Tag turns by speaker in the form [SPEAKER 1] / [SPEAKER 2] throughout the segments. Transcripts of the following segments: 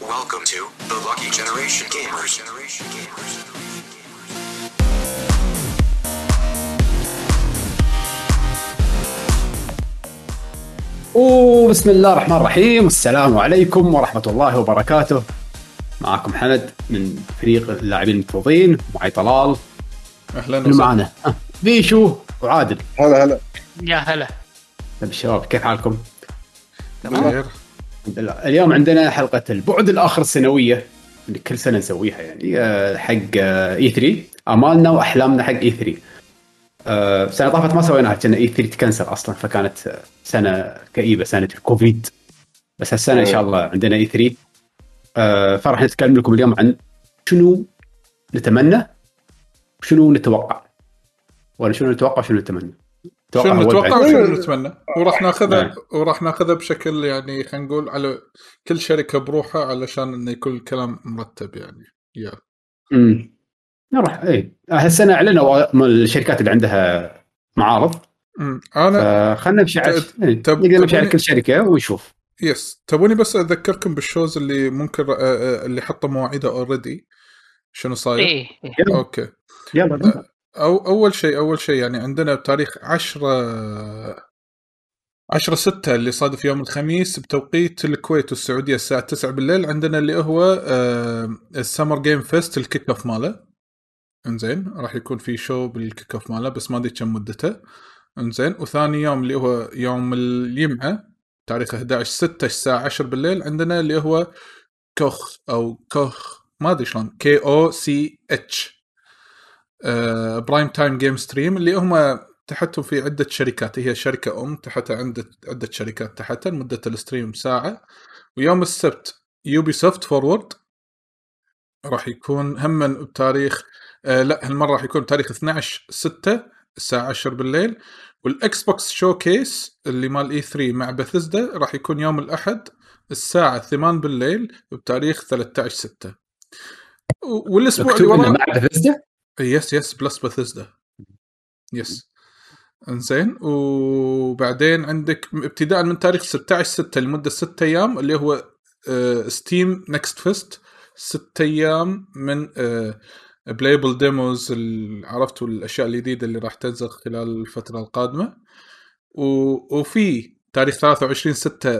[SPEAKER 1] Welcome to the Lucky Generation Gamers. Generation Gamers.
[SPEAKER 2] وبسم الله الرحمن الرحيم السلام عليكم ورحمة الله وبركاته معكم حمد من فريق اللاعبين المفروضين معي طلال
[SPEAKER 3] اهلا
[SPEAKER 2] اللي معنا آه، بيشو وعادل
[SPEAKER 4] هلا هلا
[SPEAKER 5] يا هلا
[SPEAKER 2] طيب شباب كيف حالكم؟
[SPEAKER 3] بخير
[SPEAKER 2] الحمد لله. اليوم عندنا حلقة البعد الآخر السنوية اللي كل سنة نسويها يعني آه، حق اي 3 آمالنا وأحلامنا حق اي 3 آه، السنة اللي طافت ما سويناها كان اي 3 تكنسل أصلا فكانت آه، سنة كئيبة سنة الكوفيد بس هالسنة إن شاء الله عندنا اي 3 آه، فراح نتكلم لكم اليوم عن شنو نتمنى وشنو نتوقع ولا شنو نتوقع وشنو نتمنى
[SPEAKER 3] شنو
[SPEAKER 2] هو
[SPEAKER 3] نتوقع
[SPEAKER 2] بعد.
[SPEAKER 3] وشنو نتمنى وراح
[SPEAKER 2] نعم.
[SPEAKER 3] ناخذها وراح ناخذها بشكل يعني خلينا نقول على كل شركه بروحها علشان انه يكون الكلام مرتب يعني يا
[SPEAKER 2] امم نروح إيه. اي هالسنه اعلنوا من الشركات اللي عندها معارض
[SPEAKER 3] أمم. انا
[SPEAKER 2] فخلنا نمشي على
[SPEAKER 3] تب-
[SPEAKER 2] إيه،
[SPEAKER 3] تب-
[SPEAKER 2] نقدر نمشي على
[SPEAKER 3] تبني-
[SPEAKER 2] كل شركه ونشوف
[SPEAKER 3] يس تبوني بس اذكركم بالشوز اللي ممكن آه، آه، اللي حطوا مواعيده اوريدي شنو صاير؟
[SPEAKER 5] ايه إيه.
[SPEAKER 3] اوكي
[SPEAKER 2] يلا
[SPEAKER 3] أو أول شيء أول شيء يعني عندنا بتاريخ 10 10 6 اللي صادف يوم الخميس بتوقيت الكويت والسعودية الساعة 9 بالليل عندنا اللي هو آه، السمر جيم فيست الكيك اوف ماله انزين راح يكون في شو بالكيك اوف ماله بس ما ادري كم مدته انزين وثاني يوم اللي هو يوم الجمعة تاريخ 11 6 الساعة 10 بالليل عندنا اللي هو كوخ او كوخ ما ادري شلون كي او سي اتش برايم تايم جيم ستريم اللي هم تحتهم في عدة شركات هي شركة أم تحتها عدة عدة شركات تحتها مدة الستريم ساعة ويوم السبت يوبي سوفت فورورد راح يكون هما بتاريخ آه لا هالمرة راح يكون بتاريخ 12 6 الساعة 10 بالليل والاكس بوكس شو كيس اللي مال اي 3 مع بثزدا راح يكون يوم الأحد الساعة 8 بالليل بتاريخ 13 6 و- والاسبوع اللي
[SPEAKER 2] مكتوب انه
[SPEAKER 3] وراه
[SPEAKER 2] مع بثزدا
[SPEAKER 3] يس يس بلس بثزدا يس انزين وبعدين عندك ابتداء من تاريخ 16 6 لمده 6 ايام اللي هو آه، ستيم نكست فيست 6 ايام من آه، بلايبل ديموز عرفتوا الاشياء الجديده اللي راح تنزل خلال الفتره القادمه و- وفي تاريخ 23 6 آه،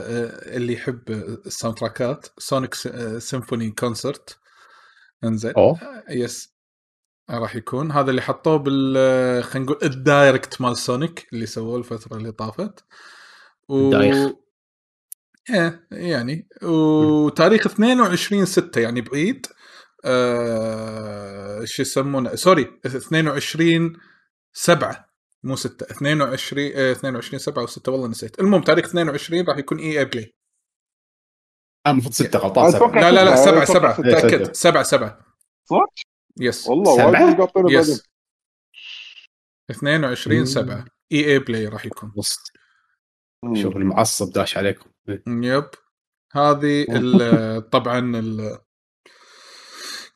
[SPEAKER 3] اللي يحب الساوند تراكات سونيك سيمفوني كونسرت انزين
[SPEAKER 2] اوه
[SPEAKER 3] يس راح يكون هذا اللي حطوه بال خلينا نقول الدايركت مال سونيك اللي سووه الفتره اللي طافت و...
[SPEAKER 2] الدايخ.
[SPEAKER 3] ايه يعني وتاريخ 22 6 يعني بعيد آه... شو يسمونه سوري 22 7 مو 6 22 آه، 22 7 او 6 والله نسيت المهم تاريخ 22 راح يكون E اي اي بلاي
[SPEAKER 2] المفروض سته غلطان سبعه
[SPEAKER 4] أتوقع-
[SPEAKER 3] لا لا لا
[SPEAKER 4] ستة،
[SPEAKER 3] 7
[SPEAKER 4] أتوقع
[SPEAKER 3] 7
[SPEAKER 4] ستة.
[SPEAKER 2] ستة.
[SPEAKER 3] تاكد 7 7
[SPEAKER 4] صح؟
[SPEAKER 3] يس
[SPEAKER 4] والله
[SPEAKER 2] سبعة؟
[SPEAKER 4] وايد قاطين
[SPEAKER 3] يس
[SPEAKER 4] بعدين
[SPEAKER 3] 22 7
[SPEAKER 2] مم.
[SPEAKER 3] اي اي بلاي E راح يكون
[SPEAKER 2] وسط.
[SPEAKER 4] مم.
[SPEAKER 2] شوف المعصب داش عليكم
[SPEAKER 3] يب هذه ال- طبعا ال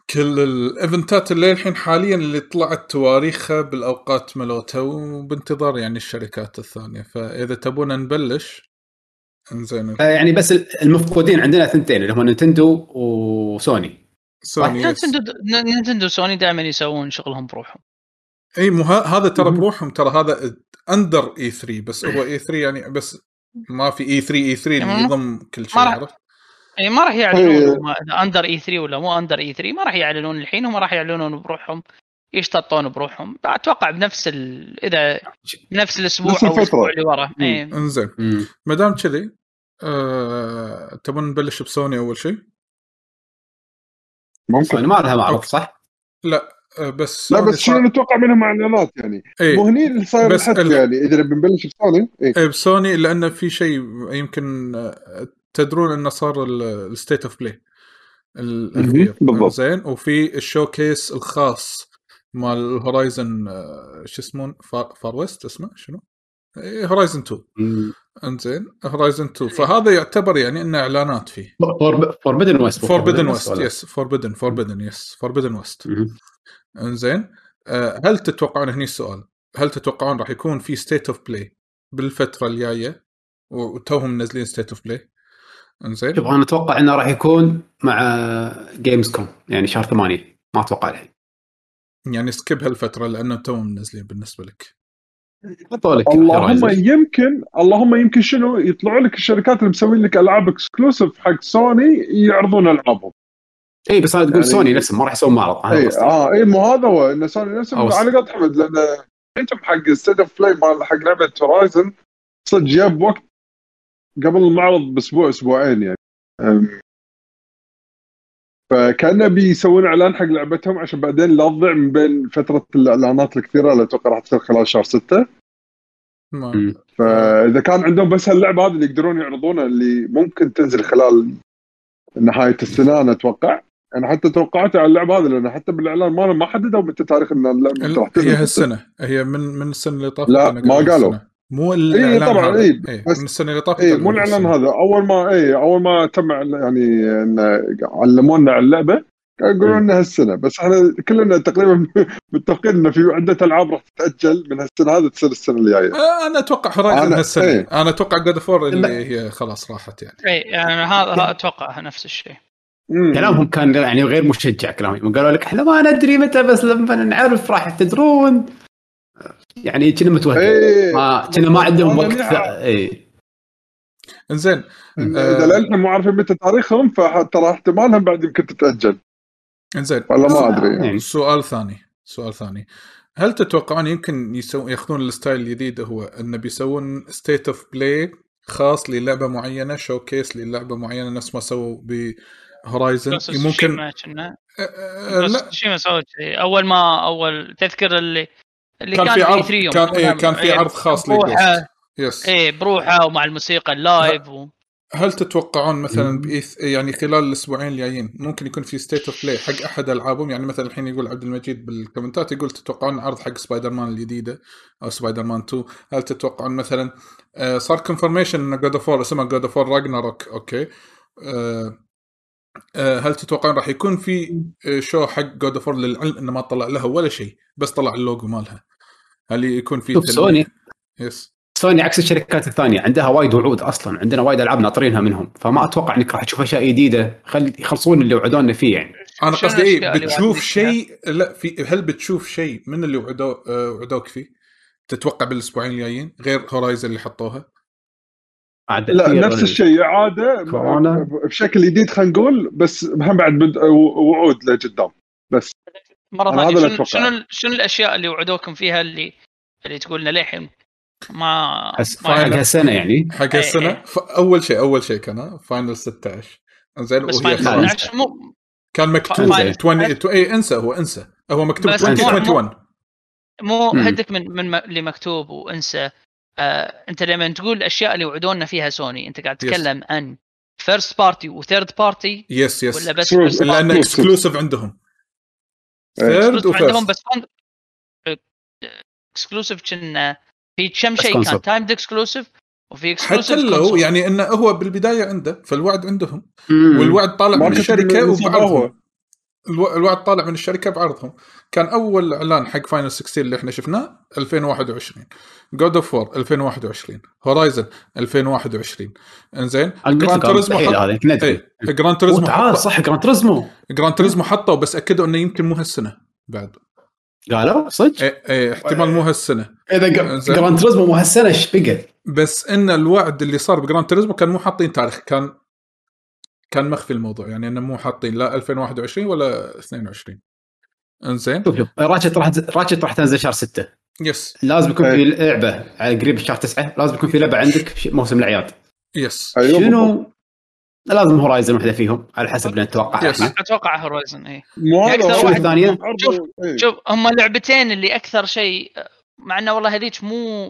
[SPEAKER 3] كل الايفنتات اللي الحين حاليا اللي طلعت تواريخها بالاوقات ملوتها وبانتظار يعني الشركات الثانيه فاذا تبون نبلش انزين
[SPEAKER 2] آه، يعني بس ال- المفقودين عندنا ثنتين اللي هم نينتندو وسوني
[SPEAKER 3] سوني يس.
[SPEAKER 5] نينتندو نينتندو سوني دائما يسوون شغلهم بروحهم
[SPEAKER 3] اي مو ه- هذا ترى
[SPEAKER 2] مم.
[SPEAKER 3] بروحهم ترى هذا اندر اي 3 بس هو اي 3 يعني بس ما في E اي 3 اي 3 اللي
[SPEAKER 5] يعني
[SPEAKER 3] يضم كل شيء
[SPEAKER 5] ما راح-
[SPEAKER 3] عرفت؟
[SPEAKER 5] يعني ما راح
[SPEAKER 4] إيه.
[SPEAKER 5] يعلنون هم اذا اندر اي 3 ولا مو اندر اي 3 ما راح يعلنون الحين هم راح يعلنون بروحهم يشترطون بروحهم اتوقع بنفس ال... اذا بنفس الاسبوع
[SPEAKER 4] نفس
[SPEAKER 5] او الاسبوع
[SPEAKER 4] الفترة.
[SPEAKER 5] اللي وراه
[SPEAKER 4] مم.
[SPEAKER 5] إيه.
[SPEAKER 3] انزين
[SPEAKER 2] مم.
[SPEAKER 3] ما دام كذي آه، تبون نبلش بسوني اول شيء
[SPEAKER 2] سوني
[SPEAKER 4] ممكن
[SPEAKER 2] ما لها معرض
[SPEAKER 3] أوكي.
[SPEAKER 2] صح؟
[SPEAKER 3] آه، بس
[SPEAKER 4] لا
[SPEAKER 3] سوني
[SPEAKER 4] بس شنو نتوقع منهم اعلانات يعني
[SPEAKER 3] ايه
[SPEAKER 4] مو هني اللي صاير
[SPEAKER 3] بس
[SPEAKER 4] الحث
[SPEAKER 3] ال-
[SPEAKER 4] يعني اذا بنبلش بسوني اي
[SPEAKER 3] إيه، بسوني لان في شيء يمكن آه، تدرون انه صار الستيت اوف بلاي الاخير
[SPEAKER 4] مهم، بالضبط.
[SPEAKER 3] زين وفي الشوكيس الخاص مال هورايزن آه، شو اسمه فار, فار ويست اسمه شنو؟ إيه، هورايزن 2
[SPEAKER 2] مم.
[SPEAKER 3] انزين هورايزن 2 فهذا يعتبر يعني انه اعلانات فيه
[SPEAKER 2] فوربدن ويست
[SPEAKER 3] فوربدن ويست يس فوربدن فوربدن يس فوربدن ويست انزين آه، هل تتوقعون هني السؤال هل تتوقعون راح يكون في ستيت اوف بلاي بالفتره الجايه و- وتوهم منزلين ستيت اوف بلاي انزين
[SPEAKER 2] شوف انا اتوقع انه راح يكون مع جيمز كوم يعني شهر ثمانية ما اتوقع الحين
[SPEAKER 3] يعني سكيب هالفتره لانه توهم منزلين بالنسبه لك
[SPEAKER 2] حطوا لك
[SPEAKER 4] اللهم
[SPEAKER 2] Horizon.
[SPEAKER 4] يمكن اللهم يمكن شنو يطلعوا لك الشركات اللي مسوين لك العاب اكسكلوسيف حق سوني يعرضون العابهم
[SPEAKER 2] اي إيه، بس انا تقول
[SPEAKER 4] يعني-
[SPEAKER 2] سوني نفسهم ما راح يسوون معرض هذا
[SPEAKER 4] اي
[SPEAKER 2] قصدي.
[SPEAKER 4] اه اي مو هذا هو ان سوني نفسهم
[SPEAKER 2] أوس.
[SPEAKER 4] على قد حمد لان انتم حق ستيت اوف بلاي مال حق لعبه هورايزن صدق جاب وقت قبل المعرض باسبوع اسبوعين يعني أم. فكانه بيسوون اعلان حق لعبتهم عشان بعدين لا تضيع من بين فتره الاعلانات الكثيره اللي اتوقع راح تصير خلال شهر ستة
[SPEAKER 3] ما
[SPEAKER 2] مم.
[SPEAKER 4] فاذا كان عندهم بس هاللعبه هذه اللي يقدرون يعرضونها اللي ممكن تنزل خلال نهايه السنه انا اتوقع انا حتى توقعت على اللعبه هذه لان حتى بالاعلان مالهم ما حددوا متى تاريخ ان اللعبه
[SPEAKER 3] ال-
[SPEAKER 4] راح
[SPEAKER 3] هي
[SPEAKER 4] تنزل
[SPEAKER 3] هالسنه هي من من السنه اللي طافت
[SPEAKER 4] لا،
[SPEAKER 3] أنا
[SPEAKER 4] ما
[SPEAKER 3] قبل
[SPEAKER 4] قالوا. إيه،
[SPEAKER 3] السنة. مو الاعلان
[SPEAKER 4] طبعاً،
[SPEAKER 3] هذا.
[SPEAKER 4] إي،
[SPEAKER 3] إي،
[SPEAKER 4] بس-
[SPEAKER 3] من السنه اللي طافت
[SPEAKER 4] اي
[SPEAKER 3] أنا
[SPEAKER 4] مو
[SPEAKER 3] قبل
[SPEAKER 4] الاعلان
[SPEAKER 3] السنة.
[SPEAKER 4] هذا اول ما اي اول ما تم عل- يعني إن علمونا عن اللعبه كانوا يقولون انها هالسنه بس احنا كلنا تقريبا متفقين انه في عده العاب راح تتاجل من هالسنه هذه تصير السنه الجايه
[SPEAKER 3] آه، انا اتوقع هورايزن
[SPEAKER 4] أنا-
[SPEAKER 3] هالسنه
[SPEAKER 4] إيه.
[SPEAKER 3] انا اتوقع جود فور اللي
[SPEAKER 2] لا.
[SPEAKER 3] هي خلاص راحت يعني
[SPEAKER 5] اي يعني هذا هذا اتوقع نفس الشيء
[SPEAKER 4] مم.
[SPEAKER 2] كلامهم كان يعني غير مشجع كلامهم قالوا لك احنا ما ندري متى بس لما نعرف راح تدرون يعني كنا متوهقين
[SPEAKER 4] اي
[SPEAKER 2] ما كنا ما عندهم
[SPEAKER 4] هذا
[SPEAKER 2] وقت إيه.
[SPEAKER 4] منيحة.
[SPEAKER 2] اي
[SPEAKER 3] انزين
[SPEAKER 4] إن
[SPEAKER 3] آه.
[SPEAKER 4] اذا للحين مو عارفين متى تاريخهم فترى احتمالهم بعد يمكن تتاجل
[SPEAKER 3] انزين
[SPEAKER 4] والله ما
[SPEAKER 3] آه.
[SPEAKER 4] ادري يعني.
[SPEAKER 2] يعني
[SPEAKER 3] سؤال ثاني سؤال ثاني هل تتوقعون يمكن يسو... ياخذون الستايل الجديد هو انه بيسوون ستيت اوف بلاي خاص للعبه معينه شوكيس للعبه معينه نفس ما سووا بهورايزن
[SPEAKER 5] بس
[SPEAKER 3] ممكن
[SPEAKER 5] تسوشيما كنا
[SPEAKER 3] أه، أه،
[SPEAKER 5] بس
[SPEAKER 3] لا
[SPEAKER 5] تسوشيما سوت شيء. اول ما اول تذكر اللي اللي
[SPEAKER 3] كان
[SPEAKER 5] كان,
[SPEAKER 3] في عرض
[SPEAKER 5] 3 يوم يعني
[SPEAKER 3] كان إيه كان في عرض خاص لجوست
[SPEAKER 5] بروحه
[SPEAKER 3] يس
[SPEAKER 5] اي بروحه ومع الموسيقى اللايف و...
[SPEAKER 3] هل تتوقعون مثلا
[SPEAKER 2] مم.
[SPEAKER 3] بإيث يعني خلال الاسبوعين الجايين ممكن يكون في ستيت اوف بلاي حق احد العابهم يعني مثلا الحين يقول عبد المجيد بالكومنتات يقول تتوقعون عرض حق سبايدر مان الجديده او سبايدر مان 2 هل تتوقعون مثلا آه صار كونفرميشن ان جود اوف اسمها جود اوف راجناروك اوكي آه آه هل تتوقعون راح يكون في آه، شو حق جود اوف للعلم انه ما طلع لها ولا شيء بس طلع اللوجو مالها هل يكون في
[SPEAKER 2] شوف
[SPEAKER 3] تل-
[SPEAKER 2] سوني
[SPEAKER 3] يس
[SPEAKER 2] سوني عكس الشركات الثانيه عندها وايد وعود اصلا عندنا وايد العاب ناطرينها منهم فما اتوقع انك راح تشوف اشياء جديده خل يخلصون اللي وعدونا فيه يعني
[SPEAKER 3] انا
[SPEAKER 5] شنو
[SPEAKER 3] قصدي ايه
[SPEAKER 5] الأشياء اللي
[SPEAKER 3] بتشوف
[SPEAKER 5] وعدتك
[SPEAKER 3] شيء لا في هل بتشوف شيء من اللي وعدو- آه، وعدوك فيه تتوقع بالاسبوعين الجايين غير هورايزن اللي حطوها
[SPEAKER 2] عاد
[SPEAKER 4] لا
[SPEAKER 2] كثير-
[SPEAKER 4] نفس الشيء اعاده
[SPEAKER 2] كورونا.
[SPEAKER 4] بشكل جديد خلينا نقول بس هم بعد بد... و- وعود لقدام بس
[SPEAKER 5] مره
[SPEAKER 4] أنا هذا
[SPEAKER 5] ثانيه
[SPEAKER 4] اللي
[SPEAKER 5] شنو شنو,
[SPEAKER 4] أتوقعه.
[SPEAKER 5] ال- شنو الاشياء اللي وعدوكم فيها اللي اللي تقولنا للحين ما
[SPEAKER 2] حس
[SPEAKER 5] ما
[SPEAKER 2] حق هالسنه يعني
[SPEAKER 3] حق
[SPEAKER 5] إيه،
[SPEAKER 3] السنه
[SPEAKER 5] إيه.
[SPEAKER 3] ف- اول شيء اول شيء كان فاينل 16 زين
[SPEAKER 5] بس
[SPEAKER 3] وهي
[SPEAKER 5] فاينل
[SPEAKER 2] خلاص.
[SPEAKER 5] 16 مو
[SPEAKER 3] كان مكتوب
[SPEAKER 2] Final
[SPEAKER 3] 20 اي إيه، انسى هو انسى هو مكتوب
[SPEAKER 5] بس
[SPEAKER 2] مو-
[SPEAKER 3] 2021
[SPEAKER 5] مو
[SPEAKER 2] مم.
[SPEAKER 5] هدك من من م- اللي مكتوب وانسى آه انت لما تقول الاشياء اللي وعدونا فيها سوني انت قاعد
[SPEAKER 3] Yes.
[SPEAKER 5] تتكلم عن فيرست بارتي وثيرد بارتي
[SPEAKER 3] يس يس
[SPEAKER 5] ولا بس
[SPEAKER 4] True.
[SPEAKER 5] first
[SPEAKER 3] لان
[SPEAKER 5] party؟
[SPEAKER 3] اكسكلوسيف عندهم
[SPEAKER 4] إيه.
[SPEAKER 3] ثيرد
[SPEAKER 5] Exclusive عندهم
[SPEAKER 3] وفيرست
[SPEAKER 5] بس اكسكلوسيف كنا في كم
[SPEAKER 2] بس
[SPEAKER 5] شيء كان
[SPEAKER 2] concept.
[SPEAKER 5] تايم اكسكلوسيف وفي
[SPEAKER 3] حتى
[SPEAKER 5] اكسكلوسيف
[SPEAKER 3] لو يعني انه هو بالبدايه عنده فالوعد عندهم
[SPEAKER 2] مم.
[SPEAKER 3] والوعد طالع من
[SPEAKER 4] ماركتينج
[SPEAKER 3] الشركه
[SPEAKER 4] بالنسبة هو.
[SPEAKER 3] وبعرضهم الو- الوعد طالع من الشركه بعرضهم كان اول اعلان حق فاينل 16 اللي احنا شفناه 2021 جود اوف وور 2021 هورايزن 2021 انزين
[SPEAKER 2] أنا قلت
[SPEAKER 3] جراند
[SPEAKER 2] لك
[SPEAKER 3] توريزمو
[SPEAKER 2] مستحيل
[SPEAKER 3] حط...
[SPEAKER 2] هذا يمكن ندري
[SPEAKER 3] ايه جراند
[SPEAKER 2] أوه،
[SPEAKER 3] توريزمو
[SPEAKER 2] تعال
[SPEAKER 3] حطوا
[SPEAKER 2] صح جراند تريزمو
[SPEAKER 3] جراند توريزمو حطوا بس اكدوا انه يمكن مو هالسنه بعد
[SPEAKER 2] قالوا صدق
[SPEAKER 3] ايه ايه احتمال مو هالسنه
[SPEAKER 2] اذا
[SPEAKER 3] إنزين.
[SPEAKER 2] جراند تريزمو مو هالسنه ايش بقى؟
[SPEAKER 3] بس ان الوعد اللي صار بجراند توريزمو كان مو حاطين تاريخ كان كان مخفي الموضوع يعني انه مو حاطين لا 2021 ولا 22 انزين
[SPEAKER 2] شوف شوف راتشت راح راتشت راح تنزل شهر 6
[SPEAKER 3] يس
[SPEAKER 2] لازم يكون في
[SPEAKER 4] إيه.
[SPEAKER 2] لعبه على قريب شهر 9 لازم يكون في لعبه عندك ش- موسم الاعياد
[SPEAKER 3] يس
[SPEAKER 4] ايوه بالضبط.
[SPEAKER 2] شنو لازم هورايزن واحده فيهم على حسب اللي نتوقع
[SPEAKER 3] Yes.
[SPEAKER 2] احنا
[SPEAKER 5] اتوقع هورايزن اي
[SPEAKER 4] مو هذا
[SPEAKER 5] أكثر
[SPEAKER 4] هو.
[SPEAKER 2] شنو الثانية؟
[SPEAKER 4] عرضه-
[SPEAKER 5] شوف،
[SPEAKER 4] إيه.
[SPEAKER 5] شوف هم لعبتين اللي اكثر شيء مع انه والله هذيك مو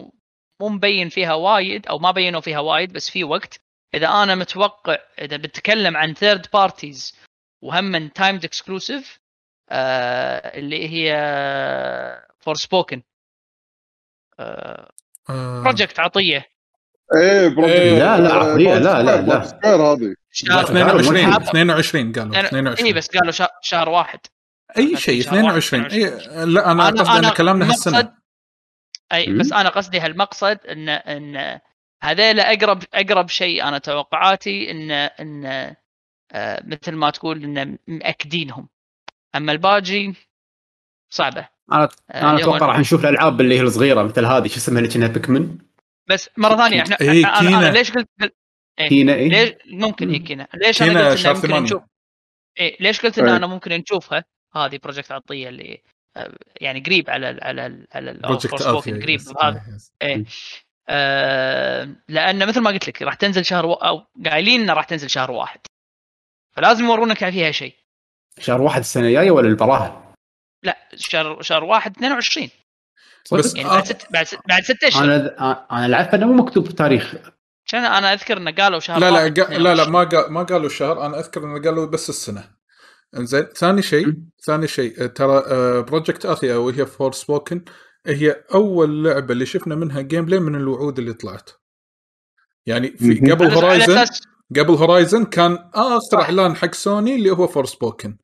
[SPEAKER 5] مو مبين فيها وايد او ما بينوا فيها وايد بس في وقت اذا انا متوقع اذا بتكلم عن ثيرد بارتيز وهم تايمد اكسكلوسيف آه، اللي هي فور سبوكن
[SPEAKER 3] آه.
[SPEAKER 5] بروجكت عطيه
[SPEAKER 4] ايه بروجكت-
[SPEAKER 3] إيه.
[SPEAKER 2] لا، لا،
[SPEAKER 4] آه،
[SPEAKER 2] عرضية، لا، لا، لا.
[SPEAKER 4] بروجكت سكوير هذه
[SPEAKER 5] شهر
[SPEAKER 2] لا،
[SPEAKER 3] 22
[SPEAKER 2] 22.
[SPEAKER 3] 22 قالوا
[SPEAKER 5] اي
[SPEAKER 3] 22
[SPEAKER 5] إيه، بس قالوا شهر, شهر واحد
[SPEAKER 3] اي شيء
[SPEAKER 5] شهر واحد،
[SPEAKER 3] 22 اي لا انا
[SPEAKER 5] أنا-
[SPEAKER 3] قصدي ان
[SPEAKER 5] أنا
[SPEAKER 3] كلامنا
[SPEAKER 5] المقصد-
[SPEAKER 3] هالسنه
[SPEAKER 5] اي
[SPEAKER 2] مم.
[SPEAKER 5] بس انا قصدي هالمقصد ان ان هذيلا اقرب اقرب شيء انا توقعاتي ان ان آه، مثل ما تقول ان مأكدينهم اما الباجي صعبه
[SPEAKER 2] انا
[SPEAKER 5] آه،
[SPEAKER 2] انا
[SPEAKER 5] اللي هو-
[SPEAKER 2] اتوقع راح نشوف الالعاب اللي هي الصغيره مثل هذه شو اسمها اللي كانها بيكمن
[SPEAKER 5] بس مره ثانيه احنا
[SPEAKER 3] إيه،
[SPEAKER 5] أنا- انا,
[SPEAKER 3] كينا. إيه.
[SPEAKER 5] أنا ليش قلت
[SPEAKER 2] هنا اي
[SPEAKER 5] ليش ممكن
[SPEAKER 2] مم.
[SPEAKER 5] إيه كينا ليش
[SPEAKER 3] كينا
[SPEAKER 5] انا قلت
[SPEAKER 3] شهر
[SPEAKER 5] إن ممكن
[SPEAKER 3] ثمانية.
[SPEAKER 5] نشوف إيه ليش قلت ان
[SPEAKER 4] إيه.
[SPEAKER 5] انا ممكن نشوفها هذه بروجكت عطيه اللي آه، يعني قريب على ال على ال على ال- أو
[SPEAKER 3] بروجكت
[SPEAKER 5] Forspoken
[SPEAKER 3] الفيا
[SPEAKER 5] قريب
[SPEAKER 3] يس.
[SPEAKER 5] هذا
[SPEAKER 3] يس.
[SPEAKER 5] ايه آه لان مثل ما قلت لك راح تنزل شهر و... او قايلين انها راح تنزل شهر واحد فلازم يورونك فيها شيء
[SPEAKER 2] شهر واحد السنه الجايه ولا البراهه؟
[SPEAKER 5] لا شهر شهر واحد 22
[SPEAKER 2] صدق؟
[SPEAKER 3] بس
[SPEAKER 5] يعني
[SPEAKER 3] آه.
[SPEAKER 5] بعد ست بعد ست بعد ست اشهر
[SPEAKER 2] انا انا العب انه مو مكتوب تاريخ
[SPEAKER 5] عشان انا اذكر انه قالوا شهر
[SPEAKER 3] لا لا
[SPEAKER 5] واحد
[SPEAKER 3] قا- لا لا
[SPEAKER 5] 22.
[SPEAKER 3] ما قا- ما قالوا الشهر انا اذكر انه قالوا بس السنه انزين ثاني شيء
[SPEAKER 2] مم.
[SPEAKER 3] ثاني شيء آه، ترى آه، بروجكت اثيا وهي فور سبوكن هي اول لعبه اللي شفنا منها جيم بلاي من الوعود اللي طلعت يعني في
[SPEAKER 4] مهم.
[SPEAKER 3] قبل
[SPEAKER 5] على- على
[SPEAKER 3] هورايزن
[SPEAKER 5] اساس
[SPEAKER 3] قبل هورايزن كان اخر
[SPEAKER 5] صح.
[SPEAKER 3] اعلان حق سوني اللي هو فور سبوكن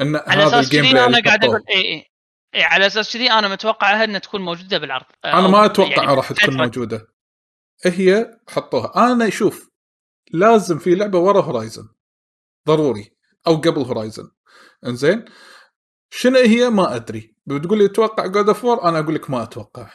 [SPEAKER 3] ان
[SPEAKER 5] على
[SPEAKER 3] هذا
[SPEAKER 5] اساس
[SPEAKER 3] الجيم
[SPEAKER 5] كذي
[SPEAKER 3] بلاي
[SPEAKER 5] انا
[SPEAKER 3] اللي
[SPEAKER 5] قاعد
[SPEAKER 3] حطوه.
[SPEAKER 5] اقول اي اي إيه على اساس كذي انا متوقعها انها تكون موجوده بالعرض آه،
[SPEAKER 3] انا
[SPEAKER 5] أو
[SPEAKER 3] ما اتوقع
[SPEAKER 5] يعني
[SPEAKER 3] راح تكون
[SPEAKER 5] فترة-
[SPEAKER 3] موجوده هي حطوها انا شوف لازم في لعبه ورا هورايزن ضروري او قبل هورايزن انزين شنو هي ما ادري بتقول لي اتوقع جود اوف وور انا اقول لك ما اتوقع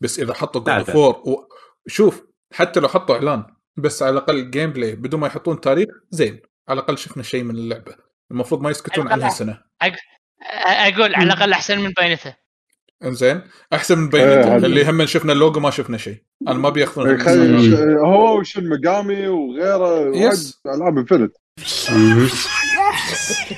[SPEAKER 3] بس اذا حطوا جود
[SPEAKER 2] لا،
[SPEAKER 3] اوف
[SPEAKER 2] لا.
[SPEAKER 3] وور شوف حتى لو حطوا اعلان بس على الاقل جيم بلاي بدون ما يحطون تاريخ زين على الاقل شفنا شيء من اللعبه المفروض ما يسكتون
[SPEAKER 5] على الأقل.
[SPEAKER 3] عنها سنه
[SPEAKER 5] آه، اقول على الاقل احسن من بينته
[SPEAKER 3] انزين احسن من
[SPEAKER 4] إيه،
[SPEAKER 3] بينته
[SPEAKER 4] هذا.
[SPEAKER 3] اللي هم شفنا اللوجو ما شفنا شيء انا ما بياخذون
[SPEAKER 2] إيه،
[SPEAKER 3] هم
[SPEAKER 4] خل-
[SPEAKER 3] السنة.
[SPEAKER 2] مم.
[SPEAKER 4] ش- هو وشن مقامي وغيره
[SPEAKER 3] يس.
[SPEAKER 4] وايد العاب انفنت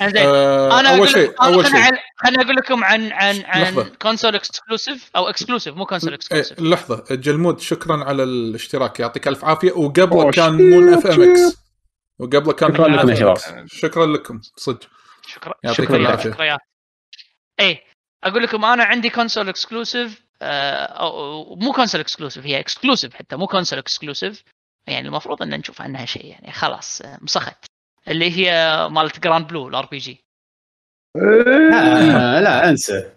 [SPEAKER 5] زين
[SPEAKER 3] آه،
[SPEAKER 5] انا
[SPEAKER 3] اول
[SPEAKER 5] اقول لك
[SPEAKER 3] شيء اول شيء
[SPEAKER 5] خليني اقول لكم عن عن عن
[SPEAKER 3] لحظة.
[SPEAKER 5] كونسول اكسكلوسيف او اكسكلوسيف مو كونسول
[SPEAKER 3] إيه،
[SPEAKER 5] اكسكلوسيف
[SPEAKER 3] لحظة جلمود شكرا على الاشتراك يعطيك الف عافية وقبله
[SPEAKER 4] أوه،
[SPEAKER 3] كان مون اف ام اكس
[SPEAKER 4] شيب.
[SPEAKER 3] وقبله كان
[SPEAKER 2] شكراً
[SPEAKER 3] مون
[SPEAKER 5] لكم يا
[SPEAKER 3] FM
[SPEAKER 2] شباب.
[SPEAKER 3] X. شكرا لكم صدق
[SPEAKER 5] شكرا
[SPEAKER 3] يعطيك
[SPEAKER 5] شكرا لك
[SPEAKER 3] العافية.
[SPEAKER 5] شكرا ايه اقول لكم انا عندي كونسول اكسكلوسيف او مو كونسول اكسكلوسيف هي اكسكلوسيف حتى مو كونسول اكسكلوسيف يعني المفروض ان نشوف عنها شيء يعني خلاص آه، مسخت اللي هي مالت جراند بلو الار بي جي
[SPEAKER 4] إيه.
[SPEAKER 2] آه، لا انسى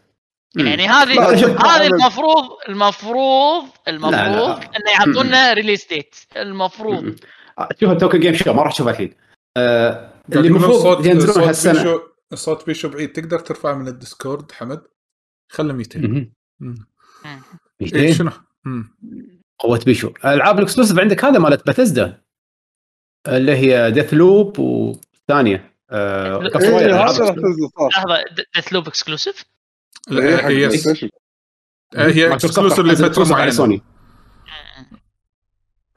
[SPEAKER 2] مم.
[SPEAKER 5] يعني هذه
[SPEAKER 4] لا، شوف،
[SPEAKER 5] هذه
[SPEAKER 4] أنا-
[SPEAKER 5] المفروض المفروض المفروض
[SPEAKER 2] لا.
[SPEAKER 5] انه يعطونا ريليس ديت المفروض
[SPEAKER 2] مم. شوفها توكي آه، جيم شو ما راح تشوفها الحين آه، اللي
[SPEAKER 3] قاعد يقولون
[SPEAKER 2] المفروض
[SPEAKER 3] صوت
[SPEAKER 2] ينزلون
[SPEAKER 3] صوت
[SPEAKER 2] هالسنه
[SPEAKER 3] بيشو صوت بيشو بعيد تقدر ترفعه من الديسكورد حمد خله 200
[SPEAKER 2] مهم.
[SPEAKER 3] مم. إيه،
[SPEAKER 2] 200
[SPEAKER 3] شنو؟ مم.
[SPEAKER 2] قوه بيشو العاب الاكسكلوسيف عندك هذا مالت باتيزدا اللي هي ديث لوب والثانيه آه،
[SPEAKER 5] إيه،
[SPEAKER 2] كفواية
[SPEAKER 4] إيه،
[SPEAKER 2] ألعاب
[SPEAKER 4] هذا راح
[SPEAKER 2] exclusive.
[SPEAKER 4] تنزل صار
[SPEAKER 5] لحظه ديث لوب اكسكلوسيف
[SPEAKER 3] لا،
[SPEAKER 4] إيه، حق
[SPEAKER 3] هي
[SPEAKER 4] بلاي ستيشن.
[SPEAKER 3] إيه، هي
[SPEAKER 2] مايكروسوفت
[SPEAKER 3] اكسكلوسيف
[SPEAKER 2] راح تنزل
[SPEAKER 3] لفتره
[SPEAKER 2] exclusive على
[SPEAKER 3] معينه
[SPEAKER 2] سوني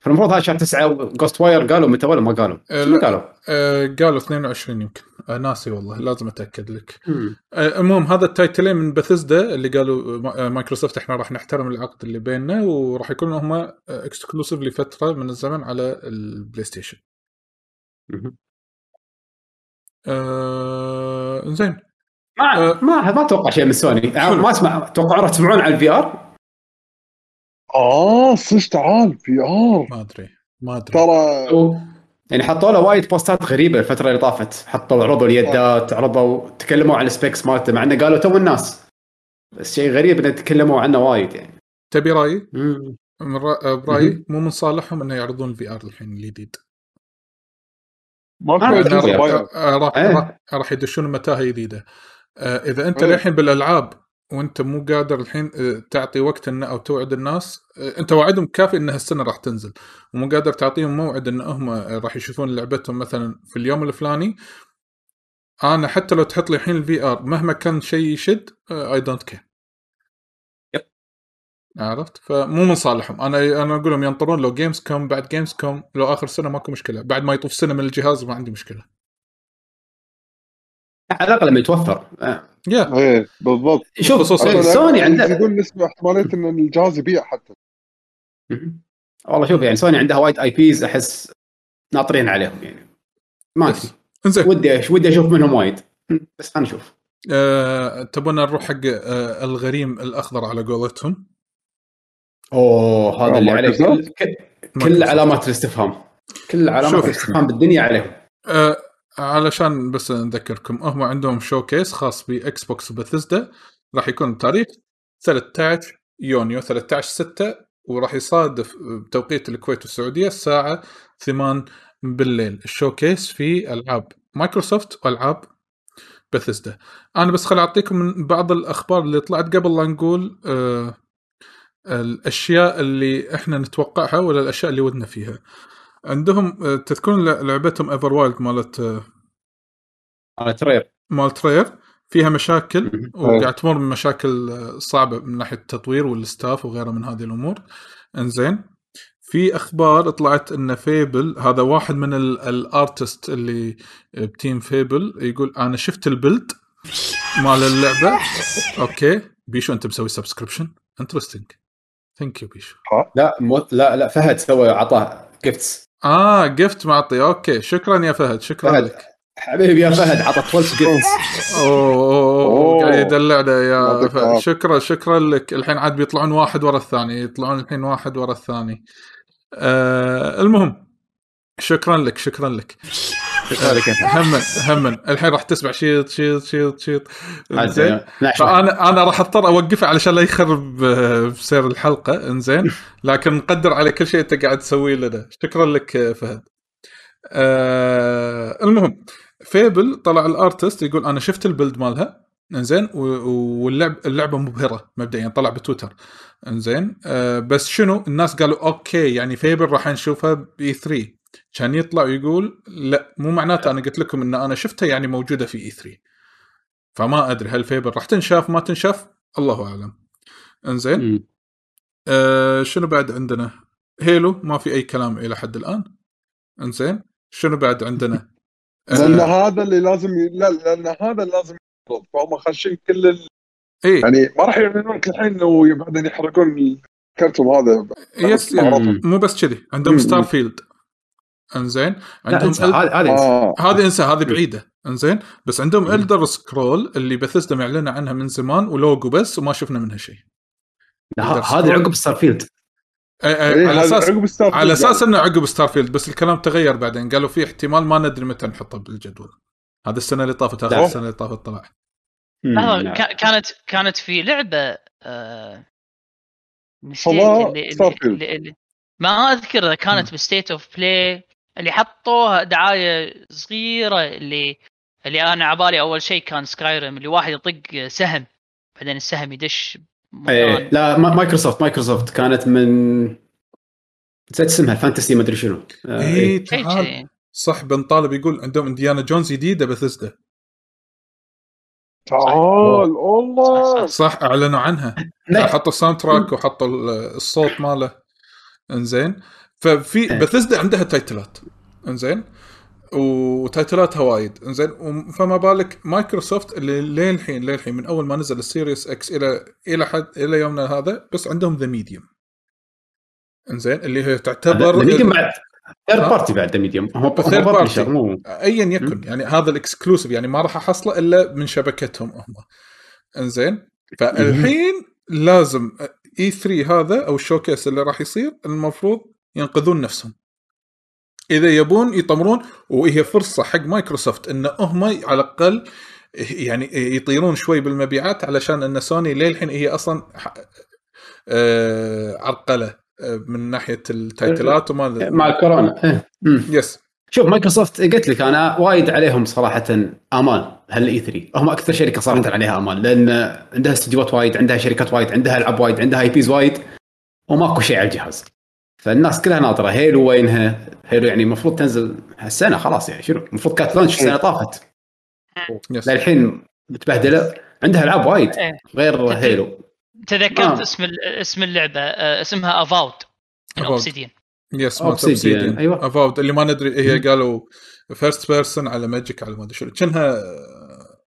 [SPEAKER 2] فالمفروض هذا شهر 9 جوست واير قالوا متى ولا ما قالوا؟
[SPEAKER 3] آه،
[SPEAKER 2] شنو
[SPEAKER 3] لا.
[SPEAKER 2] قالوا؟
[SPEAKER 3] آه، قالوا 22 يمكن آه، ناسي والله لازم اتاكد لك
[SPEAKER 2] مم.
[SPEAKER 3] آه، المهم هذا التايتلين من بثزدا اللي قالوا آه، مايكروسوفت احنا راح نحترم العقد اللي بيننا وراح يكونوا هم اكسكلوسيف لفتره من الزمن على البلاي ستيشن.
[SPEAKER 2] مهم.
[SPEAKER 3] آه زين
[SPEAKER 2] ما
[SPEAKER 3] آه.
[SPEAKER 2] ما ما اتوقع شيء من سوني آه، ما اسمع اتوقع راح تسمعون على الفي ار
[SPEAKER 4] اه صدق تعال في ار
[SPEAKER 3] ما ادري ما ادري
[SPEAKER 4] ترى
[SPEAKER 2] يعني حطوا له وايد بوستات غريبه الفتره اللي طافت حطوا عرضوا اليدات عرضوا تكلموا عن السبيكس مالته مع انه قالوا تو الناس بس شيء غريب انه تكلموا عنه وايد يعني
[SPEAKER 3] تبي رايي؟
[SPEAKER 2] مم.
[SPEAKER 3] من را- آه، برايي
[SPEAKER 2] مهم.
[SPEAKER 3] مو من صالحهم انه يعرضون الفي ار الحين الجديد.
[SPEAKER 4] ما
[SPEAKER 2] أنا
[SPEAKER 4] في
[SPEAKER 3] لأن
[SPEAKER 2] بشوف
[SPEAKER 3] راح-
[SPEAKER 2] VR.
[SPEAKER 4] بايع.
[SPEAKER 3] آه، آه، راح
[SPEAKER 2] إيه.
[SPEAKER 3] راح- راح يدشون متاهه جديده. آه، اذا انت
[SPEAKER 4] إيه.
[SPEAKER 3] للحين بالالعاب وانت مو قادر الحين آه، تعطي وقت إن او توعد الناس آه، انت وعدهم كافي ان هالسنه راح تنزل ومو قادر تعطيهم موعد ان هم آه، راح يشوفون لعبتهم مثلا في اليوم الفلاني انا حتى لو تحط لي الحين الفي ار مهما كان شيء يشد آه، اي دونت كير
[SPEAKER 2] يب.
[SPEAKER 3] عرفت فمو من صالحهم انا انا اقول لهم ينطرون لو جيمز كوم بعد جيمز كوم لو اخر سنه ماكو مشكله بعد ما يطوف سنه من الجهاز ما عندي مشكله
[SPEAKER 2] على الاقل لما يتوفر آه.
[SPEAKER 3] يا
[SPEAKER 4] ايه بالضبط
[SPEAKER 2] شوف
[SPEAKER 3] خصوصاً
[SPEAKER 2] إيه،
[SPEAKER 4] حتى لا-
[SPEAKER 2] سوني عندها
[SPEAKER 4] يقول نسبه احتماليه ان الجهاز يبيع حتى
[SPEAKER 2] مهم. والله شوف يعني سوني عندها وايد اي بيز احس ناطرين عليهم يعني ما ادري
[SPEAKER 3] انزين
[SPEAKER 2] ودي أش- ودي اشوف منهم وايد بس خلينا نشوف
[SPEAKER 3] آه، تبون نروح حق آه، الغريم الاخضر على قولتهم
[SPEAKER 2] اوه هذا
[SPEAKER 4] آه،
[SPEAKER 2] اللي عليه كل,
[SPEAKER 4] مايكروسوفت؟
[SPEAKER 2] كل- كل علامات الاستفهام كل علامات
[SPEAKER 3] شوف.
[SPEAKER 2] الاستفهام بالدنيا عليهم
[SPEAKER 3] آه، علشان بس نذكركم هم عندهم شوكيس خاص باكس بوكس وبثزدا راح يكون التاريخ 13 يونيو 13 6 وراح يصادف بتوقيت الكويت والسعوديه الساعه 8 بالليل الشوكيس في العاب مايكروسوفت والعاب بثزدا انا بس خل اعطيكم من بعض الاخبار اللي طلعت قبل لا نقول آه الاشياء اللي احنا نتوقعها ولا الاشياء اللي ودنا فيها عندهم آه، تذكرون لعبتهم ايفر وايلد مالت آه،
[SPEAKER 2] على ترير
[SPEAKER 3] مالت رير فيها مشاكل
[SPEAKER 2] مم.
[SPEAKER 3] وقاعد تمر من مشاكل آه، صعبه من ناحيه التطوير والاستاف وغيره من هذه الامور انزين في اخبار طلعت ان فيبل هذا واحد من ال- الارتست اللي آه، بتيم فيبل يقول انا شفت البلد مال اللعبه اوكي بيشو انت مسوي سبسكريبشن انترستنج ثانك يو بيشو
[SPEAKER 2] لا مو... لا لا فهد سوى عطاه جفتس
[SPEAKER 3] اه جفت معطي اوكي شكرا يا فهد شكرا
[SPEAKER 2] فهد.
[SPEAKER 3] لك
[SPEAKER 2] حبيبي يا فهد عطى 12 جفتس
[SPEAKER 3] اوه أوه، أوه،
[SPEAKER 4] أوه.
[SPEAKER 3] قاعد يدلعنا يا
[SPEAKER 4] يعطيك
[SPEAKER 3] ف-
[SPEAKER 4] العافية.
[SPEAKER 3] شكرا شكرا لك الحين عاد بيطلعون واحد ورا الثاني يطلعون الحين واحد ورا الثاني آه المهم شكرا لك شكرا لك
[SPEAKER 2] شكرا لك يا فهد.
[SPEAKER 3] هما هما الحين راح تسمع شيط شيط شيط شيط
[SPEAKER 2] عاد
[SPEAKER 3] زين
[SPEAKER 2] نعش واحد.
[SPEAKER 3] فانا انا راح اضطر اوقفه علشان لا يخرب آه، سير الحلقه انزين لكن نقدر على كل شيء انت قاعد تسويه لنا شكرا لك آه، فهد آه المهم فيبل طلع الارتست يقول انا شفت البيلد مالها انزين و- و- واللعب اللعبه مبهره مبدئيا طلع بتويتر انزين آه بس شنو الناس قالوا اوكي يعني فيبل راح نشوفها باي 3 كان يطلع ويقول لا مو معناته انا قلت لكم ان انا شفتها يعني موجوده في اي 3 فما ادري هل فيبل راح تنشاف ما تنشاف الله اعلم انزين
[SPEAKER 2] مم.
[SPEAKER 3] آه شنو بعد عندنا هيلو ما في اي كلام الى حد الان انزين شنو بعد عندنا
[SPEAKER 4] لان
[SPEAKER 3] آه
[SPEAKER 4] هذا اللي لازم ي... لا لان هذا اللي لازم يفرض فهم خاشين كل ال...
[SPEAKER 3] ايه
[SPEAKER 4] يعني ما راح يعلنون لك الحين وبعدين يحرقون الكرتون هذا
[SPEAKER 3] يس
[SPEAKER 4] معروف.
[SPEAKER 2] مم.
[SPEAKER 3] مو بس كذي عندهم
[SPEAKER 4] مم.
[SPEAKER 3] ستار فيلد انزين
[SPEAKER 2] لا
[SPEAKER 3] عندهم
[SPEAKER 2] انسى هذه هذه انسى.
[SPEAKER 4] اه
[SPEAKER 3] هذه انسى هذه بعيده انزين بس عندهم
[SPEAKER 4] إيه.
[SPEAKER 2] مم.
[SPEAKER 3] الدر سكرول اللي بثزدا معلنه عنها من زمان ولوجو بس وما شفنا منها شيء
[SPEAKER 2] لا، ه- هذه عقب ستارفيلد
[SPEAKER 3] آه، آه،
[SPEAKER 4] إيه،
[SPEAKER 3] على
[SPEAKER 4] هذا
[SPEAKER 3] اساس
[SPEAKER 4] عقب ستار
[SPEAKER 3] على
[SPEAKER 4] فيلد.
[SPEAKER 3] اساس انه عقب ستار فيلد بس الكلام تغير بعدين قالوا في احتمال ما ندري متى نحطه بالجدول هذا السنه اللي طافت اخر
[SPEAKER 2] لا.
[SPEAKER 3] السنه اللي طافت طلع
[SPEAKER 5] لحظه كا- كانت كانت في لعبه آه، نسيت
[SPEAKER 4] فضاء
[SPEAKER 5] اللي- اللي-
[SPEAKER 4] Starfield.
[SPEAKER 5] اللي- اللي- ما اذكر إذا كانت بستيت اوف بلاي اللي حطوها دعايه صغيره اللي اللي انا عبالي اول شيء كان سكايرم اللي واحد يطق سهم بعدين السهم يدش
[SPEAKER 2] ايه
[SPEAKER 3] إيه.
[SPEAKER 5] مكان
[SPEAKER 2] لا ما- مايكروسوفت مايكروسوفت كانت من نسيت اسمها فانتسي ما ادري شنو
[SPEAKER 4] إيه.
[SPEAKER 2] آه،
[SPEAKER 3] اي
[SPEAKER 5] إيه، شيء
[SPEAKER 3] إيه، تعال
[SPEAKER 5] كذي.
[SPEAKER 3] صح بن طالب يقول عندهم انديانا جونز جديده بثزدا
[SPEAKER 4] تعال
[SPEAKER 5] صح، صح.
[SPEAKER 4] الله
[SPEAKER 3] صح اعلنوا عنها حطوا الساوند تراك وحطوا ال- الصوت ماله انزين ففي
[SPEAKER 2] إيه.
[SPEAKER 3] بثزدا عندها تايتلات انزين وتايتلاتها وايد انزين وم- فما بالك مايكروسوفت اللي لين الحين لين الحين من اول ما نزل السيريس اكس الى الى حد الى يومنا هذا بس عندهم ذا ميديوم انزين اللي هي تعتبر
[SPEAKER 2] ميديوم بعد ثيرد
[SPEAKER 3] ها؟
[SPEAKER 2] بارتي بعد ميديوم هو هو
[SPEAKER 3] أه. Third
[SPEAKER 2] publisher،
[SPEAKER 3] party.
[SPEAKER 2] مو
[SPEAKER 3] ايا يكن يعني هذا الاكسكلوسيف يعني ما راح احصله الا من شبكتهم هم انزين فالحين لازم اي 3 هذا او الشوكيس اللي راح يصير المفروض ينقذون نفسهم اذا يبون يطمرون وهي فرصه حق مايكروسوفت ان هم على الاقل يعني يطيرون شوي بالمبيعات علشان ان سوني للحين هي اصلا ح- آه، عرقله آه، من ناحيه التايتلات وما
[SPEAKER 2] مع الكورونا إيه. مم.
[SPEAKER 3] يس
[SPEAKER 2] شوف مايكروسوفت قلت لك انا وايد عليهم صراحه امال هل اي 3 هم اكثر شركه صراحه عليها امال لان عندها استديوهات وايد عندها شركات وايد عندها العاب وايد عندها اي بيز وايد وماكو شيء على الجهاز فالناس كلها ناطره هيلو وينها هيلو يعني المفروض تنزل هالسنه خلاص يعني شنو المفروض كانت لونش السنه طافت
[SPEAKER 3] يس
[SPEAKER 2] للحين متبهدله عندها العاب وايد
[SPEAKER 5] إيه.
[SPEAKER 2] غير هيلو
[SPEAKER 5] تذكرت
[SPEAKER 2] آه.
[SPEAKER 5] اسم ال- اسم اللعبه آه، اسمها يعني افاود من
[SPEAKER 3] Avowed.
[SPEAKER 5] اوبسيديان
[SPEAKER 3] يس
[SPEAKER 2] Obsidian.
[SPEAKER 3] اوبسيديان
[SPEAKER 2] أيوة.
[SPEAKER 3] افاود اللي ما ندري هي
[SPEAKER 2] مم.
[SPEAKER 3] قالوا فيرست بيرسون على ماجيك على ما ادري شنو كانها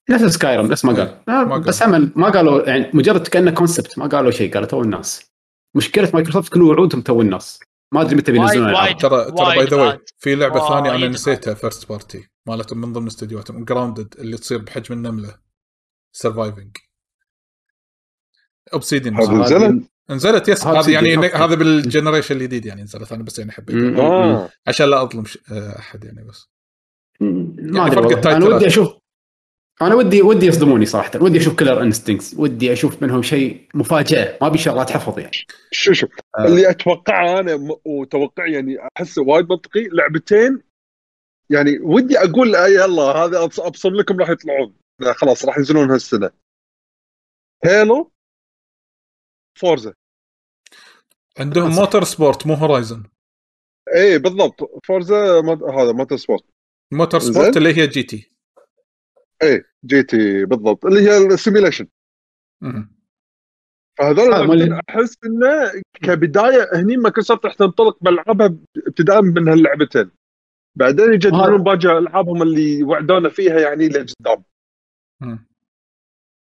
[SPEAKER 2] نفس سكايرم نفس ما قال
[SPEAKER 3] ما
[SPEAKER 2] آه،
[SPEAKER 3] قال.
[SPEAKER 2] بس هم ما قالوا يعني مجرد كانه كونسبت ما قالوا شيء قالوا تو الناس مشكله مايكروسوفت كل وعودهم تو الناس ما ادري متى بينزلون
[SPEAKER 5] وايد-
[SPEAKER 2] العاب
[SPEAKER 5] وايد.
[SPEAKER 3] ترى ترى باي
[SPEAKER 5] وايد
[SPEAKER 3] ذا
[SPEAKER 5] بعد.
[SPEAKER 3] في لعبه ثانيه انا
[SPEAKER 5] وايد
[SPEAKER 3] نسيتها فيرست بارتي مالتهم من ضمن استديوهاتهم جراوندد اللي تصير بحجم النمله سرفايفنج اوبسيديان
[SPEAKER 4] هذا نزلت
[SPEAKER 3] نزلت يس
[SPEAKER 2] هذا
[SPEAKER 3] هذا يعني
[SPEAKER 2] Obsidian.
[SPEAKER 3] هذا بالجنريشن الجديد يعني نزلت انا بس يعني حبيت
[SPEAKER 2] مم.
[SPEAKER 4] اه
[SPEAKER 3] عشان لا اظلم ش- احد يعني بس
[SPEAKER 2] ما
[SPEAKER 3] يعني
[SPEAKER 2] ادري
[SPEAKER 3] فرق
[SPEAKER 2] والله انا
[SPEAKER 3] التايتلات.
[SPEAKER 2] ودي اشوف انا ودي ودي يصدموني صراحه ودي اشوف كلر انستنكس ودي اشوف منهم شيء مفاجاه ما ابي شغلات حفظ يعني
[SPEAKER 4] شو شو
[SPEAKER 2] آه.
[SPEAKER 4] اللي اتوقعه انا م- وتوقعي يعني احسه وايد منطقي لعبتين يعني ودي اقول آه يلا هذا أبص- ابصم لكم راح يطلعون لا خلاص راح ينزلون هالسنه هيلو فورزا
[SPEAKER 3] عندهم
[SPEAKER 2] صح.
[SPEAKER 3] موتور سبورت مو هورايزن
[SPEAKER 4] اي إيه، بالضبط فورزا مد... هذا موتور سبورت
[SPEAKER 3] موتور
[SPEAKER 4] زين.
[SPEAKER 3] سبورت اللي هي جي تي
[SPEAKER 4] جي تي بالضبط اللي هي السيميليشن
[SPEAKER 3] مم.
[SPEAKER 4] فهذول
[SPEAKER 2] آه، مال-
[SPEAKER 4] اللعبتين احس انه كبدايه هني مايكروسوفت راح تنطلق بالعابها ابتداء من هاللعبتين بعدين
[SPEAKER 2] آه.
[SPEAKER 4] يجددون باقي العابهم اللي وعدونا فيها يعني لقدام
[SPEAKER 3] مم.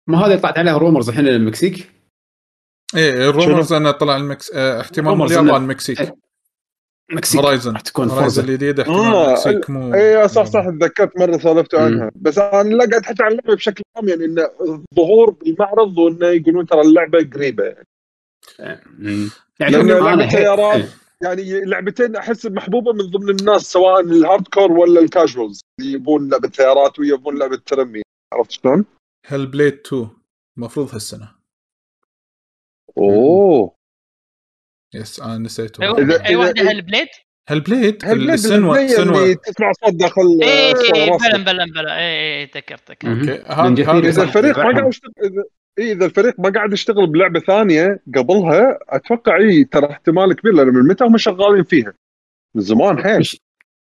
[SPEAKER 2] ما هذا طلعت عليها رومرز الحين المكسيك
[SPEAKER 3] ايه الرومرز انه طلع المكس اه احتمال
[SPEAKER 2] Rumors
[SPEAKER 3] اليابان
[SPEAKER 2] إنه-
[SPEAKER 3] المكسيك
[SPEAKER 2] إيه. مكسيك
[SPEAKER 3] هورايزن
[SPEAKER 2] راح تكون
[SPEAKER 3] هورايزن
[SPEAKER 2] فرصه
[SPEAKER 3] الجديد احتمال
[SPEAKER 4] آه،
[SPEAKER 3] المكسيك مو
[SPEAKER 4] اي صح صح تذكرت مره سولفتوا
[SPEAKER 2] مم.
[SPEAKER 4] عنها بس انا لا قاعد احكي عن اللعبه بشكل عام يعني انه الظهور بالمعرض وانه يقولون ترى اللعبه قريبه يعني.
[SPEAKER 2] مم. يعني
[SPEAKER 4] لأن
[SPEAKER 2] شوف، أنا
[SPEAKER 4] لعبة
[SPEAKER 2] هي-
[SPEAKER 4] طيارات.
[SPEAKER 2] إيه.
[SPEAKER 4] يعني لعبتين احس محبوبه من ضمن الناس سواء الهارد كور ولا الكاجوالز اللي يبون لعبه سيارات ويبون لعبه ترمي عرفت شلون؟
[SPEAKER 3] هل بليد 2 المفروض هالسنه
[SPEAKER 4] اوه
[SPEAKER 3] يس انا نسيت
[SPEAKER 5] اي
[SPEAKER 4] إذا-
[SPEAKER 5] واحده اي
[SPEAKER 4] إذا-
[SPEAKER 5] واحده هالبليد
[SPEAKER 3] هل بليد
[SPEAKER 4] هل
[SPEAKER 3] السنوة
[SPEAKER 4] اللي
[SPEAKER 3] سنوة
[SPEAKER 4] تسمع صوت داخل
[SPEAKER 5] اي
[SPEAKER 4] آه، راسك.
[SPEAKER 5] إيه، بلا بلا بلا اي اي تذكرت تذكرت
[SPEAKER 2] مم.
[SPEAKER 3] اوكي ها-
[SPEAKER 2] من جثير
[SPEAKER 3] هذا
[SPEAKER 4] اذا
[SPEAKER 2] صح.
[SPEAKER 4] الفريق ما قاعد يشتغل اذا إيه، اذا الفريق ما قاعد يشتغل بلعبه ثانيه قبلها اتوقع اي ترى احتمال كبير لان من متى هم شغالين فيها؟ من زمان حيل
[SPEAKER 2] مش-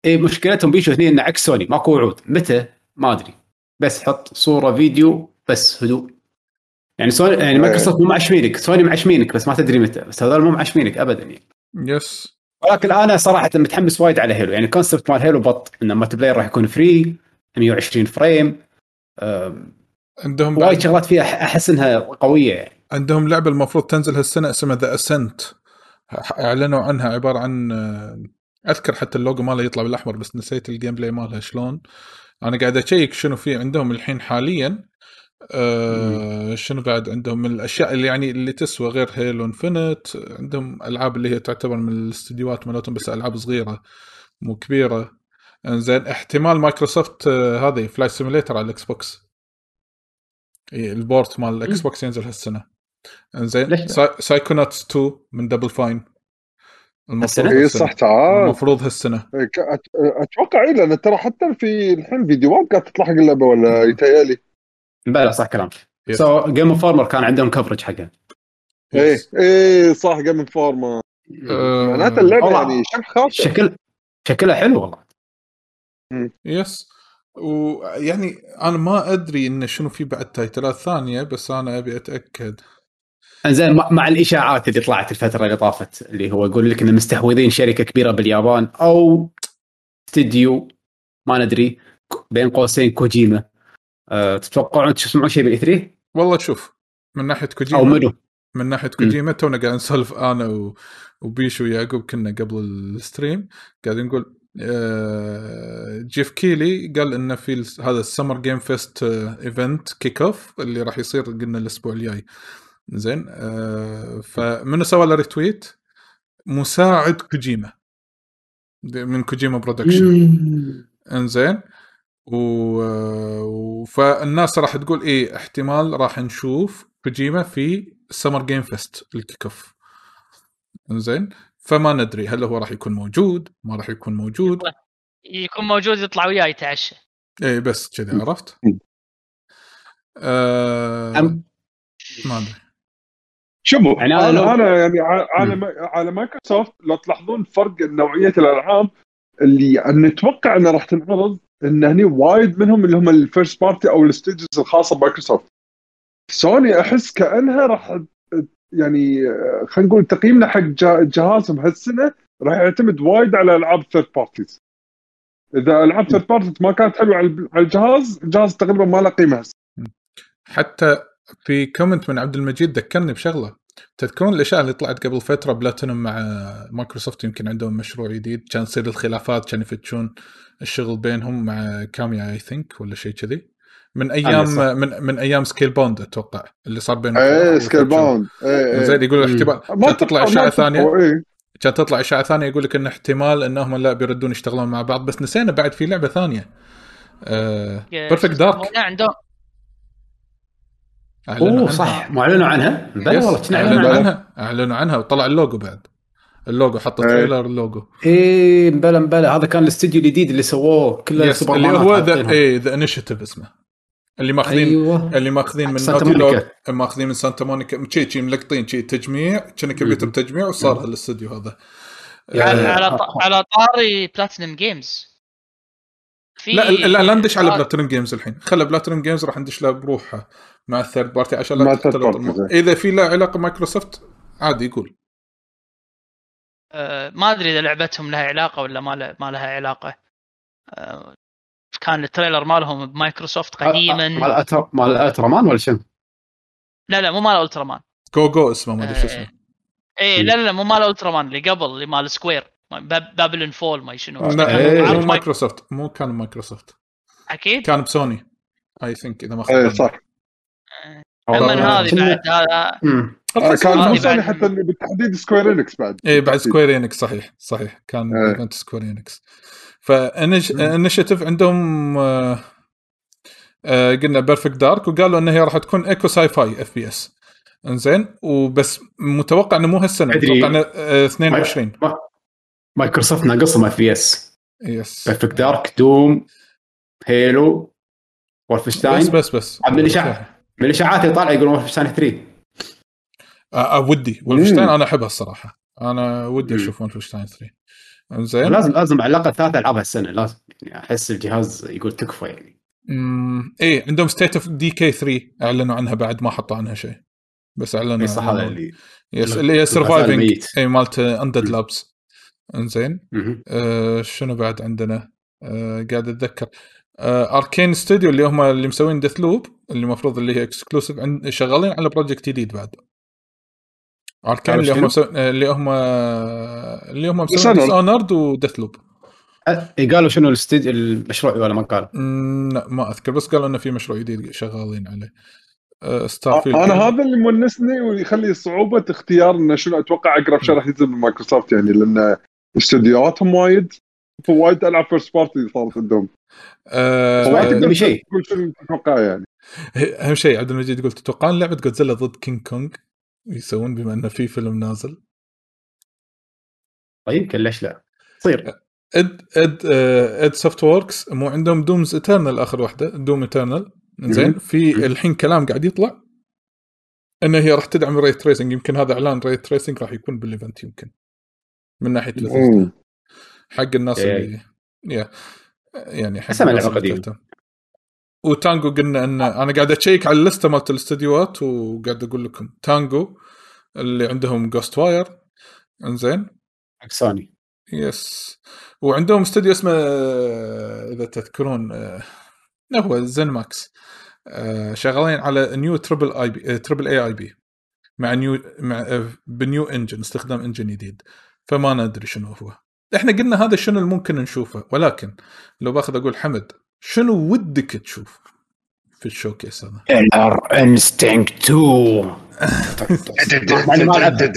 [SPEAKER 2] اي إيه، مشكلتهم بيشو هني انه عكس سوني ماكو وعود متى ما ادري بس حط صوره فيديو بس هدوء يعني سوني يعني مايكروسوفت مو معشمينك سوني معشمينك بس ما تدري متى بس هذول مو معشمينك ابدا يعني
[SPEAKER 3] يس
[SPEAKER 2] ولكن انا صراحه متحمس وايد على هيلو يعني الكونسبت مال هيلو بط ان مالتي بلاير راح يكون فري 120 فريم أم،
[SPEAKER 3] عندهم بعد-
[SPEAKER 2] وايد شغلات فيها أح- احس انها قويه يعني
[SPEAKER 3] عندهم لعبة المفروض تنزل هالسنة اسمها ذا اسنت اعلنوا عنها عبارة عن آه، اذكر حتى اللوجو ماله يطلع بالاحمر بس نسيت الجيم بلاي مالها شلون انا قاعد اشيك شنو في عندهم الحين حاليا آه شنو بعد عندهم من الاشياء اللي يعني اللي تسوى غير هيلو انفنت عندهم العاب اللي هي تعتبر من الاستديوهات مالتهم بس العاب صغيرة مو كبيرة انزين احتمال مايكروسوفت آه، هذه فلاي سيميليتر على الاكس بوكس إيه، البورت مال الاكس
[SPEAKER 2] مم.
[SPEAKER 3] بوكس ينزل هالسنه
[SPEAKER 2] ليش
[SPEAKER 3] انزين
[SPEAKER 2] لا؟
[SPEAKER 3] ساي- سايكوناتس 2 من دبل فاين المفروض
[SPEAKER 2] هالسنة؟
[SPEAKER 4] اي إيه، صح آه. تعال إيه،
[SPEAKER 3] المفروض هالسنه
[SPEAKER 4] ك- أت- اتوقع اي لان ترى حتى في الحين فيديوهات قاعد تطلع حق اللعبه ولا يتهيألي
[SPEAKER 2] بلا صح كلامك
[SPEAKER 3] Yes.
[SPEAKER 2] سو جيم فارمر كان عندهم كفرج حقها
[SPEAKER 4] اي
[SPEAKER 3] Yes.
[SPEAKER 4] اي إيه، صح جيم انفورما
[SPEAKER 3] آه،
[SPEAKER 4] معناته اللعبه
[SPEAKER 2] والله.
[SPEAKER 4] يعني شكل خاص
[SPEAKER 2] شكل شكلها حلو والله
[SPEAKER 3] يس ويعني انا يعني ما ادري انه شنو في بعد تايتلات ثانيه بس انا ابي اتاكد
[SPEAKER 2] انزين مع- مع الاشاعات اللي طلعت الفتره اللي طافت اللي هو يقول لك ان مستحوذين شركه كبيره باليابان او استديو ما ندري ك- بين قوسين كوجيما أه تتوقعون تسمعون شيء E بالاي 3
[SPEAKER 3] والله شوف من ناحيه كوجيما
[SPEAKER 2] او منو؟
[SPEAKER 3] من ناحيه كوجيما تونا قاعد نسولف انا و... وبيشو ويعقوب كنا قبل الستريم قاعد نقول آه، جيف كيلي قال انه في الس- هذا السمر جيم فيست ايفنت كيك اوف آه، اللي راح يصير قلنا الاسبوع الجاي زين آه، فمنو سوى له ريتويت؟ مساعد كوجيما د- من كوجيما برودكشن إيه. انزين و... و- فالناس راح تقول ايه احتمال راح نشوف كوجيما في سمر جيم فيست الكيك اوف انزين فما ندري هل هو راح يكون موجود ما راح يكون موجود
[SPEAKER 5] يكون موجود يطلع وياي يتعشى
[SPEAKER 3] اي بس كذا
[SPEAKER 2] م.
[SPEAKER 3] عرفت
[SPEAKER 4] م.
[SPEAKER 3] آه...
[SPEAKER 2] أم-
[SPEAKER 3] ما ادري
[SPEAKER 4] شوفوا
[SPEAKER 2] يعني
[SPEAKER 4] انا
[SPEAKER 2] أنا لو-
[SPEAKER 4] انا, يعني ع- على
[SPEAKER 2] مم.
[SPEAKER 4] ما- على مايكروسوفت لو تلاحظون فرق نوعيه الالعاب اللي نتوقع انها راح تنعرض ان هني وايد منهم اللي هم الفيرست بارتي او الاستوديوز الخاصه بمايكروسوفت سوني احس كانها راح ت- يعني آه، خلينا نقول تقييمنا حق جه- جهازهم هالسنه راح يعتمد وايد على العاب ثيرد بارتيز اذا العاب ثيرد بارتيز ما كانت حلوه على الب- على الجهاز الجهاز تقريبا ما له قيمه هسه
[SPEAKER 3] حتى في كومنت من عبد المجيد ذكرني بشغله تذكرون الاشياء اللي طلعت قبل فتره بلاتينوم مع مايكروسوفت يمكن عندهم مشروع جديد كان يصير الخلافات كان يفتشون الشغل بينهم مع كاميا اي ثينك ولا شيء كذي من
[SPEAKER 2] آه، صح.
[SPEAKER 3] ايام من من ايام سكيل باوند اتوقع اللي صار بينهم خلاف
[SPEAKER 4] ايه
[SPEAKER 3] وفتشوا.
[SPEAKER 4] سكيل باوند إيه،
[SPEAKER 3] زين يقول
[SPEAKER 2] مم.
[SPEAKER 3] احتمال كانت تطلع اشاعه ثانيه
[SPEAKER 4] ايه
[SPEAKER 3] كانت تطلع اشاعه ثانيه يقول لك ان احتمال انهم لا بيردون يشتغلون مع بعض بس نسينا بعد في لعبه ثانيه آه، بيرفكت دارك
[SPEAKER 5] آه، هنا عندهم
[SPEAKER 3] آه.
[SPEAKER 2] اوه صح ما اعلنوا عنها بلى والله كنا اعلنوا عنها
[SPEAKER 3] عنها اعلنوا عنها وطلع اللوجو بعد اللوجو حطوا
[SPEAKER 4] إيه.
[SPEAKER 3] تريلر اللوجو
[SPEAKER 2] ايه مبلا مبلا هذا كان الاستديو الجديد اللي سووه كله
[SPEAKER 3] يس
[SPEAKER 2] سوبر
[SPEAKER 3] اللي هو ذا إيه، اي ذا انيشيتيف اسمه اللي ماخذين
[SPEAKER 2] ايوه
[SPEAKER 3] اللي ماخذين من
[SPEAKER 2] سانتا
[SPEAKER 3] نوتي دوغ
[SPEAKER 2] مونيكا.
[SPEAKER 3] ماخذين من سانتا مونيكا شي شي ملقطين شي تجميع كان كمبيوتر
[SPEAKER 2] مم.
[SPEAKER 3] تجميع وصار هالاستوديو هذا
[SPEAKER 5] على
[SPEAKER 2] آه،
[SPEAKER 5] على
[SPEAKER 2] آه.
[SPEAKER 5] على طاري بلاتينم جيمز في
[SPEAKER 3] لا لا لا ندش على
[SPEAKER 5] آه،
[SPEAKER 3] بلاتينم جيمز الحين خلى بلاتينم جيمز راح ندش لها بروحها مع الثيرد بارتي عشان
[SPEAKER 4] مع إيه.
[SPEAKER 3] لا
[SPEAKER 4] الثيرد
[SPEAKER 3] تختلط
[SPEAKER 4] بارتي،
[SPEAKER 3] الم-
[SPEAKER 4] زين.
[SPEAKER 3] اذا في له علاقه مايكروسوفت عادي يقول
[SPEAKER 5] آه، ما ادري اذا لعبتهم لها علاقه ولا ما له- ما لها علاقه آه، كان التريلر مالهم بمايكروسوفت
[SPEAKER 2] آه،
[SPEAKER 5] قديما
[SPEAKER 2] مال أتر... مال اترمان ولا شنو؟
[SPEAKER 5] لا لا مو مال الترامان
[SPEAKER 3] جو جو اسمه ما ادري شو
[SPEAKER 5] إيه.
[SPEAKER 3] اسمه
[SPEAKER 5] اي لا لا لا، مو مال الترامان اللي قبل اللي مال سكوير باب- بابلون فول ما شنو
[SPEAKER 2] إيه.
[SPEAKER 3] لا مو
[SPEAKER 5] عرض مايك-
[SPEAKER 3] مايكروسوفت مو كان مايكروسوفت
[SPEAKER 5] اكيد
[SPEAKER 3] كان بسوني اي ثينك اذا ما خاب
[SPEAKER 4] اي
[SPEAKER 3] ظني.
[SPEAKER 4] إيه، صح
[SPEAKER 5] اما
[SPEAKER 3] والله.
[SPEAKER 5] هذه
[SPEAKER 2] كنا-
[SPEAKER 5] بعد هذا
[SPEAKER 2] أمم.
[SPEAKER 4] آه، كان
[SPEAKER 5] هذه
[SPEAKER 4] مو
[SPEAKER 5] بعد-
[SPEAKER 4] سوني حتى اللي بالتحديد سكوير انكس بعد
[SPEAKER 3] اي إيه، بعد سكوير انكس صحيح صحيح كان
[SPEAKER 4] إيه.
[SPEAKER 3] ايفنت سكوير انكس فانشيتيف عندهم آه، آه، قلنا بيرفكت دارك وقالوا انها هي راح تكون ايكو ساي فاي اف بي اس انزين وبس متوقع انه مو هالسنه
[SPEAKER 2] أدري.
[SPEAKER 3] متوقع انه آه، 22
[SPEAKER 2] ما- مايكروسوفت ناقصهم اف بي اس
[SPEAKER 3] يس
[SPEAKER 2] بيرفكت دارك دوم هيلو
[SPEAKER 3] بس
[SPEAKER 2] وولفشتاين
[SPEAKER 3] بس بس
[SPEAKER 2] عبد الإشاعة. من الاشاعات اللي طالعه يقولون وولفشتاين 3
[SPEAKER 3] آه، آه، ودي ولفشتاين
[SPEAKER 4] مم.
[SPEAKER 3] انا احبها الصراحه انا ودي
[SPEAKER 2] مم.
[SPEAKER 3] اشوف ولفشتاين 3 انزين
[SPEAKER 2] لازم لازم على الاقل ثلاث العاب هالسنه لازم يعني احس الجهاز يقول تكفى يعني
[SPEAKER 3] امم ايه عندهم ستيت اوف دي كي 3 اعلنوا عنها بعد ما حطوا عنها شيء بس اعلنوا
[SPEAKER 2] اي إيه، صح هذا
[SPEAKER 3] عنها.
[SPEAKER 2] اللي
[SPEAKER 3] يس
[SPEAKER 2] الغ-
[SPEAKER 3] اللي هي
[SPEAKER 2] الغزال
[SPEAKER 3] سرفايفنج
[SPEAKER 2] الميت.
[SPEAKER 3] اي مالت اندد
[SPEAKER 2] مم.
[SPEAKER 3] لابس انزين
[SPEAKER 2] مهم.
[SPEAKER 3] آه شنو بعد عندنا آه قاعد اتذكر آه اركين ستوديو اللي هم اللي مسوين ديث لوب اللي المفروض اللي هي اكسكلوسيف عند شغالين على بروجكت جديد بعد اركين
[SPEAKER 2] على
[SPEAKER 3] اللي هم
[SPEAKER 2] شنو؟
[SPEAKER 3] مسوين آه، اللي هم اللي هم مسوين
[SPEAKER 4] Dishonored.
[SPEAKER 3] ديس اونرد وديث لوب
[SPEAKER 2] أه، إي قالوا شنو الاستديو المشروع ولا ما قالوا؟
[SPEAKER 3] لا ما اذكر بس قالوا انه في مشروع جديد شغالين عليه آه ستار فيلد
[SPEAKER 4] انا هذا اللي مونسني ويخلي صعوبه اختيار انه شنو اتوقع اقرب شيء راح ينزل من مايكروسوفت يعني لان استديوهاتهم وايد فوايد العاب فيرست بارتي صارت عندهم
[SPEAKER 2] ما
[SPEAKER 3] آه
[SPEAKER 4] فوايد
[SPEAKER 2] تقدر شيء
[SPEAKER 4] تقول شنو تتوقع يعني
[SPEAKER 3] اهم شيء عبد المجيد يقول تتوقعون لعبه جودزيلا ضد كينج كونج يسوون بما انه في فيلم نازل
[SPEAKER 2] طيب كان ليش لا؟ تصير
[SPEAKER 3] اد اد آه، اد سوفت وركس مو عندهم دومز اترنال اخر واحده دوم اترنال زين
[SPEAKER 2] مهم. مهم.
[SPEAKER 3] في الحين كلام قاعد يطلع ان هي راح تدعم ري تريسنج يمكن هذا اعلان ري تريسنج راح يكون بالايفنت يمكن من ناحيه Bethesda.
[SPEAKER 4] مم.
[SPEAKER 3] حق الناس
[SPEAKER 2] إيه.
[SPEAKER 3] اللي يا يعني حق
[SPEAKER 2] أسمع
[SPEAKER 3] الناس
[SPEAKER 2] لعبة
[SPEAKER 3] اللي
[SPEAKER 2] قديمة.
[SPEAKER 3] تهتم. وتانجو قلنا ان انا قاعد اشيك على اللسته مالت الاستديوهات وقاعد اقول لكم تانجو اللي عندهم جوست واير انزين
[SPEAKER 2] حق سوني
[SPEAKER 3] يس وعندهم استوديو اسمه آه، اذا تذكرون آه، لا هو زين ماكس آه، شغالين على نيو تربل اي بي آه، تربل اي اي بي مع نيو مع آه، بنيو انجن استخدام انجن جديد فما ندري شنو هو احنا قلنا هذا شنو الممكن نشوفه ولكن لو باخذ اقول حمد شنو ودك تشوف في الشوكيس هذا
[SPEAKER 2] الار انستنكت 2 مع اني ما العبها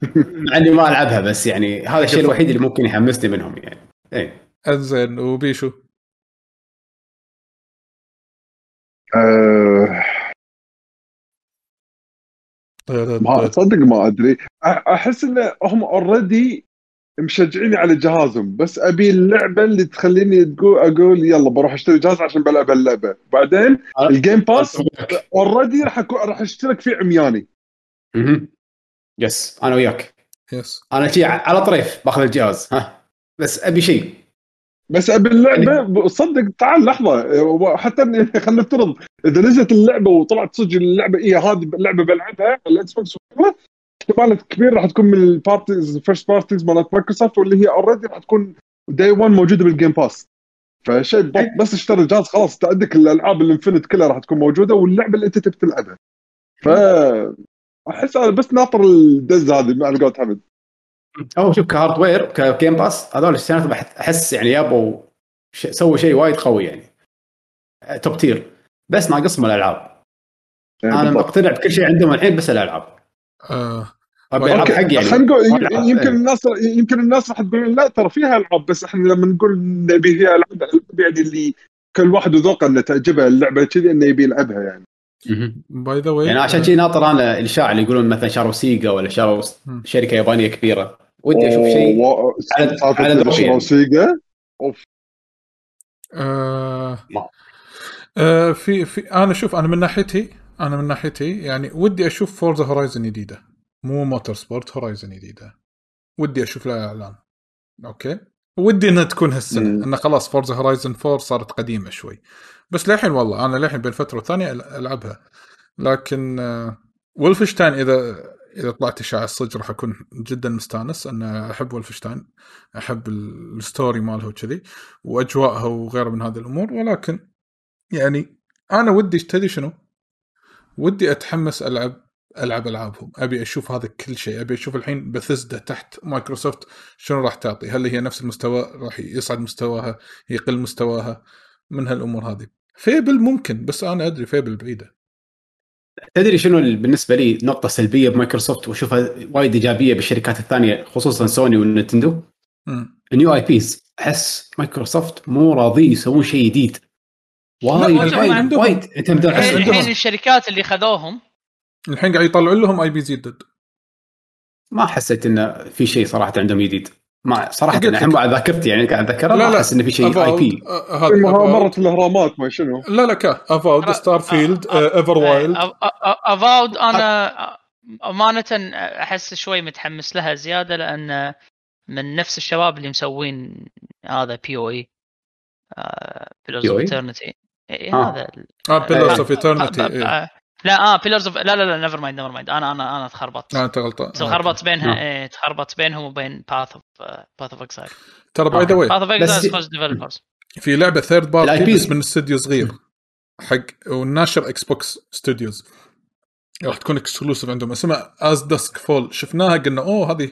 [SPEAKER 2] مع اني ما العبها بس يعني هذا الشيء الوحيد اللي ممكن يحمسني منهم يعني ايه
[SPEAKER 3] انزين وبيشو
[SPEAKER 4] آه، ما تصدق ما ادري أح- احس انه هم اوريدي مشجعيني على جهازهم بس ابي اللعبه اللي تخليني تقول اقول يلا بروح اشتري جهاز عشان بلعب هاللعبه بعدين الجيم باس اوريدي راح أكو- راح اشترك فيه عمياني
[SPEAKER 2] مهم. يس انا وياك
[SPEAKER 3] يس
[SPEAKER 2] انا شي على طريف باخذ الجهاز ها بس ابي شيء
[SPEAKER 4] بس ابي اللعبه صدق تعال لحظه وحتى إن- خلينا نفترض اذا نزلت اللعبه وطلعت صدق اللعبه اي هذه اللعبه بلعبها على الاكس بوكس وكذا، احتمال كبير راح تكون من البارتيز الفيرست بارتيز مالت مايكروسوفت واللي هي اوريدي راح تكون داي 1 موجوده بالجيم باس فشيء ب- بس اشتري الجهاز خلاص انت عندك الالعاب الانفنت كلها راح تكون موجوده واللعبه اللي انت تبي تلعبها ف احس انا بس ناطر الدز هذه مع قولة حمد
[SPEAKER 2] او شوف كهاردوير كجيم باس هذول السنوات بح- احس يعني يابوا ش- سووا شيء وايد قوي يعني أه، توب تير بس ناقصهم الالعاب
[SPEAKER 4] يعني
[SPEAKER 2] انا مقتنع بكل شيء عندهم الحين بس الالعاب
[SPEAKER 3] آه
[SPEAKER 2] ابي العاب
[SPEAKER 4] اوكي
[SPEAKER 2] حق يعني
[SPEAKER 4] خلينا نقول
[SPEAKER 2] ألعاب.
[SPEAKER 4] يمكن الناس يمكن الناس راح تقول لا ترى فيها العاب بس احنا لما نقول نبي فيها العاب الألعاب يعني اللي كل واحد وذوقه انه تعجبه اللعبه كذي انه يبي يلعبها يعني
[SPEAKER 2] مهم.
[SPEAKER 3] باي ذا واي
[SPEAKER 2] يعني عشان كذي ناطر انا الاشاعه اللي يقولون مثلا شاروا سيجا ولا شاروا
[SPEAKER 3] مم.
[SPEAKER 2] شركه يابانيه كبيره ودي اشوف شيء
[SPEAKER 4] و-
[SPEAKER 2] على-
[SPEAKER 4] سالفة
[SPEAKER 2] على ذوقي يعني.
[SPEAKER 4] موسيقى
[SPEAKER 3] آه
[SPEAKER 2] ما.
[SPEAKER 3] آه في في انا شوف انا من ناحيتي انا من ناحيتي يعني ودي اشوف فورزا هورايزن جديده مو موتور سبورت هورايزن جديده ودي اشوف لها اعلان اوكي ودي انها تكون هالسنه
[SPEAKER 4] مم.
[SPEAKER 3] انه خلاص فورزا هورايزن 4 صارت قديمه شوي بس للحين والله انا للحين بين فتره وثانيه أل- العبها لكن آه ولفشتاين اذا اذا طلعت اشاعه الصج راح اكون جدا مستانس انا احب ولفشتاين احب ال- الستوري مالها وكذي واجواءها وغيره من هذه الامور ولكن يعني انا ودي تدري شنو؟ ودي اتحمس العب العب العابهم، ابي اشوف هذا كل شيء، ابي اشوف الحين بثزدا تحت مايكروسوفت شنو راح تعطي، هل هي نفس المستوى راح يصعد مستواها، يقل مستواها من هالامور هذه. فيبل ممكن بس انا ادري فيبل بعيده.
[SPEAKER 2] تدري شنو ال- بالنسبه لي نقطه سلبيه بمايكروسوفت واشوفها وايد ايجابيه بالشركات الثانيه خصوصا سوني والنتندو
[SPEAKER 3] امم
[SPEAKER 2] النيو اي بيز احس مايكروسوفت مو راضي يسوون شيء جديد وايد
[SPEAKER 5] لا، ما
[SPEAKER 2] وايد
[SPEAKER 3] عندهم. إيه،
[SPEAKER 2] وايد انت مدرع
[SPEAKER 3] بس
[SPEAKER 5] الحين الحين
[SPEAKER 3] عندهم-
[SPEAKER 5] الشركات اللي خذوهم
[SPEAKER 3] الحين قاعد يطلعون لهم اي بي زيدد.
[SPEAKER 2] ما حسيت انه في شيء صراحه عندهم جديد ما صراحه
[SPEAKER 3] قلت لك.
[SPEAKER 2] الحين بعد ذاكرتي يعني قاعد اتذكرها
[SPEAKER 3] لا،
[SPEAKER 2] ما
[SPEAKER 3] لا.
[SPEAKER 2] احس انه في شيء اي بي
[SPEAKER 3] هذا
[SPEAKER 4] مره
[SPEAKER 3] آه، Avowed.
[SPEAKER 4] الاهرامات ما شنو
[SPEAKER 3] لا لا كا افاود
[SPEAKER 5] آه،
[SPEAKER 3] ستار فيلد
[SPEAKER 5] آه،
[SPEAKER 3] ايفر وايلد
[SPEAKER 5] افاود انا امانه احس شوي متحمس لها زياده لان من نفس الشباب اللي مسوين هذا E، بي او اي بيلرز اوف
[SPEAKER 2] POE؟
[SPEAKER 5] ايترنتي
[SPEAKER 2] E؟ آه.
[SPEAKER 5] هذا ال-
[SPEAKER 3] اه بيلرز
[SPEAKER 2] آه،
[SPEAKER 3] اوف ايترنتي
[SPEAKER 5] آه، لا اه بيلرز اوف لا لا لا نيفر مايند نيفر مايند انا انا انا تخربطت
[SPEAKER 3] لا انت آه، غلطان
[SPEAKER 5] تخربطت بينها
[SPEAKER 2] نعم.
[SPEAKER 5] ايه تخربطت بينهم وبين آه، باث اوف باث اوف اكسايل
[SPEAKER 3] ترى باي ذا
[SPEAKER 2] آه.
[SPEAKER 3] واي
[SPEAKER 5] باث اوف
[SPEAKER 2] بس-
[SPEAKER 5] اكسايل ديفلوبرز
[SPEAKER 3] في لعبه ثيرد
[SPEAKER 2] ال
[SPEAKER 3] بارتي
[SPEAKER 2] IPs.
[SPEAKER 3] بس من استوديو صغير حق والناشر اكس بوكس ستوديوز راح تكون اكسكلوسيف عندهم اسمها از داسك فول شفناها قلنا اوه هذه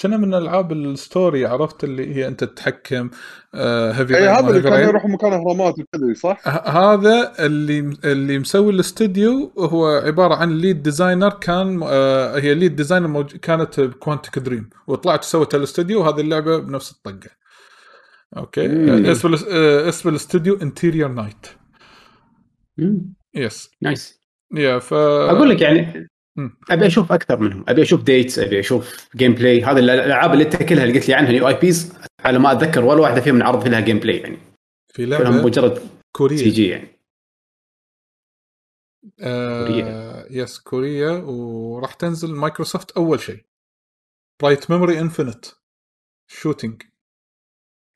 [SPEAKER 3] كنا من العاب الستوري عرفت اللي هي انت تتحكم آه هيفي
[SPEAKER 4] اي
[SPEAKER 3] رين
[SPEAKER 4] إيه، هذا
[SPEAKER 3] ما
[SPEAKER 4] اللي
[SPEAKER 3] هيفي
[SPEAKER 4] كان
[SPEAKER 3] رين.
[SPEAKER 4] يروح مكان اهرامات وكذي صح؟
[SPEAKER 3] ه- هذا اللي اللي مسوي الاستوديو هو عباره عن ليد ديزاينر كان آه هي ليد ديزاينر موج... كانت بكوانتك دريم وطلعت سوت الاستوديو وهذه اللعبه بنفس الطقه. اوكي
[SPEAKER 2] مم.
[SPEAKER 3] آه، اسم الاس- آه، اسم الاستوديو انتيريور نايت
[SPEAKER 2] مم،
[SPEAKER 3] يس
[SPEAKER 2] نايس
[SPEAKER 3] يا ف
[SPEAKER 2] اقول لك يعني
[SPEAKER 3] آه. مم.
[SPEAKER 2] ابي اشوف اكثر منهم ابي اشوف ديتس ابي اشوف جيم بلاي هذه الالعاب اللي انت كلها اللي قلت لي عنها نيو اي بيز على ما اتذكر ولا واحده فيهم عرض لها جيم بلاي يعني
[SPEAKER 3] في
[SPEAKER 2] كلهم
[SPEAKER 3] لعبه
[SPEAKER 2] مجرد سي
[SPEAKER 3] كوريه
[SPEAKER 2] جي يعني
[SPEAKER 3] آه
[SPEAKER 2] كورية.
[SPEAKER 3] يس كوريا آه، وراح تنزل مايكروسوفت اول شيء برايت ميموري انفينيت شوتينج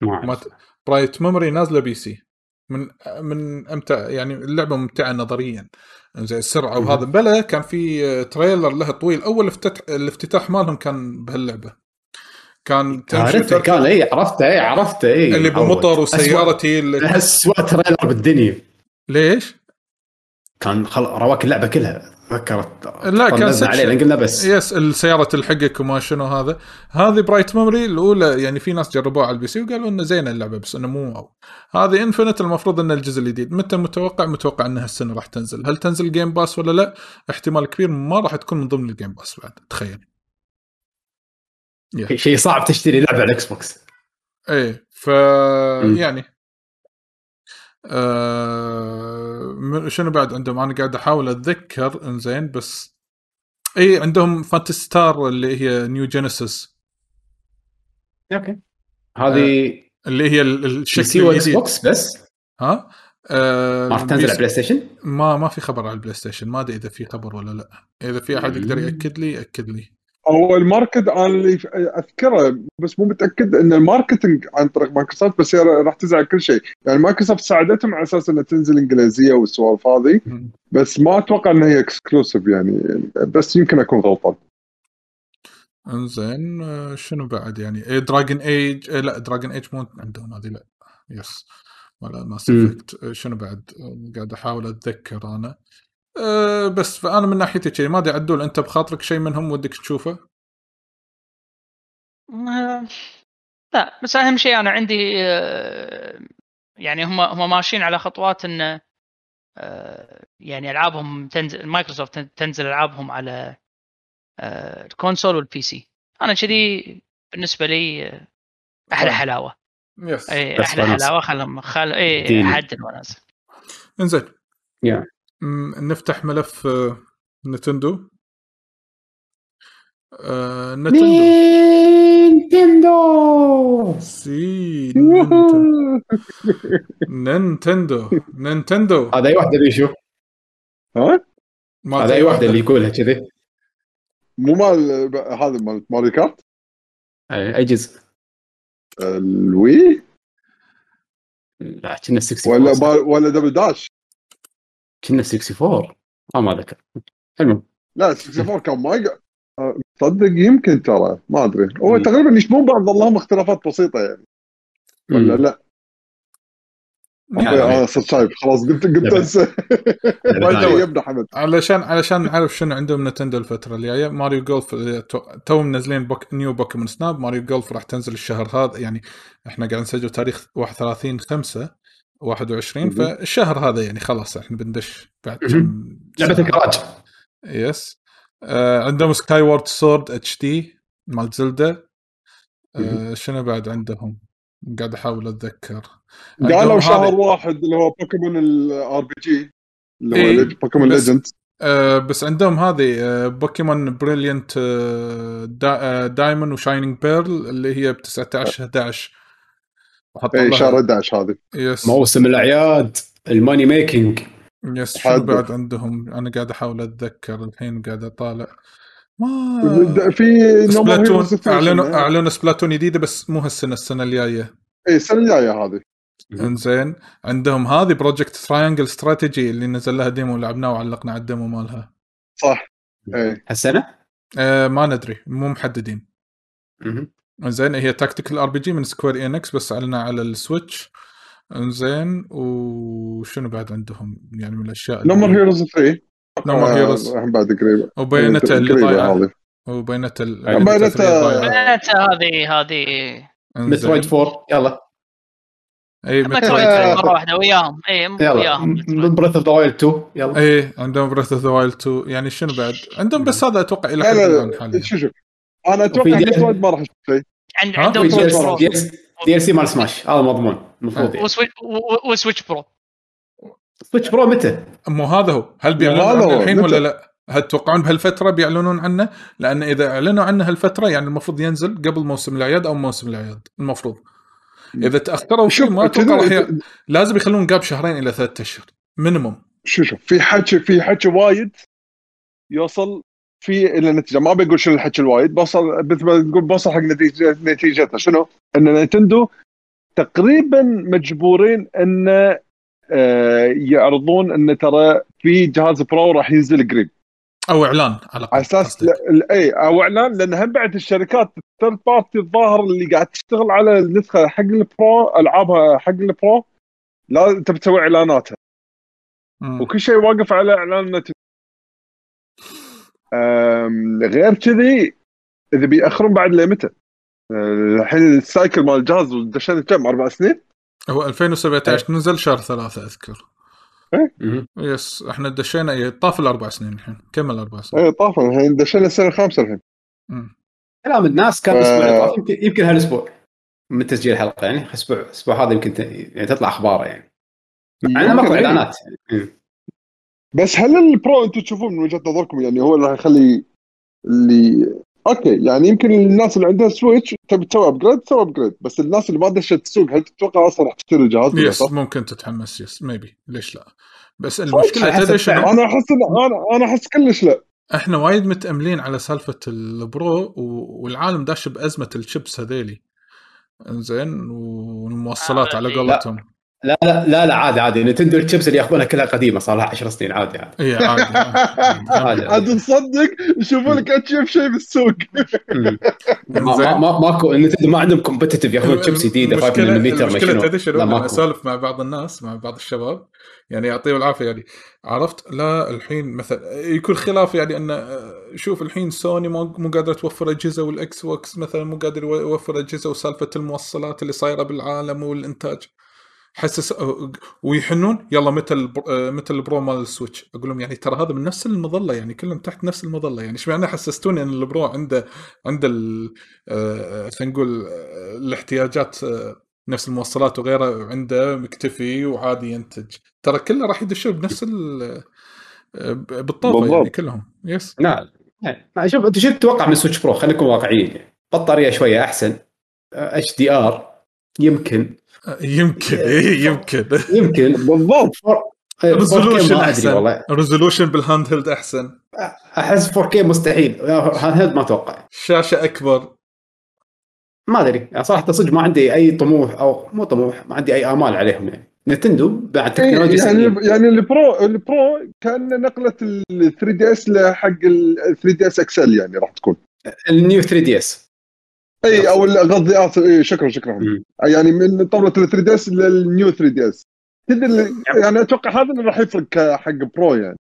[SPEAKER 2] ما
[SPEAKER 3] ما
[SPEAKER 2] أعرف.
[SPEAKER 3] ت- برايت ميموري نازله بي سي من من امتع يعني اللعبه ممتعه نظريا زي السرعه
[SPEAKER 2] مهم.
[SPEAKER 3] وهذا بلا كان في آه، تريلر لها طويل اول افتتح الافتتاح مالهم كان بهاللعبه كان تمشي
[SPEAKER 2] عرفته
[SPEAKER 3] وتركب
[SPEAKER 2] كان اي عرفته اي عرفته اي
[SPEAKER 3] اللي بمطر
[SPEAKER 2] وسيارته
[SPEAKER 3] وسيارتي اللي...
[SPEAKER 2] اسوء تريلر بالدنيا
[SPEAKER 3] ليش؟
[SPEAKER 2] كان خل... رواك اللعبه كلها ذكرت
[SPEAKER 3] لا، كان
[SPEAKER 2] طنزنا عليه
[SPEAKER 3] سكشن.
[SPEAKER 2] لان قلنا بس
[SPEAKER 3] يس السيارة تلحقك وما شنو هذا هذه برايت ميموري الأولى يعني في ناس جربوها على البي سي وقالوا إنه زينة اللعبة بس إنه مو واو هذه انفنت المفروض إنه الجزء الجديد متى متوقع متوقع إنها السنة راح تنزل هل تنزل جيم باس ولا لا احتمال كبير ما راح تكون من ضمن الجيم باس بعد تخيل
[SPEAKER 2] شيء صعب تشتري لعبه على الاكس بوكس
[SPEAKER 3] ايه ف
[SPEAKER 2] مم.
[SPEAKER 3] يعني آه... من- شنو بعد عندهم انا قاعد احاول اتذكر انزين بس اي عندهم فانتستار ستار اللي هي نيو جينيسيس
[SPEAKER 2] اوكي هذه
[SPEAKER 3] اللي هي ال- الشكل
[SPEAKER 2] بي سي واكس
[SPEAKER 3] الجديد.
[SPEAKER 2] بوكس بس
[SPEAKER 3] ها آه،
[SPEAKER 2] ما راح تنزل
[SPEAKER 3] البيس-
[SPEAKER 2] على بلاي ستيشن
[SPEAKER 3] ما ما في خبر على البلاي ستيشن ما ادري اذا في خبر ولا لا اذا في احد
[SPEAKER 2] مم.
[SPEAKER 3] يقدر ياكد لي ياكد لي
[SPEAKER 4] هو الماركت انا اللي اذكره بس مو متاكد ان الماركتنج عن طريق مايكروسوفت بس هي راح تزعل كل شيء يعني مايكروسوفت ساعدتهم على اساس انها تنزل انجليزيه والسوالف هذه
[SPEAKER 3] مم.
[SPEAKER 4] بس ما اتوقع انها هي اكسكلوسيف يعني بس يمكن اكون غلطان
[SPEAKER 3] انزين آه، شنو بعد يعني دراجون ايج لا دراجون ايج مو عندهم هذه لا يس ولا ماس
[SPEAKER 2] مم.
[SPEAKER 3] افكت شنو بعد آه، قاعد احاول اتذكر انا أه بس فانا من ناحيتي كذي ما ادري عدول انت بخاطرك شيء منهم ودك تشوفه؟
[SPEAKER 5] آه، لا بس اهم شيء انا عندي آه، يعني هم هم ماشيين على خطوات ان آه، يعني العابهم تنزل مايكروسوفت تنزل العابهم على آه، الكونسول والبي سي انا كذي بالنسبه لي آه، احلى
[SPEAKER 3] طيب.
[SPEAKER 5] حلاوه
[SPEAKER 3] يس
[SPEAKER 5] اي
[SPEAKER 2] بس
[SPEAKER 5] احلى
[SPEAKER 2] وناسة.
[SPEAKER 5] حلاوه خلهم خل اي
[SPEAKER 2] ديل.
[SPEAKER 5] حد الوناسه
[SPEAKER 3] انزين
[SPEAKER 2] Yeah.
[SPEAKER 3] م- نفتح ملف آه، نتندو آه، نتندو
[SPEAKER 2] نينتندو
[SPEAKER 3] سي نينتن-
[SPEAKER 4] ووهو.
[SPEAKER 3] نينتندو نينتندو
[SPEAKER 2] هذا اي واحده اللي يشوف
[SPEAKER 4] ها
[SPEAKER 3] ما
[SPEAKER 2] هذا اي واحده اللي يقولها كذي
[SPEAKER 4] مو مال هذا مال ماري كارت
[SPEAKER 2] اي أي جزء
[SPEAKER 4] الوي
[SPEAKER 2] لا كنا 64
[SPEAKER 4] ولا
[SPEAKER 2] ولا
[SPEAKER 4] بال- ولا دبل داش
[SPEAKER 2] كنا 64 آه، ما ذكر المهم
[SPEAKER 4] لا 64 كان ما يق- آه، تصدق يمكن ترى ما ادري هو
[SPEAKER 2] مم.
[SPEAKER 4] تقريبا يشبون بعض اللهم اختلافات بسيطه يعني ولا
[SPEAKER 2] مم.
[SPEAKER 4] لا
[SPEAKER 2] يعني.
[SPEAKER 4] انا صرت شايف خلاص قلت قلت
[SPEAKER 2] لا.
[SPEAKER 4] انسى
[SPEAKER 2] لا،
[SPEAKER 4] ما
[SPEAKER 2] لا.
[SPEAKER 4] يبدا حمد
[SPEAKER 3] علشان علشان نعرف شنو عندهم نتندو الفتره الجايه ماريو جولف آه، تو- توهم منزلين بوك نيو بوكيمون سناب ماريو جولف راح تنزل الشهر هذا يعني احنا قاعد نسجل تاريخ 31 5 21
[SPEAKER 4] مهم.
[SPEAKER 3] فالشهر هذا يعني خلاص احنا بندش بعد
[SPEAKER 2] مهم.
[SPEAKER 3] كم
[SPEAKER 2] لعبه
[SPEAKER 3] ساعة.
[SPEAKER 2] الكراج
[SPEAKER 3] يس آه عندهم سكاي وورد سورد اتش دي مال زلدا آه
[SPEAKER 2] مهم.
[SPEAKER 3] شنو بعد عندهم؟ قاعد احاول اتذكر عندهم
[SPEAKER 4] قالوا شهر
[SPEAKER 3] هذه.
[SPEAKER 4] واحد اللي هو بوكيمون الار بي جي اللي هو
[SPEAKER 3] إيه.
[SPEAKER 4] ليج- بوكيمون
[SPEAKER 3] بس-
[SPEAKER 4] ليجند
[SPEAKER 3] آه بس عندهم هذه آه بوكيمون بريليانت آه دا آه دايموند وشاينينج بيرل اللي هي ب 19 11 وحطوا
[SPEAKER 4] اي
[SPEAKER 3] لها-
[SPEAKER 4] إيه، شهر 11 هذه
[SPEAKER 3] يس
[SPEAKER 2] موسم الاعياد الماني ميكينج
[SPEAKER 3] يس شنو
[SPEAKER 4] حد.
[SPEAKER 3] بعد عندهم انا قاعد احاول اتذكر الحين قاعد اطالع ما
[SPEAKER 4] في نومو
[SPEAKER 3] سبلاتون
[SPEAKER 4] هيروز ستيشن.
[SPEAKER 3] اعلنوا اعلنوا سبلاتون جديده بس مو هالسنه السنه الجايه
[SPEAKER 4] اي السنه الجايه إيه، هذه
[SPEAKER 2] مهم.
[SPEAKER 3] انزين عندهم هذه بروجكت تراينجل استراتيجي اللي نزل لها ديمو لعبناه وعلقنا على الديمو مالها
[SPEAKER 4] صح إيه. اي
[SPEAKER 2] هالسنه؟
[SPEAKER 3] آه ما ندري مو محددين
[SPEAKER 2] مهم.
[SPEAKER 3] انزين هي تاكتيكال ار بي جي من سكوير انكس بس اعلنها على السويتش انزين وشنو بعد عندهم يعني من الاشياء
[SPEAKER 4] نمبر هيروز 3
[SPEAKER 3] نمبر هيروز
[SPEAKER 4] آه، بعد قريبه
[SPEAKER 3] وبينته اللي
[SPEAKER 4] قريبة
[SPEAKER 3] ضايعه
[SPEAKER 4] هذه آه،
[SPEAKER 3] وبينته ال-
[SPEAKER 2] بينته-
[SPEAKER 3] بينته اللي ضايعة.
[SPEAKER 5] بنات هذه هذه
[SPEAKER 3] إنزين.
[SPEAKER 2] مترويد 4 يلا
[SPEAKER 3] اي
[SPEAKER 5] مترويد
[SPEAKER 3] مترويد
[SPEAKER 5] مره واحده وياهم اي م- وياهم
[SPEAKER 2] يلا بريث اوف ذا وايلد 2 يلا
[SPEAKER 3] اي إيه، عندهم بريث اوف ذا وايلد 2 يعني شنو بعد عندهم بس هذا اتوقع الى
[SPEAKER 4] لا،
[SPEAKER 3] حد
[SPEAKER 4] لا، لا.
[SPEAKER 3] الان حاليا
[SPEAKER 4] شوف شوف انا
[SPEAKER 2] وفي
[SPEAKER 4] اتوقع
[SPEAKER 2] دي-
[SPEAKER 4] مترويد ما راح اشوف شيء
[SPEAKER 5] عند
[SPEAKER 3] ها؟
[SPEAKER 5] عندهم
[SPEAKER 2] في
[SPEAKER 4] Switch
[SPEAKER 5] سويتش
[SPEAKER 4] Pro.
[SPEAKER 5] برو
[SPEAKER 2] DLC دي ال سي مال سماش هذا مضمون المفروض يعني.
[SPEAKER 5] وسويتش و- وسويتش برو
[SPEAKER 2] سويتش برو متى؟
[SPEAKER 3] مو هذا هو هل
[SPEAKER 4] مو
[SPEAKER 3] بيعلنون
[SPEAKER 4] هذا
[SPEAKER 3] عنه
[SPEAKER 4] هو،
[SPEAKER 3] الحين
[SPEAKER 4] متى؟
[SPEAKER 3] ولا لا هل تتوقعون بهالفتره بيعلنون عنه لان اذا اعلنوا عنه هالفتره يعني المفروض ينزل قبل موسم الاعياد او موسم الاعياد المفروض اذا تاخروا فيه
[SPEAKER 4] شوف
[SPEAKER 3] ما اتوقع راح ي...
[SPEAKER 4] كذا-
[SPEAKER 3] لازم يخلون قاب شهرين الى ثلاثة اشهر مينيموم
[SPEAKER 4] شوف شوف في حكي في حكي وايد يوصل في الى نتيجه ما بقول شنو الحكي الوايد بوصل مثل ما تقول بوصل حق نتيجه نتيجتها شنو؟ ان نينتندو تقريبا مجبورين ان آه، يعرضون ان ترى في جهاز برو راح ينزل قريب
[SPEAKER 3] او اعلان على
[SPEAKER 4] على
[SPEAKER 3] الاقل
[SPEAKER 4] اساس
[SPEAKER 3] قصدك.
[SPEAKER 4] لا- لا- اي او اعلان لان هم بعد الشركات الثيرد بارتي الظاهر اللي قاعد تشتغل على النسخه حق البرو العابها حق البرو لا تبي تسوي اعلاناتها
[SPEAKER 3] مم.
[SPEAKER 4] وكل شيء واقف على اعلان نت- أم، غير كذي اذا بيأخرون بعد لمتى؟ أه، الحين السايكل مال الجهاز دشينا كم اربع سنين؟
[SPEAKER 3] هو 2017
[SPEAKER 4] طيب.
[SPEAKER 3] نزل شهر ثلاثة اذكر Mm-hmm.
[SPEAKER 2] مهم.
[SPEAKER 3] يس احنا دشينا إيه، طاف الاربع سنين الحين كمل اربع سنين
[SPEAKER 4] اي إيه، طافوا الحين دشينا السنه الخامسه الحين
[SPEAKER 3] مم.
[SPEAKER 2] كلام الناس كان
[SPEAKER 4] آه.
[SPEAKER 2] الاسبوع اللي طاف يمكن يمكن هالاسبوع من تسجيل الحلقه يعني الاسبوع الاسبوع هذا يمكن ت- يعني تطلع اخبار يعني مع انه ماكو
[SPEAKER 4] يمكن، إيه. إي.
[SPEAKER 2] اعلانات
[SPEAKER 4] بس هل البرو انتم تشوفون من وجهه نظركم يعني هو اللي راح يخلي اللي اوكي يعني يمكن الناس اللي عندها سويتش تبي تسوي ابجريد تسوي ابجريد بس الناس اللي ما دشت السوق هل تتوقع اصلا راح تشتري الجهاز
[SPEAKER 3] يس
[SPEAKER 4] بالأساس؟
[SPEAKER 3] ممكن تتحمس يس ميبي ليش لا بس المشكله
[SPEAKER 2] حسب
[SPEAKER 3] تدري شنو
[SPEAKER 2] سعر.
[SPEAKER 4] انا احس إن- انا انا احس كلش لا
[SPEAKER 3] احنا وايد متاملين على سالفه البرو و- والعالم داش بازمه الشيبس هذيلي زين والموصلات على
[SPEAKER 5] هذه.
[SPEAKER 3] قولتهم
[SPEAKER 2] لا لا لا لا عادي عادي نتندو الشيبس اللي ياخذونها كلها قديمه صار لها 10 سنين عادي عادي
[SPEAKER 3] اي إيه، آه، عادي
[SPEAKER 2] عادي.
[SPEAKER 4] عاد تصدق يشوفون لك اتشيف شيء بالسوق
[SPEAKER 2] مم. ما
[SPEAKER 3] إنزين.
[SPEAKER 2] ما- ما ماكو نتندو ما عندهم كومبتتف ياخذون شيبس جديده 5
[SPEAKER 3] المشكلة-
[SPEAKER 2] ملم ما
[SPEAKER 3] المشكله تدري شنو
[SPEAKER 2] شنو لا
[SPEAKER 3] انا
[SPEAKER 2] ماكو
[SPEAKER 3] اسولف مع بعض الناس مع بعض الشباب يعني يعطيه العافيه يعني عرفت لا الحين مثلا يكون خلاف يعني ان آه، شوف الحين سوني مو مو قادره توفر اجهزه والاكس بوكس مثلا مو قادر يو- يوفر اجهزه وسالفه الموصلات اللي صايره بالعالم والانتاج حسس ويحنون يلا متى البر- آه، متى البرو مال السويتش اقول لهم يعني ترى هذا من نفس المظله يعني كلهم تحت نفس المظله يعني اشمعنى حسستوني ان البرو عنده عنده ال- آه، خلينا نقول آه، الاحتياجات آه، نفس الموصلات وغيره وعنده مكتفي وعادي ينتج ترى كله راح يدشون بنفس ال بالطوفه يعني
[SPEAKER 4] بالضبط.
[SPEAKER 3] كلهم يس
[SPEAKER 2] نعم نعم. شوف انت شو تتوقع من سويتش برو خلينا نكون واقعيين بطاريه شويه احسن اتش دي ار يمكن
[SPEAKER 3] يمكن إيه، يمكن
[SPEAKER 2] يمكن
[SPEAKER 4] بالضبط
[SPEAKER 2] فور... إيه، 4K
[SPEAKER 3] ريزولوشن
[SPEAKER 2] ما ادري
[SPEAKER 3] احسن
[SPEAKER 2] والله
[SPEAKER 3] ريزولوشن بالهاند هيلد احسن
[SPEAKER 2] احس 4K مستحيل هاند هيلد ما اتوقع
[SPEAKER 3] شاشه اكبر
[SPEAKER 2] ما ادري يعني صراحه صدق ما عندي اي طموح او مو طموح ما عندي اي امال عليهم يعني نتندو بعد تكنولوجيا سنين.
[SPEAKER 4] يعني يعني البرو البرو كان نقله ال 3 دي اس لحق ال 3 دي اس اكسل يعني راح تكون
[SPEAKER 2] النيو 3 دي اس
[SPEAKER 4] اي او ال- قصدي آه، اسف اي شكرا شكرا
[SPEAKER 2] مم.
[SPEAKER 4] يعني من طاوله ال 3 دي اس للنيو 3 دي اس تدري يعني اتوقع هذا اللي راح يفرق ك- حق برو يعني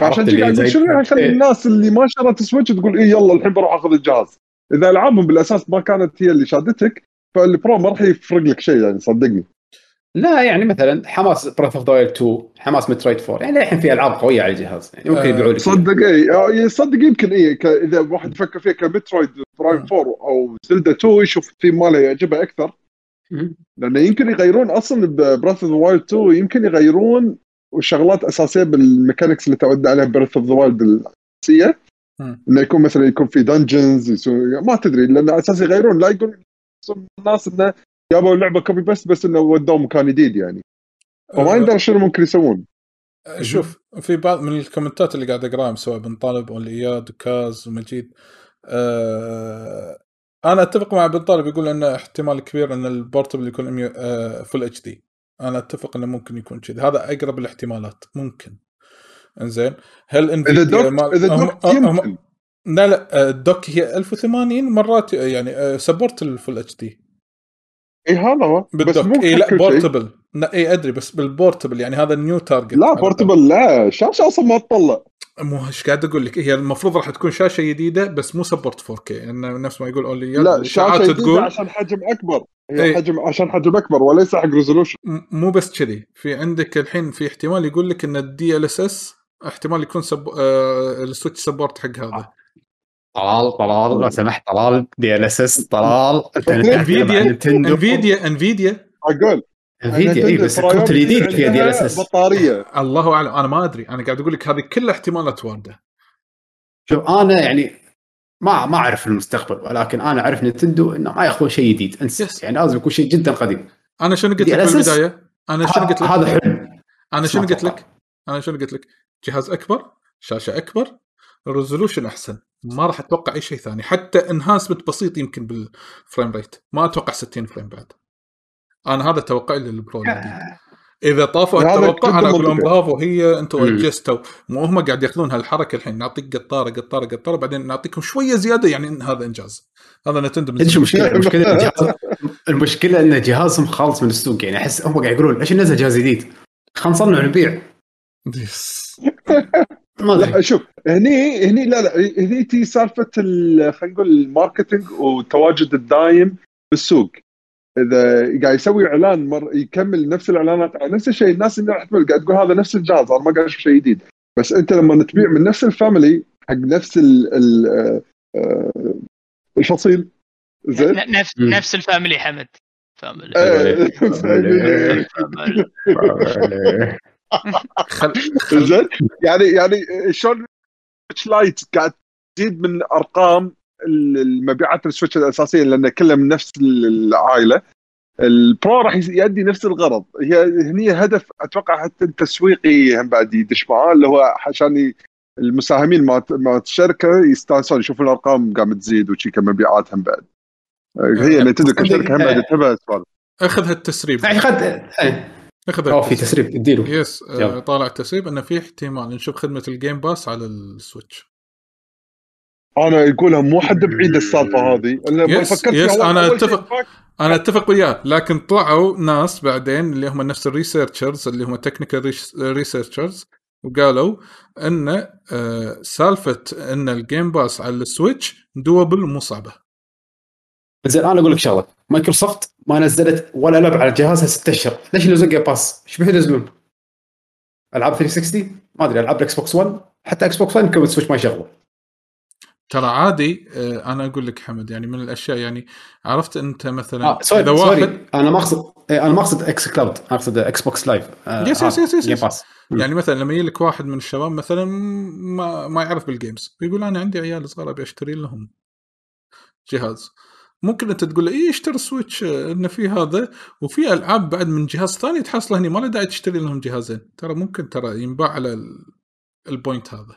[SPEAKER 4] فعشان كذا إيه. قاعد اقول شنو اللي
[SPEAKER 2] إيه.
[SPEAKER 4] يخلي الناس اللي ما شرت سويتش تقول اي يلا الحين بروح اخذ الجهاز اذا العابهم بالاساس ما كانت هي اللي شادتك فالبرو ما راح يفرق لك شيء يعني صدقني
[SPEAKER 2] لا يعني مثلا حماس بريث اوف ذا 2 حماس مترويد 4 يعني الحين في العاب قويه على الجهاز يعني ممكن
[SPEAKER 3] آه،
[SPEAKER 2] يبيعوا لك
[SPEAKER 4] صدق اي آه، صدق يمكن اي ك- اذا واحد يفكر فيها كمترويد برايم 4 او زلدا 2 يشوف في ماله يعجبه اكثر
[SPEAKER 2] مم.
[SPEAKER 4] لانه يمكن يغيرون اصلا براث اوف ذا وايلد 2 يمكن يغيرون وشغلات اساسيه بالميكانكس اللي تعودنا عليها براث اوف ذا وايلد الاساسيه
[SPEAKER 3] مم.
[SPEAKER 4] انه يكون مثلا يكون في دنجنز ما تدري لان على اساس يغيرون لا يقول الناس انه جابوا اللعبه كوبي بس بس انه ودوه مكان جديد يعني فما
[SPEAKER 3] آه،
[SPEAKER 4] يندرى شنو ممكن يسوون
[SPEAKER 3] أه، شوف في بعض من الكومنتات اللي قاعد اقراهم سواء بن طالب ولا اياد وكاز ومجيد آه انا اتفق مع بن طالب يقول انه احتمال كبير ان البورتبل يكون أمي- آه فل اتش دي انا اتفق انه ممكن يكون كذي هذا اقرب الاحتمالات ممكن انزين هل
[SPEAKER 4] اذا
[SPEAKER 3] NVIDIA
[SPEAKER 4] دوك
[SPEAKER 3] مال-
[SPEAKER 4] اذا
[SPEAKER 3] يعني هم-
[SPEAKER 4] دوك
[SPEAKER 3] هم-
[SPEAKER 4] يمكن
[SPEAKER 3] لا لا آه، الدوك هي 1080 مرات آه، يعني آه، سبورت الفول اتش دي
[SPEAKER 4] اي إيه، هذا هو بس مو
[SPEAKER 3] بالدوك اي
[SPEAKER 4] بكل
[SPEAKER 3] إيه، لا
[SPEAKER 4] شيء.
[SPEAKER 3] بورتبل لا اي ادري بس بالبورتبل يعني هذا النيو تارجت
[SPEAKER 4] لا بورتبل لا شاشه اصلا ما تطلع
[SPEAKER 3] مو ايش قاعد اقول لك هي المفروض راح تكون شاشه جديده بس مو سبورت 4K لان نفس ما يقول اولي ياد،
[SPEAKER 4] لا
[SPEAKER 3] الإشاعات
[SPEAKER 4] شاشه جديده عشان حجم اكبر
[SPEAKER 3] إي.
[SPEAKER 4] هي حجم عشان حجم اكبر وليس حق ريزولوشن
[SPEAKER 3] م- مو بس كذي في عندك الحين في احتمال يقول لك ان الدي ال اس اس احتمال يكون سب... آه... السويتش سبورت حق
[SPEAKER 2] آه،
[SPEAKER 3] هذا
[SPEAKER 2] طلال طلال لو سمحت طلال دي ال اس اس طلال يعني انت
[SPEAKER 3] انفيديا
[SPEAKER 2] نتندو
[SPEAKER 3] انفيديا انفيديا
[SPEAKER 4] اقول
[SPEAKER 2] انفيديا اي إيه، بس الكروت الجديد فيها دي ال اس اس
[SPEAKER 4] بطاريه
[SPEAKER 3] الله اعلم انا ما ادري انا قاعد اقول لك هذه كلها احتمالات وارده
[SPEAKER 2] شوف انا يعني ما ما اعرف المستقبل ولكن انا اعرف نتندو انه ما ياخذون شيء جديد انسى
[SPEAKER 3] Yes.
[SPEAKER 2] يعني لازم يكون شيء جدا قديم
[SPEAKER 3] انا شنو قلت
[SPEAKER 2] دي
[SPEAKER 3] لك
[SPEAKER 2] ال
[SPEAKER 3] في
[SPEAKER 2] اس اس؟
[SPEAKER 3] البدايه انا شنو قلت لك
[SPEAKER 2] هذا حلم
[SPEAKER 3] انا
[SPEAKER 2] بس
[SPEAKER 3] شنو
[SPEAKER 2] ما
[SPEAKER 3] قلت
[SPEAKER 2] أتوقع.
[SPEAKER 3] لك انا شنو قلت لك جهاز اكبر شاشه اكبر ريزولوشن احسن ما راح اتوقع اي شيء ثاني حتى انهانسمنت بسيط يمكن بالفريم ريت ما اتوقع 60 فريم بعد انا هذا توقعي للبرو الجديد اذا طافوا
[SPEAKER 4] هذا
[SPEAKER 3] التوقع
[SPEAKER 4] جدا
[SPEAKER 3] انا اقول لهم
[SPEAKER 4] منطقي.
[SPEAKER 3] برافو هي انتم
[SPEAKER 2] مم.
[SPEAKER 3] اجستوا مو هم قاعد ياخذون هالحركه الحين نعطيك قطاره قطاره قطاره بعدين نعطيكم شويه زياده يعني إن هذا انجاز هذا نتندو من
[SPEAKER 2] تدري شو
[SPEAKER 3] زمان.
[SPEAKER 2] المشكله؟ المشكله إن جهاز- المشكله ان جهازهم خالص من السوق يعني احس هم قاعد يقولون ليش ننزل جهاز جديد؟ خلصنا ونبيع
[SPEAKER 3] يس.
[SPEAKER 2] ما
[SPEAKER 4] لا
[SPEAKER 2] ادري
[SPEAKER 4] شوف هني هني لا لا هني تي سالفه ال- خلينا نقول الماركتينج والتواجد الدايم بالسوق اذا قاعد يسوي اعلان مر يكمل نفس الاعلانات على نفس الشيء الناس اللي راح تقول قاعد تقول هذا نفس الجهاز انا ما قاعد اشوف شيء جديد بس انت لما تبيع من نفس الفاميلي حق نفس ال ال آه، آه، الفصيل زين
[SPEAKER 5] ن- نفس
[SPEAKER 2] مم.
[SPEAKER 5] نفس الفاميلي حمد فاميلي
[SPEAKER 4] آه،
[SPEAKER 5] أيوة.
[SPEAKER 4] فاهمني؟
[SPEAKER 5] فاميلي.
[SPEAKER 3] خل... خل...
[SPEAKER 4] زين يعني يعني شلون سويتش لايت قاعد تزيد من ارقام المبيعات السويتش الاساسيه لان كلها من نفس العائله البرو راح يؤدي نفس الغرض هي هني هدف اتوقع حتى التسويقي هم بعد يدش معاه اللي هو عشان ي- المساهمين مع مع الشركه يستانسون يشوفون الارقام قامت تزيد وشي كمبيعات هم بعد هي نتندو كشركه هم بعد تبع سوالف
[SPEAKER 3] اخذ هالتسريب
[SPEAKER 2] يعني خد إيه.
[SPEAKER 3] اخذ
[SPEAKER 2] اوه في
[SPEAKER 3] هالتسريب
[SPEAKER 2] تسريب اديله
[SPEAKER 3] يس آه،
[SPEAKER 2] يلا.
[SPEAKER 3] طالع التسريب انه في احتمال نشوف خدمه الجيم باس على السويتش
[SPEAKER 4] انا يقولها مو حد بعيد السالفه هذه انا ما
[SPEAKER 3] يس،
[SPEAKER 4] فكرت
[SPEAKER 3] يس،
[SPEAKER 4] فيها أول-
[SPEAKER 3] أنا
[SPEAKER 4] أول شيء
[SPEAKER 3] أتفق. انا اتفق وياه لكن طلعوا ناس بعدين اللي هم نفس الريسيرشرز اللي هم تكنيكال ريسيرشرز وقالوا ان آه، سالفه ان الجيم باس على السويتش دوبل مو صعبه
[SPEAKER 2] زين انا اقول لك شغله مايكروسوفت ما نزلت ولا لعبه على جهازها ست اشهر ليش ينزلون جيم باس؟ ايش بيه ينزلون؟ العاب 360 ما ادري العاب الاكس بوكس 1 حتى اكس بوكس 1 يمكن السويتش ما يشغله
[SPEAKER 3] ترى عادي آه، انا اقول لك حمد يعني من الاشياء يعني عرفت انت مثلا
[SPEAKER 2] اه سوري سوري انا ما اقصد إيه، انا ما اقصد اكس كلاود أنا اقصد اكس بوكس لايف
[SPEAKER 3] يس- يس- يس- يس- يس.
[SPEAKER 2] باس
[SPEAKER 3] يعني مثلا لما يجيلك واحد من الشباب مثلا ما, ما يعرف بالجيمز يقول انا عندي عيال صغار ابي اشتري لهم جهاز ممكن انت تقول له ايه اشتري سويتش آه، انه في هذا وفي العاب بعد من جهاز ثاني تحصله هنا ما له داعي تشتري لهم جهازين ترى ممكن ترى ينباع على ال- البوينت هذا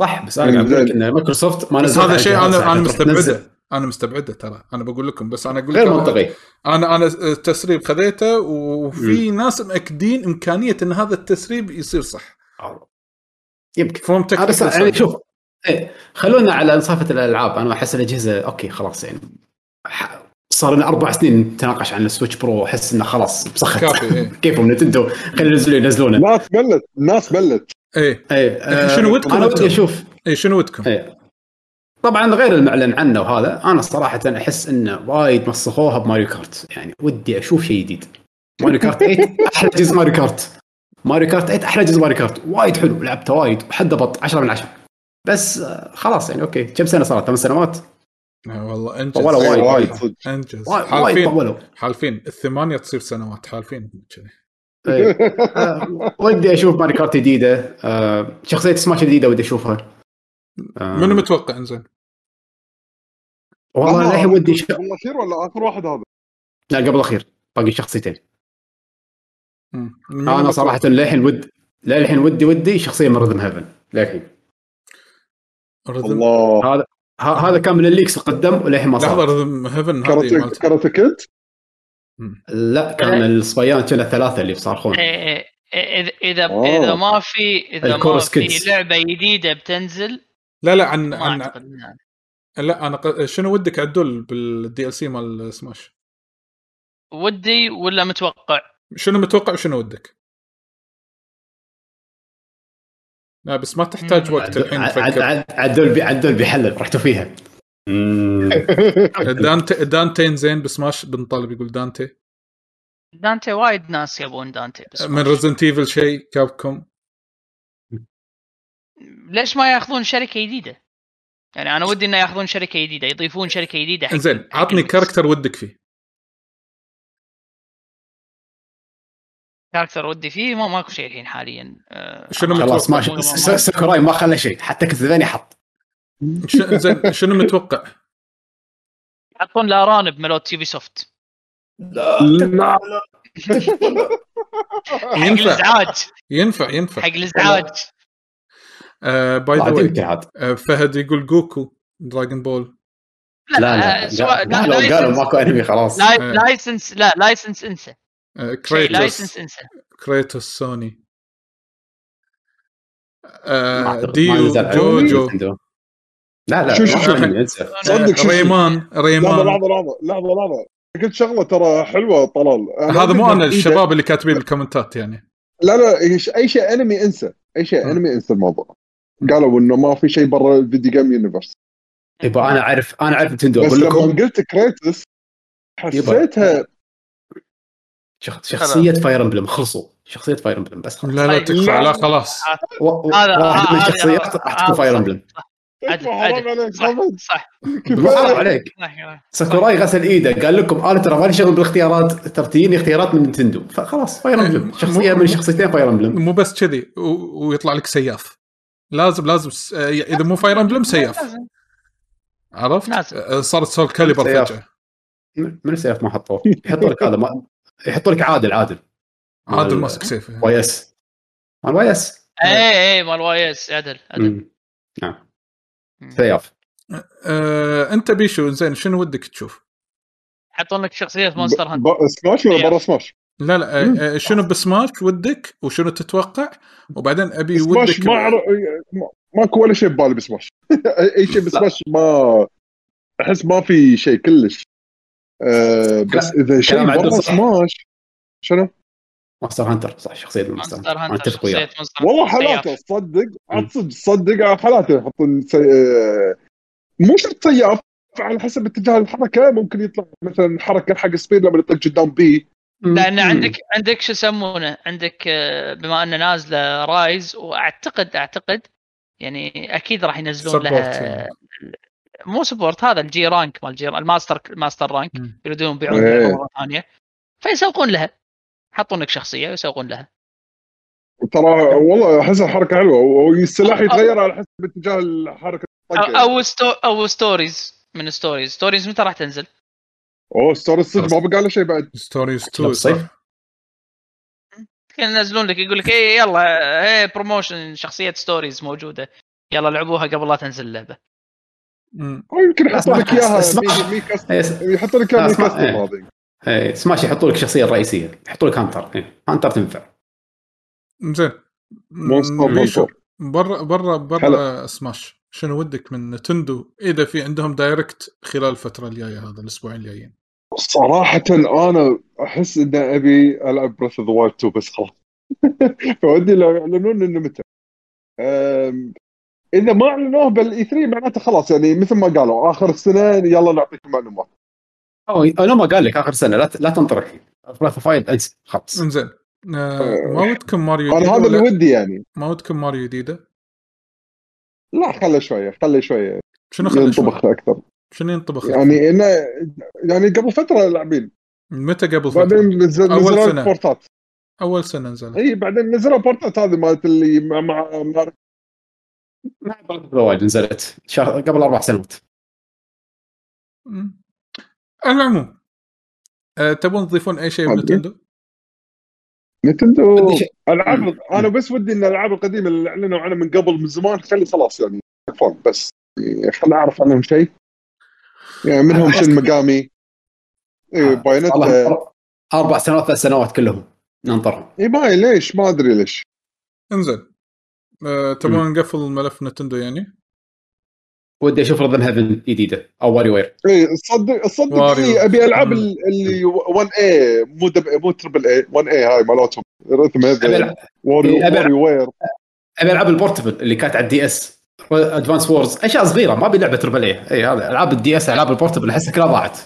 [SPEAKER 2] صح بس انا قاعد اقول لك ان مايكروسوفت ما
[SPEAKER 3] بس
[SPEAKER 2] نزلت
[SPEAKER 3] هذا
[SPEAKER 2] على
[SPEAKER 3] شيء
[SPEAKER 2] جهاز
[SPEAKER 3] انا انا
[SPEAKER 2] عشان تروح تنزل.
[SPEAKER 3] مستبعده انا مستبعده ترى انا بقول لكم بس انا اقول لك
[SPEAKER 2] غير
[SPEAKER 3] أنا-
[SPEAKER 2] منطقي
[SPEAKER 3] انا انا التسريب خذيته وفي ناس مأكدين امكانيه ان هذا التسريب يصير صح
[SPEAKER 2] يمكن
[SPEAKER 3] فروم
[SPEAKER 2] آه، بس يعني شوف إيه، خلونا على صفه الالعاب انا احس الاجهزه اوكي خلاص يعني ح- صار لنا اربع سنين نتناقش عن السويتش برو احس انه خلاص بصخت
[SPEAKER 3] كافي ايه
[SPEAKER 2] كيفهم نتندو خلينا ينزلون ينزلونه
[SPEAKER 4] الناس ملت الناس ملت
[SPEAKER 3] ايه
[SPEAKER 2] ايه آه،
[SPEAKER 3] شنو ودكم
[SPEAKER 2] انا
[SPEAKER 3] أنتم؟
[SPEAKER 2] ودي اشوف
[SPEAKER 3] ايه شنو ودكم؟
[SPEAKER 2] ايه طبعا غير المعلن عنه وهذا انا صراحه احس انه وايد مسخوها بماريو كارت يعني ودي اشوف شيء جديد ماريو كارت 8 احلى جزء ماريو كارت ماريو كارت 8 احلى جزء ماريو كارت وايد حلو لعبته وايد وحد بط 10 من 10 بس آه، خلاص يعني اوكي كم سنه صارت ثمان سنوات
[SPEAKER 3] آه والله
[SPEAKER 2] والله
[SPEAKER 3] انجز
[SPEAKER 2] وايد.
[SPEAKER 4] صدق
[SPEAKER 3] انجز
[SPEAKER 2] وا- وايد
[SPEAKER 3] حالفين
[SPEAKER 2] طولوا
[SPEAKER 3] حالفين الثمانيه تصير سنوات حالفين كذي
[SPEAKER 2] إيه. آه، ودي اشوف ماريو كارت جديده آه، شخصيه سماش جديده ودي اشوفها آه،
[SPEAKER 3] منو متوقع انزين؟
[SPEAKER 4] آه.
[SPEAKER 2] والله للحين ودي ش...
[SPEAKER 4] والله خير ولا اخر واحد هذا
[SPEAKER 2] لا قبل الاخير باقي شخصيتين
[SPEAKER 3] مم. منو
[SPEAKER 2] انا
[SPEAKER 3] متوقع؟
[SPEAKER 2] صراحه للحين ود للحين ودي ودي شخصيه من رذم هيفن للحين
[SPEAKER 3] رذم
[SPEAKER 4] الله
[SPEAKER 2] هذا ه- هذا كان من الليكس قدم وللحين ما
[SPEAKER 3] لحظه
[SPEAKER 2] صار
[SPEAKER 3] رذم هيفن هذه
[SPEAKER 4] كاراتي-
[SPEAKER 3] مالت
[SPEAKER 4] كاراتي كيد
[SPEAKER 2] لا كان الصبيان كنا الثلاثه اللي بصارخون
[SPEAKER 5] إيه، إيه، اذا اذا
[SPEAKER 4] آه.
[SPEAKER 5] اذا ما في اذا ما
[SPEAKER 2] الكورس
[SPEAKER 5] في
[SPEAKER 2] كيدز.
[SPEAKER 5] لعبه جديده بتنزل
[SPEAKER 3] لا لا عن
[SPEAKER 5] ما
[SPEAKER 3] عن
[SPEAKER 5] اعتقد إنها-
[SPEAKER 3] لا انا ق- شنو ودك عدول بالدي ال سي مال سماش؟
[SPEAKER 5] ودي ولا متوقع
[SPEAKER 3] شنو متوقع وشنو ودك؟ لا بس ما تحتاج
[SPEAKER 5] مم.
[SPEAKER 3] وقت الحين
[SPEAKER 2] عد- عد-
[SPEAKER 3] تفكر
[SPEAKER 2] عد- عدول بي عدول بيحلل رحتوا فيها
[SPEAKER 3] دانتي دانتين زين بسماش بنطالب يقول دانتي
[SPEAKER 5] دانتي وايد ناس يبون دانتي بس
[SPEAKER 3] من ريزنت ايفل شيء كابكم
[SPEAKER 5] ليش ما ياخذون شركه جديده؟ يعني انا ودي انه ياخذون شركه جديده يضيفون شركه جديده حق
[SPEAKER 3] انزين عطني كاركتر ودك فيه
[SPEAKER 5] كاركتر ودي فيه ما ماكو شيء الحين حاليا آه،
[SPEAKER 3] شنو
[SPEAKER 2] خلاص
[SPEAKER 3] متوقع؟
[SPEAKER 2] ما ش- س- سكراي ما خلى شيء حتى كتبني حط
[SPEAKER 3] ش- انزين شنو متوقع؟
[SPEAKER 5] يحطون الارانب ملوت يوبي سوفت
[SPEAKER 4] لا
[SPEAKER 5] حق
[SPEAKER 3] ينفع.
[SPEAKER 5] الازعاج
[SPEAKER 3] ينفع ينفع آه،
[SPEAKER 5] حق الازعاج
[SPEAKER 3] باي ذا
[SPEAKER 2] عاد
[SPEAKER 3] واي
[SPEAKER 2] يمكن عاد
[SPEAKER 3] آه، فهد يقول جوكو دراجون بول
[SPEAKER 5] لا
[SPEAKER 2] لا
[SPEAKER 5] لا آه،
[SPEAKER 2] لا
[SPEAKER 5] سواء-
[SPEAKER 2] قال-
[SPEAKER 5] لا
[SPEAKER 2] قالوا قالوا
[SPEAKER 5] لايسنس-
[SPEAKER 2] ماكو انمي خلاص
[SPEAKER 5] لا-
[SPEAKER 3] آه.
[SPEAKER 5] لايسنس لا لايسنس انسى
[SPEAKER 3] آه،
[SPEAKER 5] شيء
[SPEAKER 3] كريتوس
[SPEAKER 5] طيب، لايسنس انسى
[SPEAKER 3] كريتوس سوني آه،
[SPEAKER 2] ما أعتقد- ما
[SPEAKER 3] ديو
[SPEAKER 2] نزل على
[SPEAKER 3] جوجو
[SPEAKER 2] نينتندو. لا لا
[SPEAKER 4] شو- شو-
[SPEAKER 2] ما
[SPEAKER 3] شو-
[SPEAKER 2] في أنمي، انسى
[SPEAKER 4] صدق شو-
[SPEAKER 3] آه، ريمان
[SPEAKER 4] لحظه
[SPEAKER 3] ريمان
[SPEAKER 4] لحظه لحظه لحظه لحظه قلت شغله ترى حلوه طلال أنا
[SPEAKER 3] هذا مو
[SPEAKER 4] عندي
[SPEAKER 3] انا
[SPEAKER 4] إيدك.
[SPEAKER 3] الشباب اللي كاتبين بالكومنتات يعني
[SPEAKER 4] لا لا إيش- اي شيء انمي انسى اي شيء
[SPEAKER 3] آه.
[SPEAKER 4] انمي انسى الموضوع قالوا انه ما في شيء برا الفيديو جيم يونيفرس
[SPEAKER 2] يبا انا اعرف انا اعرف نتندو
[SPEAKER 4] بس
[SPEAKER 2] اقول لكم
[SPEAKER 4] لما قلت كريتس حسيتها
[SPEAKER 2] شخ- شخصية فاير امبلم خلصوا شخصية فاير امبلم بس خلاص
[SPEAKER 3] لا لا تكفى
[SPEAKER 4] طيب، لا.
[SPEAKER 3] لا خلاص
[SPEAKER 2] و... و...
[SPEAKER 5] هذا-
[SPEAKER 2] واحد من
[SPEAKER 5] هذا-
[SPEAKER 2] الشخصيات
[SPEAKER 5] هذا-
[SPEAKER 2] راح تكون
[SPEAKER 5] هذا
[SPEAKER 2] فاير
[SPEAKER 5] صح.
[SPEAKER 2] امبلم
[SPEAKER 5] عدل،
[SPEAKER 4] تكفى، طيب، حرام عليك
[SPEAKER 5] صح
[SPEAKER 4] حمد
[SPEAKER 5] صح
[SPEAKER 2] حرام عليك
[SPEAKER 5] صح.
[SPEAKER 2] ساكوراي غسل ايده قال لكم انا ترى مالي شغل بالاختيارات ترى تجيني اختيارات من نتندو فخلاص فاير امبلم شخصية من شخصيتين فاير امبلم
[SPEAKER 3] مو بس كذي و- ويطلع لك سياف لازم لازم س... آه، اذا مو فاير امبلم سياف
[SPEAKER 5] لازم.
[SPEAKER 3] عرفت
[SPEAKER 5] لازم.
[SPEAKER 3] آه، صارت سول كاليبر
[SPEAKER 2] سياف.
[SPEAKER 3] فجاه
[SPEAKER 2] من السيف ما حطوه يحطوا لك هذا ما... يحطوا لك عادل عادل
[SPEAKER 3] عادل ماسك سيف
[SPEAKER 2] واي اس مال واي اس
[SPEAKER 3] إيه.
[SPEAKER 5] اي اي مال واي اس إيه، عدل عدل
[SPEAKER 2] مم. نعم سياف
[SPEAKER 3] آه، انت بيشو زين شنو ودك تشوف؟
[SPEAKER 5] يحطون لك شخصيه مونستر هانتر
[SPEAKER 4] ب- سماش ولا
[SPEAKER 5] إيه.
[SPEAKER 4] برا سماش؟
[SPEAKER 3] لا لا
[SPEAKER 2] مم.
[SPEAKER 3] آه، آه، شنو بسماش ودك وشنو تتوقع وبعدين ابي
[SPEAKER 4] سماش
[SPEAKER 3] ودك
[SPEAKER 4] ما اعرف ما- ماكو ولا شيء ببالي بسماش اي شيء بسماش ما احس ما في شيء كلش أه بس اذا شيء
[SPEAKER 2] كلام عدل
[SPEAKER 4] برا
[SPEAKER 2] صح.
[SPEAKER 4] سماش شنو؟
[SPEAKER 2] ماستر هانتر صح شخصية ماستر
[SPEAKER 5] مونستر
[SPEAKER 2] هانتر
[SPEAKER 5] هانتر
[SPEAKER 2] اتفق وياك
[SPEAKER 5] شخصيه مونستر
[SPEAKER 4] والله
[SPEAKER 2] أيوة.
[SPEAKER 5] هانتر
[SPEAKER 4] حالاته
[SPEAKER 5] سياف.
[SPEAKER 4] تصدق عاد صدق تصدق على حالاته يحطون سي... آه، مو شرط سياف على حسب اتجاه الحركه ممكن يطلع مثلا حركه حق سبيد لما يطق قدام بي
[SPEAKER 5] لان
[SPEAKER 2] مم.
[SPEAKER 5] عندك عندك شو يسمونه عندك آه، بما انه نازله رايز واعتقد اعتقد يعني اكيد راح ينزلون
[SPEAKER 3] Support
[SPEAKER 5] لها
[SPEAKER 3] يعني.
[SPEAKER 5] مو سبورت هذا الجي رانك مال الجي الماستر الماستر رانك
[SPEAKER 3] مم.
[SPEAKER 5] يريدون يبيعون
[SPEAKER 4] إيه.
[SPEAKER 5] لعبة مره ثانيه فيسوقون لها يحطون لك شخصيه ويسوقون لها
[SPEAKER 4] ترى والله احسها حركه حلوه والسلاح يتغير على حسب اتجاه الحركه
[SPEAKER 5] أو- او ستو او ستوريز من ستوريز ستوريز متى راح تنزل؟
[SPEAKER 4] اوه ستوري الصدق ما بقى له شيء بعد
[SPEAKER 3] ستوريز
[SPEAKER 2] كلها
[SPEAKER 3] 2
[SPEAKER 2] بصيف.
[SPEAKER 3] صح؟
[SPEAKER 5] كان ينزلون لك يقول لك ايه يلا ايه بروموشن شخصيه ستوريز موجوده يلا لعبوها قبل لا تنزل اللعبه
[SPEAKER 3] مم.
[SPEAKER 4] أو آه، يمكن يحطوا لك اياها
[SPEAKER 2] اسمع.
[SPEAKER 4] مي- مي كاست-
[SPEAKER 2] إيه، س-
[SPEAKER 4] يحطوا لك اياها مي
[SPEAKER 2] اسمع.
[SPEAKER 4] كاستم
[SPEAKER 2] إيه.
[SPEAKER 4] هذه
[SPEAKER 2] إيه، سماش يحطوا لك الشخصيه الرئيسيه يحطوا لك هانتر إيه، هانتر تنفع
[SPEAKER 3] زين
[SPEAKER 4] مونستر
[SPEAKER 3] بيشو
[SPEAKER 4] مونستر.
[SPEAKER 3] برا برا برا
[SPEAKER 4] هلا.
[SPEAKER 3] سماش شنو ودك من نتندو اذا في عندهم دايركت خلال الفتره الجايه هذا الاسبوعين الجايين
[SPEAKER 4] صراحة أنا أحس إن أبي ألعب بريث أوف ذا وايلد 2 بس خلاص فودي لو يعلنون إنه متى أم، إذا ما أعلنوه بالإي 3 معناته خلاص يعني مثل ما قالوا آخر السنة يلا نعطيكم معلومات
[SPEAKER 2] او انا ما قال لك اخر سنه لا ت- لا تنطر الحين براث فايل انسى خلاص
[SPEAKER 3] انزين آه ما ودكم ماريو
[SPEAKER 4] أنا
[SPEAKER 3] جديده
[SPEAKER 4] هذا اللي
[SPEAKER 3] ولا
[SPEAKER 4] ودي يعني
[SPEAKER 3] ما ودكم ماريو جديده
[SPEAKER 4] لا خله شوية خله شوية
[SPEAKER 3] شنو خلنا شوي؟
[SPEAKER 4] ينطبخ أكثر
[SPEAKER 3] شنو ينطبخ
[SPEAKER 4] يعني إنه يعني قبل فترة لاعبين
[SPEAKER 3] متى قبل فتره
[SPEAKER 4] بعدين نزل
[SPEAKER 3] أول
[SPEAKER 4] نزلوا
[SPEAKER 3] سنة.
[SPEAKER 4] بورتات
[SPEAKER 3] اول سنه نزلت
[SPEAKER 4] اي بعدين نزلوا بورتات هذه مالت اللي مع مع, مع
[SPEAKER 2] مع براث فايل نزلت شهر قبل اربع سنوات
[SPEAKER 3] مم. على العموم آه تبون تضيفون اي شيء
[SPEAKER 4] أدري.
[SPEAKER 3] بنتندو؟
[SPEAKER 4] نتندو
[SPEAKER 2] بدي شيء.
[SPEAKER 4] العاب
[SPEAKER 2] مم.
[SPEAKER 4] انا بس ودي ان الالعاب القديمه اللي اعلنوا عنها من قبل من زمان خلي خلاص يعني يكفون بس يعني خلي اعرف عنهم شيء يعني منهم شن مقامي إيه، بايونت
[SPEAKER 2] آه، والله اربع سنوات ثلاث سنوات كلهم ننطرهم
[SPEAKER 4] اي باي ليش ما ادري ليش
[SPEAKER 3] انزين آه تبون نقفل ملف نتندو يعني؟
[SPEAKER 2] ودي اشوف رذم هيفن جديده او واري وير
[SPEAKER 4] اي صدق صدق
[SPEAKER 3] واريو.
[SPEAKER 4] إي، ابي العاب
[SPEAKER 3] مم.
[SPEAKER 4] ال- اللي 1 اي مو دب مو تربل اي 1 اي هاي مالتهم رتم
[SPEAKER 2] ابي
[SPEAKER 4] هذا
[SPEAKER 2] العب
[SPEAKER 4] واريو
[SPEAKER 2] إي، أبي
[SPEAKER 4] واريو وير
[SPEAKER 2] ابي العب البورتبل اللي كانت على الدي اس ادفانس وورز اشياء صغيره ما ابي لعبه تربل اي اي إيه. هذا العاب الدي اس العاب البورتبل احسها كلها ضاعت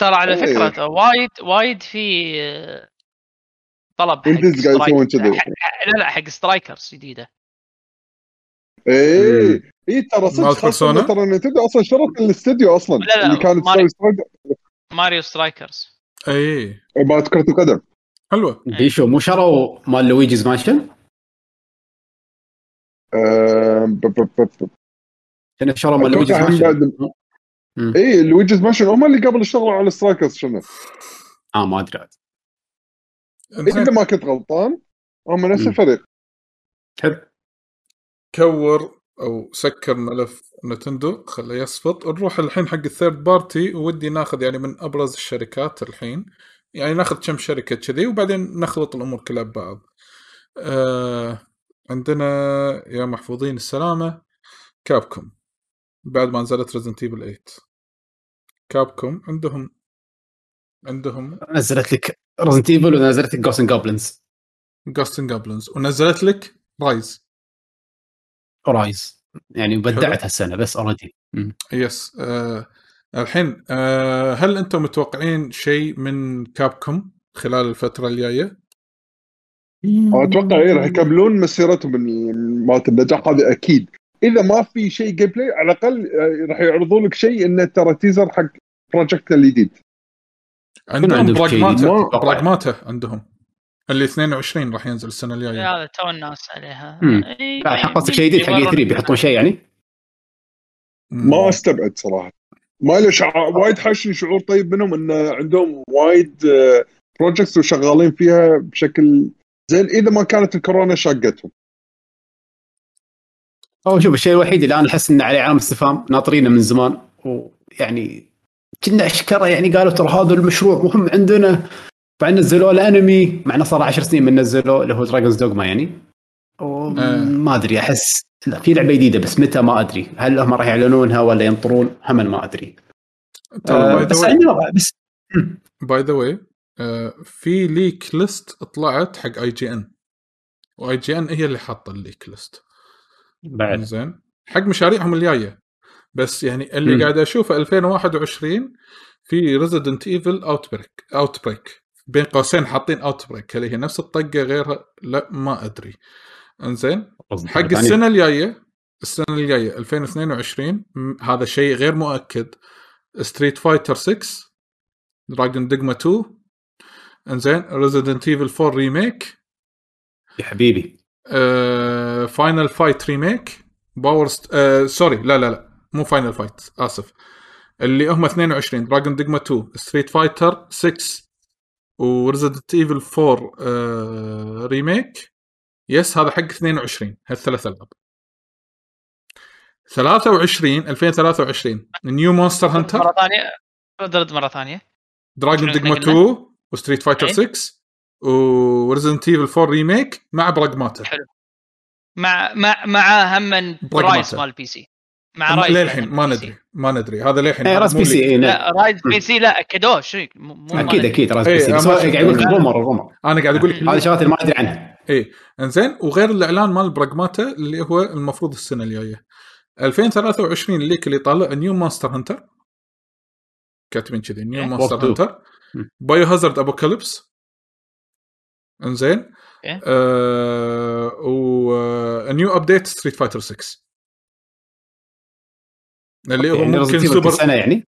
[SPEAKER 5] ترى على
[SPEAKER 4] إيه.
[SPEAKER 5] فكره ترى وايد وايد في آه، طلب حق
[SPEAKER 4] ويندوز قاعد يسوون
[SPEAKER 5] سترايك-
[SPEAKER 4] كذي.
[SPEAKER 5] حق- حق- لا لا حق سترايكرز جديده
[SPEAKER 4] اي
[SPEAKER 2] مم.
[SPEAKER 4] اي إيه. ترى صدق
[SPEAKER 3] مال
[SPEAKER 4] خاصة إنه
[SPEAKER 3] Persona؟
[SPEAKER 4] ترى نتندو اصلا شرط الاستديو اصلا
[SPEAKER 5] لا، لا،
[SPEAKER 4] اللي كانت
[SPEAKER 5] ماري-
[SPEAKER 4] تسوي استوديو
[SPEAKER 5] ماريو سترايكرز
[SPEAKER 3] اي
[SPEAKER 4] مالت كرة القدم
[SPEAKER 3] حلوه
[SPEAKER 2] بيشو مو شروا مال لويجيز مانشن
[SPEAKER 4] آم، ب- ب- ب- ب-
[SPEAKER 2] كان شروا مال
[SPEAKER 4] أتوقع
[SPEAKER 2] لويجيز
[SPEAKER 4] هم
[SPEAKER 2] مانشن
[SPEAKER 4] بعد- اي إيه، لويجيز مانشن هم اللي قبل اشتغلوا على سترايكرز شنو
[SPEAKER 2] اه ما ادري عاد.
[SPEAKER 4] اذا
[SPEAKER 3] انزين
[SPEAKER 4] ما كنت غلطان هم نفس
[SPEAKER 2] مم.
[SPEAKER 4] الفريق
[SPEAKER 3] كور او سكر ملف نتندو خله يصفط نروح الحين حق الثيرد بارتي ودي ناخذ يعني من ابرز الشركات الحين يعني ناخذ كم شركه كذي وبعدين نخلط الامور كلها ببعض آه عندنا يا محفوظين السلامه كابكم بعد ما نزلت ريزنت ايفل 8 كابكم عندهم عندهم
[SPEAKER 2] نزلت لك رزنت ايفل ونزلت لك جوسن جوبلنز
[SPEAKER 3] جاستن جابلنز ونزلت لك رايز
[SPEAKER 2] رايز يعني
[SPEAKER 3] حلو.
[SPEAKER 2] بدعت هالسنه بس اوريدي
[SPEAKER 3] يس آه الحين آه هل انتم متوقعين شيء من كابكم خلال الفتره الجايه؟
[SPEAKER 4] اتوقع اي إيه، راح يكملون مسيرتهم من- مالت النجاح هذه اكيد اذا ما في شيء جيم بلاي على الاقل آه، راح يعرضون لك شيء انه ترى تيزر حق بروجكت الجديد
[SPEAKER 3] عندهم
[SPEAKER 2] عندهم شيء
[SPEAKER 3] براغماتا
[SPEAKER 4] ما-
[SPEAKER 3] براغماتا عندهم اللي 22 راح ينزل السنه الجايه
[SPEAKER 5] هذا تو الناس عليها
[SPEAKER 2] إيه. مم.
[SPEAKER 5] إيه،
[SPEAKER 2] لا الحين قصدك شيء جديد حق اي 3 بيحطون شيء يعني
[SPEAKER 4] ما استبعد صراحه ما له شع... وايد حاشني شعور طيب منهم ان عندهم وايد بروجكتس وشغالين فيها بشكل زين اذا ما كانت الكورونا شقتهم
[SPEAKER 2] هو شوف الشيء الوحيد اللي انا احس انه عليه علامه استفهام ناطرينه من زمان ويعني كنا اشكره يعني قالوا ترى هذا المشروع مهم عندنا مع إن نزلوه الانمي مع انه صار 10 سنين من نزلوه اللي هو دراجونز دوغما يعني و-
[SPEAKER 3] آه.
[SPEAKER 2] ما ادري احس لا في لعبه جديده بس متى ما ادري هل هم راح يعلنونها ولا ينطرون هم ما ادري آه،
[SPEAKER 3] ترى
[SPEAKER 2] بس
[SPEAKER 3] باي
[SPEAKER 2] يعني ما- بس
[SPEAKER 3] باي ذا واي آه، في ليك ليست طلعت حق اي جي ان واي جي ان هي اللي حاطه الليك ليست
[SPEAKER 2] بعد
[SPEAKER 3] زين حق مشاريعهم الجايه بس يعني اللي
[SPEAKER 2] مم.
[SPEAKER 3] قاعد اشوفه 2021 في ريزدنت ايفل اوت بريك اوت بريك بين قوسين حاطين اوت بريك هل هي
[SPEAKER 2] يعني
[SPEAKER 3] نفس الطقه غيرها؟ لا ما ادري انزين حق السنه الجايه السنه الجايه 2022 م- هذا شيء غير مؤكد ستريت فايتر 6 دراجون دجما 2 انزين ريزيدنت ايفل 4 ريميك
[SPEAKER 2] يا حبيبي
[SPEAKER 3] فاينل فايت ريميك باور ست... آه سوري لا لا لا مو فاينل فايت اسف اللي هم 22 دراجون دجما 2 ستريت فايتر 6 وريزدنت ايفل 4 آه ريميك يس هذا حق 22 هالثلاث العاب 23 2023 نيو مونستر هانتر
[SPEAKER 5] مره ثانيه رد مره ثانيه
[SPEAKER 3] دراجون
[SPEAKER 5] شنو
[SPEAKER 3] دجما
[SPEAKER 5] قلنا؟
[SPEAKER 3] 2 وستريت فايتر
[SPEAKER 5] أي.
[SPEAKER 3] 6 وريزدنت ايفل 4 ريميك مع براجماتا
[SPEAKER 5] مع مع مع هم رايز
[SPEAKER 3] براغماتا.
[SPEAKER 5] مال بي سي مع رايز
[SPEAKER 3] للحين
[SPEAKER 5] مال
[SPEAKER 3] ما
[SPEAKER 5] PC.
[SPEAKER 3] ندري ما ندري هذا للحين
[SPEAKER 2] اي
[SPEAKER 3] هذا
[SPEAKER 2] راس
[SPEAKER 3] مو
[SPEAKER 2] بي سي
[SPEAKER 3] لي.
[SPEAKER 2] اي نعم.
[SPEAKER 5] لا رايز بي سي لا كدو شريك مو- مو- ما
[SPEAKER 2] اكيد
[SPEAKER 5] ندري.
[SPEAKER 2] اكيد راس
[SPEAKER 3] إيه،
[SPEAKER 2] بي سي بس هو
[SPEAKER 3] أما-
[SPEAKER 2] قاعد يقول لك رومر رومر
[SPEAKER 3] انا قاعد اقول لك
[SPEAKER 2] هذه شغلات اللي ما ادري عنها
[SPEAKER 3] اي انزين وغير الاعلان مال براغماتا اللي هو المفروض السنه الجايه 2023 الليك اللي طالع نيو ماستر هانتر كاتبين كذي نيو
[SPEAKER 5] إيه.
[SPEAKER 3] ماستر
[SPEAKER 2] وقته.
[SPEAKER 3] هانتر
[SPEAKER 2] مم.
[SPEAKER 3] بايو هازارد ابوكاليبس انزين
[SPEAKER 5] إيه.
[SPEAKER 3] آه و آه، نيو ابديت ستريت فايتر 6 اللي هو
[SPEAKER 2] يعني
[SPEAKER 3] ممكن
[SPEAKER 2] Resident Evil كل
[SPEAKER 3] سوبر
[SPEAKER 2] سنه يعني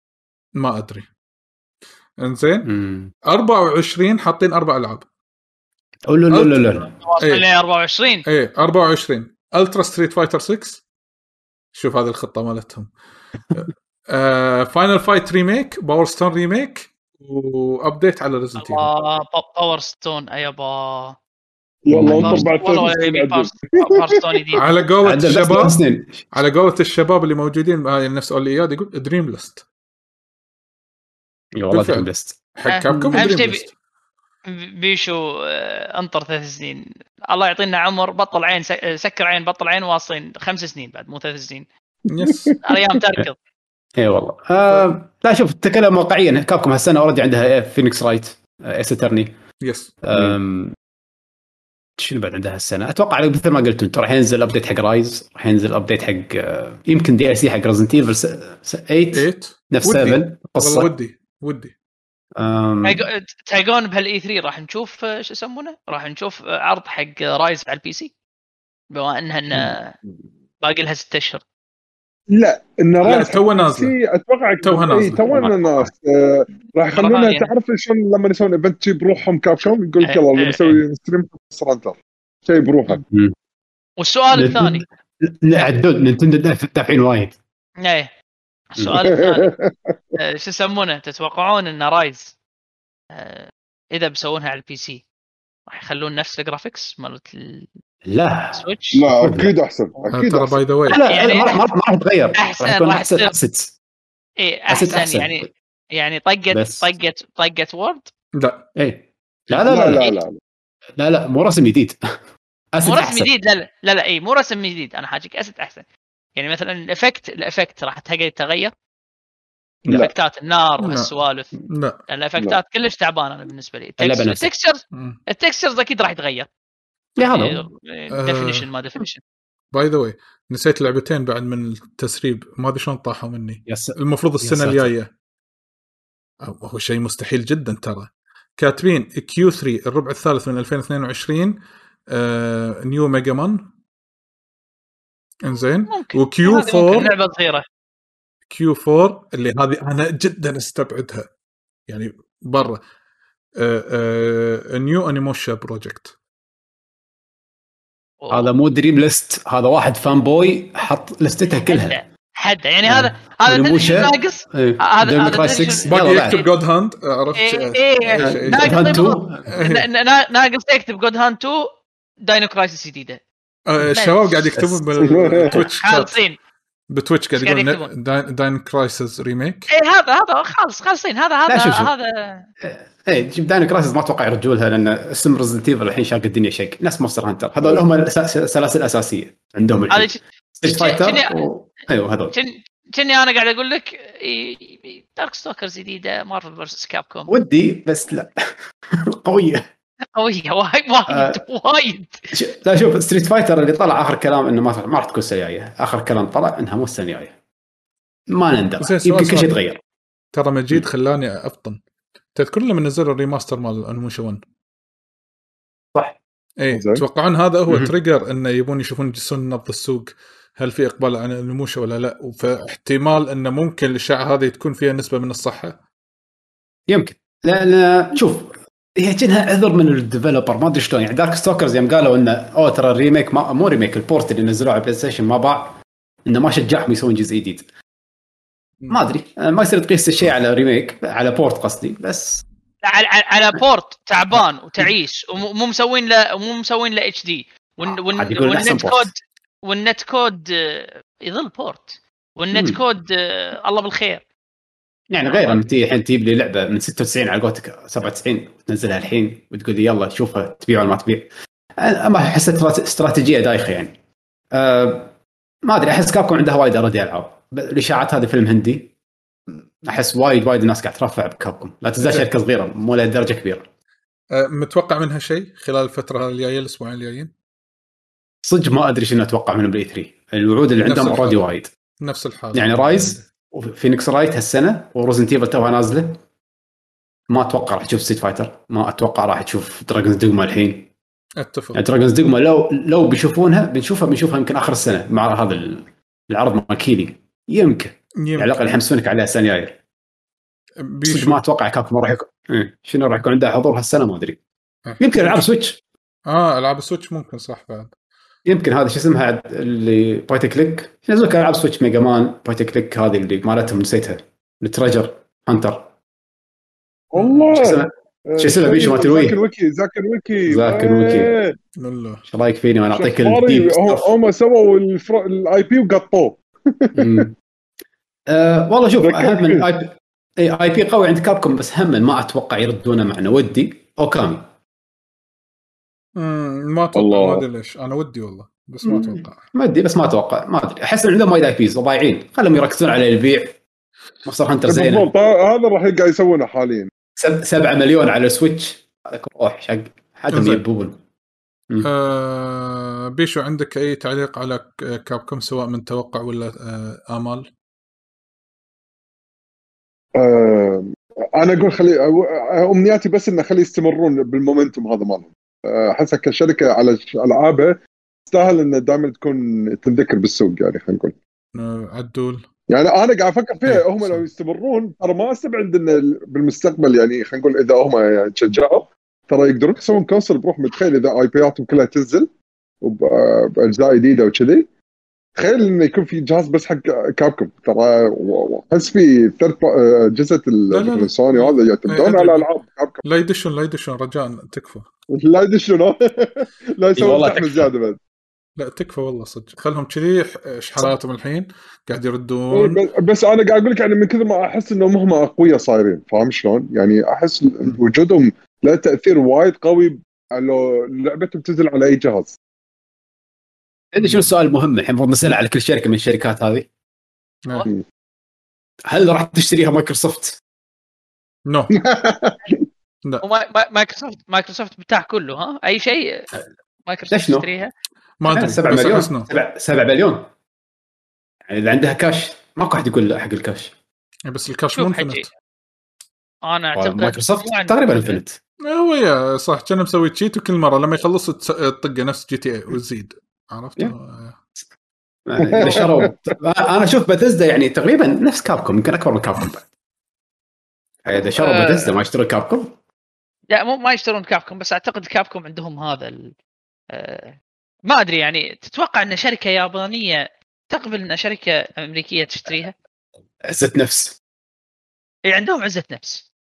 [SPEAKER 3] ما ادري انزين
[SPEAKER 2] امم
[SPEAKER 3] 24 حاطين اربع العاب
[SPEAKER 2] أو لا لا لا لا
[SPEAKER 5] واصل
[SPEAKER 3] إيه.
[SPEAKER 5] ل 24
[SPEAKER 3] ايه 24 الترا ستريت فايتر 6 شوف هذه الخطه مالتهم آه، فاينل فايت ريميك باور ستون ريميك وابديت على ريزنت ايفل
[SPEAKER 5] الله با- باور ستون ايابا
[SPEAKER 4] والله
[SPEAKER 5] باور
[SPEAKER 4] وانتم
[SPEAKER 5] ستون-
[SPEAKER 4] بعد
[SPEAKER 5] والله يعني
[SPEAKER 4] ثلاث سنين
[SPEAKER 5] يبي باور
[SPEAKER 4] عدل.
[SPEAKER 5] ستون- باور ستون آه، جديد
[SPEAKER 3] على قولة
[SPEAKER 2] عدل بس ثلاث
[SPEAKER 3] الشباب
[SPEAKER 2] سنين
[SPEAKER 3] على قولة الشباب اللي موجودين هاي نفس اولي اياد يقول دريم ليست
[SPEAKER 2] إي والله
[SPEAKER 3] بالفعل.
[SPEAKER 2] دريم ليست
[SPEAKER 3] حق
[SPEAKER 5] أه،
[SPEAKER 3] كابكم
[SPEAKER 5] أهم
[SPEAKER 3] دريم
[SPEAKER 5] شيء
[SPEAKER 3] ليست
[SPEAKER 5] بيشو آه، انطر ثلاث سنين الله يعطينا عمر بطل عين سك- آه، سكر عين بطل عين واصلين خمس سنين بعد مو ثلاث سنين
[SPEAKER 3] يس
[SPEAKER 5] الايام تركض
[SPEAKER 2] اي والله آه لا شوف تتكلم واقعيا كابكم هالسنه اوريدي عندها إيه، فينيكس رايت ايس اترني
[SPEAKER 3] يس
[SPEAKER 2] أم، شنو بعد عندها السنه؟ اتوقع على- مثل ما قلت انتم راح ينزل ابديت حق رايز راح ينزل ابديت حق آه، يمكن دي ال سي حق ريزنت ايفل 8
[SPEAKER 3] 8
[SPEAKER 2] نفس
[SPEAKER 3] إيه، ودي.
[SPEAKER 2] 7
[SPEAKER 3] والله
[SPEAKER 2] قصه
[SPEAKER 3] ودي ودي
[SPEAKER 2] أم،
[SPEAKER 5] تايجو- تايجون بهالاي 3 راح نشوف آه، شو يسمونه؟ راح نشوف آه، عرض حق رايز على البي سي بما انها إن- باقي لها ست اشهر
[SPEAKER 4] لا ان
[SPEAKER 3] لا
[SPEAKER 4] راس
[SPEAKER 3] توه نازله
[SPEAKER 4] في- اتوقع
[SPEAKER 3] توها نازلة.
[SPEAKER 4] توها ناس آه، راح
[SPEAKER 5] مرة
[SPEAKER 4] يخلونا
[SPEAKER 5] ثانية.
[SPEAKER 4] تعرف شلون لما يسوون ايفنت شي بروحهم كاب شوم يقول لك
[SPEAKER 5] إيه،
[SPEAKER 4] يلا
[SPEAKER 5] إيه،
[SPEAKER 4] لما نسوي ستريم سرندر شيء بروحه
[SPEAKER 5] والسؤال الثاني
[SPEAKER 2] لا عدود نينتندو دافع- دافعين وايد
[SPEAKER 5] ايه السؤال الثاني آه، شو يسمونه تتوقعون ان رايز آه، اذا بيسوونها على البي سي راح يخلون نفس الجرافيكس مالت
[SPEAKER 2] لا
[SPEAKER 5] السويتش
[SPEAKER 4] لا اكيد احسن اكيد
[SPEAKER 3] آه، ترى
[SPEAKER 4] احسن
[SPEAKER 3] باي ذا واي
[SPEAKER 2] لا لا
[SPEAKER 5] يعني-
[SPEAKER 2] ما راح ما راح- ما راح تتغير
[SPEAKER 5] أحسن،
[SPEAKER 2] راح يكون
[SPEAKER 5] راح
[SPEAKER 2] احسن
[SPEAKER 5] يصير.
[SPEAKER 2] اسيتس
[SPEAKER 5] ايه
[SPEAKER 2] أحسن-
[SPEAKER 5] احسن,
[SPEAKER 2] أحسن.
[SPEAKER 5] يعني يعني طقت
[SPEAKER 2] بس.
[SPEAKER 5] طقت طقت وورد
[SPEAKER 3] لا
[SPEAKER 2] اي إيه. لا لا لا لا
[SPEAKER 4] لا لا
[SPEAKER 2] لا, لا مو رسم جديد
[SPEAKER 5] مو
[SPEAKER 2] اسيتس
[SPEAKER 5] رسم
[SPEAKER 2] احسن
[SPEAKER 5] جديد لا لا لا, لا اي مو رسم جديد انا حاجيك اسد احسن يعني مثلا الافكت الافكت راح تقعد تغير
[SPEAKER 4] لا.
[SPEAKER 5] الافكتات النار
[SPEAKER 3] لا.
[SPEAKER 5] والسوالف
[SPEAKER 3] لا
[SPEAKER 5] الافكتات كلش تعبانه انا بالنسبه لي
[SPEAKER 2] اللعبة نفسها.
[SPEAKER 5] التكستشرز التكستشرز اكيد راح يتغير
[SPEAKER 2] لا
[SPEAKER 5] إيه،
[SPEAKER 2] هذا
[SPEAKER 5] ديفينيشن ما ديفينيشن
[SPEAKER 3] باي ذا واي نسيت لعبتين بعد من التسريب ما ادري شلون طاحوا مني
[SPEAKER 2] يس
[SPEAKER 3] المفروض السنه
[SPEAKER 2] ساتر.
[SPEAKER 3] الجايه أو- هو شيء مستحيل جدا ترى كاتبين كيو 3 الربع الثالث من 2022 آه، نيو ميجا مان انزين
[SPEAKER 5] ممكن
[SPEAKER 3] وكيو
[SPEAKER 5] هذه ممكن
[SPEAKER 3] 4
[SPEAKER 5] لعبه صغيره
[SPEAKER 3] كيو 4 اللي هذه انا جدا استبعدها يعني برا آه، نيو انيموشا بروجكت
[SPEAKER 2] هذا مو دريم ليست هذا واحد فان بوي حط لستته كلها
[SPEAKER 5] حتى حتى
[SPEAKER 2] يعني
[SPEAKER 5] يعني هذا هذا تدري شو
[SPEAKER 2] ونموشة.
[SPEAKER 5] ناقص
[SPEAKER 2] إيه.
[SPEAKER 5] آه، هذا-
[SPEAKER 2] ديفل
[SPEAKER 5] هذا
[SPEAKER 2] كراي
[SPEAKER 5] تدري شو-
[SPEAKER 2] 6
[SPEAKER 3] باقي
[SPEAKER 2] يلا
[SPEAKER 3] يكتب
[SPEAKER 2] بعد.
[SPEAKER 3] جود هاند عرفت آه،
[SPEAKER 5] إيه،
[SPEAKER 3] إيش-
[SPEAKER 5] إيه
[SPEAKER 3] إيش-
[SPEAKER 2] لا،
[SPEAKER 5] ناقص
[SPEAKER 2] God Hand 2.
[SPEAKER 5] يبغى- نا- نا- نا- ناقص يكتب جود هاند 2 داينو كرايسيس جديده
[SPEAKER 3] آه، الشباب قاعد يكتبون بالتويتش شات
[SPEAKER 5] خالصين
[SPEAKER 3] بالتويتش قاعد
[SPEAKER 5] إيش قاعد
[SPEAKER 3] يقولون
[SPEAKER 5] طيب. يكتبون؟
[SPEAKER 3] داين, داين كرايسز ريميك
[SPEAKER 5] اي إيه، هذا هذا خالص خالصين هذا
[SPEAKER 2] لا،
[SPEAKER 5] هذا
[SPEAKER 2] شوف، شوف.
[SPEAKER 5] هذا
[SPEAKER 2] اي جيب داينو كرايسز ما اتوقع يرجوا لها لان اسم ريزنت ايفل الحين شاق الدنيا شق نفس مونستر هانتر هذول هم الأساس- السلاسل الاساسيه عندهم
[SPEAKER 5] هذا
[SPEAKER 2] الحين
[SPEAKER 5] ش-
[SPEAKER 2] ستريت فايتر
[SPEAKER 5] شنو-
[SPEAKER 2] و- ايوه هذول
[SPEAKER 5] كن- كني انا قاعد اقول لك إي- إي- دارك ستوكرز جديده مارفل فيرسس كاب كوم
[SPEAKER 2] ودي بس لا قويه
[SPEAKER 5] قويه وايد وايد
[SPEAKER 2] آه.
[SPEAKER 5] وايد
[SPEAKER 2] ش- لا شوف ستريت فايتر اللي طلع اخر كلام انه ما ما راح تكون السنه الجايه اخر كلام طلع انها مو السنه الجايه ما نندم
[SPEAKER 3] زين، سؤال-
[SPEAKER 2] يمكن كل
[SPEAKER 3] سؤال.
[SPEAKER 2] شيء يتغير
[SPEAKER 3] ترى مجيد خلاني ابطن تذكر لما نزلوا الريماستر مال انموشا 1
[SPEAKER 2] صح.
[SPEAKER 3] اي
[SPEAKER 4] زين.
[SPEAKER 3] تتوقعون هذا هو
[SPEAKER 2] مهم.
[SPEAKER 3] تريجر انه يبون يشوفون يجلسون نبض السوق هل في اقبال على النموشه ولا لا فاحتمال ان ممكن الاشاعه هذه تكون فيها نسبه من الصحه
[SPEAKER 2] يمكن لان شوف هي كأنها عذر من الديفلوبر ما ادري شلون يعني دارك ستوكرز يوم قالوا انه اوه ترى الريميك ما مو ريميك البورت اللي نزلوه على بلاي ستيشن ما باع انه ما شجعهم يسوون جزء جديد ما ادري ما يصير تقيس الشيء على ريميك على بورت قصدي بس
[SPEAKER 5] على, على- على بورت تعبان وتعيس ومو مسوين له مو مسوين له اتش دي
[SPEAKER 2] آه، عاد يقولون أحسن
[SPEAKER 5] والنت
[SPEAKER 2] بورت.
[SPEAKER 5] كود والنت كود آه، يظل بورت والنت
[SPEAKER 2] مم.
[SPEAKER 5] كود آه، الله بالخير
[SPEAKER 2] يعني غير لما تيجي الحين تجيب لي لعبه من 96 على قولتك 97 وتنزلها الحين وتقول لي يلا شوفها تبيع ولا ما تبيع أنا ما احس استرات- استراتيجيه دايخه يعني أه ما ادري احس كابكم عندها وايد اراضي العاب ب- الاشاعات هذا فيلم هندي احس وايد وايد الناس قاعد ترفع بكابكم لا تزال شركه صغيره مو لدرجه كبيره
[SPEAKER 3] أه، متوقع منها شيء خلال الفتره الجايه الاسبوعين الجايين
[SPEAKER 2] صدق ما ادري شنو اتوقع من بلاي 3 E الوعود اللي
[SPEAKER 3] نفس
[SPEAKER 2] عندهم
[SPEAKER 3] الحال.
[SPEAKER 2] اوريدي وايد
[SPEAKER 3] نفس الحال
[SPEAKER 2] يعني رايز وفينيكس رايت هالسنه ورزنت ايفل توها نازله ما اتوقع راح تشوف ستيت فايتر ما اتوقع راح تشوف دراجونز دوما الحين
[SPEAKER 3] اتفق
[SPEAKER 2] يعني دراجونز دوما لو لو بيشوفونها بنشوفها بنشوفها يمكن اخر السنه مع هذا ال- العرض مال كيلي يمكن
[SPEAKER 3] يمكن.
[SPEAKER 2] على الاقل يحمسونك عليها السنه الجايه صدق
[SPEAKER 3] بيشو-
[SPEAKER 2] ما اتوقع كابكم راح يكون إيه. شنو راح يكون عندها حضور هالسنه ما ادري
[SPEAKER 3] أه.
[SPEAKER 2] يمكن العاب سويتش
[SPEAKER 3] اه العاب السويتش ممكن صح بعد
[SPEAKER 2] يمكن هذا شو اسمها عاد اللي بايت كليك ينزلوا لك العاب سويتش ميجا مان بايت كليك هذه اللي مالتهم نسيتها التريجر هانتر شو
[SPEAKER 4] والله
[SPEAKER 2] اسمها؟
[SPEAKER 4] إيه،
[SPEAKER 2] شو اسمه بيشو مالت الوي؟
[SPEAKER 4] زاكر ويكي زاكر ويكي
[SPEAKER 2] زاكر ويكي.
[SPEAKER 4] إيه.
[SPEAKER 3] لله
[SPEAKER 2] ايش رايك فيني وانا اعطيك
[SPEAKER 4] شو أخباري؟
[SPEAKER 2] الديب
[SPEAKER 4] هم
[SPEAKER 2] stuff.
[SPEAKER 4] هم سووا الفر- الاي بي وقطوه
[SPEAKER 2] أمم. أه والله شوف
[SPEAKER 4] ذكرت
[SPEAKER 2] هم
[SPEAKER 4] فيه.
[SPEAKER 2] اي بي اي اي بي قوي عند كابكم بس هم ما اتوقع يردونه معنا ودي اوكامي
[SPEAKER 3] مم، ما اتوقع
[SPEAKER 4] الله.
[SPEAKER 3] ما ادري ليش انا ودي والله بس ما
[SPEAKER 2] مم.
[SPEAKER 3] اتوقع
[SPEAKER 2] ما ادري بس ما اتوقع ما ادري احس ان عندهم وايد اي بيز وضايعين خلهم يركزون على البيع مصر هانتر زينه
[SPEAKER 4] إيه، بالضبط هذا اللي راح قاعد يسوونه حاليا
[SPEAKER 2] 7 مليون على سويتش هذا روح حق حد
[SPEAKER 3] زين.
[SPEAKER 2] يبون
[SPEAKER 3] آه بيشو عندك اي تعليق على كابكم سواء من توقع ولا آه امال
[SPEAKER 4] آه، انا اقول خلي آه، امنياتي بس انه خلي يستمرون بالمومنتوم هذا مالهم آه، احسها كشركه على ش- العابها تستاهل انه دائما تكون تنذكر بالسوق يعني خلينا نقول
[SPEAKER 3] آه عدول
[SPEAKER 4] يعني انا قاعد افكر فيها
[SPEAKER 3] إيه،
[SPEAKER 4] هم
[SPEAKER 3] صح.
[SPEAKER 4] لو يستمرون ترى ما استبعد ان ال- بالمستقبل يعني خلينا نقول اذا هم يعني تشجعوا ترى يقدرون يسوون كونسل بروحهم تخيل اذا اي بياتهم كلها تنزل وب- باجزاء جديده وكذي تخيل انه يكون في جهاز بس حق كابكم ترى و- و- احس في ثيرد جزء
[SPEAKER 3] لا، لا.
[SPEAKER 4] سوني وهذا يعتمدون
[SPEAKER 3] إيه،
[SPEAKER 4] يعني على
[SPEAKER 3] أدري.
[SPEAKER 4] العاب كابكم
[SPEAKER 3] لا يدشون لا يدشون رجاء تكفى
[SPEAKER 4] لا يدشون لا يسوون
[SPEAKER 2] والله
[SPEAKER 4] زحمه
[SPEAKER 2] تكفى.
[SPEAKER 4] زياده بعد
[SPEAKER 3] لا تكفى والله صدق خلهم كذي ايش حالاتهم الحين قاعد
[SPEAKER 4] إيه،
[SPEAKER 3] يردون
[SPEAKER 4] ب- بس انا قاعد اقول لك يعني من كثر ما احس انهم هم اقوياء صايرين فاهم شلون؟ يعني احس ال- وجودهم له تاثير وايد قوي لو لعبتهم تنزل على اي جهاز.
[SPEAKER 2] عندي شنو السؤال المهم الحين المفروض نساله على كل شركه من الشركات هذه
[SPEAKER 3] نعم.
[SPEAKER 2] هل راح تشتريها مايكروسوفت؟
[SPEAKER 3] نو
[SPEAKER 4] يعني
[SPEAKER 5] وما- ما- مايكروسوفت مايكروسوفت بتاع كله ها اي شيء آه،
[SPEAKER 2] أه،
[SPEAKER 5] مايكروسوفت
[SPEAKER 2] ليش no؟
[SPEAKER 5] تشتريها
[SPEAKER 3] ما ادري
[SPEAKER 2] 7
[SPEAKER 3] بس
[SPEAKER 2] مليون
[SPEAKER 3] أحس نو.
[SPEAKER 2] 7 7 مليون يعني اذا عندها كاش ماكو احد يقول لا حق الكاش
[SPEAKER 3] إيه، بس الكاش مو
[SPEAKER 5] شوف حجي
[SPEAKER 3] انفنت
[SPEAKER 5] انا اعتقد
[SPEAKER 2] آه، مايكروسوفت
[SPEAKER 5] يعني-
[SPEAKER 2] تقريبا انفنت
[SPEAKER 3] آه، هو يا صح كان مسوي تشيت وكل مره لما يخلص تس- تطقه نفس جي تي اي وتزيد عرفت؟
[SPEAKER 2] Yeah.
[SPEAKER 3] آه.
[SPEAKER 2] يعني نشروا انا اشوف باتزدا يعني تقريبا نفس كابكم يمكن اكبر من كابكم بعد يعني اذا شروا
[SPEAKER 5] آه.
[SPEAKER 2] باتزدا ما يشتروا كابكم
[SPEAKER 5] لا مو ما يشترون كابكم بس اعتقد كابكم عندهم هذا ال... آه، ما ادري يعني تتوقع ان شركه يابانيه تقبل ان شركه امريكيه تشتريها؟
[SPEAKER 2] عزه نفس إيه،
[SPEAKER 5] إي، عندهم عزه نفس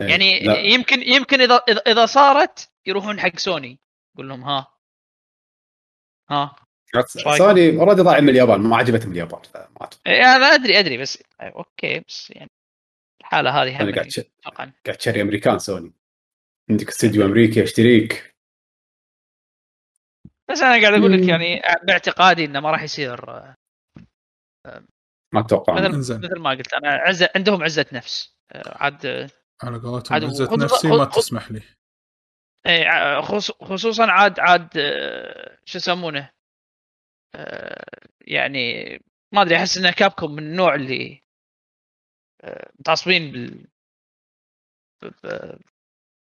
[SPEAKER 5] يعني
[SPEAKER 2] لا.
[SPEAKER 5] يمكن يمكن اذا إذا- اذا صارت يروحون حق سوني يقول لهم ها ها
[SPEAKER 2] سوني اوريدي ضايع من اليابان ما عجبتهم اليابان فما أتوقع.
[SPEAKER 5] إي، انا ادري ادري بس اوكي بس يعني الحاله هذه يعني، هم
[SPEAKER 2] انا قاعد ش-
[SPEAKER 5] طبعا
[SPEAKER 2] قاعد شاري امريكان سوني عندك استديو امريكي اشتريك
[SPEAKER 5] بس انا قاعد اقول لك
[SPEAKER 2] مم.
[SPEAKER 5] يعني باعتقادي انه ما راح يصير آه،
[SPEAKER 2] ما اتوقع
[SPEAKER 5] مثل
[SPEAKER 3] انزين
[SPEAKER 5] مثل ما قلت انا عزه عندهم عزه نفس آه، عاد آه،
[SPEAKER 3] على
[SPEAKER 5] عاد
[SPEAKER 3] قولتهم عزت
[SPEAKER 5] خذ-
[SPEAKER 3] نفسي
[SPEAKER 5] خذ-
[SPEAKER 3] ما
[SPEAKER 5] خذ-
[SPEAKER 3] تسمح لي
[SPEAKER 5] إيه، ع- خصو- خصوصا عاد عاد آه، شو يسمونه آه، يعني ما ادري احس ان كابكم من النوع اللي آه، متعصبين بال ب- يعني.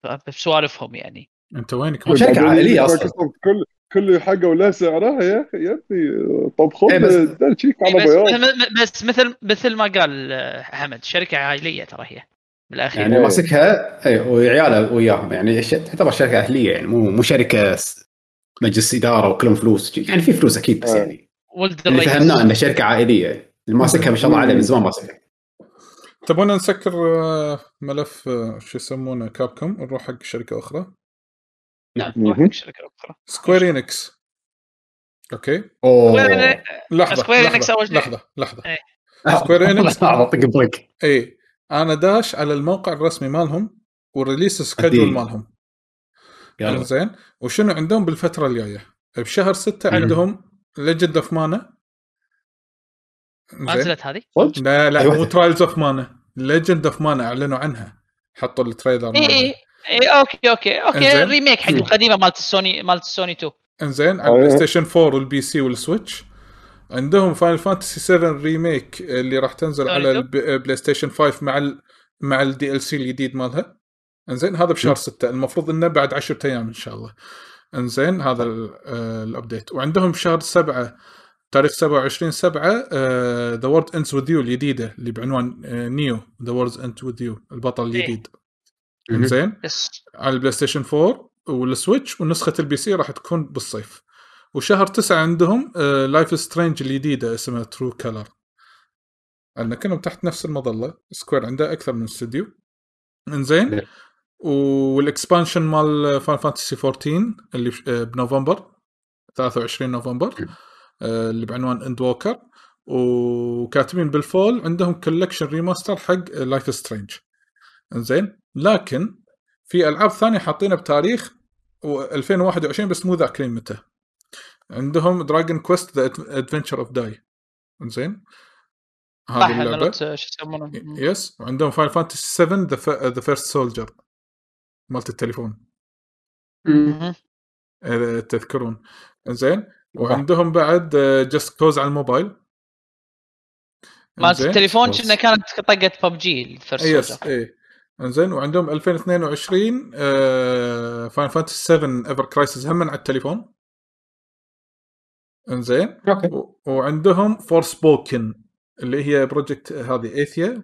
[SPEAKER 5] ب- ب- بسوالفهم يعني
[SPEAKER 3] انت وينك؟
[SPEAKER 2] شركة عائلية أصلاً.
[SPEAKER 4] مايكروسوفت كل كله حقه ولا سعره يا اخي يا ابني طبخون
[SPEAKER 2] إيه بس-
[SPEAKER 4] شيك على
[SPEAKER 5] بس,
[SPEAKER 4] بياض
[SPEAKER 5] م- بس مثل مثل ما قال آه، حمد شركه عائليه ترى هي بالاخير
[SPEAKER 2] يعني
[SPEAKER 4] إيه.
[SPEAKER 2] ماسكها اي وعياله وياهم يعني ش- تعتبر شركه اهليه يعني مو مو شركه س- مجلس اداره وكلهم فلوس يعني في فلوس اكيد بس
[SPEAKER 4] إيه.
[SPEAKER 2] يعني
[SPEAKER 5] ولد
[SPEAKER 2] اللي
[SPEAKER 5] الرئيس
[SPEAKER 2] فهمناه انه شركه عائليه اللي ماسكها ما شاء الله عليه من زمان ماسكها
[SPEAKER 3] تبون نسكر آه، ملف آه، شو يسمونه كابكم نروح حق شركه اخرى
[SPEAKER 5] نعم
[SPEAKER 4] مهم.
[SPEAKER 5] روح حق شركه اخرى
[SPEAKER 3] سكوير انكس اوكي
[SPEAKER 2] اوه
[SPEAKER 3] لحظه
[SPEAKER 5] Square Enix
[SPEAKER 3] لحظة،
[SPEAKER 5] أول شيء.
[SPEAKER 3] لحظه لحظه
[SPEAKER 5] إيه.
[SPEAKER 3] Square Enix.
[SPEAKER 2] اعطيك بريك
[SPEAKER 3] اي انا داش على الموقع الرسمي مالهم والريليس سكجول
[SPEAKER 2] أكيد.
[SPEAKER 3] مالهم
[SPEAKER 2] يلا.
[SPEAKER 3] زين وشنو عندهم بالفتره الجايه بشهر ستة
[SPEAKER 2] مم.
[SPEAKER 3] عندهم ليجند اوف مانا زين
[SPEAKER 5] نزلت هذه
[SPEAKER 2] صدق؟
[SPEAKER 3] لا لا
[SPEAKER 2] أيوة.
[SPEAKER 3] مو ترايلز اوف مانا ليجند اوف مانا اعلنوا عنها حطوا التريلر
[SPEAKER 5] اي
[SPEAKER 3] مالها.
[SPEAKER 5] اي اي اوكي اوكي اوكي
[SPEAKER 3] إنزين.
[SPEAKER 5] إيه، ريميك حق
[SPEAKER 2] مم.
[SPEAKER 5] القديمه مالت السوني مالت السوني 2
[SPEAKER 3] انزين على
[SPEAKER 4] أيوة.
[SPEAKER 3] البلاي ستيشن 4 والبي سي والسويتش عندهم فاينل فانتسي 7 ريميك اللي راح تنزل
[SPEAKER 5] سوري
[SPEAKER 3] على
[SPEAKER 5] شو؟
[SPEAKER 3] الب- البلاي ستيشن 5 مع ال مع الدي ال سي الجديد مالها انزين هذا بشهر
[SPEAKER 2] مم.
[SPEAKER 3] 6 المفروض انه بعد 10 ايام ان شاء الله انزين هذا ال- آه، الابديت وعندهم بشهر 7 تاريخ 27 7 ذا وورد اندز وذ يو الجديده اللي بعنوان آه، نيو ذا وورد اندز وذ يو البطل
[SPEAKER 5] إيه.
[SPEAKER 3] الجديد
[SPEAKER 2] مم.
[SPEAKER 3] انزين
[SPEAKER 5] بس
[SPEAKER 3] على البلاي ستيشن 4 والسويتش ونسخه البي سي راح تكون بالصيف وشهر تسعة عندهم آه، لايف سترينج الجديده اسمها ترو كلر لان كلهم تحت نفس المظله سكوير عنده اكثر من استوديو انزين
[SPEAKER 2] نعم.
[SPEAKER 3] والاكسبانشن مال فان فانتسي 14 اللي بش- آه، بنوفمبر 23 نوفمبر آه، اللي بعنوان اند ووكر وكاتبين بالفول عندهم كولكشن ريماستر حق لايف سترينج انزين لكن في العاب ثانيه حاطينها بتاريخ و- 2021 بس مو ذاكرين متى عندهم دراجون كويست ذا ادفنتشر اوف داي انزين
[SPEAKER 5] صح
[SPEAKER 3] هذه اللعبه
[SPEAKER 5] مالت شو يسمونه مم.
[SPEAKER 3] يس وعندهم فاين فانتسي 7 ذا فيرست سولجر مالت التليفون
[SPEAKER 5] مم.
[SPEAKER 3] اذا تذكرون زين وعندهم بعد جاست كوز على الموبايل
[SPEAKER 5] مالت
[SPEAKER 3] إنزين.
[SPEAKER 5] التلفون
[SPEAKER 2] خلاص.
[SPEAKER 5] كنا كانت طقه ببجي الفيرست
[SPEAKER 3] يس اي انزين وعندهم 2022 فاين فانتسي 7 ايفر كرايسس هم على التليفون انزين
[SPEAKER 2] اوكي
[SPEAKER 3] و- وعندهم فور سبوكن اللي هي بروجكت هذه ايثيا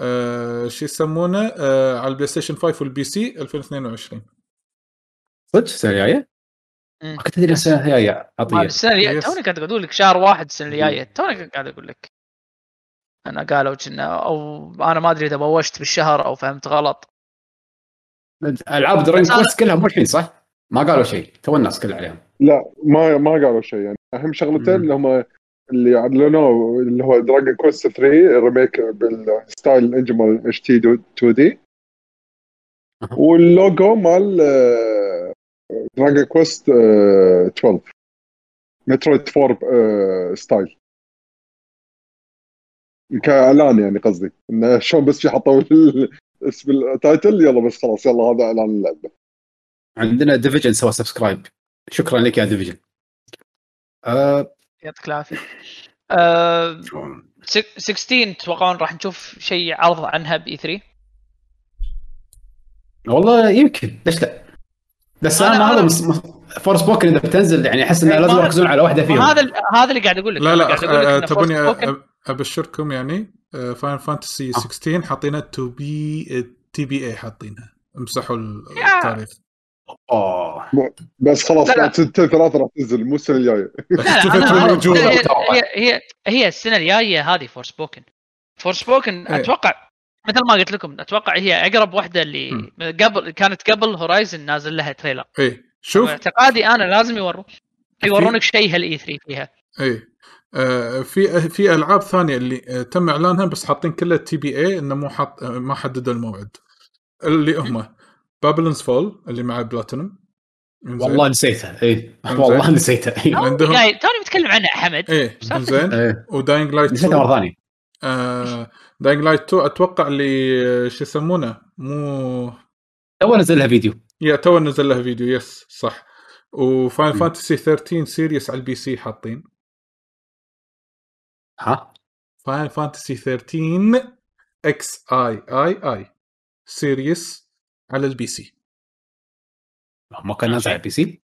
[SPEAKER 3] آه شو يسمونه آه على البلاي ستيشن 5 والبي سي 2022
[SPEAKER 2] صدق السنه الجايه؟
[SPEAKER 5] مم.
[SPEAKER 2] ما كنت ادري السنه الجايه عطيه
[SPEAKER 5] السنه الجايه
[SPEAKER 3] يس.
[SPEAKER 5] توني قاعد اقول لك شهر واحد السنه الجايه توني قاعد اقول لك انا قالوا كنا او انا ما ادري اذا بوشت بالشهر او فهمت غلط
[SPEAKER 2] العاب درين
[SPEAKER 5] بس أنا-
[SPEAKER 2] كويست كلها مو الحين صح؟ ما قالوا شيء تو الناس كلها عليهم
[SPEAKER 4] لا ما ما قالوا شيء يعني اهم شغلتين
[SPEAKER 2] مم.
[SPEAKER 4] اللي هم اللي اعلنوه اللي هو دراجون كويست 3 ريميك بالستايل الاجمل اتش تي 2 دي
[SPEAKER 2] أها.
[SPEAKER 4] واللوجو مال آه، دراجون كويست 12 مترويد 4 آه، ستايل كاعلان يعني قصدي انه شلون بس في حطوا ال- اسم التايتل يلا بس خلاص يلا هذا اعلان اللعبه
[SPEAKER 2] عندنا ديفيجن سوى سبسكرايب شكرا لك يا ديفيجن أه
[SPEAKER 5] يعطيك العافيه أه، سك- 16 تتوقعون راح نشوف شيء عرض عنها باي 3
[SPEAKER 2] والله يمكن ليش لا بس انا
[SPEAKER 5] أنا-
[SPEAKER 2] ما
[SPEAKER 5] أنا-
[SPEAKER 2] هذا فور سبوكن اذا بتنزل يعني احس انه
[SPEAKER 5] إيه،
[SPEAKER 2] لازم
[SPEAKER 5] ما-
[SPEAKER 2] يركزون على واحده فيهم
[SPEAKER 5] هذا ال- هذا اللي قاعد اقول لك
[SPEAKER 3] لا
[SPEAKER 5] أنا
[SPEAKER 3] لا
[SPEAKER 5] قاعد أقول لك
[SPEAKER 3] آه،
[SPEAKER 5] إن
[SPEAKER 3] تبوني
[SPEAKER 5] Forspoken- آه.
[SPEAKER 3] أ- أ- ابشركم يعني فاين فانتسي 16 حاطينها آه، تو بي تي بي اي حاطينها مسحوا ال-
[SPEAKER 5] يا.
[SPEAKER 3] التاريخ
[SPEAKER 2] أوه.
[SPEAKER 4] بس خلاص
[SPEAKER 5] لا، لا.
[SPEAKER 4] بعد سنتين ثلاثه راح تنزل مو السنه الجايه
[SPEAKER 5] لا لا أنا-
[SPEAKER 3] تفترون
[SPEAKER 5] أنا-
[SPEAKER 3] الوجوه.
[SPEAKER 5] هي- هي هي هي السنه الجايه هذه فور سبوكن فور سبوكن
[SPEAKER 3] إيه.
[SPEAKER 5] اتوقع مثل ما قلت لكم اتوقع هي اقرب واحده اللي قبل كانت قبل هورايزن نازل لها تريلر
[SPEAKER 3] اي إيه، شوف
[SPEAKER 5] اعتقادي انا لازم يورون يورونك شيء هالاي 3 فيها
[SPEAKER 3] اي آه، في في العاب ثانيه اللي آه، تم اعلانها بس حاطين كلها تي بي اي انه مو حط آه، ما حددوا الموعد اللي هم بابلونز فول اللي مع بلاتينوم إنزين.
[SPEAKER 2] والله نسيته اي والله نسيته إيه.
[SPEAKER 3] عندهم-
[SPEAKER 5] قاعد- يعني توني بتكلم عنها حمد
[SPEAKER 3] ايه انزين
[SPEAKER 2] إيه.
[SPEAKER 3] وداينج لايت
[SPEAKER 2] نسيته مره ثانيه
[SPEAKER 3] آه، داينج لايت 2 اتوقع اللي آه، شو يسمونه مو
[SPEAKER 2] تو نزل لها فيديو
[SPEAKER 3] يا تو نزل له فيديو يس صح وفاين
[SPEAKER 2] مم.
[SPEAKER 3] فانتسي 13 سيريس على البي سي حاطين
[SPEAKER 2] ها
[SPEAKER 3] فاين فانتسي 13 اكس اي اي اي سيريس على البي سي
[SPEAKER 2] ما كان نازل على البي سي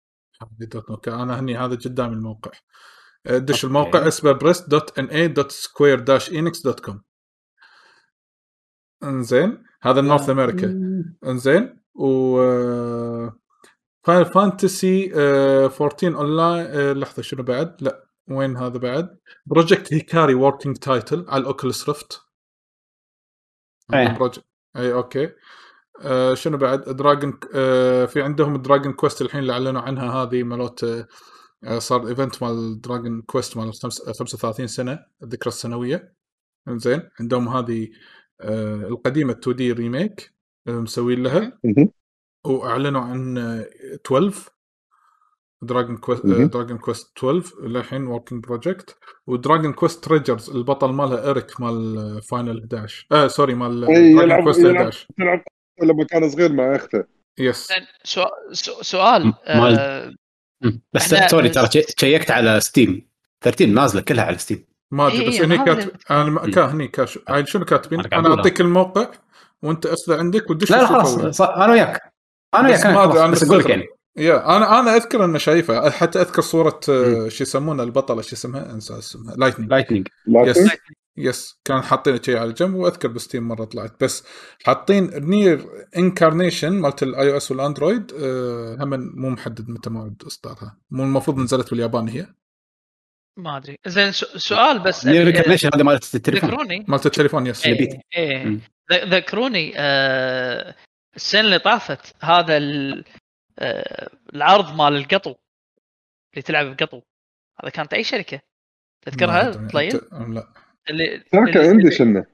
[SPEAKER 3] دوت نوكا انا هني هذا قدام الموقع أه، دش الموقع اسمه بريست دوت ان اي دوت سكوير داش انكس دوت كوم انزين هذا نورث امريكا انزين و آه، فاينل فانتسي آه، 14 اونلاين لحظه آه، شنو بعد لا وين هذا بعد بروجكت هيكاري وركينج تايتل على الاوكلس ريفت
[SPEAKER 2] إيه.
[SPEAKER 3] بروجكت اي اوكي آه شنو بعد دراجون آه في عندهم دراجون كويست الحين اللي اعلنوا عنها هذه مالوت آه، آه صار ايفنت مال دراجون كويست مال الخمس- 35 سنه الذكرى السنويه زين عندهم هذه آه القديمه 2 دي ريميك آه، مسوين لها
[SPEAKER 4] مهم.
[SPEAKER 3] واعلنوا عن آه، 12 دراجون كويست
[SPEAKER 4] مهم.
[SPEAKER 3] دراجون كويست 12 للحين وركينج بروجكت ودراجون كويست تريجرز البطل مالها اريك مال آه، فاينل 11 اه سوري مال
[SPEAKER 4] إي،
[SPEAKER 3] دراجون
[SPEAKER 4] إيه، يلعب-
[SPEAKER 3] كويست
[SPEAKER 4] يلعب.
[SPEAKER 3] 11
[SPEAKER 4] تلعب لما كان صغير مع اخته
[SPEAKER 3] يس
[SPEAKER 5] إيه، سؤال- سؤ- سؤال
[SPEAKER 2] مال-
[SPEAKER 5] آه،
[SPEAKER 2] بس
[SPEAKER 5] إحنا-
[SPEAKER 2] سوري ترى شيكت على ستيم 13 نازله كلها على ستيم
[SPEAKER 3] ما ادري
[SPEAKER 5] إي،
[SPEAKER 3] بس هني
[SPEAKER 5] أنا هذا اللي
[SPEAKER 3] كاتب انا ما- كا هني كاش عاد شنو كاتبين؟
[SPEAKER 2] إيه. أنا قاعد
[SPEAKER 3] انا
[SPEAKER 2] أقول
[SPEAKER 3] اعطيك الموقع وانت اخذه عندك ودش
[SPEAKER 2] لا لا
[SPEAKER 3] وشوفه
[SPEAKER 2] خلاص
[SPEAKER 3] وين.
[SPEAKER 2] ص- انا وياك انا
[SPEAKER 3] بس
[SPEAKER 2] وياك أنا
[SPEAKER 3] ما أدري،
[SPEAKER 2] خلاص
[SPEAKER 3] أنا
[SPEAKER 2] بس اقول لك
[SPEAKER 3] مستغرب.
[SPEAKER 2] يعني
[SPEAKER 3] يا انا انا اذكر انه شايفه حتى اذكر صوره
[SPEAKER 2] إيه.
[SPEAKER 3] آه، شو يسمونه البطله شو اسمها انسى اسمها لايتنينج
[SPEAKER 2] لايتنينج
[SPEAKER 4] لكن
[SPEAKER 3] يس يس كان حاطين شيء على جنب واذكر بستيم مره طلعت بس حاطين نير انكارنيشن مالت الاي او اس والاندرويد آه، هم مو محدد متى موعد اصدارها مو المفروض نزلت باليابان هي
[SPEAKER 5] ما ادري زين سو- سؤال بس
[SPEAKER 2] نيو
[SPEAKER 5] أبي-
[SPEAKER 2] ريكوجنيشن هذا مال التليفون
[SPEAKER 5] ذكروني
[SPEAKER 3] مالت التليفون يس
[SPEAKER 2] إيه.
[SPEAKER 5] إيه،
[SPEAKER 2] البيت.
[SPEAKER 5] إيه.
[SPEAKER 2] مم.
[SPEAKER 5] ذ- ذكروني آه، السنه اللي طافت هذا ال- آه، العرض مال القطو اللي تلعب بقطو هذا كانت اي شركه
[SPEAKER 3] ما
[SPEAKER 5] تذكرها
[SPEAKER 3] أدري.
[SPEAKER 5] طليل
[SPEAKER 3] أنت- لا
[SPEAKER 5] اللي
[SPEAKER 4] ذاك
[SPEAKER 5] اللي-
[SPEAKER 4] عندي شنه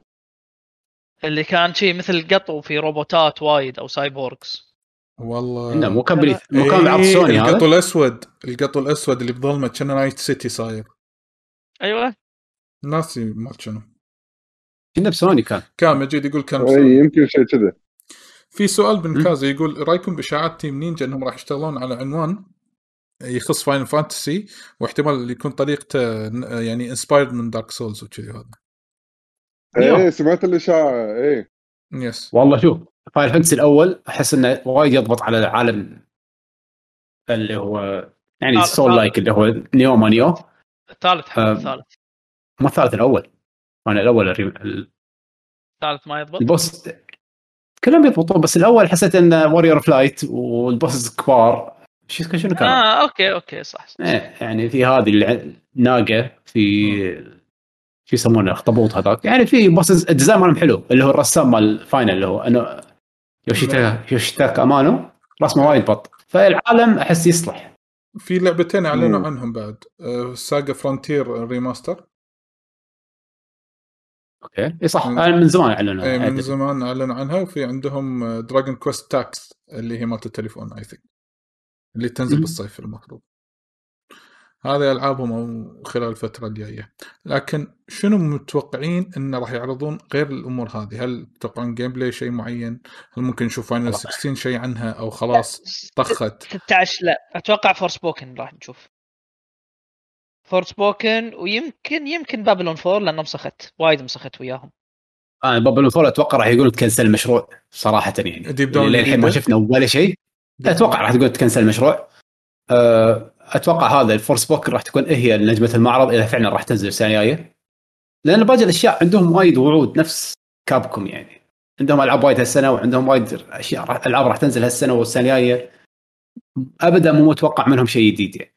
[SPEAKER 5] اللي كان شيء مثل قطو في روبوتات وايد او سايبورغز
[SPEAKER 3] والله
[SPEAKER 2] لا مو كان بلي- مو كان
[SPEAKER 3] آه. إيه،
[SPEAKER 2] بعرض سوني
[SPEAKER 3] القطو
[SPEAKER 2] هذا
[SPEAKER 3] الاسود القطو الاسود اللي بظلمه كان نايت سيتي صاير
[SPEAKER 5] ايوه
[SPEAKER 3] ناسي ما شنو
[SPEAKER 2] كنا بسوني كان
[SPEAKER 3] كان مجيد يقول كان
[SPEAKER 4] اي
[SPEAKER 3] بسوني.
[SPEAKER 4] إيه، يمكن شيء كذا
[SPEAKER 3] في سؤال بن كازي يقول رايكم باشاعات تيم نينجا انهم راح يشتغلون على عنوان يخص فاين فانتسي واحتمال يكون طريقته ن- يعني انسبايرد من دارك سولز وكذي هذا
[SPEAKER 2] يوه.
[SPEAKER 4] اي إيه، سمعت إيه، الاشاعه اي
[SPEAKER 3] يس
[SPEAKER 2] والله شوف فاير فانتسي الاول احس انه وايد يضبط على العالم اللي هو يعني
[SPEAKER 5] آه،
[SPEAKER 2] السول
[SPEAKER 5] آه.
[SPEAKER 2] لايك اللي هو نيو ما نيو
[SPEAKER 5] الثالث حق
[SPEAKER 2] آه.
[SPEAKER 5] الثالث
[SPEAKER 2] ما الثالث الاول انا الاول الريم-
[SPEAKER 5] الثالث ما يضبط
[SPEAKER 2] البوس كلهم يضبطون بس الاول حسيت ان واريور فلايت والبوس كبار شو اسمه- شنو كان؟
[SPEAKER 5] اه اوكي اوكي صح, صح.
[SPEAKER 2] ايه يعني في هذه اللي ناقه في شو يسمونه اخطبوط هذاك يعني في بوسز الديزاين مالهم حلو اللي هو الرسام مال فاينل اللي هو انه يوشيتاكا يوشيتاكا امانو رسمه وايد بط فالعالم احس يصلح
[SPEAKER 3] في لعبتين
[SPEAKER 4] مم.
[SPEAKER 3] اعلنوا عنهم بعد آه، ساجا فرونتير ريماستر
[SPEAKER 2] اوكي اي صح
[SPEAKER 3] مم.
[SPEAKER 2] أنا من زمان اعلنوا
[SPEAKER 3] اي إيه، من
[SPEAKER 2] عادي.
[SPEAKER 3] زمان اعلنوا عنها وفي عندهم آه، دراجون كويست تاكس اللي هي مالت التليفون اي ثينك اللي تنزل
[SPEAKER 2] مم.
[SPEAKER 3] بالصيف المفروض هذه العابهم أو خلال الفتره الجايه لكن شنو متوقعين انه راح يعرضون غير الامور هذه هل تتوقعون جيم بلاي شيء معين هل ممكن نشوف فاينل 16 شيء عنها او خلاص طخت
[SPEAKER 5] 16 لا اتوقع فور سبوكن راح نشوف فور سبوكن ويمكن يمكن بابلون فور لانه مسخت وايد مسخت وياهم
[SPEAKER 2] انا بابل فول اتوقع راح يقولون تكنسل المشروع صراحه يعني
[SPEAKER 3] Deep down
[SPEAKER 2] للحين ما
[SPEAKER 3] جديدة.
[SPEAKER 2] شفنا ولا شيء اتوقع راح تقول تكنسل المشروع أه، اتوقع هذا الفورس بوك راح تكون إيه هي نجمه المعرض اذا فعلا راح تنزل السنه الجايه لان باقي الاشياء عندهم وايد وعود نفس كابكم يعني عندهم العاب وايد هالسنه وعندهم وايد اشياء راح- العاب راح تنزل هالسنه والسنه الجايه ابدا مو متوقع منهم شيء جديد يعني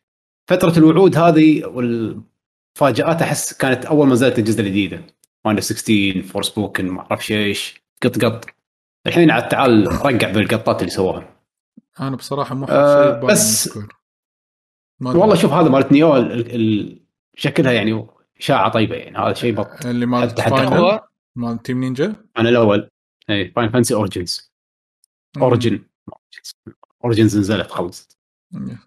[SPEAKER 2] فتره الوعود هذه والمفاجات احس كانت اول ما نزلت الجزء الجديده فاينل 16 فور سبوكن ما اعرف ايش قط قط الحين عاد تعال رقع بالقطات اللي سووها
[SPEAKER 3] انا بصراحه مو حاط
[SPEAKER 2] آه،
[SPEAKER 3] شيء ببالي
[SPEAKER 2] بس-
[SPEAKER 3] من Square. ما أدري.
[SPEAKER 2] والله شوف هذا مالت نيو ال- ال- شكلها يعني شاعه طيبه يعني هذا شيء بط
[SPEAKER 3] اللي مالت
[SPEAKER 2] حتى- حتى
[SPEAKER 3] فاينل
[SPEAKER 5] هو
[SPEAKER 3] مال تيم نينجا
[SPEAKER 2] انا الاول اي فاين فانسي اورجنز اورجن اورجنز نزلت خلصت
[SPEAKER 3] مم.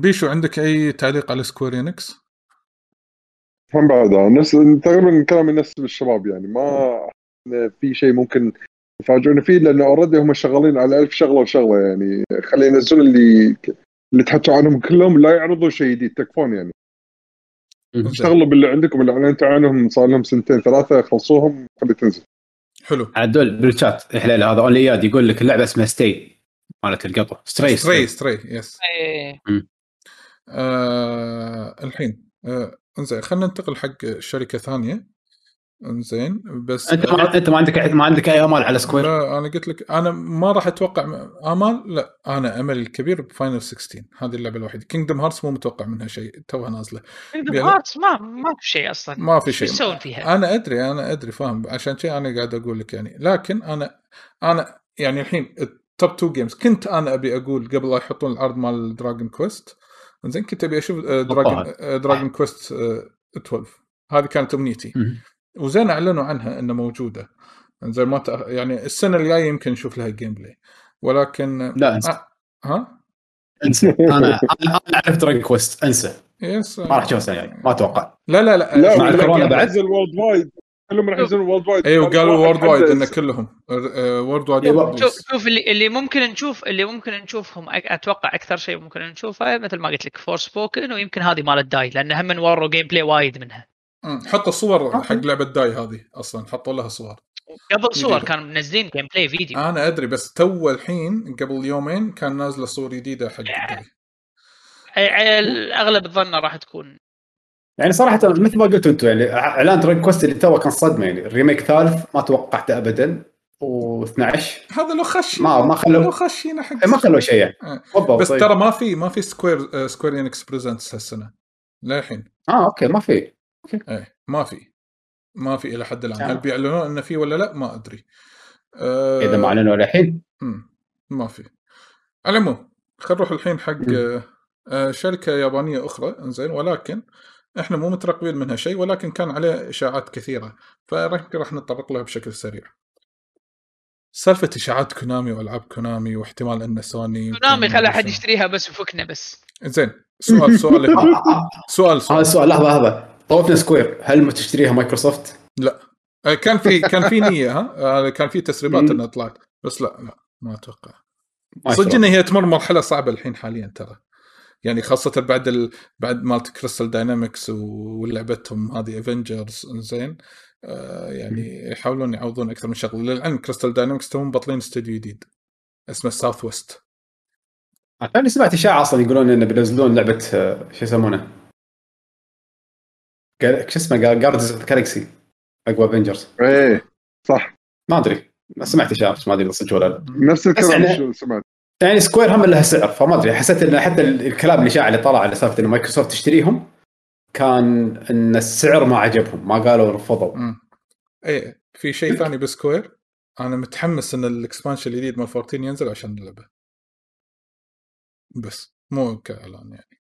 [SPEAKER 3] بيشو عندك اي تعليق على سكوير انكس؟
[SPEAKER 4] هم بعد أنا نفس تقريبا كلام الناس الشباب يعني ما إن في شيء ممكن يفاجئونا فيه لانه اوريدي هم شغالين على ألف شغله وشغله يعني خلي ينزلون اللي اللي تحكوا عنهم كلهم لا يعرضوا شيء جديد تكفون يعني اشتغلوا باللي عندكم اللي اعلنتوا عنهم صار لهم سنتين ثلاثه خلصوهم خلي تنزل
[SPEAKER 3] حلو
[SPEAKER 2] عاد دول بالشات يا حليل هذا اونلي اياد يقول لك اللعبه اسمها ستي مالت القطو ستري
[SPEAKER 3] ستري ستري يس
[SPEAKER 5] إيه.
[SPEAKER 3] آه الحين آه انزين خلينا ننتقل حق شركه ثانيه انزين بس
[SPEAKER 2] انت ما انت ما عندك ما عندك اي امال على سكوير
[SPEAKER 3] لا انا قلت لك انا ما راح اتوقع م- امال لا انا املي الكبير بفاينل 16 هذه اللعبه الوحيده كينجدم هارتس مو متوقع منها شيء توها نازله
[SPEAKER 5] كينجدم
[SPEAKER 3] بيلا.
[SPEAKER 5] هارتس ما ما في شيء اصلا
[SPEAKER 3] ما في شيء
[SPEAKER 5] ايش يسوون فيها؟
[SPEAKER 3] انا ادري انا ادري فاهم عشان كذا انا قاعد اقول لك يعني لكن انا انا يعني الحين التوب 2 جيمز كنت انا ابي اقول قبل لا يحطون العرض مال دراجون كويست زين كنت آه، ابي اشوف دراجون دراجون كويست 12 آه، هذه كانت امنيتي
[SPEAKER 2] مم.
[SPEAKER 3] وزين اعلنوا عنها انها موجوده زين ما تأ... يعني السنه الجايه يمكن نشوف لها جيم بلاي ولكن
[SPEAKER 2] لا انسى
[SPEAKER 3] آه، ها
[SPEAKER 2] انسى انا انا أنا اعرف دراجون كويست انسى
[SPEAKER 3] يس
[SPEAKER 2] ما راح تشوف السنه الجاية. ما اتوقع
[SPEAKER 3] لا لا لا,
[SPEAKER 4] لا
[SPEAKER 2] مع
[SPEAKER 4] ولا
[SPEAKER 2] الكورونا
[SPEAKER 4] قاعد
[SPEAKER 2] بعد؟ إيوه،
[SPEAKER 4] ينزل وورد وايد كلهم راح ينزلون وورد وايد
[SPEAKER 3] ايوه قالوا
[SPEAKER 4] واحد
[SPEAKER 3] وورد وايد
[SPEAKER 4] حتى
[SPEAKER 3] ان
[SPEAKER 4] ينزل.
[SPEAKER 3] كلهم آه، وورد وايد
[SPEAKER 2] يبا.
[SPEAKER 3] release.
[SPEAKER 5] شوف شوف اللي, اللي ممكن نشوف اللي ممكن نشوفهم أك- اتوقع اكثر شيء ممكن نشوفه مثل ما قلت لك فور سبوكن ويمكن هذه مالت داي لان هم من وروا جيم بلاي وايد منها
[SPEAKER 3] مم، حطوا صور حق لعبه داي هذه اصلا حطوا لها صور
[SPEAKER 5] قبل صور
[SPEAKER 3] جديدة.
[SPEAKER 5] كانوا منزلين جيم بلاي فيديو
[SPEAKER 3] انا ادري بس تو الحين قبل يومين كان نازله صور جديده حق داي
[SPEAKER 5] ع- ع- اغلب الظن راح تكون
[SPEAKER 2] يعني صراحه مثل ما قلتوا انتم يعني ع- اعلان دراجون كويست اللي توه كان صدمه يعني الريميك ثالث ما توقعته ابدا و12
[SPEAKER 3] هذا لو خشين
[SPEAKER 2] ما- ما خلوا-
[SPEAKER 3] لو خشينا حق
[SPEAKER 2] ما خلوا شيء يعني
[SPEAKER 3] آه.
[SPEAKER 2] بالضبط
[SPEAKER 3] بس
[SPEAKER 2] طيب.
[SPEAKER 3] ترى ما في ما في آه، سكوير سكوير انكس بريزنتس هالسنه للحين
[SPEAKER 2] اه اوكي ما في
[SPEAKER 3] ايه ما في ما في الى حد الان
[SPEAKER 2] آه.
[SPEAKER 3] هل بيعلنون انه في ولا لا ما ادري آه،
[SPEAKER 2] اذا ما اعلنوا الحين
[SPEAKER 3] مم. ما في على العموم خلينا نروح الحين حق
[SPEAKER 2] مم.
[SPEAKER 3] آه، شركه يابانيه اخرى انزين ولكن احنا مو مترقبين منها شيء ولكن كان عليه اشاعات كثيره فيمكن راح نتطرق لها بشكل سريع. سالفه اشاعات كونامي والعاب كونامي واحتمال ان سوني
[SPEAKER 5] كونامي خلى احد
[SPEAKER 3] يمكن-
[SPEAKER 5] يشتريها بس وفكنا بس
[SPEAKER 3] زين سؤال سؤال
[SPEAKER 2] آه،
[SPEAKER 3] الحين.
[SPEAKER 2] آه،
[SPEAKER 3] سؤال
[SPEAKER 2] آه، هذا
[SPEAKER 3] سؤال
[SPEAKER 2] السؤال لحظه لحظه طوفنا سكوير هل تشتريها مايكروسوفت؟
[SPEAKER 3] آه، كان في كان في نيه ها آه، كان في تسريبات
[SPEAKER 2] مم.
[SPEAKER 3] انها طلعت بس لا لا ما اتوقع
[SPEAKER 2] ما
[SPEAKER 3] صدق
[SPEAKER 2] يشترون.
[SPEAKER 3] ان هي تمر مرحله صعبه الحين حاليا ترى يعني خاصه بعد ال... بعد مالت كريستال داينامكس ولعبتهم هذه افنجرز زين آه يعني يحاولون يعوضون اكثر من شغله للعلم كريستال داينامكس توهم بطلين استوديو جديد اسمه ساوث ويست
[SPEAKER 2] انا آه، سمعت اشاعه اصلا يقولون انه بينزلون لعبه آه، شو يسمونه؟ جا- شو اسمه جاردز اوف جالكسي اقوى افنجرز
[SPEAKER 4] ايه صح
[SPEAKER 2] ما ادري ما سمعت اشاعه بس ما ادري إذا صدق ولا لا
[SPEAKER 4] نفس
[SPEAKER 2] يعني-
[SPEAKER 4] الكلام شو سمعت
[SPEAKER 2] يعني سكوير هم لها سعر فما ادري حسيت ان حتى ال- الكلام اللي شاع اللي طلع على سالفه ان مايكروسوفت تشتريهم كان ان السعر ما عجبهم ما قالوا رفضوا
[SPEAKER 3] اي إيه، في شيء ثاني بسكوير انا متحمس ان الاكسبانشن الجديد مال 14 ينزل عشان نلعبه بس مو كاعلان يعني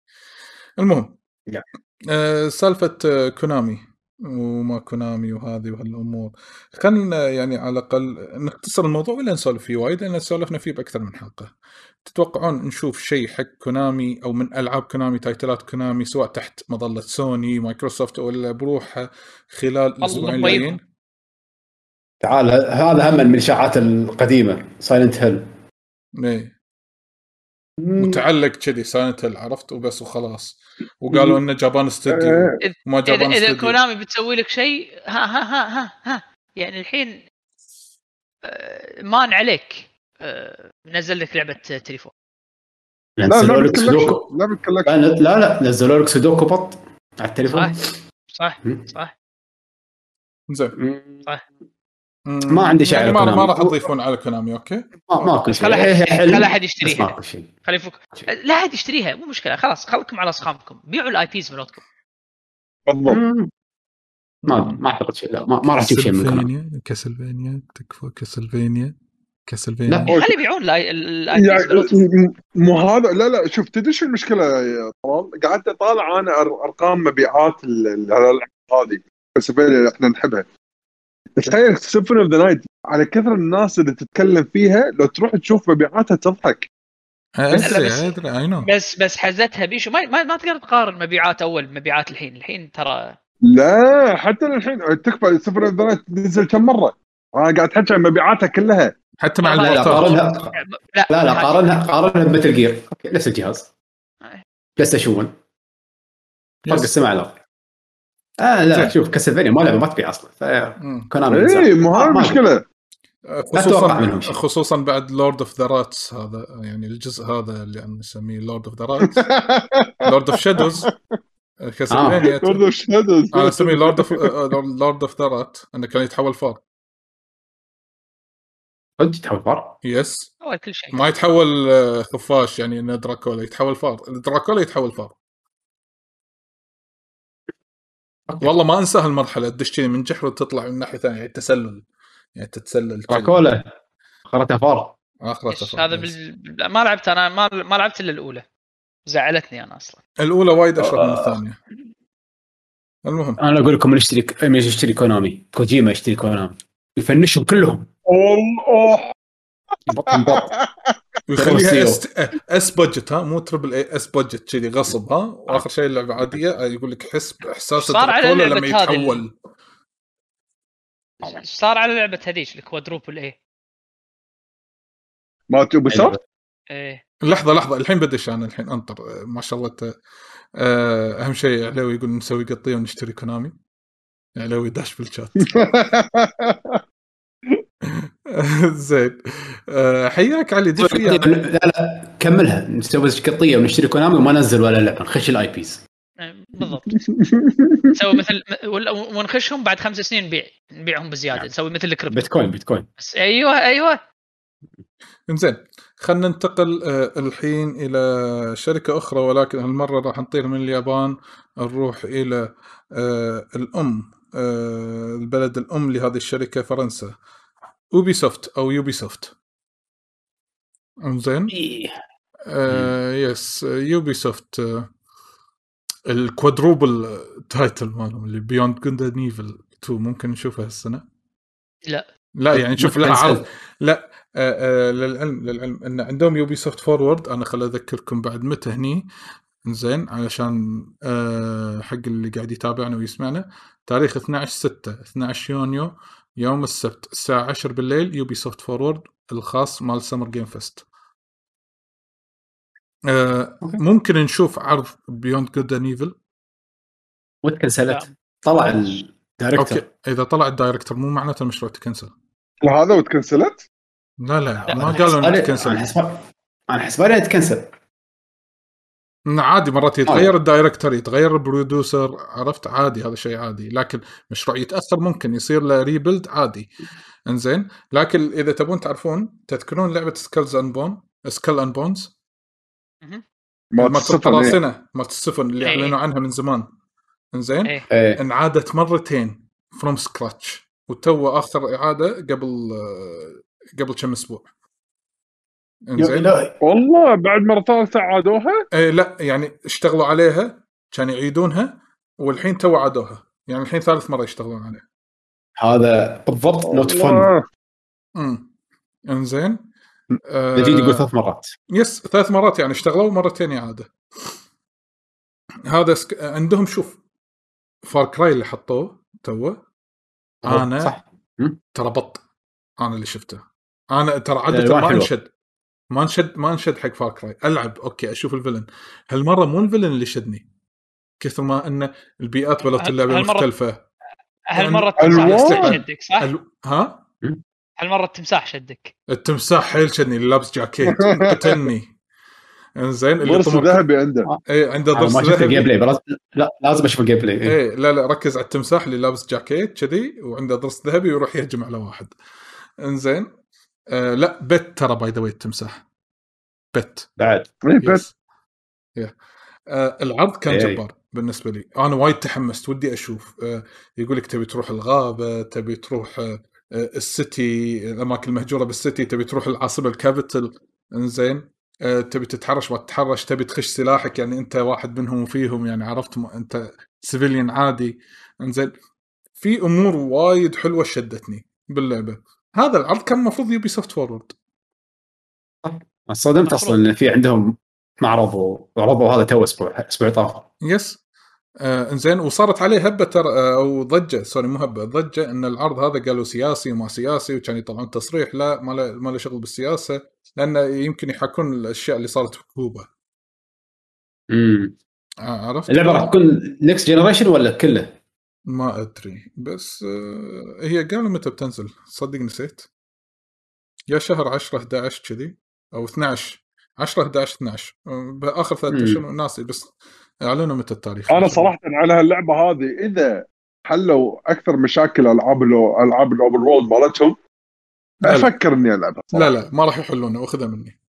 [SPEAKER 3] المهم
[SPEAKER 2] Yeah.
[SPEAKER 3] آه سالفه آه، كونامي وما كونامي وهذه وهالامور خلينا يعني على الاقل نختصر الموضوع ولا نسولف فيه وايد لان سولفنا فيه باكثر من حلقه تتوقعون نشوف شيء حق كونامي او من العاب كونامي تايتلات كونامي سواء تحت مظله سوني مايكروسوفت ولا بروحها خلال الاسبوعين
[SPEAKER 5] الله يبيض.
[SPEAKER 3] الجايين
[SPEAKER 2] تعال ه- هذا هم من الاشاعات القديمه سايلنت هيل
[SPEAKER 3] ايه متعلق كذي ساينتل عرفت وبس وخلاص وقالوا انه جابان استوديو
[SPEAKER 4] إيه.
[SPEAKER 3] وما
[SPEAKER 5] اذا
[SPEAKER 3] جابان
[SPEAKER 5] اذا
[SPEAKER 3] استوديو
[SPEAKER 5] كونامي بتسوي لك شيء ها ها ها ها, ها. يعني الحين آه، مان عليك آه، نزل لك لعبه تليفون
[SPEAKER 4] لا
[SPEAKER 2] نزلوا
[SPEAKER 4] لا
[SPEAKER 2] لك سودوكو
[SPEAKER 4] لا بتكلك
[SPEAKER 2] لا لا لا نزلوا لك سودوكو بط على التليفون
[SPEAKER 5] صح صح
[SPEAKER 2] مم.
[SPEAKER 5] صح
[SPEAKER 3] زين مم.
[SPEAKER 2] ما عندي شيء
[SPEAKER 3] يعني
[SPEAKER 2] على
[SPEAKER 3] ما ما
[SPEAKER 2] كونامي.
[SPEAKER 3] راح تضيفون على كونامي اوكي
[SPEAKER 2] ما ماكو شيء
[SPEAKER 5] خلي أحد-
[SPEAKER 2] هي حلم،
[SPEAKER 5] خلي أحد
[SPEAKER 2] بس
[SPEAKER 5] يشتريها.
[SPEAKER 2] ماكو شيء
[SPEAKER 5] خلي يفك لا عاد يشتريها مو مشكله خلاص خلكم على اصخامكم بيعوا الاي بيز مالتكم
[SPEAKER 4] بالضبط
[SPEAKER 2] ما ما اعتقد شيء لا ما, ما راح تجيب شيء من كونامي
[SPEAKER 3] كاسلفينيا تكفى كاسلفينيا
[SPEAKER 2] لا.
[SPEAKER 3] كاسلفينيا
[SPEAKER 5] خلي يبيعون الاي بيز مالتكم
[SPEAKER 4] يعني مو هذا لا لا شوف تدري شو المشكله يا طلال قعدت اطالع انا أر- ارقام مبيعات ال- ال- الالعاب هذه كاسلفينيا اللي احنا نحبها تخيل سيمفوني اوف ذا نايت على كثر الناس اللي تتكلم فيها لو تروح تشوف مبيعاتها تضحك
[SPEAKER 3] آه،
[SPEAKER 5] بس- بس-
[SPEAKER 3] ادري اي نو
[SPEAKER 5] بس بس حزتها بيشو ما, ما, ما تقدر تقارن مبيعات اول بمبيعات الحين الحين ترى
[SPEAKER 4] لا حتى الحين تكفى سيمفوني اوف ذا نايت نزل كم مره انا قاعد احكي عن مبيعاتها كلها
[SPEAKER 3] حتى مع
[SPEAKER 5] لا، لا،
[SPEAKER 2] لا
[SPEAKER 3] المؤتمر
[SPEAKER 2] قارنها
[SPEAKER 5] لا
[SPEAKER 2] لا لا قارنها قارنها بمتل جير أوكي، نفس الجهاز بلاي ستيشن 1 فرق السماء على الارض آه لا إيه.
[SPEAKER 3] زين.
[SPEAKER 2] شوف كاسلفينيا ما لعبه ما تبيع اصلا فكونامي
[SPEAKER 4] اي إيه، مو هذا
[SPEAKER 2] ما- ما-
[SPEAKER 4] المشكله
[SPEAKER 2] أتوقع منهم
[SPEAKER 3] خصوصا
[SPEAKER 2] شيء.
[SPEAKER 3] خصوصا بعد لورد اوف ذا راتس هذا يعني الجزء هذا اللي نسميه لورد اوف ذا راتس لورد اوف شادوز كاسلفينيا
[SPEAKER 4] برضه شادوز
[SPEAKER 3] انا اسميه لورد اوف لورد اوف ذا رات انه كان يتحول فار
[SPEAKER 2] صدق تحول فار؟
[SPEAKER 3] يس
[SPEAKER 5] هو كل شيء
[SPEAKER 3] ما يتحول آه، خفاش يعني انه دراكولا يتحول فار دراكولا يتحول فار والله ما انسى هالمرحله تدش من جحر وتطلع من ناحيه ثانيه يعني التسلل يعني تتسلل كذا.
[SPEAKER 2] كولا خرتها فار
[SPEAKER 3] اخرة
[SPEAKER 5] إيش
[SPEAKER 3] فار،
[SPEAKER 5] هذا
[SPEAKER 3] يس.
[SPEAKER 5] بال... بال- ما لعبت انا ما ما لعبت الا الاولى زعلتني انا اصلا
[SPEAKER 3] الاولى وايد اشهر من
[SPEAKER 2] آه.
[SPEAKER 3] الثانيه المهم
[SPEAKER 2] انا اقول لكم من يشتري من يشتري كونامي كوجيما يشتري كونامي يفنشهم كلهم
[SPEAKER 4] والله
[SPEAKER 2] بط بط
[SPEAKER 3] ويخليها
[SPEAKER 2] ترى
[SPEAKER 3] اس اس بادجت ها مو تربل اي اس بادجت كذي غصب ها واخر شيء اللعبه عاديه يقول لك حس باحساس
[SPEAKER 5] صار على
[SPEAKER 3] الدراكولا
[SPEAKER 5] لعبة
[SPEAKER 3] لما
[SPEAKER 5] هذه
[SPEAKER 3] يتحول
[SPEAKER 5] يعني صار على لعبه هذيك الكوادروبل إيه، اي
[SPEAKER 4] ما تبي سوفت
[SPEAKER 5] ايه
[SPEAKER 3] لحظه لحظه الحين بدش انا الحين انطر آه، ما شاء الله ت... آه، اهم شيء علاوي يقول نسوي قطيه ونشتري كونامي علاوي داش بالشات
[SPEAKER 2] أيوة.
[SPEAKER 3] زين آه، حياك علي دش ويانا
[SPEAKER 2] لا لا كملها نسوي قطيه ونشتري كونامي وما ننزل ولا لعبه نخش الاي بيز
[SPEAKER 5] إيه، بالضبط نسوي مثل ولا- ونخشهم بعد خمس سنين نبيع نبيعهم بزياده
[SPEAKER 2] نعم.
[SPEAKER 5] نسوي مثل الكريبتو
[SPEAKER 2] بيتكوين بيتكوين
[SPEAKER 5] بس ايوه ايوه
[SPEAKER 3] انزين خلينا ننتقل آه، الحين الى شركه اخرى ولكن هالمره راح نطير من اليابان نروح الى آه، الام آه، البلد الام لهذه الشركه فرنسا اوبي سوفت او يوبي سوفت انزين آه، يس آه، يوبي سوفت آه، الكوادروبل تايتل مالهم اللي بيوند جود ايفل 2 ممكن نشوفها السنه
[SPEAKER 5] لا.
[SPEAKER 3] لا يعني نشوف لها عرض آه، آه، للعلم للعلم ان عندهم يوبي سوفت فورورد انا خل اذكركم بعد متى هني زين علشان آه، حق اللي قاعد يتابعنا ويسمعنا تاريخ 12 6 12 يونيو يوم السبت الساعه 10 بالليل يوبي سوفت فورورد الخاص مال سمر جيم فيست آه،
[SPEAKER 2] أوكي.
[SPEAKER 3] ممكن نشوف عرض بيوند جود اند ايفل
[SPEAKER 2] وتكنسلت طلع الدايركتور
[SPEAKER 3] اوكي اذا طلع الدايركتور مو معناته المشروع تكنسل
[SPEAKER 4] هذا وتكنسلت؟
[SPEAKER 3] لا لا
[SPEAKER 5] لا،
[SPEAKER 3] ما قالوا
[SPEAKER 2] أنا-
[SPEAKER 3] انه
[SPEAKER 2] انا
[SPEAKER 3] تكنسل
[SPEAKER 2] حسب انا حسبالي تكنسل
[SPEAKER 3] إنه عادي مرات
[SPEAKER 2] عادي.
[SPEAKER 4] آه.
[SPEAKER 3] يتغير الدايركتور يتغير البرودوسر عرفت عادي هذا شيء عادي لكن مشروع يتاثر ممكن يصير له ريبلد عادي انزين لكن اذا تبون تعرفون تذكرون لعبه سكلز اند بون سكال اند بونز
[SPEAKER 4] ما
[SPEAKER 3] مالت
[SPEAKER 4] تصفن إيه.
[SPEAKER 3] القراصنه مالت السفن اللي
[SPEAKER 5] إيه.
[SPEAKER 3] اعلنوا عنها من زمان انزين
[SPEAKER 5] ايه
[SPEAKER 2] ايه
[SPEAKER 3] انعادت مرتين فروم سكراتش وتو اخر اعاده قبل آه، قبل كم اسبوع
[SPEAKER 2] يا
[SPEAKER 3] انزين
[SPEAKER 2] الهي
[SPEAKER 4] والله بعد مره ثالثه عادوها
[SPEAKER 3] اي لا يعني اشتغلوا عليها كان يعيدونها والحين تو عادوها يعني الحين ثالث مره يشتغلون عليها
[SPEAKER 2] هذا بالضبط نوت فن
[SPEAKER 4] الله.
[SPEAKER 3] امم انزين
[SPEAKER 2] نجيد يقول
[SPEAKER 3] آه
[SPEAKER 2] ثلاث مرات
[SPEAKER 3] يس ثلاث مرات يعني اشتغلوا مرتين اعاده هذا سك... عندهم شوف فار كراي اللي حطوه توه
[SPEAKER 2] آه،
[SPEAKER 3] أنا-
[SPEAKER 2] صح
[SPEAKER 3] ترى بط انا اللي شفته انا ترى عاده
[SPEAKER 2] الألوان
[SPEAKER 3] ما
[SPEAKER 2] حلوة.
[SPEAKER 3] انشد ما انشد ما انشد حق فار كراي العب اوكي اشوف الفيلن هالمره مو الفيلن اللي شدني كثر ما ان البيئات بلوت اللعبه
[SPEAKER 5] هالمرة-
[SPEAKER 3] مختلفه
[SPEAKER 5] هالمره
[SPEAKER 4] ألوان.
[SPEAKER 5] التمساح شدك صح؟
[SPEAKER 3] ال... ها
[SPEAKER 5] هالمره التمساح شدك
[SPEAKER 3] التمساح حيل شني اللي لابس جاكيت قتلني انزين اللي
[SPEAKER 4] ضرس
[SPEAKER 3] طمر-
[SPEAKER 4] ذهبي عنده
[SPEAKER 3] ايه عنده
[SPEAKER 2] انا
[SPEAKER 3] ضرس
[SPEAKER 2] ما شفت الجيم
[SPEAKER 3] ذهبي
[SPEAKER 2] بلاي بلاز- لا لازم اشوف الجيم بلاي إيه.
[SPEAKER 3] ايه لا لا ركز على التمساح اللي لابس جاكيت كذي وعنده ضرس ذهبي ويروح يهجم على واحد انزين آه لا بت ترى باي ذا واي التمساح بت
[SPEAKER 2] بعد
[SPEAKER 4] إيه، بس
[SPEAKER 3] يس يا. آه، العرض كان
[SPEAKER 2] إيه.
[SPEAKER 3] جبار بالنسبه لي انا وايد تحمست ودي اشوف آه، يقول لك تبي تروح الغابه تبي تروح آه، آه، السيتي الاماكن المهجوره بالسيتي تبي تروح العاصمه الكابيتال انزين آه، تبي تتحرش ما تتحرش تبي تخش سلاحك يعني انت واحد منهم وفيهم يعني عرفت م- انت سيفيليان عادي انزين في امور وايد حلوه شدتني باللعبه هذا العرض كان المفروض يبي سوفت فورورد
[SPEAKER 2] انصدمت اصلا ان في عندهم معرض وعرضوا هذا تو اسبوع اسبوع طاف
[SPEAKER 3] يس آه انزين وصارت عليه هبه ترى آه، او ضجه سوري مو هبه ضجه ان العرض هذا قالوا سياسي وما سياسي وكان يطلعون تصريح لا ما له ما له شغل بالسياسه لانه يمكن يحاكون الاشياء اللي صارت في كوبا
[SPEAKER 2] امم
[SPEAKER 3] آه عرفت؟
[SPEAKER 2] اللعبه راح تكون نكست جنريشن ولا كله؟
[SPEAKER 3] ما ادري بس آه هي قالوا متى بتنزل صدق نسيت يا شهر 10 11 كذي او 12 10 11 12 أم، باخر ثلاث
[SPEAKER 2] مم.
[SPEAKER 3] اشهر ناسي بس اعلنوا متى التاريخ
[SPEAKER 4] انا صراحه على هاللعبه هذه اذا حلوا اكثر مشاكل العاب لو العاب الاوبن وورلد مالتهم
[SPEAKER 3] لا، لا.
[SPEAKER 4] افكر اني العبها صراحة.
[SPEAKER 3] لا لا ما راح يحلونه واخذها مني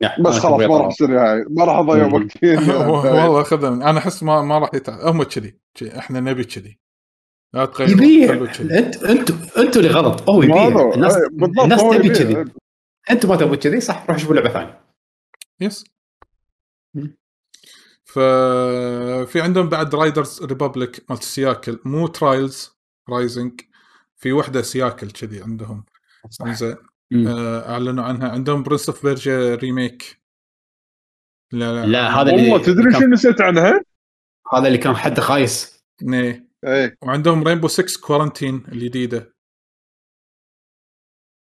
[SPEAKER 2] يعني
[SPEAKER 4] بس
[SPEAKER 2] أنا
[SPEAKER 4] خلاص
[SPEAKER 2] أسوي
[SPEAKER 4] ما راح
[SPEAKER 2] طلب.
[SPEAKER 4] يصير هاي ما راح اضيع
[SPEAKER 2] مم.
[SPEAKER 4] وقتي
[SPEAKER 3] والله اخذها مني انا احس ما ما راح يتع... هم كذي شي- احنا نبي كذي لا تغيروا
[SPEAKER 2] يبيع
[SPEAKER 3] خلوا كذي
[SPEAKER 2] انت انتوا انتوا اللي غلط هو
[SPEAKER 4] ما
[SPEAKER 2] يبيع
[SPEAKER 4] هذا-
[SPEAKER 2] الناس
[SPEAKER 4] إيه، بالضبط،
[SPEAKER 2] الناس
[SPEAKER 4] هو
[SPEAKER 2] تبي
[SPEAKER 4] يبيع.
[SPEAKER 2] كذي انتوا ما تبون كذي صح روح شوفوا لعبه ثانيه
[SPEAKER 3] يس
[SPEAKER 2] مم.
[SPEAKER 3] ففي عندهم بعد رايدرز ريبابليك مالت سياكل مو ترايلز رايزنج في وحده سياكل كذي عندهم زين
[SPEAKER 2] مم.
[SPEAKER 3] آه، اعلنوا عنها عندهم برنس اوف بيرجا ريميك لا لا
[SPEAKER 2] لا هذا اللي
[SPEAKER 4] والله تدري شو نسيت عنها؟
[SPEAKER 2] هذا اللي كان حد خايس
[SPEAKER 3] إيه.
[SPEAKER 4] ايه
[SPEAKER 3] وعندهم رينبو 6 كورنتين الجديده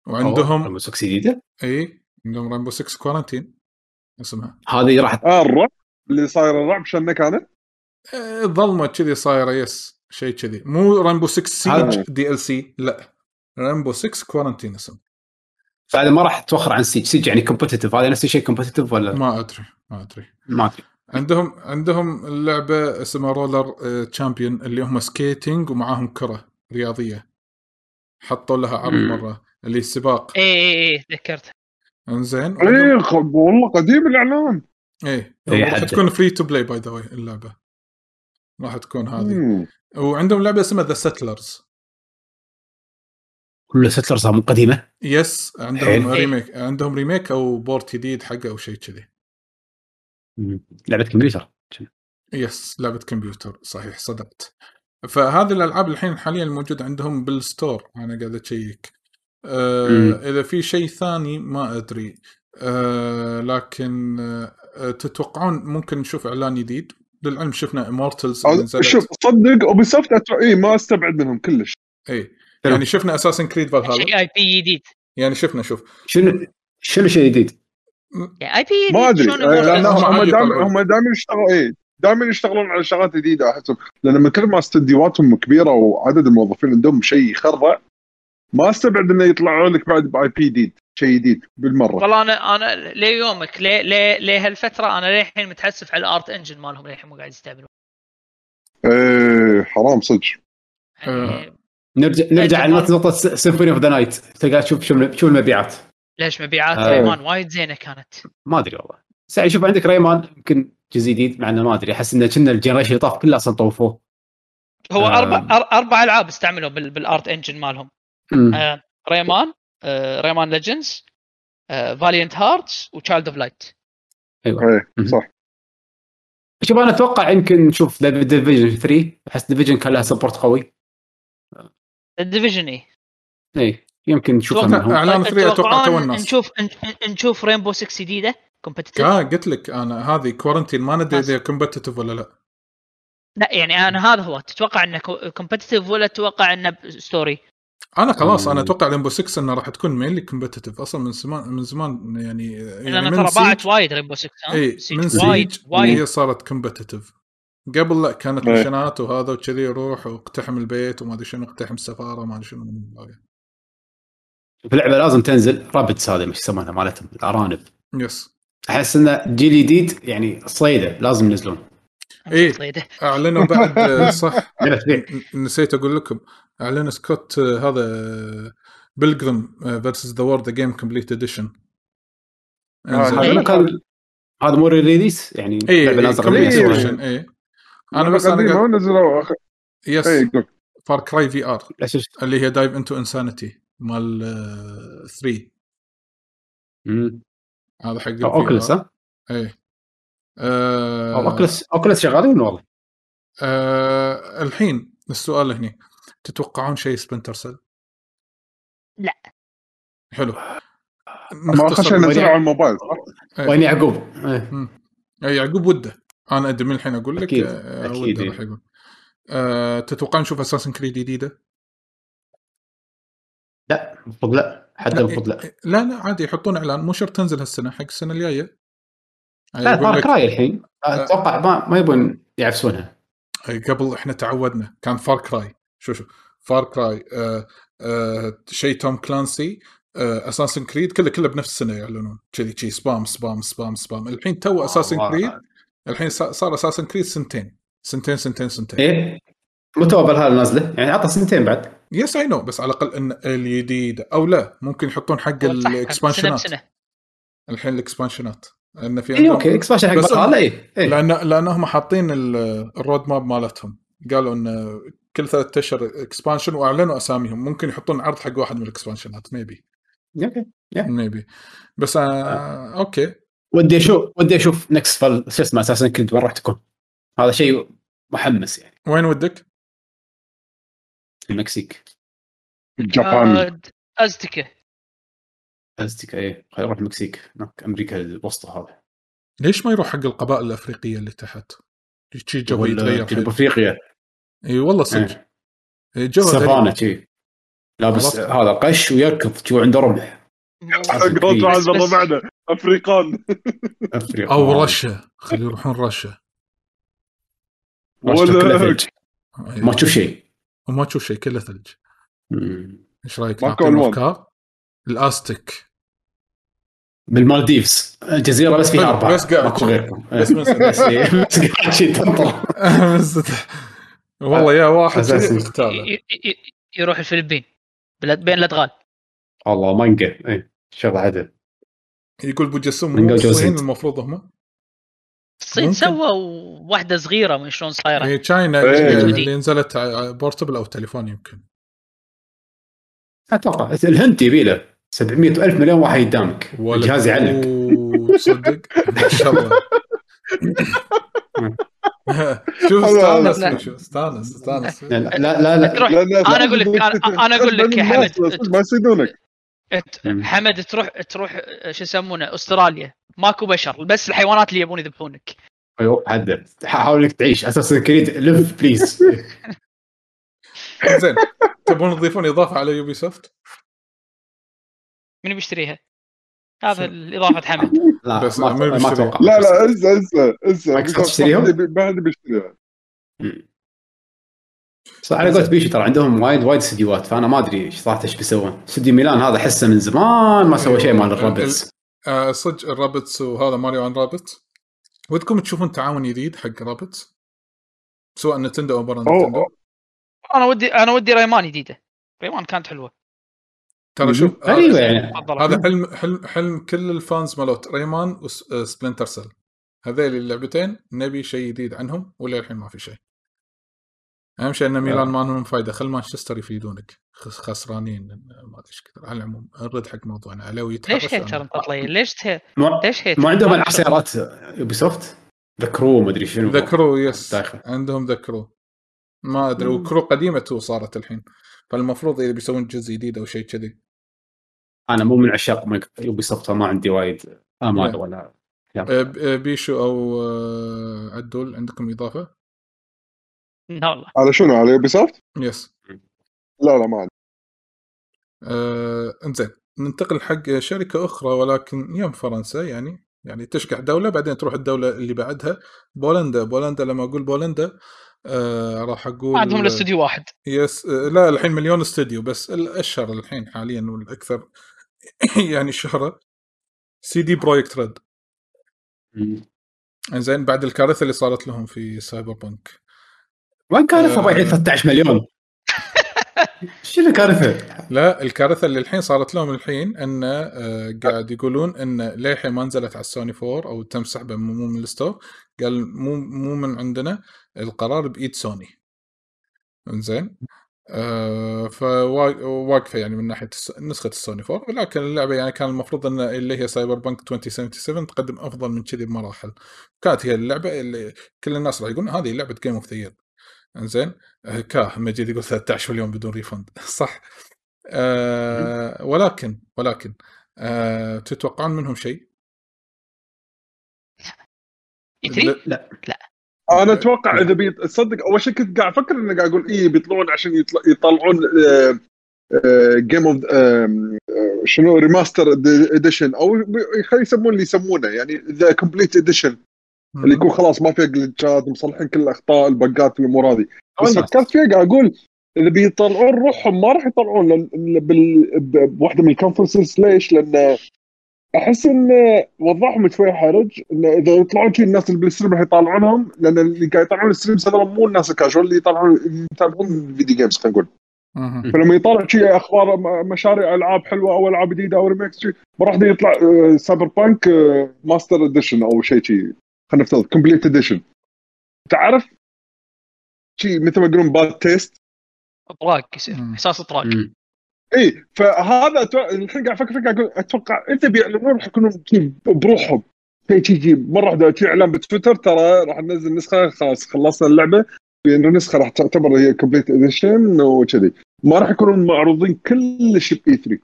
[SPEAKER 3] وعندهم
[SPEAKER 2] مسكس جديده
[SPEAKER 3] اي عندهم رينبو 6 كورنتين اسمها
[SPEAKER 2] هذه راح
[SPEAKER 4] اه الرعب اللي صاير الرعب شنو كانت؟
[SPEAKER 3] آه، ظلمه كذي صايره يس شيء كذي مو رينبو 6
[SPEAKER 2] هذا-
[SPEAKER 3] سيج دي ال سي لا رينبو 6 كورنتين اسمها
[SPEAKER 2] بعد ما راح توخر عن سيج سيج يعني كومبتتف هذا نفس الشيء كومبتتف ولا
[SPEAKER 3] ما ادري ما ادري
[SPEAKER 2] ما ادري
[SPEAKER 3] عندهم عندهم لعبه اسمها رولر تشامبيون اللي هم سكيتنج ومعاهم كره رياضيه حطوا لها عرض
[SPEAKER 2] مم.
[SPEAKER 3] مره اللي سباق
[SPEAKER 5] اي اي اي تذكرت
[SPEAKER 3] انزين وعندهم-
[SPEAKER 4] ايه خ- والله قديم الاعلان
[SPEAKER 3] ايه
[SPEAKER 2] إيه،
[SPEAKER 3] راح
[SPEAKER 2] حد.
[SPEAKER 3] تكون فري تو بلاي باي ذا واي اللعبه راح تكون هذه
[SPEAKER 4] مم.
[SPEAKER 3] وعندهم لعبه اسمها ذا سيتلرز
[SPEAKER 2] كل ستلرز مو قديمه
[SPEAKER 3] يس عندهم
[SPEAKER 2] حلو.
[SPEAKER 3] ريميك عندهم ريميك او بورت جديد حقه او شيء كذي
[SPEAKER 2] مم. لعبه كمبيوتر
[SPEAKER 3] يس لعبه كمبيوتر صحيح صدقت فهذه الالعاب الحين حاليا الموجوده عندهم بالستور انا قاعد اشيك
[SPEAKER 2] مم.
[SPEAKER 3] أه اذا في شيء ثاني ما ادري أه لكن أه تتوقعون ممكن نشوف اعلان جديد للعلم شفنا امورتلز
[SPEAKER 4] أو- شوف صدق اوبي سوفت أتوقع- اي ما استبعد منهم كلش
[SPEAKER 3] اي يعني شفنا اساسن كريد
[SPEAKER 5] شيء
[SPEAKER 3] فالهالا
[SPEAKER 5] اي بي جديد
[SPEAKER 3] يعني شفنا شوف
[SPEAKER 2] شنو شنو شيء جديد؟
[SPEAKER 5] يعني اي بي جديد
[SPEAKER 4] ما ادري
[SPEAKER 5] شلون
[SPEAKER 4] آه،
[SPEAKER 5] يقول-
[SPEAKER 4] لان
[SPEAKER 3] لأنهم
[SPEAKER 4] هم
[SPEAKER 3] عادي
[SPEAKER 4] دائما
[SPEAKER 3] يطلعون.
[SPEAKER 4] هم دائما يشتغلوا اي دائما يشتغلون على شغلات جديده احسهم لان من كثر ما استديوهاتهم كبيره وعدد الموظفين عندهم شيء يخرع ما استبعد انه يطلعوا لك بعد باي بي جديد شيء جديد بالمره
[SPEAKER 5] والله انا انا ليومك ليه ليه ليه هالفتره انا للحين متحسف على الارت انجن مالهم للحين مو قاعد يستهبلون
[SPEAKER 4] ايه حرام صدق
[SPEAKER 5] يعني
[SPEAKER 2] نرجع نرجع على نقطه سيمفوني اوف ذا نايت تلقى تشوف شو شو المبيعات
[SPEAKER 5] ليش مبيعات
[SPEAKER 2] آه.
[SPEAKER 5] ريمان وايد زينه كانت
[SPEAKER 2] ما ادري والله سعي شوف عندك ريمان يمكن جزء جديد مع انه ما ادري احس انه كنا الجنريشن اللي طاف كله اصلا طوفوه
[SPEAKER 5] هو
[SPEAKER 2] آه.
[SPEAKER 5] اربع أر- اربع العاب استعملوا بال- بالارت انجن مالهم
[SPEAKER 2] مم.
[SPEAKER 5] آه، ريمان آه، ريمان آه، ليجندز فاليانت هارتس وتشايلد اوف لايت
[SPEAKER 4] ايه
[SPEAKER 2] مهم.
[SPEAKER 4] صح
[SPEAKER 2] شوف انا اتوقع يمكن نشوف ديفيجن 3 احس ديفيجن كان لها سبورت قوي
[SPEAKER 5] الديفيجن اي
[SPEAKER 2] اي إيه، يمكن نشوفها
[SPEAKER 5] أتوقع-
[SPEAKER 2] منهم
[SPEAKER 3] اعلان 3 اتوقع تو
[SPEAKER 5] طيب، تتوقعون
[SPEAKER 3] الناس
[SPEAKER 5] نشوف ن- نشوف رينبو 6 جديده كومبتيتيف
[SPEAKER 3] آه، قلت لك انا هذه كورنتين ما ندري اذا كومبتتف ولا لا
[SPEAKER 5] لا يعني انا هذا هو تتوقع انه كومبتيتيف ولا تتوقع انه ستوري
[SPEAKER 3] انا خلاص
[SPEAKER 4] آه.
[SPEAKER 3] انا
[SPEAKER 2] مم.
[SPEAKER 3] اتوقع رينبو 6 انها راح تكون مينلي كومبتتف اصلا من زمان من زمان يعني يعني
[SPEAKER 5] لان
[SPEAKER 3] من
[SPEAKER 5] ترى باعت
[SPEAKER 3] سيج
[SPEAKER 5] وايد رينبو 6 ها
[SPEAKER 3] اي
[SPEAKER 5] سيج
[SPEAKER 3] من
[SPEAKER 5] وايد
[SPEAKER 3] سيج
[SPEAKER 5] وايد
[SPEAKER 3] هي صارت كومبتتف قبل لا كانت
[SPEAKER 4] إيه.
[SPEAKER 3] مشنات وهذا وكذي روح واقتحم البيت وما ادري شنو اقتحم السفاره ما ادري شنو من الباقي.
[SPEAKER 2] في لعبه لازم تنزل رابتس هذه مش يسمونها مالتهم الارانب
[SPEAKER 3] يس
[SPEAKER 2] احس انه جيل جديد يعني صيده لازم ينزلون
[SPEAKER 3] إيه.
[SPEAKER 5] صيدة.
[SPEAKER 3] اعلنوا بعد آه، صح
[SPEAKER 2] لا تبيع.
[SPEAKER 3] ن- نسيت اقول لكم اعلن سكوت آه، هذا بلجرم فيرسز ذا وورد جيم كومبليت اديشن
[SPEAKER 4] آه،
[SPEAKER 3] إيه.
[SPEAKER 2] هذا مو كان- هذا مو ريليس يعني
[SPEAKER 3] اي
[SPEAKER 2] لعبه نازله
[SPEAKER 4] كمية.
[SPEAKER 3] كومبليت
[SPEAKER 2] ريليس.
[SPEAKER 3] اديشن اي انا إيه. بس انا
[SPEAKER 4] قاعد
[SPEAKER 3] قاعد
[SPEAKER 4] نزلوا أخ-
[SPEAKER 3] يس
[SPEAKER 4] ايه قول.
[SPEAKER 3] فار كراي في ار
[SPEAKER 2] لا شوف.
[SPEAKER 3] اللي هي دايف انتو انسانيتي مال آه، 3
[SPEAKER 2] مم.
[SPEAKER 3] هذا حق
[SPEAKER 2] أو اوكلس ها
[SPEAKER 3] اي إيه. آه،
[SPEAKER 2] أو اوكلس اوكلس شغالين والله
[SPEAKER 3] آه، الحين السؤال هنا تتوقعون شيء سبنتر سيل؟
[SPEAKER 5] لا.
[SPEAKER 3] حلو
[SPEAKER 4] ما اخر
[SPEAKER 3] نختصر
[SPEAKER 4] شيء نزلوا
[SPEAKER 2] المريض.
[SPEAKER 4] على الموبايل صح؟
[SPEAKER 3] إيه.
[SPEAKER 2] وين يعقوب؟ إيه.
[SPEAKER 3] يا يعقوب وده انا ادري من الحين اقول لك
[SPEAKER 2] أكيد،
[SPEAKER 3] آه،
[SPEAKER 2] أكيد،
[SPEAKER 3] وده
[SPEAKER 2] إيه.
[SPEAKER 3] راح يقول أه تتوقع نشوف اساسن كريد جديده؟
[SPEAKER 2] لا المفروض لا حتى
[SPEAKER 3] إيه.
[SPEAKER 2] المفروض لا
[SPEAKER 3] لا لا عادي يحطون اعلان مو شرط تنزل هالسنه حق السنه الجايه
[SPEAKER 2] لا
[SPEAKER 3] يقول
[SPEAKER 2] فار
[SPEAKER 3] إيه، لك- آه.
[SPEAKER 2] كراي الحين اتوقع ما ما يبون يعفسونها
[SPEAKER 3] أي قبل احنا تعودنا كان فار كراي شو شو فار كراي آه آه شيء توم كلانسي اساسن كريد كله كله بنفس السنه يعلنون كذي شي سبام سبام سبام سبام الحين تو اساسن كريد الحين صا- صار اساسن كريد سنتين سنتين سنتين سنتين
[SPEAKER 2] ايه متى هذا نازله يعني عطى سنتين بعد
[SPEAKER 3] يس اي نو بس على الاقل ان الجديد او لا ممكن يحطون حق الاكسبانشنات
[SPEAKER 5] سنه بسنه
[SPEAKER 3] الحين الاكسبانشنات لان في
[SPEAKER 2] اي
[SPEAKER 3] عندهم-
[SPEAKER 2] اوكي اكسبانشن
[SPEAKER 3] بس-
[SPEAKER 2] إيه، حق هذا ايه إيه.
[SPEAKER 3] لان لان هم حاطين ال- الرود ماب مالتهم قالوا ان كل ثلاثة اشهر اكسبانشن واعلنوا اساميهم ممكن يحطون عرض حق واحد من الاكسبانشنات ميبي
[SPEAKER 2] اوكي
[SPEAKER 3] ميبي بس آه اوكي
[SPEAKER 2] ودي اشوف ودي اشوف نكس فال شو اسمه اساسا كنت وين راح تكون هذا شيء محمس يعني
[SPEAKER 3] وين ودك؟
[SPEAKER 2] المكسيك
[SPEAKER 4] الجابان
[SPEAKER 5] آه، ازتكه
[SPEAKER 2] ازتك ايه خلينا نروح المكسيك هناك امريكا الوسطى هذا
[SPEAKER 3] ليش ما يروح حق القبائل الافريقيه اللي تحت؟ شي جو
[SPEAKER 2] ولا
[SPEAKER 3] يتغير
[SPEAKER 2] جنوب
[SPEAKER 3] حيل.
[SPEAKER 2] افريقيا
[SPEAKER 3] اي والله صدق
[SPEAKER 2] إيه.
[SPEAKER 3] جو
[SPEAKER 2] سافانا
[SPEAKER 3] غريب.
[SPEAKER 2] شي لابس
[SPEAKER 3] خلاص.
[SPEAKER 2] هذا قش ويركض شو عنده رمح
[SPEAKER 4] اقرا واحد من ربعنا افريقان
[SPEAKER 2] افريقيا
[SPEAKER 3] او رشا خليه يروحون رشا
[SPEAKER 2] رشا
[SPEAKER 4] ولا
[SPEAKER 2] كلها ثلج.
[SPEAKER 3] إيه.
[SPEAKER 2] ما تشوف شيء
[SPEAKER 3] وما تشوف شيء كله ثلج
[SPEAKER 2] مم.
[SPEAKER 3] ايش رايك
[SPEAKER 4] ماكو
[SPEAKER 3] نعطيهم
[SPEAKER 4] ألوان.
[SPEAKER 3] افكار؟ الاستك
[SPEAKER 2] بالمالديفز جزيره بس فيها
[SPEAKER 3] حلو،
[SPEAKER 2] اربعه
[SPEAKER 3] طيب، بس قاعد.
[SPEAKER 2] ماكو غيركم إيه.
[SPEAKER 3] بس من- بس-
[SPEAKER 2] إيه، بس قاعد شي تنطر.
[SPEAKER 3] والله يا واحد
[SPEAKER 2] أساسي.
[SPEAKER 3] كذي اختاره
[SPEAKER 5] ي- ي- ي- يروح الفلبين بلد- بين الادغال
[SPEAKER 2] والله مانجا ايه شغله عدل
[SPEAKER 3] يقول ابو جسوم
[SPEAKER 2] من
[SPEAKER 3] مو
[SPEAKER 2] قبل جوزيت.
[SPEAKER 3] الصين المفروض هم
[SPEAKER 5] الصين
[SPEAKER 3] ممكن.
[SPEAKER 5] سووا واحده صغيره ما شلون صايره
[SPEAKER 3] هي تشاينا
[SPEAKER 4] إيه.
[SPEAKER 3] اللي اللي نزلت بورتبل او تليفون يمكن
[SPEAKER 2] اتوقع الهند يبي له 700 الف مليون واحد قدامك
[SPEAKER 3] ولا-
[SPEAKER 2] الجهاز يعلق
[SPEAKER 3] أوه، تصدق ما شاء الله شوف
[SPEAKER 4] والله.
[SPEAKER 3] استانس شوف استانس استانس
[SPEAKER 2] لا لا لا, لا.
[SPEAKER 5] تروح انا اقول لك انا أنا اقول لك يا حمد أنت-
[SPEAKER 4] ما يصيدونك
[SPEAKER 5] أنت-
[SPEAKER 2] مم.
[SPEAKER 5] حمد تروح تروح آه، شو يسمونه استراليا ماكو بشر بس الحيوانات اللي يبون يذبحونك
[SPEAKER 2] ايوه حد حاول انك تعيش اساسا كريد لف بليز
[SPEAKER 3] زين تبون تضيفون اضافه على يوبي سوفت
[SPEAKER 5] من بيشتريها؟ هذا الاضافه حمد
[SPEAKER 2] لا
[SPEAKER 3] بس
[SPEAKER 2] ما,
[SPEAKER 3] ما
[SPEAKER 2] ما
[SPEAKER 3] بيشتري.
[SPEAKER 2] اتوقع
[SPEAKER 4] لا لا انسى انسى انسى
[SPEAKER 2] مايكروسوفت تشتريهم؟
[SPEAKER 4] ما حد بيشتريها
[SPEAKER 2] بس على قولت بيشو ترى عندهم وايد وايد استديوهات فانا ما ادري ايش صراحه ايش بيسوون استديو ميلان هذا احسه من زمان ما سوى شيء مال الرابتس
[SPEAKER 3] آه، صدق الرابتس وهذا ماريو عن رابت ودكم تشوفون تعاون جديد حق رابت سواء نتندو او برا نتندو
[SPEAKER 4] أوه.
[SPEAKER 5] انا ودي انا ودي ريمان جديده ريمان كانت حلوه
[SPEAKER 3] ترى شوف آه، هذا-
[SPEAKER 2] غريبه يعني
[SPEAKER 5] تفضل
[SPEAKER 3] هذا حلم حلم حلم كل الفانز مالوت ريمان وسبلنتر سيل هذيل اللعبتين نبي شيء جديد عنهم ولا الحين ما في شيء اهم شيء ان ميلان ما لهم فايده خل مانشستر يفيدونك خس- خسرانين ما ادري ايش كثر على العموم نرد حق موضوعنا علوي
[SPEAKER 5] ليش
[SPEAKER 3] يتحرش
[SPEAKER 5] هيتر
[SPEAKER 3] عنه.
[SPEAKER 5] انت طليل ليش هي-
[SPEAKER 2] ما-
[SPEAKER 5] ليش هيتر
[SPEAKER 2] ما عندهم العاب سيارات يوبي سوفت ذكروه ما ادري شنو
[SPEAKER 3] ذا كرو يس
[SPEAKER 2] داخل.
[SPEAKER 3] عندهم ذا كرو ما ادري وكرو قديمه تو صارت الحين فالمفروض اذا بيسوون جزء جديد او شيء كذي
[SPEAKER 2] انا مو من عشاق مايك- يوبي سوفت ما عندي وايد امال
[SPEAKER 3] لا.
[SPEAKER 2] ولا
[SPEAKER 3] أه، ب- أه، بيشو او أه، عدول عندكم اضافه؟
[SPEAKER 5] لا والله
[SPEAKER 4] على شنو على يوبي سوفت؟
[SPEAKER 3] يس
[SPEAKER 4] لا لا ما عندي
[SPEAKER 3] آه، انزين ننتقل حق شركة أخرى ولكن يم فرنسا يعني يعني تشقح دولة بعدين تروح الدولة اللي بعدها بولندا بولندا لما أقول بولندا آه راح أقول
[SPEAKER 5] ما عندهم الا استوديو واحد
[SPEAKER 3] يس آه، لا الحين مليون استوديو بس الأشهر الحين حاليا والأكثر يعني شهرة سي دي بروجكت ريد
[SPEAKER 2] يعني
[SPEAKER 3] انزين بعد الكارثة اللي صارت لهم في سايبر بانك
[SPEAKER 2] وين كارثه
[SPEAKER 3] آه.
[SPEAKER 2] بايعين 13 مليون؟ شنو كارثه؟
[SPEAKER 3] لا الكارثه اللي الحين صارت لهم الحين ان آه، قاعد يقولون ان للحين ما نزلت على السوني 4 او تم سحبه مو مو من الستور قال مو مو من عندنا القرار بايد سوني انزين آه فواقفه يعني من ناحيه الس- نسخه السوني 4 ولكن اللعبه يعني كان المفروض ان اللي هي سايبر بانك 2077 تقدم افضل من كذي بمراحل كانت هي اللعبه اللي كل الناس راح يقولون هذه لعبه جيم اوف ذا انزين آه، كاه مجيد يقول 13 مليون بدون ريفند صح آه ولكن ولكن آه تتوقعون منهم شيء؟
[SPEAKER 5] يدري
[SPEAKER 4] انا اتوقع اذا بيت صدق اول شيء كنت قاعد افكر انه قاعد اقول اي بيطلعون عشان يطل- يطلعون آه، جيم اوف آه، شنو ريماستر اديشن او بي- خلي يسمون اللي يسمونه يعني ذا كومبليت اديشن اللي يكون خلاص ما فيها جلتشات مصلحين كل الاخطاء البقات الامور هذه بس فكرت فيها قاعد اقول اذا بيطلعون روحهم ما راح يطلعون لان بال- ب- بواحده من الكونفرنسز ليش؟ لان احس ان وضحهم شوي حرج ان اذا يطلعون شي الناس اللي بالستريم راح يطالعونهم لان اللي قاعد يطالعون الستريمز هذول مو الناس الكاجوال اللي يطالعون اللي يتابعون الفيديو جيمز خلينا نقول
[SPEAKER 3] مهم.
[SPEAKER 4] فلما يطالع شيء اخبار م- مشاريع العاب حلوه او العاب جديده او ريميكس شي ما راح يطلع آه، سايبر بانك آه، ماستر اديشن او شيء شي خلينا نفترض كومبليت اديشن تعرف شيء مثل ما يقولون باد تيست
[SPEAKER 5] براك يصير
[SPEAKER 3] مم.
[SPEAKER 5] احساس اطراق
[SPEAKER 2] مم.
[SPEAKER 4] اي فهذا أتو- الحين قاعد افكر فيه قاعد اقول اتوقع اذا بيعلنون راح يكونون شي بروحهم شي شي شي مره واحده شي اعلان بتويتر ترى راح ننزل نسخه خلاص خلصنا اللعبه لانه النسخه راح تعتبر هي كومبليت اديشن وكذي ما راح يكونون معروضين كل شيء باي 3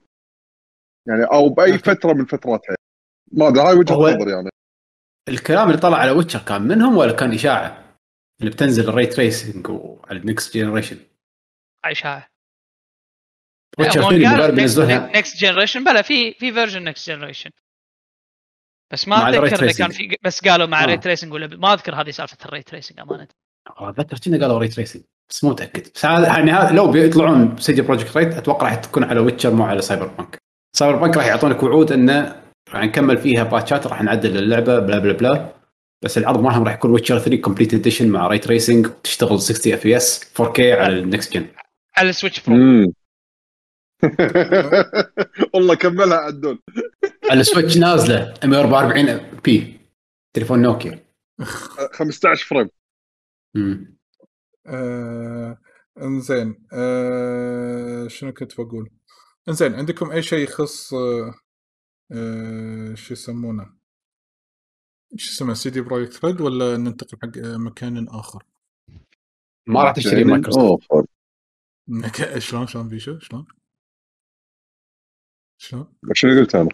[SPEAKER 4] يعني او باي
[SPEAKER 2] أوكي.
[SPEAKER 4] فتره من فتراتها ما ادري هاي وجهه
[SPEAKER 2] هو-
[SPEAKER 4] نظري يعني
[SPEAKER 2] الكلام اللي طلع على ويتشر كان منهم ولا كان اشاعه؟ اللي بتنزل الري تريسنج وعلى النكست جنريشن
[SPEAKER 5] عايشها
[SPEAKER 2] ويتشر 3 اللي قالوا بينزلونها
[SPEAKER 5] نكست جنريشن بلا في في فيرجن نكست جنريشن بس ما
[SPEAKER 2] مع ال ray
[SPEAKER 5] اتذكر اذا
[SPEAKER 2] tracing.
[SPEAKER 5] كان في بس قالوا مع
[SPEAKER 2] آه.
[SPEAKER 5] ري تريسنج ولا ما اذكر هذه سالفه الري تريسنج امانه
[SPEAKER 2] آه، اتذكر كنا قالوا ري تريسنج بس مو متاكد بس هذا يعني هذا لو بيطلعون سجل بروجكت ريت اتوقع راح تكون على ويتشر مو على سايبر بانك سايبر بانك راح يعطونك وعود انه راح نكمل فيها باتشات راح نعدل اللعبه بلا بلا بلا بس العرض مالهم راح يكون ويتشر 3 كومبليت اديشن مع ري تريسنج تشتغل 60 اف اس 4K على النكست جن
[SPEAKER 5] على السويتش
[SPEAKER 2] Mm.
[SPEAKER 5] برو
[SPEAKER 4] مم. والله كملها عدول
[SPEAKER 2] السويتش نازله 144 بي تليفون نوكيا
[SPEAKER 4] 15 فريم
[SPEAKER 2] مم.
[SPEAKER 3] آه، انزين آه، شنو كنت بقول؟ انزين عندكم اي شيء يخص آه، آه، شو يسمونه؟ شو اسمه سيدي بروجكت ريد ولا ننتقل حق آه، مكان اخر؟
[SPEAKER 2] ما راح تشتري مايكروسوفت
[SPEAKER 4] أوفر.
[SPEAKER 3] مك- شلون شلون بيشو شلون؟ شلون؟
[SPEAKER 4] شنو قلت انا؟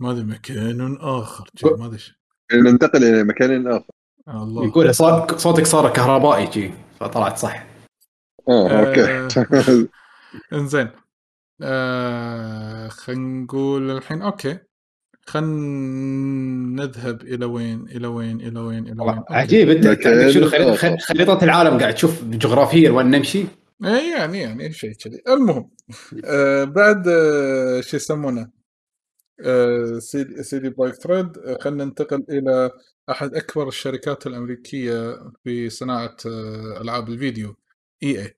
[SPEAKER 3] ما ادري مكان اخر
[SPEAKER 2] و-
[SPEAKER 3] ما ادري شو.
[SPEAKER 4] ننتقل الى مكان اخر
[SPEAKER 3] آه، الله
[SPEAKER 2] يقول صار صوتك صار كهربائي جي فطلعت صح
[SPEAKER 4] اه
[SPEAKER 3] آه.
[SPEAKER 4] اوكي
[SPEAKER 3] انزين آه خلينا نقول الحين اوكي خلينا نذهب الى وين الى وين الى وين الى وين أوكي.
[SPEAKER 2] عجيب انت أنت عندك شنو خري-
[SPEAKER 4] آخر.
[SPEAKER 2] خ- خريطه العالم قاعد تشوف جغرافيا وين نمشي
[SPEAKER 3] اي يعني يعني شيء كذي المهم آه بعد آه شو يسمونه آه سيدي سيدي بروجكت ريد آه، خلينا ننتقل الى احد اكبر الشركات الامريكيه في صناعه آه العاب الفيديو اي اي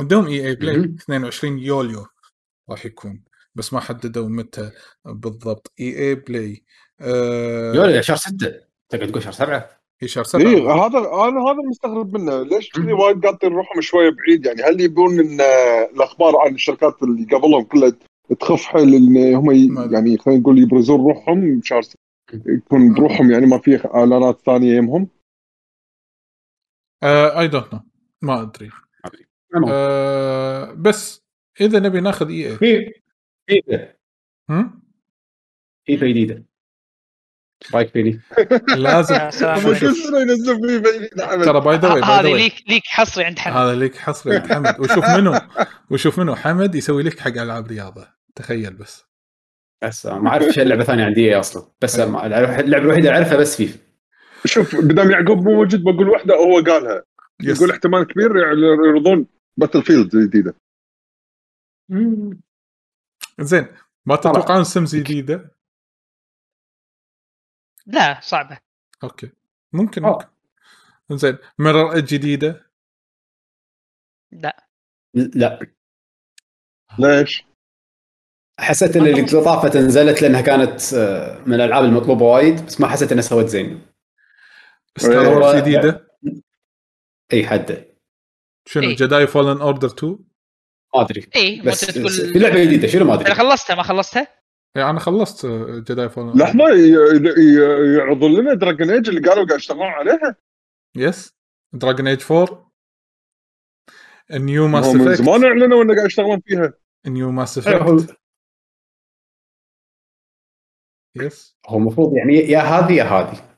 [SPEAKER 3] عندهم اي اي بلاي
[SPEAKER 2] مهم.
[SPEAKER 3] 22 يوليو راح يكون بس ما حددوا متى بالضبط اي اي بلاي آه،
[SPEAKER 2] يوليو شهر 6 تقعد تقول شهر 7
[SPEAKER 3] في شهر
[SPEAKER 4] إيه،
[SPEAKER 3] 7
[SPEAKER 4] هذا انا هذا مستغرب منه ليش كذي وايد قاطين روحهم شويه بعيد يعني هل يبون ان آه، الاخبار عن الشركات اللي قبلهم كلها تخف حيل ان هم ي-
[SPEAKER 3] ما أدري.
[SPEAKER 4] يعني خلينا نقول يبرزون روحهم بشهر ست- يكون بروحهم يعني ما في اعلانات ثانيه يمهم
[SPEAKER 3] اي دونت نو ما ادري آه بس اذا نبي ناخذ إيه. اي اي
[SPEAKER 2] في جديده في جديده رايك فيني
[SPEAKER 3] لازم
[SPEAKER 5] يا سلام
[SPEAKER 4] هم
[SPEAKER 5] عليك.
[SPEAKER 4] كل سنه ينزلون فيه بي- نعم.
[SPEAKER 3] ترى باي ذا واي باي
[SPEAKER 5] هذه
[SPEAKER 3] ذا واي
[SPEAKER 5] ليك ليك حصري عند حمد
[SPEAKER 3] هذا ليك حصري عند حمد وشوف منو وشوف منو حمد يسوي لك حق العاب رياضه تخيل بس
[SPEAKER 2] بس ما اعرف شو اللعبه ثانيه عندي إيه اصلا بس ما- اللعبه الوحيده اللي اعرفها بس فيفا
[SPEAKER 4] شوف بدام يعقوب مو موجود بقول واحده هو قالها
[SPEAKER 3] يس.
[SPEAKER 4] يقول احتمال كبير يعني يرضون باتل فيلد الجديده
[SPEAKER 2] Ah.
[SPEAKER 5] Mm.
[SPEAKER 3] زين ما تتوقعون سمز جديده؟
[SPEAKER 5] لا صعبه
[SPEAKER 3] اوكي ممكن
[SPEAKER 4] آه.
[SPEAKER 2] أوه.
[SPEAKER 3] ممكن زين مرر إيدج جديده
[SPEAKER 5] لا
[SPEAKER 2] لا
[SPEAKER 4] ليش؟
[SPEAKER 2] حسيت ان اللطافه نزلت لانها كانت آه، من الالعاب المطلوبه وايد بس ما حسيت انها سوت زين
[SPEAKER 3] ستار
[SPEAKER 4] إيه.
[SPEAKER 3] وورز جديده
[SPEAKER 2] اي حد
[SPEAKER 3] شنو
[SPEAKER 5] إيه.
[SPEAKER 3] جداي فولن اوردر 2
[SPEAKER 2] ما ادري
[SPEAKER 5] اي
[SPEAKER 2] بس
[SPEAKER 5] بس
[SPEAKER 2] بس في
[SPEAKER 5] تقول
[SPEAKER 2] لعبه جديده شنو ما
[SPEAKER 5] انا
[SPEAKER 2] ادري
[SPEAKER 5] خلصتها ما خلصتها
[SPEAKER 3] يعني انا خلصت جداي فولن
[SPEAKER 4] لحظه ي- ي- يعرضون لنا دراجون ايج اللي قالوا قاعد يشتغلون عليها
[SPEAKER 3] يس دراجون ايج 4 نيو ماس
[SPEAKER 4] هم من زمان إيه.
[SPEAKER 3] افكت
[SPEAKER 4] اعلنوا انه قاعد يشتغلون فيها
[SPEAKER 3] نيو ماس
[SPEAKER 2] هو
[SPEAKER 3] افكت يس
[SPEAKER 2] هو المفروض يعني يا هذه يا هذه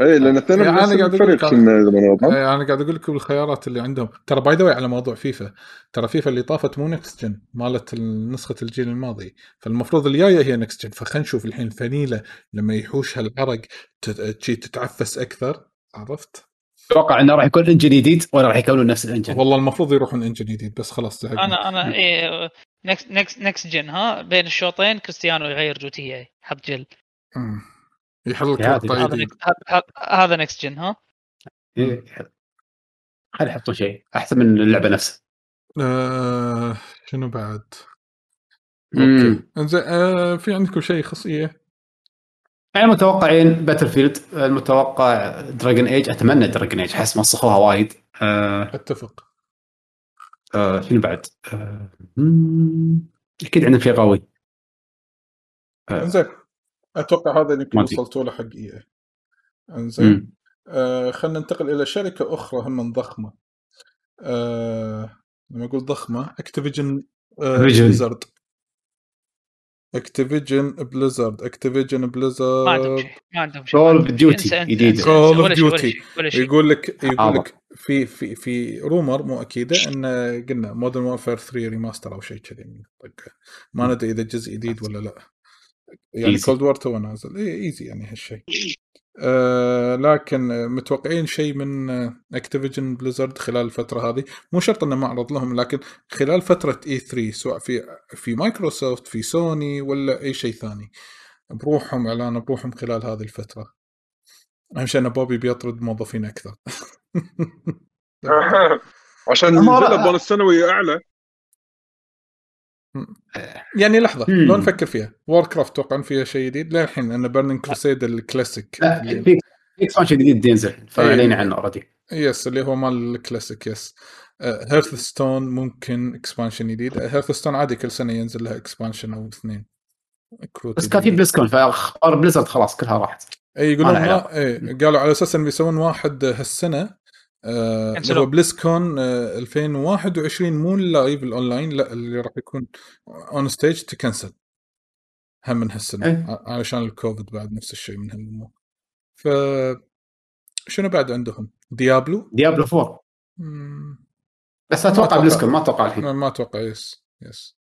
[SPEAKER 4] اي لان اثنين
[SPEAKER 3] يعني
[SPEAKER 4] من
[SPEAKER 3] أنا
[SPEAKER 4] نفس
[SPEAKER 3] قاعد أقول
[SPEAKER 4] الفريق
[SPEAKER 3] لك
[SPEAKER 4] كنا زمان
[SPEAKER 2] نعم.
[SPEAKER 4] والله.
[SPEAKER 3] اي انا إيه، قاعد اقول لكم الخيارات اللي عندهم ترى باي ذا على موضوع فيفا ترى فيفا اللي طافت مو نكست جن مالت ال- نسخه الجيل الماضي فالمفروض الجايه هي نكست جن فخلينا نشوف الحين الفنيله لما يحوشها العرق تت- تشي تتعفس اكثر عرفت
[SPEAKER 2] اتوقع انه راح يكون انجن جديد ولا راح يكونون نفس الانجن
[SPEAKER 3] والله المفروض يروحون انجن جديد بس خلاص زهقنا
[SPEAKER 5] انا انا
[SPEAKER 2] Mm.
[SPEAKER 5] إيه نكست نكست نكست جن ها بين الشوطين كريستيانو يغير جوتيه حط جل
[SPEAKER 3] مم. يحل لك
[SPEAKER 2] يا عادي.
[SPEAKER 3] مقطع
[SPEAKER 5] هذا
[SPEAKER 3] جديد.
[SPEAKER 5] next- هذا- هذا- هذا نكست جن ها
[SPEAKER 2] إيه. خلي يحطون شيء احسن من اللعبه نفسها
[SPEAKER 3] آه شنو بعد؟
[SPEAKER 2] مم.
[SPEAKER 3] اوكي انزين آه في عندكم شيء إيه، خاصيه؟
[SPEAKER 2] يعني متوقعين باتل فيلد المتوقع دراجون ايج اتمنى دراجون ايج احس مسخوها وايد آه
[SPEAKER 3] اتفق
[SPEAKER 2] آه شنو بعد؟ آه مم، اكيد عندهم شيء قوي آه.
[SPEAKER 3] انزين اتوقع هذا يمكن
[SPEAKER 2] ما أدري.
[SPEAKER 3] وصلتوا له حق ايه انزين
[SPEAKER 2] مم.
[SPEAKER 3] آه خلينا ننتقل الى شركه اخرى هم ضخمه آه لما اقول ضخمه اكتيفيجن آه،
[SPEAKER 2] Activision.
[SPEAKER 3] بليزرد اكتيفيجن بليزرد اكتيفيجن
[SPEAKER 5] ما عندهم
[SPEAKER 3] بليزرد
[SPEAKER 5] شيء ما عندهم شيء
[SPEAKER 2] Call
[SPEAKER 5] ما
[SPEAKER 2] of
[SPEAKER 5] عندهم
[SPEAKER 2] Duty
[SPEAKER 5] شيء. انسى- انسى-
[SPEAKER 2] جديدة.
[SPEAKER 5] انسى- انسى.
[SPEAKER 3] Call of
[SPEAKER 5] ولا شيء- ولا
[SPEAKER 3] Duty.
[SPEAKER 5] شيء- ولا شيء آه.
[SPEAKER 3] يقول لك يقول
[SPEAKER 2] عظم.
[SPEAKER 3] لك في في في رومر مو اكيده ان قلنا مودرن وورفير 3 ريماستر او شيء كذي من طقه. ما ندري اذا جزء جديد ولا لا يعني
[SPEAKER 2] Easy.
[SPEAKER 3] كولد وور تو نازل اي ايزي يعني هالشيء آه لكن آه، متوقعين شيء من اكتيفيجن بليزرد خلال الفتره هذه مو شرط انه ما عرض لهم لكن خلال فتره اي 3 سواء في في مايكروسوفت في سوني ولا اي شيء ثاني بروحهم اعلان بروحهم خلال هذه الفتره اهم شيء ان بوبي بيطرد موظفين اكثر آه.
[SPEAKER 4] عشان
[SPEAKER 2] أما
[SPEAKER 4] ينزل
[SPEAKER 2] لا-
[SPEAKER 4] له بونص سنوي اعلى
[SPEAKER 3] يعني لحظه
[SPEAKER 2] مم.
[SPEAKER 3] لو نفكر فيها وور كرافت توقع إن فيها شيء جديد للحين ان بيرنينج كروسيد الكلاسيك
[SPEAKER 2] لا
[SPEAKER 3] اللي-
[SPEAKER 2] في في اكسبانشن جديد ينزل فاعلين عنه اوريدي
[SPEAKER 3] يس اللي هو مال الكلاسيك يس هيرث ستون ممكن اكسبانشن جديد هيرث ستون عادي كل سنه ينزل لها اكسبانشن او اثنين كروت
[SPEAKER 2] بس كان في
[SPEAKER 3] جديدة.
[SPEAKER 2] بلسكون فاخبار بليزرد خلاص كلها راحت
[SPEAKER 3] اي إيه، يقولون
[SPEAKER 2] ما له
[SPEAKER 3] ما
[SPEAKER 2] علاقة.
[SPEAKER 3] اي قالوا على اساس انه بيسوون واحد هالسنه آه اللي
[SPEAKER 5] كنسلوه.
[SPEAKER 3] هو بليسكون آه 2021 مو اللايف الاونلاين لا اللي راح يكون اون ستيج تكنسل هم من هالسنه
[SPEAKER 2] إيه.
[SPEAKER 3] ع- علشان الكوفيد بعد نفس الشيء من هالامور ف شنو بعد عندهم؟ ديابلو؟
[SPEAKER 2] ديابلو 4
[SPEAKER 3] مم.
[SPEAKER 2] بس
[SPEAKER 3] ما
[SPEAKER 2] اتوقع
[SPEAKER 3] أتوقع.
[SPEAKER 2] بلسكون ما اتوقع الحين
[SPEAKER 3] ما ما اتوقع يس يس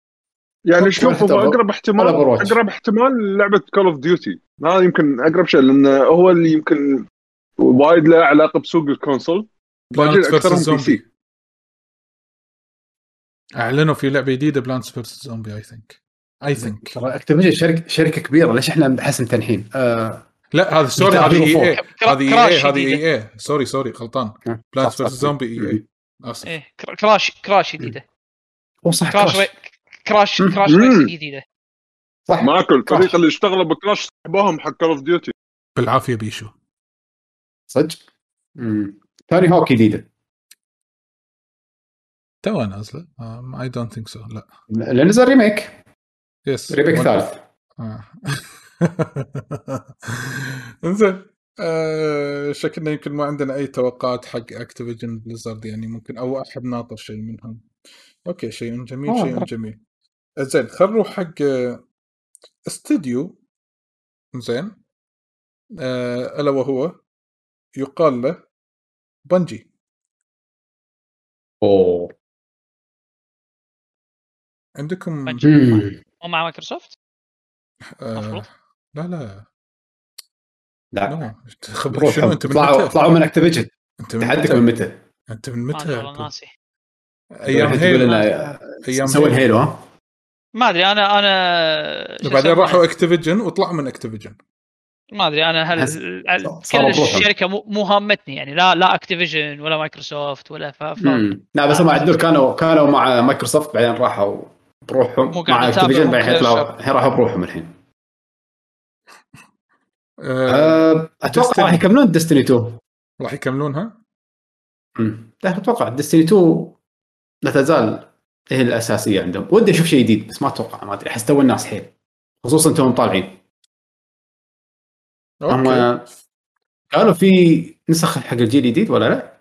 [SPEAKER 4] يعني
[SPEAKER 2] ولا
[SPEAKER 4] شوف
[SPEAKER 2] حتى
[SPEAKER 4] هو
[SPEAKER 2] أوفر-
[SPEAKER 4] اقرب احتمال
[SPEAKER 2] ولا Overwatch.
[SPEAKER 4] اقرب احتمال لعبه كول اوف ديوتي هذا يمكن اقرب شيء لان هو اللي يمكن وايد له علاقه بسوق الكونسول
[SPEAKER 3] Plants vs.
[SPEAKER 4] اكثرهم بي
[SPEAKER 3] Zombie.
[SPEAKER 4] سي
[SPEAKER 3] اعلنوا في لعبه جديده بلانس فيرس زومبي اي ثينك اي ثينك
[SPEAKER 2] ترى اكتيفيجن شركه شركه كبيره ليش احنا نحس متنحين؟ آه
[SPEAKER 3] لا هذا سوري
[SPEAKER 2] Guitar
[SPEAKER 3] هذه
[SPEAKER 2] Hero
[SPEAKER 3] اي اي
[SPEAKER 5] كرا-
[SPEAKER 3] هذه اي
[SPEAKER 5] كراش
[SPEAKER 3] هذه
[SPEAKER 5] جديدة.
[SPEAKER 3] اي اي سوري سوري غلطان بلانس
[SPEAKER 2] صح،
[SPEAKER 3] فيرس
[SPEAKER 2] صح.
[SPEAKER 3] زومبي اي اي اسف
[SPEAKER 5] إيه، كرا- كراش كراش جديده
[SPEAKER 2] هو صح
[SPEAKER 5] كراش
[SPEAKER 2] كراش.
[SPEAKER 5] ري- كراش
[SPEAKER 2] مم.
[SPEAKER 5] كراش
[SPEAKER 4] مم.
[SPEAKER 5] ريس جديده
[SPEAKER 2] صح
[SPEAKER 4] ماكو
[SPEAKER 2] كراش.
[SPEAKER 4] الفريق اللي اشتغلوا بكراش سحبوهم حق كول اوف ديوتي
[SPEAKER 3] بالعافيه بيشو
[SPEAKER 2] صدق مم. توني هوك جديده
[SPEAKER 3] توها نازله اي دونت ثينك سو لا
[SPEAKER 2] لان نزل ريميك
[SPEAKER 3] يس
[SPEAKER 2] ريميك ثالث
[SPEAKER 3] آه. انزين آه شكلنا يمكن ما عندنا اي توقعات حق اكتيفيجن بليزرد يعني ممكن او احد ناطر شيء منهم اوكي شيء جميل
[SPEAKER 2] آه.
[SPEAKER 3] شيء جميل زين خلينا نروح حق آه، استوديو زين آه الا وهو يقال له بنجي
[SPEAKER 2] اوه
[SPEAKER 3] عندكم
[SPEAKER 5] بنجي.
[SPEAKER 2] مم.
[SPEAKER 5] مو مع مايكروسوفت
[SPEAKER 3] آه
[SPEAKER 5] مفروض.
[SPEAKER 3] لا لا
[SPEAKER 2] لا
[SPEAKER 3] لا خبر شنو
[SPEAKER 2] روحهم
[SPEAKER 3] انت من متى
[SPEAKER 2] طلعوا طلعوا من اكتيفيجن
[SPEAKER 3] انت من
[SPEAKER 2] تحدك من
[SPEAKER 3] متى
[SPEAKER 2] متى؟
[SPEAKER 3] انت من
[SPEAKER 5] ما أدري
[SPEAKER 3] متى
[SPEAKER 5] والله ناسي
[SPEAKER 3] ايام
[SPEAKER 2] الحين تقول
[SPEAKER 3] هيلو
[SPEAKER 2] لنا
[SPEAKER 3] ايام
[SPEAKER 2] سوي
[SPEAKER 3] هيلو.
[SPEAKER 2] هيلو ها؟
[SPEAKER 5] ما ادري انا انا شو
[SPEAKER 3] بعدين
[SPEAKER 5] اسمه؟
[SPEAKER 3] راحوا اكتيفيجن وطلعوا من اكتيفيجن
[SPEAKER 5] ما ادري انا هل
[SPEAKER 2] حس-
[SPEAKER 5] هل-
[SPEAKER 2] صاروا
[SPEAKER 5] كل
[SPEAKER 2] بروحهم.
[SPEAKER 5] الشركه مو- مو هامتني يعني لا لا اكتيفيجن ولا مايكروسوفت ولا ف... ف...
[SPEAKER 2] مم. لا بس هم عدول كانوا كانوا مع مايكروسوفت بعدين راحوا
[SPEAKER 5] مو
[SPEAKER 2] بروحهم
[SPEAKER 5] قاعد
[SPEAKER 2] مع
[SPEAKER 5] نتابع
[SPEAKER 2] اكتيفيجن
[SPEAKER 5] مو
[SPEAKER 2] بعدين
[SPEAKER 5] كلير
[SPEAKER 2] طلعوا
[SPEAKER 5] شر.
[SPEAKER 2] الحين راحوا بروحهم الحين
[SPEAKER 3] آه
[SPEAKER 2] أه، اتوقع
[SPEAKER 3] Destiny.
[SPEAKER 2] راح يكملون ديستني 2
[SPEAKER 3] راح يكملونها
[SPEAKER 2] مم. لكن اتوقع ديستني 2 لا تزال هي الاساسيه عندهم ودي اشوف شيء جديد بس ما اتوقع ما ادري احس تو الناس حيل خصوصا انتم طالعين
[SPEAKER 3] اوكي
[SPEAKER 2] هم قالوا في نسخ حق الجيل الجديد ولا لا؟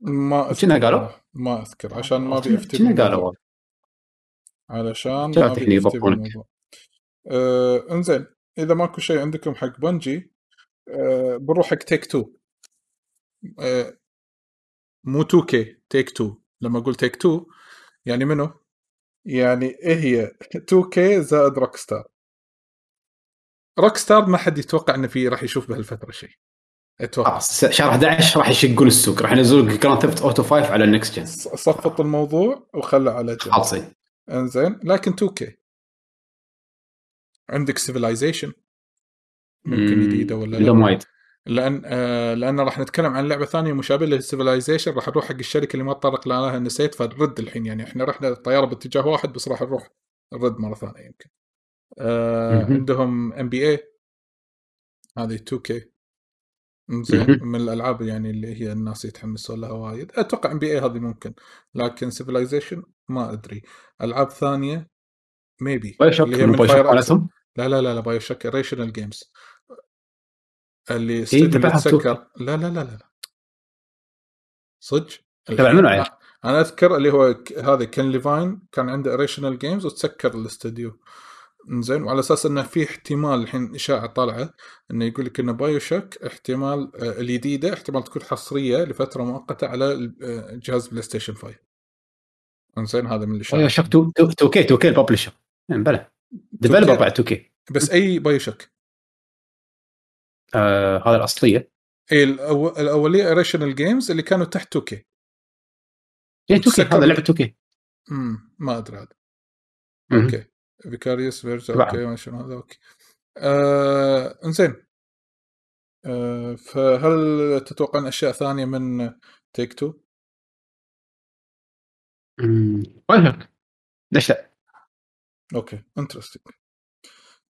[SPEAKER 3] ما
[SPEAKER 2] شنو قالوا؟
[SPEAKER 3] ما اذكر عشان ما ابي
[SPEAKER 2] شنو-
[SPEAKER 3] افتي
[SPEAKER 2] شنو
[SPEAKER 3] بالموضوع.
[SPEAKER 2] قالوا؟
[SPEAKER 3] علشان
[SPEAKER 2] شغلة
[SPEAKER 3] ما
[SPEAKER 2] تقنية
[SPEAKER 3] أبي أفتي
[SPEAKER 2] يضبطونك.
[SPEAKER 3] بالموضوع آه، انزين اذا ماكو شيء عندكم حق بنجي آه، بنروح حق تيك تو آه، مو 2 كي تيك تو لما اقول تيك تو يعني منو؟ يعني ايه هي 2 كي زائد روك ستار روك ستار ما حد يتوقع انه في راح يشوف بهالفتره شيء اتوقع
[SPEAKER 2] خلاص شهر 11 راح يشقون السوق راح ينزلون جراند ثيفت اوتو 5 على النكست جن
[SPEAKER 3] ص- صفط الموضوع وخله على جنب
[SPEAKER 2] خالصين
[SPEAKER 3] انزين لكن 2K عندك سيفلايزيشن ممكن
[SPEAKER 2] مم.
[SPEAKER 3] جديده ولا
[SPEAKER 2] عندهم وايد
[SPEAKER 3] لان آه لان راح نتكلم عن لعبه ثانيه مشابهه للسيفلايزيشن راح نروح حق الشركه اللي ما تطرق لها نسيت فرد الحين يعني احنا رحنا الطياره باتجاه واحد بس راح نروح نرد مره ثانيه يمكن. آه
[SPEAKER 2] مهم.
[SPEAKER 3] عندهم ام بي اي هذه 2 كي زين
[SPEAKER 2] مهم.
[SPEAKER 3] من الالعاب يعني اللي هي الناس يتحمسون لها وايد اتوقع ام بي اي هذه ممكن لكن سيفلايزيشن ما ادري العاب ثانيه ميبي
[SPEAKER 2] باي شوك باي شوك مالتهم
[SPEAKER 3] لا لا لا لا بايو شوك ريشنال جيمز اللي
[SPEAKER 2] تبعها
[SPEAKER 3] استديو اللي
[SPEAKER 2] بتوقع.
[SPEAKER 3] تسكر لا لا لا لا لا صدق
[SPEAKER 2] تبع منو عيل؟
[SPEAKER 3] انا اذكر اللي هو ك- هذا كان ليفاين كان عنده ريشنال جيمز وتسكر الاستديو زين وعلى اساس انه في احتمال الحين اشاعه طالعه انه يقول لك ان بايو شوك احتمال آه، الجديده احتمال تكون حصريه لفتره مؤقته على ال- آه، جهاز بلاي ستيشن 5 زين هذا من الاشاعات
[SPEAKER 2] باي شوك 2 كي 2 كي الببلشر يعني بلى ديفلوبر بعد 2 كي
[SPEAKER 3] بس اي بايو شوك
[SPEAKER 2] آه، هذا الاصليه
[SPEAKER 3] اي إيه، الأو- الاوليه ريشنال جيمز اللي كانوا تحت 2
[SPEAKER 2] اي 2
[SPEAKER 3] تسكر.
[SPEAKER 2] كي يعني هذا لعبه 2 كي
[SPEAKER 3] امم ما ادري هذا
[SPEAKER 2] مهم.
[SPEAKER 3] اوكي فيكاريوس فيرج
[SPEAKER 2] طبعاً.
[SPEAKER 3] اوكي ما شنو هذا اوكي آه، انزين آه، فهل تتوقعون اشياء ثانيه من تيك تو؟
[SPEAKER 2] باي شوك ليش لا؟
[SPEAKER 3] اوكي انترستنج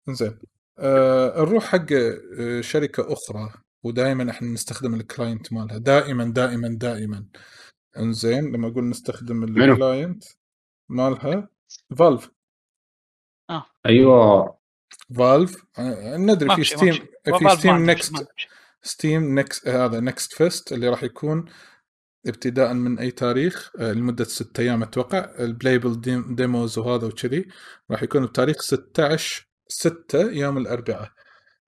[SPEAKER 3] انزين آه، نروح حق آه، شركه اخرى ودائما احنا نستخدم الكلاينت مالها دائما دائما دائما انزين لما اقول نستخدم
[SPEAKER 2] منو؟
[SPEAKER 3] الكلاينت مالها فالف
[SPEAKER 2] ايوه
[SPEAKER 3] فالف آه، ندري في ستيم في ستيم نكست ستيم نكست آه، هذا نكست فيست اللي راح يكون ابتداء من اي تاريخ آه، لمده ست ايام اتوقع البلايبل ديم- ديموز وهذا وكذي راح يكون بتاريخ 16 6 يوم الاربعاء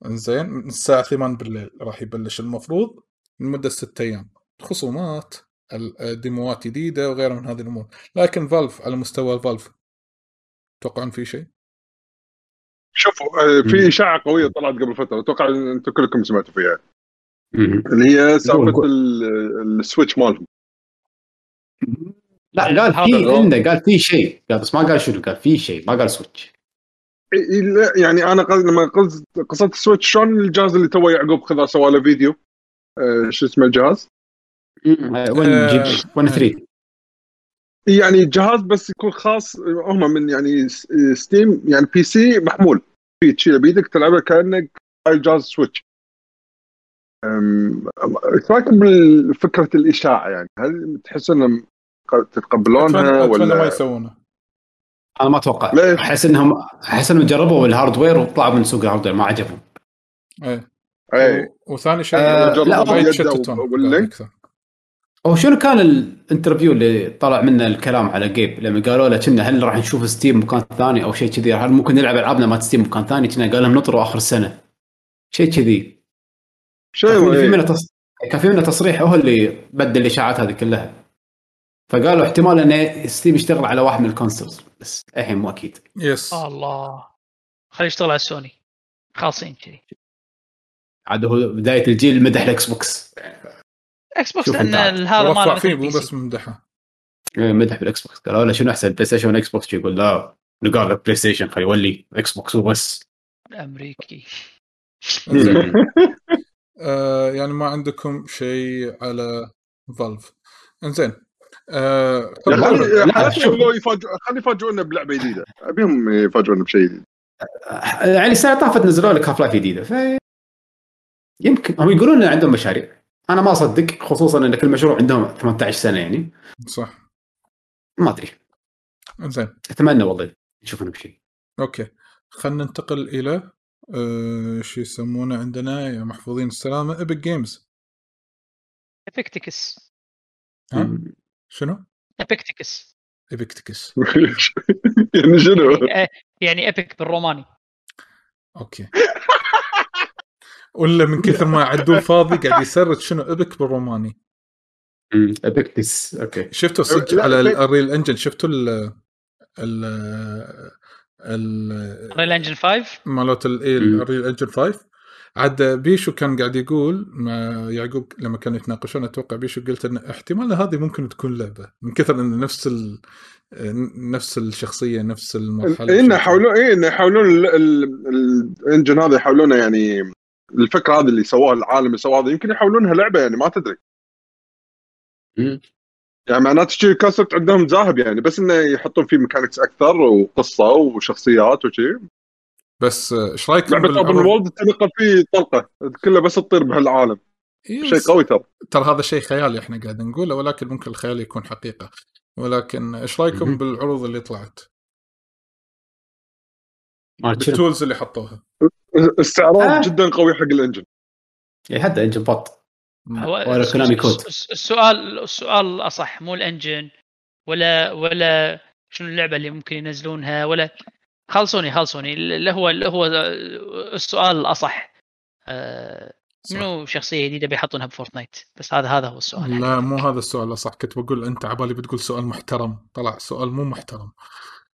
[SPEAKER 3] انزين من الساعه 8 بالليل راح يبلش المفروض لمده ست ايام خصومات ال- آه، ديموات جديده وغيرها من هذه الامور لكن فالف على مستوى فالف تتوقعون في شيء؟
[SPEAKER 4] شوفوا آه،
[SPEAKER 2] مم.
[SPEAKER 4] في اشاعه قويه طلعت قبل فتره اتوقع إن انتم كلكم سمعتوا فيها
[SPEAKER 2] مهم.
[SPEAKER 4] اللي هي سالفه
[SPEAKER 2] قول.
[SPEAKER 4] ال- السويتش مالهم
[SPEAKER 2] لا قال
[SPEAKER 5] هذا
[SPEAKER 2] في
[SPEAKER 5] الغلط.
[SPEAKER 2] عنده قال في شيء قال بس ما قال شنو قال في شيء ما قال سويتش
[SPEAKER 4] إي- إي، لا، يعني انا قصد لما قصد قصدت السويتش شلون الجهاز اللي تو يعقوب خذاه سوى له فيديو آه، شو اسمه الجهاز
[SPEAKER 2] آه، وين
[SPEAKER 3] آه،
[SPEAKER 2] جيب 1 3
[SPEAKER 4] يعني جهاز بس يكون خاص هم من يعني س- ستيم يعني بي سي محمول في تشيله بيدك تلعبه كانك هاي جهاز سويتش أم- أم- ايش رايكم بفكره الاشاعه يعني هل تحس انهم ق- تتقبلونها
[SPEAKER 3] اتمنى أتمنى ما
[SPEAKER 4] ولا
[SPEAKER 3] يسوونه
[SPEAKER 2] انا ما اتوقع
[SPEAKER 4] لا.
[SPEAKER 2] احس انهم احس انهم جربوا الهاردوير وطلعوا من سوق الهاردوير ما عجبهم
[SPEAKER 3] ايه
[SPEAKER 4] ايه
[SPEAKER 3] و- وثاني شيء
[SPEAKER 2] آه، لا،
[SPEAKER 3] ما
[SPEAKER 2] أبغى-
[SPEAKER 3] يتشتتون
[SPEAKER 4] ولا-
[SPEAKER 3] أكثر.
[SPEAKER 2] هو شنو كان الانترفيو اللي طلع منه الكلام على جيب لما قالوا له كنا هل راح نشوف ستيم مكان ثاني او شيء كذي هل ممكن نلعب العابنا ما ستيم مكان ثاني كنا قال لهم نطروا اخر السنه شيء كذي كان
[SPEAKER 4] شيء
[SPEAKER 2] في- في
[SPEAKER 4] إيه.
[SPEAKER 2] منه تص... كان في منه تصريح هو اللي بدل الاشاعات هذه كلها فقالوا احتمال ان ستيم يشتغل على واحد من الكونسولز بس الحين مو اكيد
[SPEAKER 3] يس
[SPEAKER 5] آه، الله خليه يشتغل على السوني خالصين كذي
[SPEAKER 2] عاد هو بدايه الجيل مدح الاكس بوكس
[SPEAKER 5] اكس بوكس
[SPEAKER 2] شوف
[SPEAKER 5] لان
[SPEAKER 2] أنت عاد.
[SPEAKER 5] هذا
[SPEAKER 3] ورفع
[SPEAKER 5] ماله
[SPEAKER 3] فيه
[SPEAKER 5] مثل
[SPEAKER 3] مو
[SPEAKER 5] بس
[SPEAKER 3] بس ممدحه
[SPEAKER 2] إيه، مدح بالاكس بوكس قالوا له شنو احسن بلاي ستيشن ولا اكس بوكس يقول لا نقال بلاي ستيشن خلي يولي اكس بوكس وبس
[SPEAKER 5] امريكي
[SPEAKER 3] إنزين. آه يعني ما عندكم شيء على فالف انزين آه
[SPEAKER 2] لا،
[SPEAKER 4] يا
[SPEAKER 2] لا،
[SPEAKER 4] خلي
[SPEAKER 2] لا، شوف.
[SPEAKER 4] خلي يقولوا يفاجئ- خلي يفاجئونا بلعبه جديده ابيهم يفاجئونا بشيء جديد
[SPEAKER 2] يعني السنه اللي طافت نزلوا لك هاف لايف جديده ف يمكن هم يقولون ان عندهم مشاريع انا ما اصدق خصوصا ان كل مشروع عندهم 18 سنه يعني
[SPEAKER 3] صح
[SPEAKER 2] ما ادري
[SPEAKER 3] انزين
[SPEAKER 2] اتمنى والله نشوفهم بشيء
[SPEAKER 3] اوكي خلينا ننتقل الى آه شو يسمونه عندنا يا محفوظين السلامه ابيك جيمز
[SPEAKER 5] ابيكتكس
[SPEAKER 3] ها؟ شنو؟
[SPEAKER 5] ابيكتكس
[SPEAKER 3] ابيك تكس
[SPEAKER 4] يعني شنو
[SPEAKER 5] يعني ابيك بالروماني
[SPEAKER 3] اوكي ولا من كثر ما عدول فاضي قاعد يسرد شنو ابيك بالروماني
[SPEAKER 2] أمم، ابيكتس اوكي
[SPEAKER 3] شفتوا صدق
[SPEAKER 4] لا،
[SPEAKER 3] على
[SPEAKER 4] لا.
[SPEAKER 3] الريل انجن شفتوا ال ال ال
[SPEAKER 5] ريل انجن 5
[SPEAKER 3] مالت إيه،
[SPEAKER 2] مم.
[SPEAKER 3] الريل انجن 5 عاد بيشو كان قاعد يقول مع يعقوب لما كانوا يتناقشون اتوقع بيشو قلت ان احتمال هذه ممكن تكون لعبه من كثر ان نفس ال... نفس الشخصيه نفس المرحله
[SPEAKER 4] اي انه يحاولون اي انه يحاولون إيه، ال- ال- الانجن هذا يحاولونه يعني الفكره هذه اللي سووها العالم اللي سووها هذا يمكن يحولونها لعبه يعني ما تدري
[SPEAKER 2] مم.
[SPEAKER 4] يعني معناته شي كونسبت عندهم ذاهب يعني بس انه يحطون فيه ميكانكس اكثر وقصه وشخصيات وشي
[SPEAKER 3] بس ايش رايكم
[SPEAKER 4] لعبه اوبن
[SPEAKER 3] بالعروض؟
[SPEAKER 4] وولد تلقى فيه طلقه كلها بس تطير بهالعالم
[SPEAKER 3] إيه،
[SPEAKER 4] شيء
[SPEAKER 3] بس-
[SPEAKER 4] قوي ترى
[SPEAKER 3] ترى هذا شيء خيالي احنا قاعد نقوله ولكن ممكن الخيال يكون حقيقه ولكن ايش رايكم
[SPEAKER 2] مهم.
[SPEAKER 3] بالعروض اللي طلعت؟
[SPEAKER 2] مال شنو؟
[SPEAKER 3] بالتولز اللي حطوها
[SPEAKER 4] استعراض
[SPEAKER 2] آه.
[SPEAKER 4] جدا قوي حق الانجن
[SPEAKER 2] يعني حتى انجن بط
[SPEAKER 5] هو
[SPEAKER 2] ولا
[SPEAKER 5] الس-
[SPEAKER 2] كونامي
[SPEAKER 5] الس-
[SPEAKER 2] كود.
[SPEAKER 5] الس- السؤال السؤال الاصح مو الانجن ولا ولا شنو اللعبه اللي ممكن ينزلونها ولا خلصوني خلصوني اللي هو اللي هو السؤال الاصح آه،
[SPEAKER 3] صح.
[SPEAKER 5] منو شخصيه جديده بيحطونها بفورتنايت بس هذا هذا هو السؤال
[SPEAKER 3] لا مو هذا السؤال صح كنت بقول انت عبالي بتقول سؤال محترم طلع سؤال مو محترم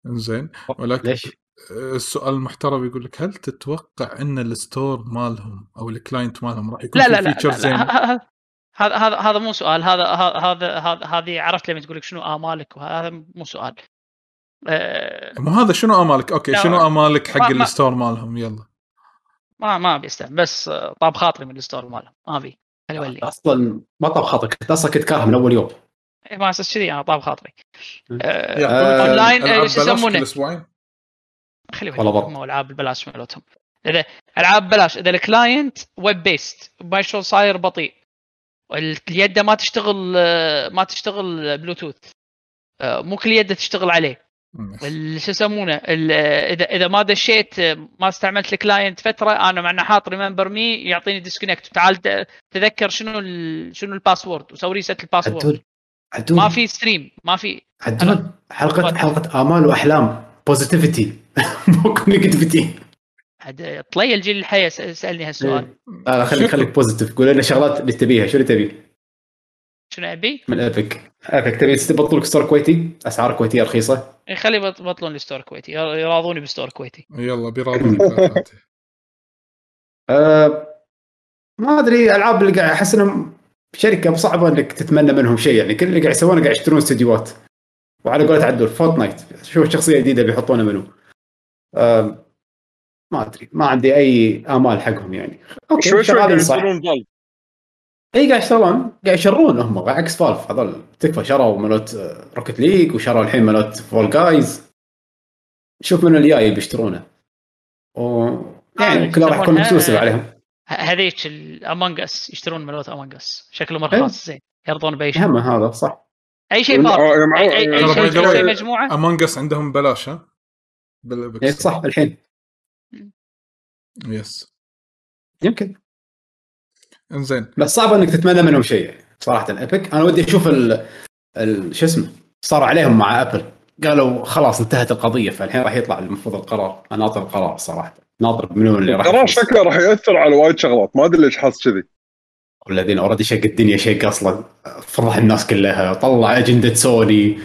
[SPEAKER 3] انزين ولكن
[SPEAKER 2] ليش؟
[SPEAKER 3] السؤال المحترم يقول لك هل تتوقع ان الستور مالهم او الكلاينت مالهم راح يكون
[SPEAKER 5] لا
[SPEAKER 3] فيه
[SPEAKER 5] لا لا, لا,
[SPEAKER 3] features
[SPEAKER 5] لا
[SPEAKER 3] زينة؟
[SPEAKER 5] ه- ه- هذا هذا هذا مو سؤال هذا هذا هذا- هذا هذه عرفت لما تقول لك شنو امالك وهذا مو سؤال آه،
[SPEAKER 3] مو هذا شنو امالك اوكي
[SPEAKER 5] لا،
[SPEAKER 3] شنو امالك حق
[SPEAKER 5] ما- ما-
[SPEAKER 3] الستور مالهم يلا
[SPEAKER 5] ما ما ابي استهبل بس آه، طاب خاطري من الستور ماله ما ابي خلي يولي
[SPEAKER 2] اصلا ما طاب خاطرك كنت اصلا كنت كارها من اول يوم
[SPEAKER 5] إيه، ما اساس كذي انا طاب خاطري آه،
[SPEAKER 3] يعطونك
[SPEAKER 5] أونلاين،
[SPEAKER 3] الألعاب
[SPEAKER 5] شو
[SPEAKER 3] بلاش
[SPEAKER 5] يسمونه؟
[SPEAKER 3] كل اسبوعين
[SPEAKER 5] خلي
[SPEAKER 2] والله
[SPEAKER 5] بالك
[SPEAKER 2] برضه.
[SPEAKER 5] هم العاب البلاش مالتهم اذا العاب بلاش اذا الكلاينت ويب بيست بايشو صاير بطيء وال- اليد ما تشتغل آه، ما تشتغل بلوتوث آه، مو كل يد تشتغل عليه ال- شو يسمونه ال- اذا اذا ما دشيت آه، ما استعملت الكلاينت فتره انا مع انه حاط ريمبر مي يعطيني ديسكونكت تعال ت- تذكر شنو ال... شنو الباسورد وسوي ريست الباسورد
[SPEAKER 2] عدول عدول
[SPEAKER 5] ما في ستريم ما في
[SPEAKER 2] عدول
[SPEAKER 5] أنا-
[SPEAKER 2] حلقه حلقه امال واحلام بوزيتيفيتي مو نيجاتيفيتي
[SPEAKER 5] عاد طلي الجيل الحي س- سالني هالسؤال
[SPEAKER 2] لا خليك خليك بوزيتيف قول لنا شغلات اللي تبيها شو اللي تبي
[SPEAKER 5] شنو ابي؟
[SPEAKER 2] من ايبك ايبك تبي تبطل لك ستور كويتي اسعار كويتيه رخيصه
[SPEAKER 5] إيه، خلي بط- بطلون لي ستور كويتي ير- يراضوني بستور كويتي
[SPEAKER 3] يلا بيراضونك لا تعطي.
[SPEAKER 2] أه ما ادري العاب اللي قاعد احس انهم شركه صعبه انك تتمنى منهم شيء يعني كل اللي قاعد يسوونه قاعد يشترون استديوهات وعلى قولة عدول فورتنايت شوف شخصيه جديده بيحطونها منه أه ما ادري ما عندي اي امال حقهم يعني اوكي
[SPEAKER 4] شوي شوي
[SPEAKER 2] شغالين
[SPEAKER 4] قاعد
[SPEAKER 2] صح.
[SPEAKER 4] يصيرون ضل
[SPEAKER 2] اي قاعد يشترون قاعد يشرون هم عكس فالف هذول تكفى شروا مالوت روكت ليج وشروا الحين مالوت فول جايز شوف من الجاي بيشترونه و
[SPEAKER 4] آه،
[SPEAKER 2] يعني كل راح يكون
[SPEAKER 5] يشترونها.
[SPEAKER 2] اكسلوسيف عليهم
[SPEAKER 5] ه- هذيك الامونج اس يشترون ملوت امونج اس شكلهم رخاص زين يرضون باي شيء
[SPEAKER 2] هم هذا صح
[SPEAKER 5] اي شيء
[SPEAKER 2] إيه.
[SPEAKER 5] بار
[SPEAKER 4] آه، يا معود،
[SPEAKER 5] اي أي-
[SPEAKER 4] يا
[SPEAKER 5] أي شيء
[SPEAKER 4] معود.
[SPEAKER 3] ترى by the
[SPEAKER 5] تسوي
[SPEAKER 3] way-
[SPEAKER 5] مجموعه
[SPEAKER 3] امونج اس عندهم بلاش ها؟
[SPEAKER 2] اي
[SPEAKER 5] إيه،
[SPEAKER 3] بالابكس
[SPEAKER 2] إيه، صح الحين
[SPEAKER 3] يس
[SPEAKER 2] يمكن
[SPEAKER 3] انزين
[SPEAKER 2] بس صعب انك تتمنى منهم شيء صراحه الابك انا ودي اشوف ال, ال... شو اسمه صار عليهم مع ابل قالوا خلاص انتهت القضيه فالحين راح يطلع المفروض القرار انا ناطر القرار صراحه ناطر منو اللي راح
[SPEAKER 4] ترى
[SPEAKER 2] يفوز.
[SPEAKER 4] شكله راح ياثر على وايد شغلات ما ادري ليش حاس كذي
[SPEAKER 2] والذين اوريدي شق الدنيا شق اصلا فضح الناس كلها طلع اجنده سوني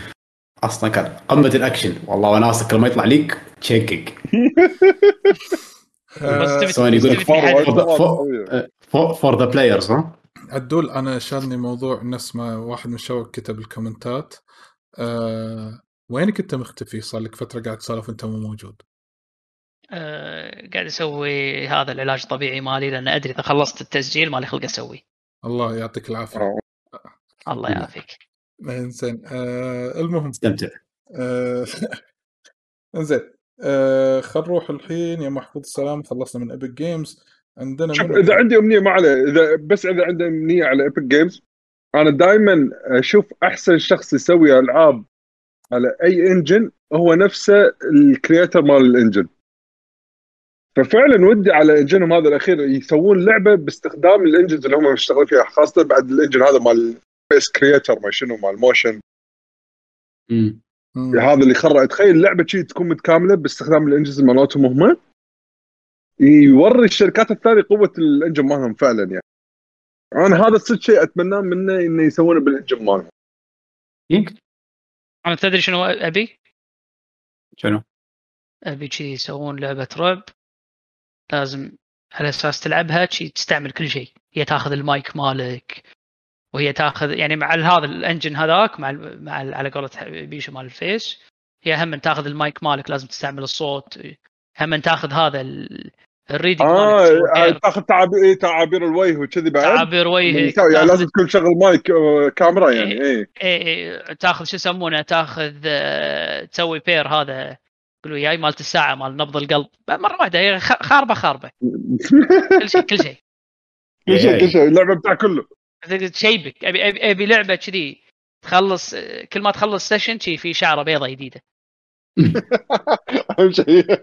[SPEAKER 2] اصلا كان قمه الاكشن والله وناسك لما يطلع ليك تشقق
[SPEAKER 3] آه،
[SPEAKER 5] Positivity-
[SPEAKER 2] سوني يقول لك
[SPEAKER 5] positivity
[SPEAKER 4] فار
[SPEAKER 5] حد-
[SPEAKER 4] يعني وايد.
[SPEAKER 2] فور- فور فور ذا بلايرز ها
[SPEAKER 3] عدول انا شالني موضوع نفس ما واحد من الشباب كتب الكومنتات أه وينك انت مختفي صار لك فتره قاعد تسولف وانت مو موجود
[SPEAKER 5] آه، قاعد اسوي هذا العلاج الطبيعي مالي لان ادري اذا خلصت التسجيل مالي خلق اسوي
[SPEAKER 3] الله يعطيك العافيه
[SPEAKER 4] آه.
[SPEAKER 2] إيه.
[SPEAKER 5] الله يعافيك
[SPEAKER 3] انزين أه المهم
[SPEAKER 2] استمتع
[SPEAKER 3] آه، انزين آه خل نروح الحين يا محفوظ السلام خلصنا من ايبك جيمز عندنا
[SPEAKER 4] شوف
[SPEAKER 3] من
[SPEAKER 4] اذا عندي امنيه ما عليه اذا بس اذا عندي امنيه على ايبك جيمز انا دائما اشوف احسن شخص يسوي العاب على اي انجن هو نفسه الكرياتر مال الانجن ففعلا ودي على انجنهم هذا الاخير يسوون لعبه باستخدام الانجنز اللي هم يشتغلون فيها خاصه بعد الانجن هذا مال بيس كرياتر ما شنو مال موشن
[SPEAKER 2] مم.
[SPEAKER 3] مم.
[SPEAKER 4] هذا اللي خرع تخيل لعبه شي تكون متكامله باستخدام الانجنز مالتهم هم يوري الشركات الثانيه قوه الانجن مالهم فعلا يعني انا هذا الصدق شيء اتمناه منه انه يسوونه بالانجن مالهم
[SPEAKER 2] يمكن
[SPEAKER 5] انا تدري شنو ابي؟
[SPEAKER 2] شنو
[SPEAKER 5] ابي كذي يسوون لعبه رعب لازم على اساس تلعبها شي تستعمل كل شيء هي تاخذ المايك مالك وهي تاخذ يعني مع ال- هذا الانجن هذاك مع ال مع ال على قولة بيشو مال الفيس هي هم من تاخذ المايك مالك لازم تستعمل الصوت هم من تاخذ هذا ال- الريدنج
[SPEAKER 4] اه
[SPEAKER 5] مالك تسوي
[SPEAKER 4] آه،
[SPEAKER 5] غير
[SPEAKER 4] تاخذ تعابير إيه، تعابير الوجه وكذي بعد
[SPEAKER 5] تعابير
[SPEAKER 4] يعني
[SPEAKER 5] وجهك تاخذ-
[SPEAKER 4] لازم تكون شغل مايك آه، كاميرا يعني اي
[SPEAKER 5] إيه إيه تاخذ شو يسمونه تاخذ آه، تسوي بير هذا يقولوا وياي مالت الساعه مال نبض القلب مره واحده هي خ- خاربه خاربه كل شيء كل شيء
[SPEAKER 4] كل شيء كل شيء اللعبه إيه. بتاع كله
[SPEAKER 5] تشيبك ابي ابي, أبي لعبه كذي تخلص آه، كل ما تخلص سيشن شي في شعره بيضه جديده
[SPEAKER 4] اهم شيء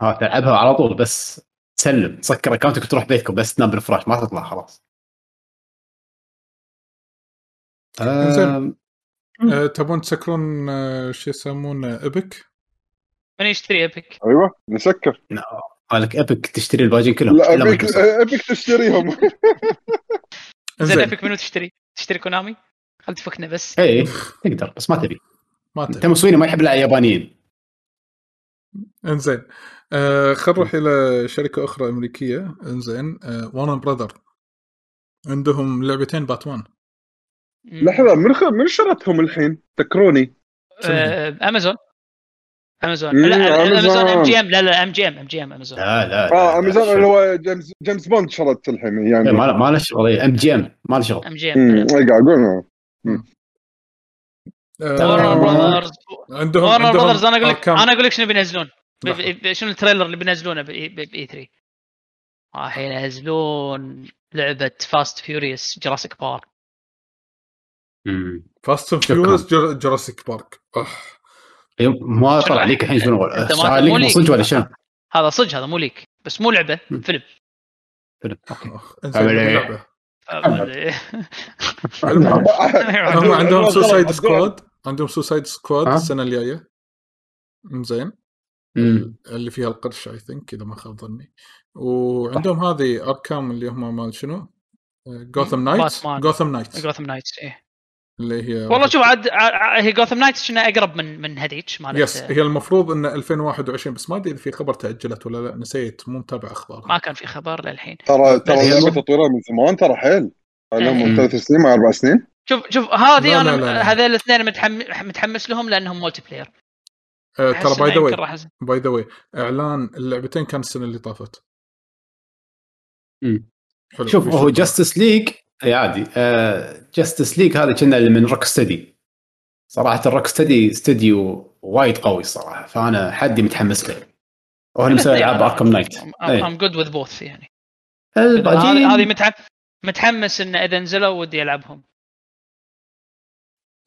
[SPEAKER 2] ها تلعبها على طول بس سلم سكر اكونتك وتروح بيتكم بس تنام بالفراش ما تطلع خلاص
[SPEAKER 3] إنزين.
[SPEAKER 2] آم،
[SPEAKER 3] آه، تبون تسكرون آه، شو يسمونه ابك
[SPEAKER 5] من يشتري ابيك
[SPEAKER 4] ايوه نسكر
[SPEAKER 2] قالك ابيك تشتري الباجين كلهم
[SPEAKER 4] لا
[SPEAKER 2] إلا
[SPEAKER 4] ابيك
[SPEAKER 2] مايكروسوفت.
[SPEAKER 4] ابيك تشتريهم
[SPEAKER 5] زين
[SPEAKER 3] انزين
[SPEAKER 5] ابيك منو تشتري؟ تشتري كونامي؟ خل تفكنا بس
[SPEAKER 2] اي إيه، تقدر بس ما تبي
[SPEAKER 3] ما تبي.
[SPEAKER 2] تمسويني ما يحب الا يابانيين
[SPEAKER 3] انزين آه خلينا نروح الى شركه اخرى امريكيه انزين آه وارن براذر عندهم لعبتين باتمان
[SPEAKER 5] مم.
[SPEAKER 4] لحظه من خ... من شرتهم الحين تذكروني
[SPEAKER 5] آه، امازون امازون
[SPEAKER 4] مم،
[SPEAKER 5] لا امازون ام
[SPEAKER 4] أمازون.
[SPEAKER 5] جي ام لا لا ام جي ام ام جي ام امازون
[SPEAKER 2] لا لا إيه،
[SPEAKER 4] اه امازون اللي
[SPEAKER 2] امازون
[SPEAKER 4] هو جيمس جيمس بوند شرت الحين يعني
[SPEAKER 2] ما له- ما له شغل ام جي ام ما له شغل
[SPEAKER 5] ام جي
[SPEAKER 4] امم
[SPEAKER 5] ام
[SPEAKER 4] إيه قاعد اقول
[SPEAKER 5] ورنر
[SPEAKER 2] آه.
[SPEAKER 5] براذرز
[SPEAKER 3] عندهم
[SPEAKER 5] ورنر
[SPEAKER 3] عندهم
[SPEAKER 5] براذرز انا اقول لك
[SPEAKER 3] أركام.
[SPEAKER 5] انا اقول لك شنو بينزلون ب-
[SPEAKER 3] لحظة.
[SPEAKER 5] ب- شنو التريلر اللي بينزلونه إيه، باي 3 راح ينزلون لعبه فاست فيوريوس جراسيك بارك
[SPEAKER 2] مم.
[SPEAKER 3] فاست اند فيوريوس جر- جراسيك بارك أوه.
[SPEAKER 2] أيوة، ما طلع ليك الحين شنو
[SPEAKER 5] أنت ما-
[SPEAKER 2] صار
[SPEAKER 5] مو
[SPEAKER 2] ليك
[SPEAKER 5] ليك.
[SPEAKER 2] صدق ولا شنو؟
[SPEAKER 5] هذا صدق هذا مو ليك بس مو لعبه
[SPEAKER 2] مم.
[SPEAKER 5] فيلم
[SPEAKER 2] فيلم. أوكي.
[SPEAKER 3] أوه. انزين
[SPEAKER 2] عمل إيه؟
[SPEAKER 3] اللعبة.
[SPEAKER 5] إيه.
[SPEAKER 4] هم
[SPEAKER 3] المهم، هم عندهم سوسايد سكواد عندهم سوسايد سكواد
[SPEAKER 2] ها؟
[SPEAKER 3] السنه الجايه انزين
[SPEAKER 2] مم.
[SPEAKER 3] اللي فيها القرش اي ثينك اذا ما خاب ظني وعندهم هذه اركام اللي هم مال شنو؟ آه، جوثم نايتس
[SPEAKER 5] باتمان.
[SPEAKER 3] جوثم نايتس
[SPEAKER 5] جوثم نايتس إيه.
[SPEAKER 3] اللي هي
[SPEAKER 5] والله شوف عاد ع- هي جوثم نايتس كنا اقرب من من هذيك مالت
[SPEAKER 3] يس هي المفروض ان 2021 بس ما ادري اذا في خبر تاجلت ولا لا نسيت مو متابع
[SPEAKER 5] ما
[SPEAKER 3] اخبارها
[SPEAKER 5] كان في خبر للحين
[SPEAKER 4] ترى ترى
[SPEAKER 2] بس-
[SPEAKER 4] اللعبه تطويرها من زمان ترى حيل
[SPEAKER 2] مم.
[SPEAKER 4] لهم ثلاث سنين مع اربع سنين
[SPEAKER 5] شوف شوف هذه
[SPEAKER 3] لا،
[SPEAKER 5] انا
[SPEAKER 3] لا، لا، لا.
[SPEAKER 5] هذول الاثنين متحم- متحمس لهم لانهم مولتي بلاير
[SPEAKER 3] آه،
[SPEAKER 5] أحس
[SPEAKER 3] ترى باي
[SPEAKER 5] إنه
[SPEAKER 3] ذا
[SPEAKER 5] يمكن
[SPEAKER 3] واي
[SPEAKER 5] راح أز-
[SPEAKER 3] باي ذا واي اعلان اللعبتين كان السنه اللي طافت
[SPEAKER 2] مم.
[SPEAKER 3] حلو
[SPEAKER 2] شوف
[SPEAKER 3] في
[SPEAKER 2] هو
[SPEAKER 3] شغل.
[SPEAKER 2] جاستس ليج اي عادي جاستس ليج هذا كنا اللي من روك ستدي صراحه الروك ستدي استديو وايد قوي الصراحه فانا حدي متحمس له وهو اللي مسوي العاب اركم نايت
[SPEAKER 5] ام جود وذ بوث يعني هذه هذه
[SPEAKER 2] الباجين
[SPEAKER 5] متع- متحمس انه اذا نزلوا ودي العبهم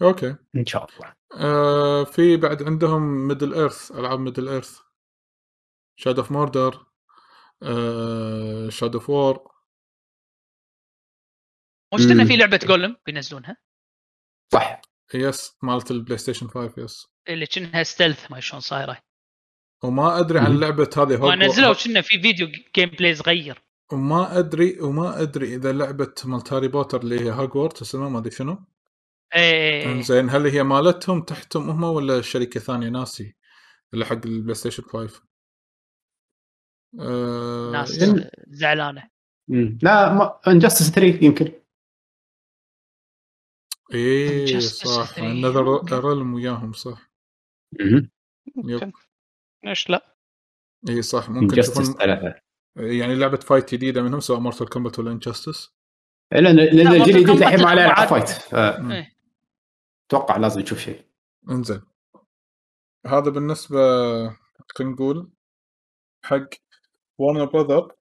[SPEAKER 3] اوكي
[SPEAKER 2] ان شاء الله
[SPEAKER 3] آه في بعد عندهم ميدل ايرث العاب ميدل ايرث شاد اوف موردر شاد اوف وور
[SPEAKER 5] وش انه
[SPEAKER 2] مم.
[SPEAKER 5] في لعبه جولم بينزلونها
[SPEAKER 2] صح
[SPEAKER 3] يس مالت البلاي ستيشن 5 يس
[SPEAKER 5] اللي كأنها ستيلث ما شلون صايره
[SPEAKER 3] وما ادري عن
[SPEAKER 2] مهم.
[SPEAKER 3] لعبه هذه
[SPEAKER 5] ما
[SPEAKER 3] هوج-
[SPEAKER 5] نزلوا كنا في فيديو جيم بلاي صغير
[SPEAKER 3] وما ادري وما ادري اذا لعبه مالت هاري بوتر اللي هي هاجورت اسمها ما ادري شنو
[SPEAKER 5] ايه
[SPEAKER 3] زين هل هي مالتهم تحتهم هم ولا شركه ثانيه ناسي اللي حق البلاي ستيشن 5 آه
[SPEAKER 5] ناس
[SPEAKER 3] يعني
[SPEAKER 5] زعلانه
[SPEAKER 2] مم. لا ما انجستس 3 يمكن
[SPEAKER 3] ايه
[SPEAKER 5] Injustice
[SPEAKER 3] صح
[SPEAKER 5] 3.
[SPEAKER 3] نذر رلم وياهم صح
[SPEAKER 2] مم.
[SPEAKER 3] يب.
[SPEAKER 5] ليش لا؟
[SPEAKER 3] اي إيه، صح ممكن
[SPEAKER 2] انجستس
[SPEAKER 3] تكون
[SPEAKER 2] 3
[SPEAKER 3] يعني لعبه فايت جديده منهم سواء مورتال كومبات ولا انجستس
[SPEAKER 2] لان لان
[SPEAKER 5] لا،
[SPEAKER 2] الجيل
[SPEAKER 5] Mortal
[SPEAKER 2] الجديد الحين
[SPEAKER 5] Kombat
[SPEAKER 2] ما عليه العاب
[SPEAKER 5] عاد-
[SPEAKER 2] فايت
[SPEAKER 5] إيه.
[SPEAKER 2] اتوقع لازم نشوف شيء
[SPEAKER 3] انزين هذا بالنسبه خلينا نقول حق وارنر براذر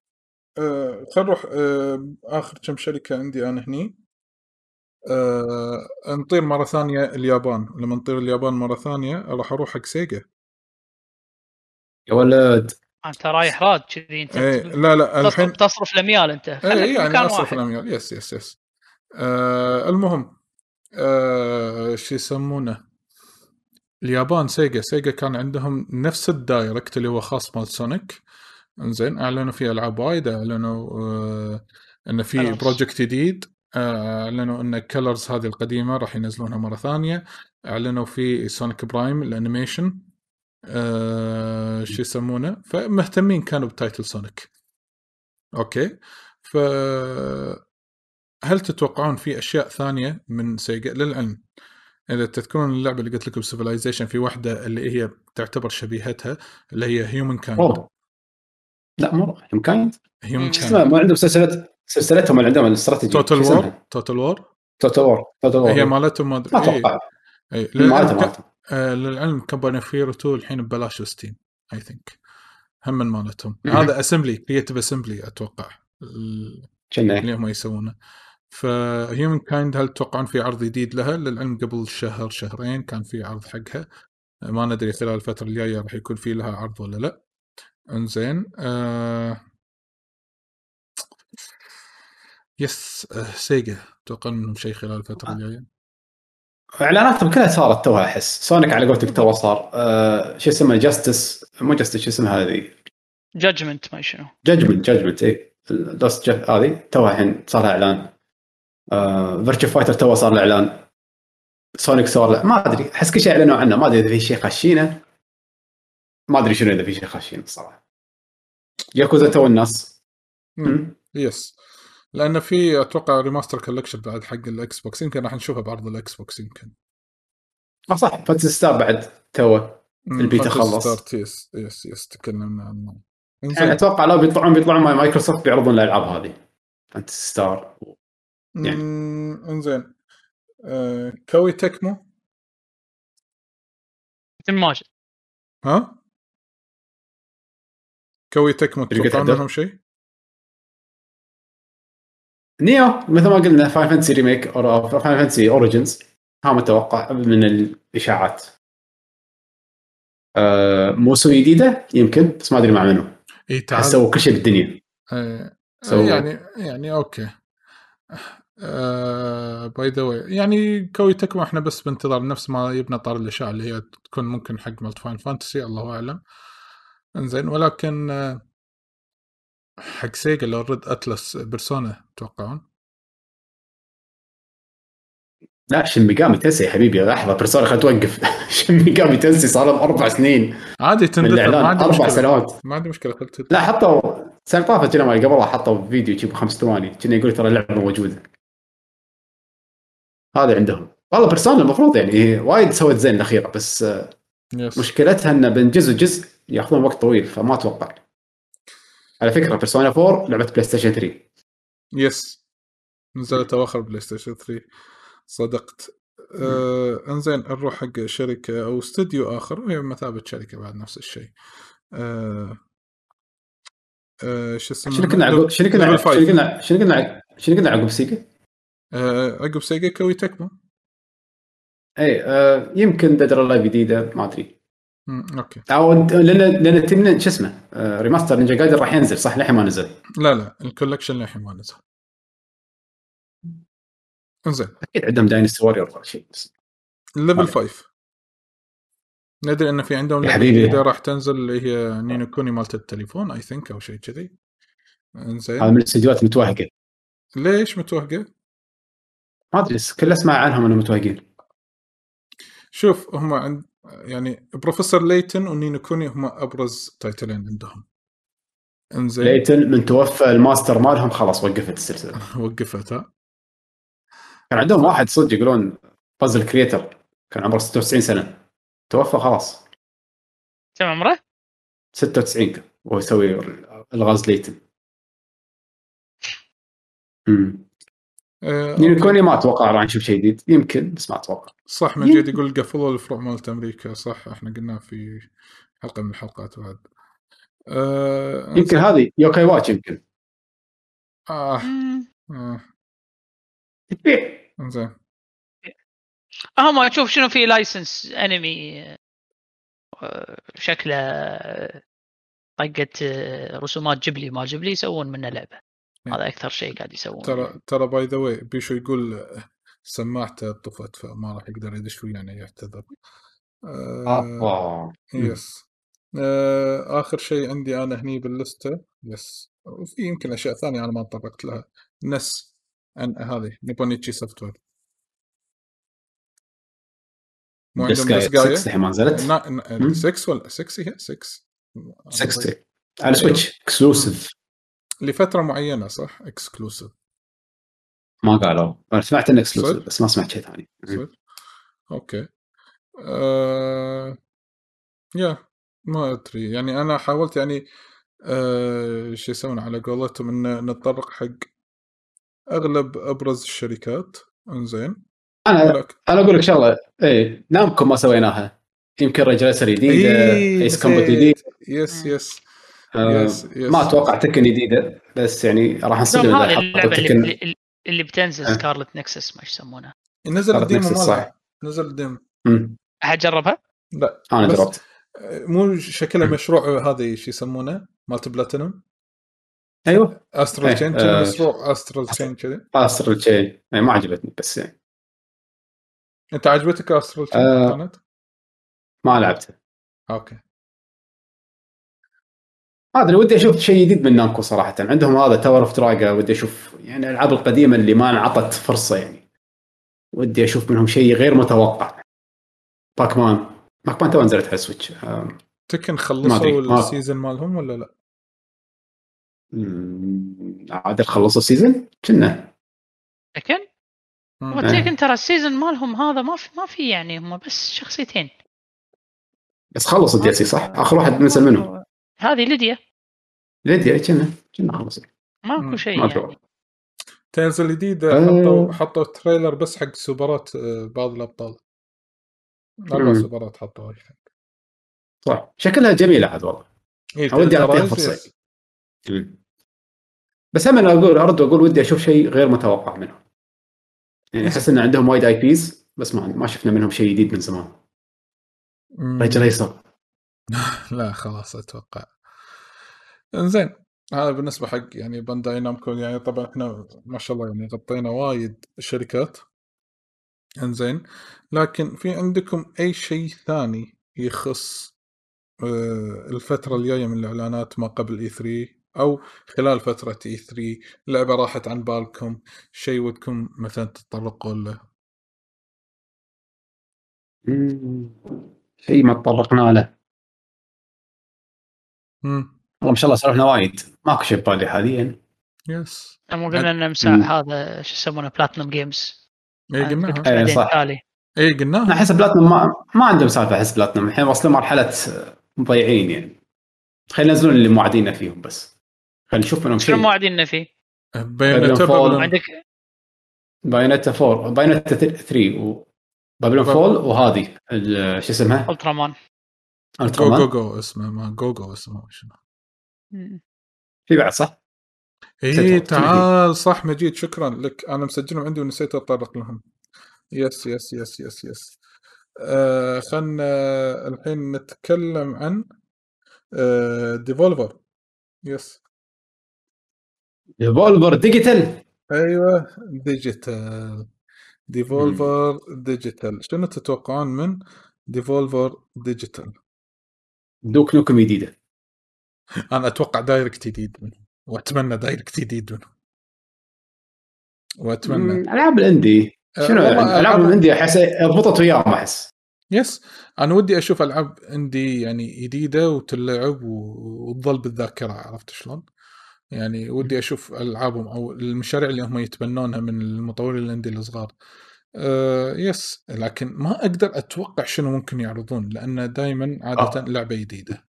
[SPEAKER 3] آه خلينا نروح آه اخر كم شركه عندي انا هني آه نطير مره ثانيه اليابان لما نطير اليابان مره ثانيه راح اروح حق سيجا
[SPEAKER 2] يا ولد
[SPEAKER 5] انت رايح راد كذي انت
[SPEAKER 3] اي لا لا إيه، الحين
[SPEAKER 5] تصرف تصرف الاميال انت خليك
[SPEAKER 3] اي
[SPEAKER 5] في مكان
[SPEAKER 3] يعني اصرف
[SPEAKER 5] واحد
[SPEAKER 3] الاميال يس يس يس آه المهم آه شو يسمونه اليابان سيجا سيجا كان عندهم نفس الدايركت اللي هو خاص مال سونيك انزين اعلنوا فيه العاب وايد اعلنوا آه انه في
[SPEAKER 5] Colors.
[SPEAKER 3] بروجكت جديد آه، اعلنوا ان كلرز هذه القديمه راح ينزلونها مره ثانيه اعلنوا في سونيك برايم الانيميشن آه شو يسمونه فمهتمين كانوا بتايتل سونيك اوكي ف هل تتوقعون في اشياء ثانيه من سيجا للعلم اذا تذكرون اللعبه اللي قلت لكم سيفلايزيشن في واحده اللي هي تعتبر شبيهتها اللي هي هيومن كايند
[SPEAKER 2] مو لا مو رعب. يمكن
[SPEAKER 3] هيومن
[SPEAKER 5] شو
[SPEAKER 2] اسمها
[SPEAKER 3] كايند
[SPEAKER 2] ما عندهم سلسله سلسلتهم اللي عندهم الاستراتيجي
[SPEAKER 3] توتال وور توتال وور
[SPEAKER 2] توتال وور توتال وور
[SPEAKER 3] هي
[SPEAKER 2] ما
[SPEAKER 3] مالتهم ما ادري إيه.
[SPEAKER 2] اتوقع
[SPEAKER 3] إيه.
[SPEAKER 2] مالته
[SPEAKER 3] للعلم,
[SPEAKER 2] مالته
[SPEAKER 3] آه، للعلم كمباني فيرو 2 الحين ببلاش ستيم اي ثينك هم من مالتهم
[SPEAKER 2] مم.
[SPEAKER 3] هذا اسمبلي كريتيف اسمبلي اتوقع ال-
[SPEAKER 2] كنا
[SPEAKER 3] اللي هم يسوونه فهيومن كايند هل تتوقعون في عرض جديد لها للعلم قبل شهر شهرين كان في عرض حقها ما ندري خلال الفترة الجاية راح يكون في لها عرض ولا لا انزين آه... يس آه سيجا اتوقع منهم شيء خلال
[SPEAKER 2] آه.
[SPEAKER 3] الفترة الجاية
[SPEAKER 2] اعلاناتهم كلها صارت توها احس سونيك على قولتك توه صار آه شو اسمها جاستس مو جاستس شو اسمها هذه
[SPEAKER 5] جادجمنت ما شنو
[SPEAKER 2] جاجمنت جاجمنت اي لاست هذه توها الحين صار لها اعلان آه فيرتشو فايتر توه صار له اعلان سونيك صار له ما ادري احس كل شيء اعلنوا عنه ما ادري اذا في شيء خشينه ما ادري شنو اذا في شيء خشينه الصراحه ياكوزا تو الناس مم.
[SPEAKER 3] يس لان في اتوقع ريماستر كولكشن بعد حق الاكس بوكس يمكن راح نشوفها بعرض الاكس بوكس يمكن
[SPEAKER 2] آه، صح فاتس ستار بعد توه البيتا
[SPEAKER 3] فانتسي
[SPEAKER 2] خلص.
[SPEAKER 3] ستار يس يس يس تكلمنا عنه
[SPEAKER 2] يعني
[SPEAKER 3] انزين
[SPEAKER 2] اتوقع لو بيطلعون بيطلعون مع مايكروسوفت بيعرضون الالعاب هذه انت ستار يعني.
[SPEAKER 3] مم، انزين آه، كوي تكمو
[SPEAKER 5] يتم ماجد
[SPEAKER 3] ها كوي تكمو
[SPEAKER 2] شركة
[SPEAKER 3] تتوقعون
[SPEAKER 2] هدف.
[SPEAKER 3] منهم شيء؟
[SPEAKER 2] نيو مثل ما قلنا فاين فانتسي ريميك او فاين فانتسي اوريجنز ها متوقع من الاشاعات آه موسم جديده يمكن بس ما ادري مع منو
[SPEAKER 3] اي تعال
[SPEAKER 2] سووا كل شيء بالدنيا
[SPEAKER 3] آه،
[SPEAKER 2] سو-
[SPEAKER 3] يعني يعني اوكي آه، باي ذا واي يعني كوي تكمو احنا بس بانتظار نفس ما يبنى طار الاشياء اللي هي تكون ممكن حق مالت فاين فانتسي الله اعلم انزين ولكن آه، حق سيجا لو ريد اتلس بيرسونا تتوقعون؟
[SPEAKER 2] لا شن ميجامي تنسي يا حبيبي لحظه بيرسونا خلت توقف شن ميجامي تنسي صار لهم اربع سنين
[SPEAKER 3] عادي
[SPEAKER 2] من
[SPEAKER 3] تندثر ما
[SPEAKER 2] الاعلان
[SPEAKER 3] عندي
[SPEAKER 2] اربع
[SPEAKER 3] مشكله
[SPEAKER 2] سنوات
[SPEAKER 3] ما عندي مشكله قلت
[SPEAKER 2] لا حطوا السنه اللي طافت كنا ما قبلها حطوا فيديو تجيب خمس ثواني كنا يقول ترى اللعبه موجوده هذا عندهم والله بيرسونا المفروض يعني وايد سوت زين الاخيره بس آه،
[SPEAKER 3] يس
[SPEAKER 2] مشكلتها ان بين جزء جزء ياخذون وقت طويل فما اتوقع على فكره بيرسونا 4 لعبه بلاي ستيشن 3
[SPEAKER 3] يس نزلت اواخر بلاي ستيشن 3 صدقت آه انزين نروح حق شركه او استوديو اخر وهي مثابه شركه بعد نفس الشيء آه آه شو اسمه
[SPEAKER 2] شنو كنا عقب شنو كنا
[SPEAKER 3] Level five.
[SPEAKER 2] شنو كنا شنو كنا عقب- شنو كنا عقب سيجا؟
[SPEAKER 3] آه عقب سيجا كوي تكمو
[SPEAKER 2] اي آه يمكن ديد لايف جديده ما ادري
[SPEAKER 3] مم، اوكي
[SPEAKER 2] او لان لان تمنا- شو اسمه آه ريماستر نينجا جايدن راح ينزل صح للحين ما نزل
[SPEAKER 3] لا لا الكولكشن للحين ما نزل انزين
[SPEAKER 2] اكيد عندهم داينستي وورير ولا شيء بس
[SPEAKER 3] ليفل
[SPEAKER 2] أوكي.
[SPEAKER 3] 5 ندري ان في عندهم
[SPEAKER 2] طيب. يا
[SPEAKER 3] لعبه
[SPEAKER 2] حبيبي.
[SPEAKER 3] جديده راح تنزل اللي هي نينو كوني مالت التليفون اي ثينك او شيء كذي انزين
[SPEAKER 2] هذا من الاستديوهات المتوهقه
[SPEAKER 3] ليش متوهقه؟
[SPEAKER 2] ما ادري بس كل اسمع عنهم انهم متوهقين
[SPEAKER 3] شوف هم عند يعني بروفيسور ليتن ونينو كوني هم ابرز تايتلين عندهم انزين
[SPEAKER 2] ليتن من توفى الماستر مالهم خلاص وقفت السلسله
[SPEAKER 3] وقفت ها
[SPEAKER 2] كان عندهم واحد صدق يقولون بازل كريتر كان عمره 96 سنه توفى خلاص
[SPEAKER 5] كم عمره؟
[SPEAKER 2] 96 كان وهو يسوي الغاز ليتن امم
[SPEAKER 3] آه،
[SPEAKER 2] نينو
[SPEAKER 3] أوكي.
[SPEAKER 2] كوني ما اتوقع راح نشوف شيء جديد يمكن بس ما اتوقع
[SPEAKER 3] صح من جد يقول قفلوا الفروع مالت امريكا صح احنا قلناه في حلقه من الحلقات بعد آه،
[SPEAKER 2] يمكن هذه يوكاي واتش يمكن
[SPEAKER 3] آه،
[SPEAKER 5] مم.
[SPEAKER 3] آه،
[SPEAKER 2] تبيع
[SPEAKER 3] انزين
[SPEAKER 5] هم اشوف شنو في لايسنس انمي آه، شكله آه، طقت آه، رسومات جبلي ما جبلي يسوون منه لعبه هذا اكثر شيء قاعد يسوون
[SPEAKER 3] إيه. ترى ترى باي ذا واي بيشو يقول آه، سماعته طفت فما راح يقدر يدش ويانا يعتذر آه،
[SPEAKER 2] الله
[SPEAKER 3] يس آه، اخر شيء عندي انا هني باللسته يس وفي يمكن اشياء ثانيه انا ما تطرقت لها نس عن هذه نيبونيتشي سوفت وير مو
[SPEAKER 2] بس
[SPEAKER 3] عندهم
[SPEAKER 2] كايت
[SPEAKER 3] بس قاية
[SPEAKER 2] 6 ما نزلت
[SPEAKER 3] نا- نا-
[SPEAKER 2] مم.
[SPEAKER 3] 6 ولا 6 هي 6
[SPEAKER 2] 6 على
[SPEAKER 3] أيوه.
[SPEAKER 2] سويتش اكسلوسيف
[SPEAKER 3] لفتره معينه صح اكسكلوسيف
[SPEAKER 2] ما قالوا انا سمعت انه اكسلوسيف
[SPEAKER 3] صدق؟
[SPEAKER 2] بس ما سمعت شيء ثاني مم.
[SPEAKER 3] اوكي آه... يا ما ادري يعني انا حاولت يعني آه... شو يسوون على قولتهم ان نتطرق حق اغلب ابرز الشركات انزين
[SPEAKER 2] انا
[SPEAKER 3] ولكن-
[SPEAKER 2] انا اقول لك شغله اي نامكم ما سويناها يمكن رينج ريسر جديده
[SPEAKER 3] إيه،
[SPEAKER 2] ايس كومبات
[SPEAKER 3] نسيت.
[SPEAKER 2] جديد
[SPEAKER 3] يس يس
[SPEAKER 2] آه،
[SPEAKER 3] يس يس
[SPEAKER 2] ما اتوقع تكن جديده بس يعني راح
[SPEAKER 5] هم
[SPEAKER 2] نصدم
[SPEAKER 5] هذه
[SPEAKER 2] اذا حطوا
[SPEAKER 5] اللعبه
[SPEAKER 2] تكن
[SPEAKER 5] اللي, اللي بتنزل
[SPEAKER 2] آه.
[SPEAKER 5] سكارلت نكسس ما إيش يسمونها
[SPEAKER 3] نزل
[SPEAKER 2] صارت
[SPEAKER 3] الديمو
[SPEAKER 2] نفس
[SPEAKER 3] مالها
[SPEAKER 2] الصح.
[SPEAKER 3] نزل الديمو
[SPEAKER 2] مم.
[SPEAKER 5] احد جربها؟
[SPEAKER 3] لا
[SPEAKER 2] انا
[SPEAKER 3] بس-
[SPEAKER 2] جربت
[SPEAKER 3] آه، مو شكلها
[SPEAKER 2] مم.
[SPEAKER 3] مشروع هذا شو يسمونه مالتي بلاتينوم
[SPEAKER 2] ايوه
[SPEAKER 3] استرال
[SPEAKER 2] إيه،
[SPEAKER 3] تشين
[SPEAKER 2] آه،
[SPEAKER 3] مشروع استرال تشين كذي
[SPEAKER 2] قاصر الشيء يعني ما عجبتني بس يعني
[SPEAKER 3] انت عجبتك استرال تشين
[SPEAKER 2] آه.
[SPEAKER 3] كانت؟
[SPEAKER 2] ما لعبته
[SPEAKER 3] اوكي
[SPEAKER 2] ما ادري ودي اشوف شيء جديد من نامكو صراحه عندهم هذا تاور اوف دراجا ودي اشوف يعني الالعاب القديمه اللي ما انعطت فرصه يعني ودي اشوف منهم شيء غير متوقع باكمان باكمان تو نزلت على آه، السويتش أم،
[SPEAKER 3] تكن
[SPEAKER 2] ما أدري.
[SPEAKER 3] خلصوا
[SPEAKER 2] ما-
[SPEAKER 3] السيزون مالهم ولا لا؟
[SPEAKER 2] أمم، عادل خلصوا السيزون كنا
[SPEAKER 5] لكن
[SPEAKER 3] مم.
[SPEAKER 2] إيه.
[SPEAKER 5] وتيكن ترى السيزون مالهم هذا ما في ما في يعني هم بس شخصيتين
[SPEAKER 2] بس خلص الدي سي صح؟ اخر واحد نزل منهم
[SPEAKER 5] هذه ليديا
[SPEAKER 2] ليديا كنا كنا خلص
[SPEAKER 5] ماكو
[SPEAKER 3] مم.
[SPEAKER 5] شيء
[SPEAKER 2] ما
[SPEAKER 5] يعني
[SPEAKER 2] أدري.
[SPEAKER 3] تنزل الجديدة
[SPEAKER 2] آه.
[SPEAKER 3] حطوا حطوا تريلر بس حق سوبرات آه، بعض الابطال اربع
[SPEAKER 2] مم.
[SPEAKER 3] سوبرات حطوها
[SPEAKER 2] صح شكلها جميله عاد والله
[SPEAKER 3] إيه،
[SPEAKER 2] ودي
[SPEAKER 3] تنزل
[SPEAKER 2] أعطيها
[SPEAKER 3] رايز،
[SPEAKER 2] فرصة.
[SPEAKER 3] يس.
[SPEAKER 2] بس هم انا اقول ارد اقول ودي اشوف شيء غير متوقع منهم يعني احس ان عندهم وايد اي بيز بس ما ما شفنا منهم شيء جديد من زمان
[SPEAKER 3] مم.
[SPEAKER 2] ريج ريسر
[SPEAKER 3] لا خلاص اتوقع انزين هذا بالنسبه حق يعني بانداي نامكو يعني طبعا احنا ما شاء الله يعني غطينا وايد شركات انزين لكن في عندكم اي شيء ثاني يخص آه، الفترة الجاية من الإعلانات ما قبل اي 3 أو خلال فترة اي 3 لعبة راحت عن بالكم شيء ودكم مثلا تتطرقون له
[SPEAKER 2] شيء ما تطرقنا له
[SPEAKER 3] مم.
[SPEAKER 2] والله ما شاء الله سولفنا وايد ماكو شيء ببالي حاليا
[SPEAKER 3] يس
[SPEAKER 5] مو قلنا ان
[SPEAKER 2] مم.
[SPEAKER 5] مساع هذا شو يسمونه بلاتنم جيمز
[SPEAKER 3] اي قلناها
[SPEAKER 2] إيه،
[SPEAKER 5] بعدين
[SPEAKER 2] صح.
[SPEAKER 5] تالي
[SPEAKER 3] اي
[SPEAKER 2] انا
[SPEAKER 3] قلناها
[SPEAKER 2] احس بلاتنم ما, ما عندهم سالفه احس بلاتنم الحين واصلين مرحله آه، مضيعين يعني خلينا ينزلون اللي موعدينا فيهم بس خلينا نشوف منهم
[SPEAKER 5] شنو
[SPEAKER 2] شيء
[SPEAKER 5] موعدين فيه؟
[SPEAKER 3] بياناتا
[SPEAKER 2] Babylon Fall.
[SPEAKER 3] بابلون
[SPEAKER 5] عندك
[SPEAKER 2] بايونيتا 4 بايونيتا 3 وبابلون فول وهذه ال- شو اسمها؟
[SPEAKER 5] الترا مان
[SPEAKER 3] جو جو
[SPEAKER 2] الترا
[SPEAKER 3] جو اسمه ما جو جو اسمه شنو
[SPEAKER 2] في بعد صح؟
[SPEAKER 3] اي
[SPEAKER 2] سيطرة.
[SPEAKER 3] تعال صح مجيد شكرا لك انا مسجلهم عندي ونسيت اتطرق لهم يس يس يس يس يس آه خلنا الحين نتكلم عن آه ديفولفر يس
[SPEAKER 2] ريفولفر ديجيتال
[SPEAKER 3] ايوه ديجيتال ديفولفر ديجيتال شنو تتوقعون من ديفولفر ديجيتال
[SPEAKER 2] دوك نوكم جديده
[SPEAKER 3] انا اتوقع دايركت جديد منهم واتمنى دايركت جديد منهم واتمنى
[SPEAKER 2] مم، العاب الاندي شنو
[SPEAKER 3] أه، والله
[SPEAKER 2] يعني؟ العاب
[SPEAKER 3] ألعاب-
[SPEAKER 2] الاندي احس ضبطت وياهم احس
[SPEAKER 3] يس انا ودي اشوف العاب عندي يعني جديده وتلعب و- وتظل بالذاكره عرفت شلون؟ يعني ودي اشوف العابهم او المشاريع اللي هم يتبنونها من المطورين الاندي الصغار. أه يس لكن ما اقدر اتوقع شنو ممكن يعرضون لان دائما عاده
[SPEAKER 2] آه.
[SPEAKER 3] لعبه جديده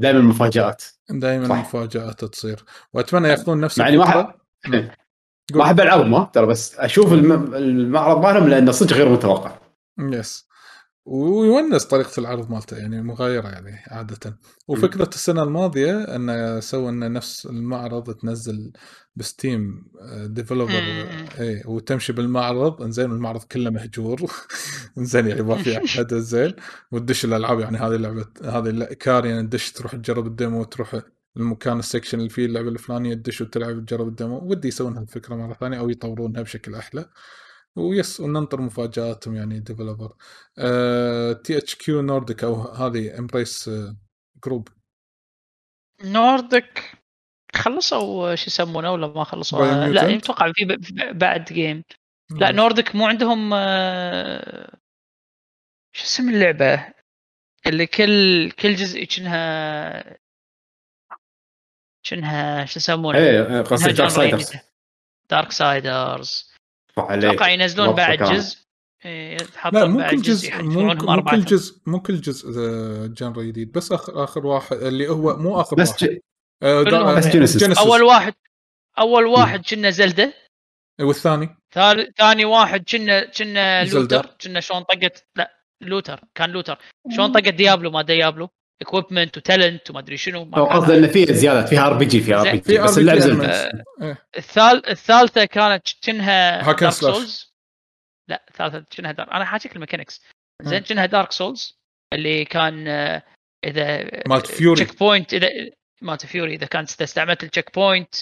[SPEAKER 2] دائما مفاجات
[SPEAKER 3] دائما
[SPEAKER 2] صح.
[SPEAKER 3] مفاجات تصير واتمنى ياخذون نفس
[SPEAKER 2] مع إني ما
[SPEAKER 3] الفكره أه.
[SPEAKER 2] ما احب العبهم ها، ترى بس اشوف الم- المعرض مالهم لانه صدق غير متوقع
[SPEAKER 3] يس ويونس طريقة العرض مالته يعني مغايرة يعني عادة وفكرة السنة الماضية أنه سوى أنه نفس المعرض تنزل بستيم آه، ديفلوبر
[SPEAKER 5] مم.
[SPEAKER 3] اي إيه، وتمشي بالمعرض انزين المعرض كله مهجور انزين يعني ما في احد انزين وتدش الالعاب يعني هذه لعبة هذه الل- كار يعني تدش تروح تجرب الديمو وتروح المكان السكشن اللي فيه اللعبة الفلانية تدش وتلعب تجرب الديمو ودي يسوونها الفكرة مرة ثانية أو يطورونها بشكل أحلى ويس وننطر مفاجاتهم يعني آه، ديفلوبر تي اتش كيو نورديك او هذه آه، امبريس جروب
[SPEAKER 5] نوردك خلصوا شو يسمونه ولا ما خلصوا
[SPEAKER 3] Biomutant؟
[SPEAKER 5] لا اتوقع في ب- ب- بعد جيم لا نوردك مو عندهم آه، شو اسم اللعبه اللي كل كل جزء كأنها كأنها شو يسمونه يعني.
[SPEAKER 2] ايه قصدي دارك سايدرز
[SPEAKER 5] دارك سايدرز
[SPEAKER 2] صح
[SPEAKER 5] اتوقع
[SPEAKER 2] عليك
[SPEAKER 5] ينزلون
[SPEAKER 2] ربطة
[SPEAKER 5] بعد
[SPEAKER 2] كاملة.
[SPEAKER 5] جزء إيه،
[SPEAKER 3] لا
[SPEAKER 5] يحطون
[SPEAKER 3] مو
[SPEAKER 5] بعد
[SPEAKER 3] كل جزء مو
[SPEAKER 5] يحجرونهم
[SPEAKER 3] مو
[SPEAKER 5] اربعه
[SPEAKER 3] كل جزء مو كل جزء آه، جنرا جديد بس اخر اخر واحد اللي هو مو اخر
[SPEAKER 2] بس
[SPEAKER 3] واحد
[SPEAKER 2] ج-
[SPEAKER 3] آه، دا-
[SPEAKER 5] كلهم.
[SPEAKER 2] بس جينيسيس.
[SPEAKER 3] جينيسيس.
[SPEAKER 5] اول واحد اول واحد كنا زلده
[SPEAKER 3] والثاني
[SPEAKER 5] آه، ثال- ثاني واحد كنا كنا
[SPEAKER 3] زلدة.
[SPEAKER 5] لوتر كنا شلون طقت لا لوتر كان لوتر شلون طقت ديابلو ما ديابلو اكويبمنت وتالنت وما ادري شنو ما إيه،
[SPEAKER 2] هو
[SPEAKER 5] كان-
[SPEAKER 2] قصده انه فيه زياده فيها ار بي جي فيها ار بي
[SPEAKER 5] زين.
[SPEAKER 2] جي
[SPEAKER 3] في
[SPEAKER 2] بس اللعب
[SPEAKER 3] RPG
[SPEAKER 2] زلمه
[SPEAKER 3] elements. إيه.
[SPEAKER 5] الثال... الثالثه كانت كأنها
[SPEAKER 3] Hack and
[SPEAKER 5] دارك
[SPEAKER 3] slash.
[SPEAKER 5] سولز لا الثالثه كأنها دارك انا حاجيك الميكانكس زين
[SPEAKER 3] مم.
[SPEAKER 5] كأنها دارك سولز اللي كان آه، اذا
[SPEAKER 3] مالت فيوري
[SPEAKER 5] تشيك بوينت اذا مالت فيوري اذا كان إذا استعملت التشيك بوينت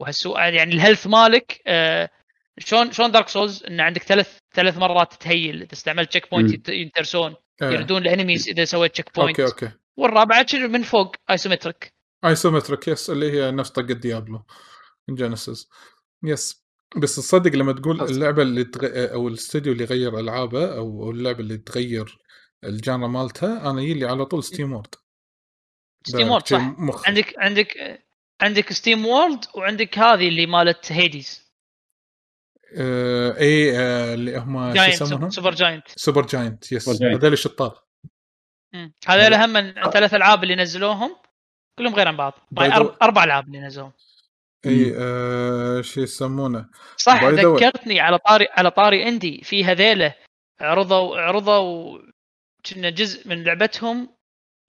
[SPEAKER 5] وهالسوء يعني الهيلث مالك آه، شلون شلون دارك سولز ان عندك ثلاث ثلاث مرات تهيل اذا استعملت تشيك
[SPEAKER 2] مم.
[SPEAKER 5] بوينت ينترسون
[SPEAKER 3] آه.
[SPEAKER 5] يردون الانميز اذا سويت تشيك بوينت
[SPEAKER 3] اوكي اوكي
[SPEAKER 5] والرابعه كأنه من فوق ايسومتريك
[SPEAKER 3] ايسومتريك يس اللي هي نفس طقة ديابلو من جينيسيس يس بس تصدق لما تقول
[SPEAKER 2] خلاص.
[SPEAKER 3] اللعبه اللي تغ... او الاستوديو اللي غير العابه او أو اللعبه اللي تغير الجانرا مالتها انا يجي لي على طول ستيم وورد
[SPEAKER 5] ستيم وورد صح
[SPEAKER 3] مخ...
[SPEAKER 5] عندك عندك عندك ستيم وورلد وعندك هذه اللي مالت هيديز
[SPEAKER 3] آه... اي آه... اللي هم شو يسمونهم؟
[SPEAKER 5] جاينت سوبر جاينت
[SPEAKER 3] سوبر جاينت يس
[SPEAKER 2] سوبر جاينت.
[SPEAKER 3] هذول الشطار آه.
[SPEAKER 5] هذول هم من ثلاث العاب اللي نزلوهم كلهم غير عن بعض
[SPEAKER 3] By the way-
[SPEAKER 5] أرب- اربع العاب اللي نزلوهم
[SPEAKER 3] اي آه... شو يسمونه
[SPEAKER 5] صح
[SPEAKER 3] By the way-
[SPEAKER 5] ذكرتني على طاري على طاري اندي في هذيله عرضوا عرضوا كنا جزء من لعبتهم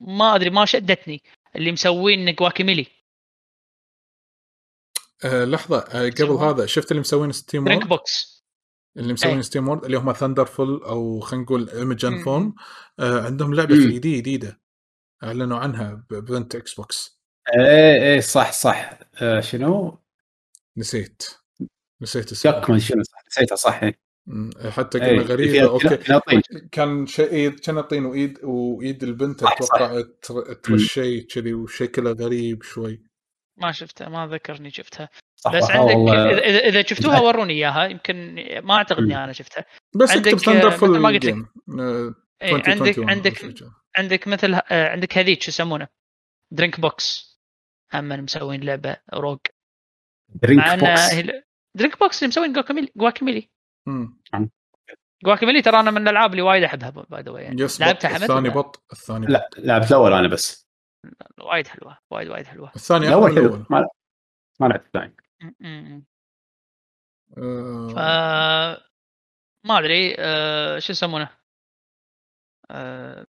[SPEAKER 5] ما ادري ما شدتني اللي مسوين جواكيميلي
[SPEAKER 3] آه... لحظه آه... قبل
[SPEAKER 5] يسمونه؟
[SPEAKER 3] هذا شفت اللي مسوين ستيم
[SPEAKER 5] درينك
[SPEAKER 3] وورد
[SPEAKER 5] بوكس
[SPEAKER 3] اللي مسوين
[SPEAKER 5] أي.
[SPEAKER 3] ستيم وورد اللي هم ثندرفول او خلينا نقول ايمجن
[SPEAKER 5] مم.
[SPEAKER 3] فورم آه عندهم لعبه
[SPEAKER 2] مم.
[SPEAKER 3] 3 دي جديده اعلنوا عنها ببنت اكس بوكس
[SPEAKER 2] ايه ايه صح صح آه، شنو؟
[SPEAKER 3] نسيت نسيت اسمها
[SPEAKER 2] جاكمان شنو صح نسيتها صح إيه.
[SPEAKER 3] مم، حتى
[SPEAKER 2] إيه،
[SPEAKER 3] قلنا
[SPEAKER 2] فيها طيب.
[SPEAKER 3] غريبه اوكي
[SPEAKER 2] كناطين.
[SPEAKER 3] كان شيء كان طين وايد وايد البنت
[SPEAKER 2] صح، صح.
[SPEAKER 3] اتوقع تر- ترشي كذي وشكلها غريب شوي
[SPEAKER 5] ما شفتها ما ذكرني شفتها
[SPEAKER 2] صح
[SPEAKER 5] بس
[SPEAKER 2] صح، آه،
[SPEAKER 5] عندك
[SPEAKER 2] والله.
[SPEAKER 5] إذا- اذا اذا شفتوها
[SPEAKER 2] متأكد.
[SPEAKER 5] وروني اياها يمكن ما اعتقد اني
[SPEAKER 3] إيه.
[SPEAKER 2] مم.
[SPEAKER 5] انا شفتها
[SPEAKER 3] بس
[SPEAKER 5] عندك،
[SPEAKER 3] اكتب
[SPEAKER 5] آه،
[SPEAKER 3] ثندرفول
[SPEAKER 5] مثل ما قلت لك.
[SPEAKER 3] جيم آه،
[SPEAKER 5] إيه، عندك
[SPEAKER 3] 2021 أو شيء
[SPEAKER 5] عندك
[SPEAKER 3] كذا.
[SPEAKER 5] عندك مثل آه، عندك هذيك شو يسمونه درينك بوكس هم مسوين لعبه روج مع
[SPEAKER 2] درينك
[SPEAKER 5] ان
[SPEAKER 2] بوكس
[SPEAKER 5] هل- درينك بوكس اللي مسوين جواكاميلي جواكاميلي
[SPEAKER 3] مم.
[SPEAKER 5] جواكاميلي ترى انا من الالعاب اللي وايد احبها باي ذا واي يعني
[SPEAKER 3] يس بط
[SPEAKER 5] لعبتها حمد
[SPEAKER 3] الثاني
[SPEAKER 5] ولا؟
[SPEAKER 3] بط الثاني بط
[SPEAKER 2] لا لعبت الاول انا بس
[SPEAKER 5] وايد حلوه وايد وايد حلوه
[SPEAKER 3] الثاني
[SPEAKER 2] الاول
[SPEAKER 3] اول
[SPEAKER 2] حلو
[SPEAKER 3] الاول
[SPEAKER 2] ما ما لعبت الثاني
[SPEAKER 5] م- م- ف
[SPEAKER 3] آه،
[SPEAKER 5] ما ادري آه، شو يسمونه آه،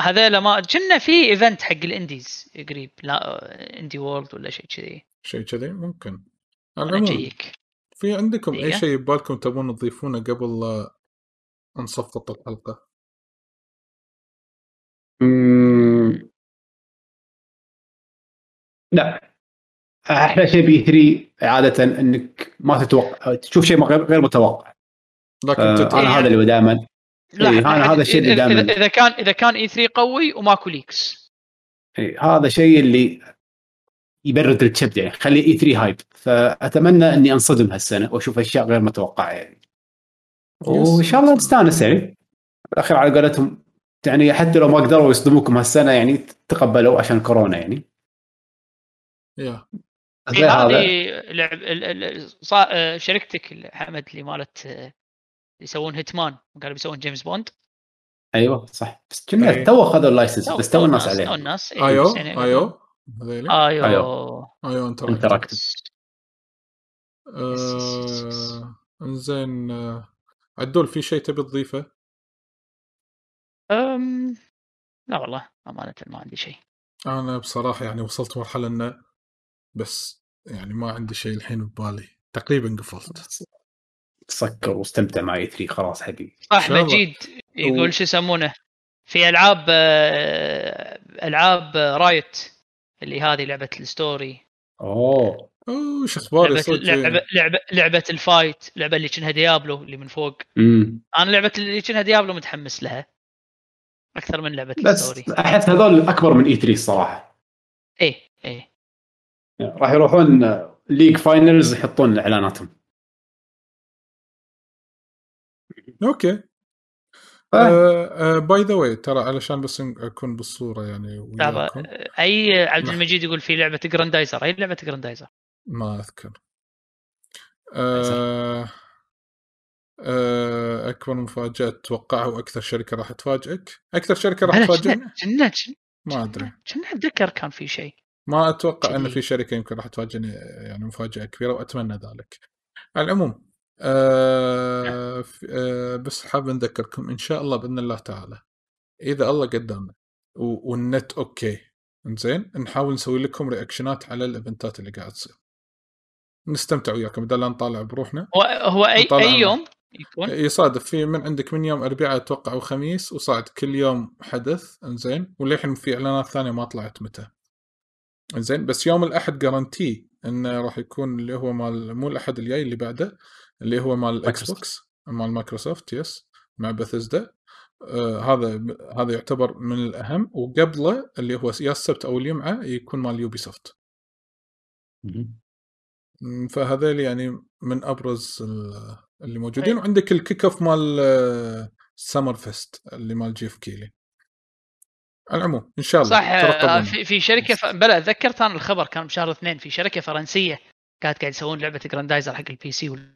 [SPEAKER 5] هذيلا ما كنا في ايفنت حق الانديز قريب لا آه، اندي وورلد ولا شيء كذي
[SPEAKER 3] شيء كذي ممكن على
[SPEAKER 2] أمم.
[SPEAKER 5] انا
[SPEAKER 3] العموم
[SPEAKER 5] جيك
[SPEAKER 2] إيه،
[SPEAKER 3] في عندكم اي
[SPEAKER 5] دقيقة.
[SPEAKER 3] شيء ببالكم تبون تضيفونه قبل لا نصفط الحلقه
[SPEAKER 2] مم. لا احلى شيء بي 3 عاده انك ما تتوقع تشوف شيء غير غير متوقع
[SPEAKER 3] لكن
[SPEAKER 2] آه،
[SPEAKER 3] تت...
[SPEAKER 2] انا هذا اللي دائما
[SPEAKER 5] لا
[SPEAKER 2] إيه،
[SPEAKER 5] إحنا
[SPEAKER 2] أنا
[SPEAKER 5] حد-
[SPEAKER 2] هذا الشيء اللي
[SPEAKER 5] إذا-
[SPEAKER 2] دائماً-
[SPEAKER 5] إذا- اذا كان اذا كان اي 3 قوي وماكو ليكس
[SPEAKER 2] إيه، هذا شيء اللي يبرد الكبد يعني خلي اي 3 هايب فاتمنى اني انصدم هالسنه واشوف اشياء غير متوقعه يعني وان شاء الله نستانس يعني بالاخير على قولتهم يعني حتى لو ما قدروا يصدموكم هالسنه يعني تقبلوا عشان كورونا يعني
[SPEAKER 3] يا
[SPEAKER 5] إيه،
[SPEAKER 2] غير هذا
[SPEAKER 5] هذه لعب ال- ال- ال- صا- آه، شركتك ال- حمد اللي مالت آه، اللي يسوون هيتمان قالوا بيسوون جيمس بوند
[SPEAKER 2] ايوه صح بس كنا
[SPEAKER 3] إيه.
[SPEAKER 2] تو اخذوا اللايسنس بس تو الناس
[SPEAKER 5] تو
[SPEAKER 2] عليها
[SPEAKER 5] الناس إيه،
[SPEAKER 3] ايو
[SPEAKER 5] بس يعني- آه. أيوه.
[SPEAKER 3] ايو هذيلي
[SPEAKER 5] ايو
[SPEAKER 2] أيوه.
[SPEAKER 3] ايو انتراكتف
[SPEAKER 2] انتراكتف
[SPEAKER 3] آه... انزين آه... عدول في شيء تبي تضيفه؟
[SPEAKER 5] أم... لا والله امانه ما عندي شيء
[SPEAKER 3] انا بصراحه يعني وصلت مرحله انه بس يعني ما عندي شيء الحين ببالي تقريبا قفلت
[SPEAKER 2] سكر واستمتع مع اي 3 خلاص حبيبي
[SPEAKER 5] صح
[SPEAKER 3] شاء الله.
[SPEAKER 5] مجيد يقول شو يسمونه في العاب آه، العاب رايت اللي هذه لعبه الستوري
[SPEAKER 2] اوه
[SPEAKER 3] اوه شو اخباري
[SPEAKER 5] لعبه
[SPEAKER 3] صدق
[SPEAKER 5] لعبه لعبه لعبه الفايت لعبه اللي كأنها ديابلو اللي من فوق
[SPEAKER 2] امم
[SPEAKER 5] انا لعبه اللي كأنها ديابلو متحمس لها اكثر من لعبه الستوري
[SPEAKER 2] بس احس هذول اكبر من E اي 3 الصراحه
[SPEAKER 5] ايه ايه
[SPEAKER 2] يعني راح يروحون ليج فاينلز يحطون اعلاناتهم
[SPEAKER 3] اوكي آه، باي ذا واي ترى علشان بس اكون بالصوره يعني
[SPEAKER 5] لحظه
[SPEAKER 3] وياكم
[SPEAKER 5] اي آه، عبد المجيد يقول في لعبه جراندايزر اي لعبه جراندايزر
[SPEAKER 3] ما اذكر آه آه اكبر مفاجاه تتوقعها واكثر شركه راح تفاجئك اكثر شركه راح
[SPEAKER 5] أنا
[SPEAKER 3] تفاجئني
[SPEAKER 5] كنا كنا كنا-
[SPEAKER 3] ما ادري
[SPEAKER 5] كنا اتذكر كان في شيء
[SPEAKER 3] ما اتوقع ان
[SPEAKER 5] جديد.
[SPEAKER 3] في شركه يمكن راح تفاجئني يعني مفاجاه كبيره واتمنى ذلك على العموم آه ف- آه بس حاب نذكركم ان شاء الله باذن الله تعالى اذا الله قدامنا و- والنت اوكي زين نحاول نسوي لكم رياكشنات على الايفنتات اللي قاعد تصير نستمتع وياكم بدل لا نطالع بروحنا
[SPEAKER 5] هو هو اي
[SPEAKER 3] نطلع
[SPEAKER 5] اي
[SPEAKER 3] عنه.
[SPEAKER 5] يوم
[SPEAKER 2] إيه،
[SPEAKER 5] يكون
[SPEAKER 3] يصادف في من عندك من يوم اربعاء اتوقع وخميس وصعد كل يوم حدث انزين وللحين في اعلانات ثانيه ما طلعت متى انزين بس يوم الاحد جارانتي انه راح يكون اللي هو مال مو الاحد الجاي اللي بعده اللي هو مال الاكس
[SPEAKER 2] مايكروسوفت.
[SPEAKER 3] بوكس مال مايكروسوفت يس مع بثزدا آه هذا هذا يعتبر من الاهم وقبله اللي هو يا السبت او الجمعه يكون مال يوبي سوفت مم، فهذيل يعني من ابرز ال- اللي موجودين
[SPEAKER 5] أي.
[SPEAKER 3] وعندك الكيك اوف مال سمر فيست اللي مال جيف كيلي على العموم ان شاء الله
[SPEAKER 5] صح آه،
[SPEAKER 3] ترقبونا.
[SPEAKER 5] في, في شركه ف... بلا ذكرت انا الخبر كان بشهر اثنين في شركه فرنسيه كانت قاعد يسوون لعبه جراندايزر حق البي سي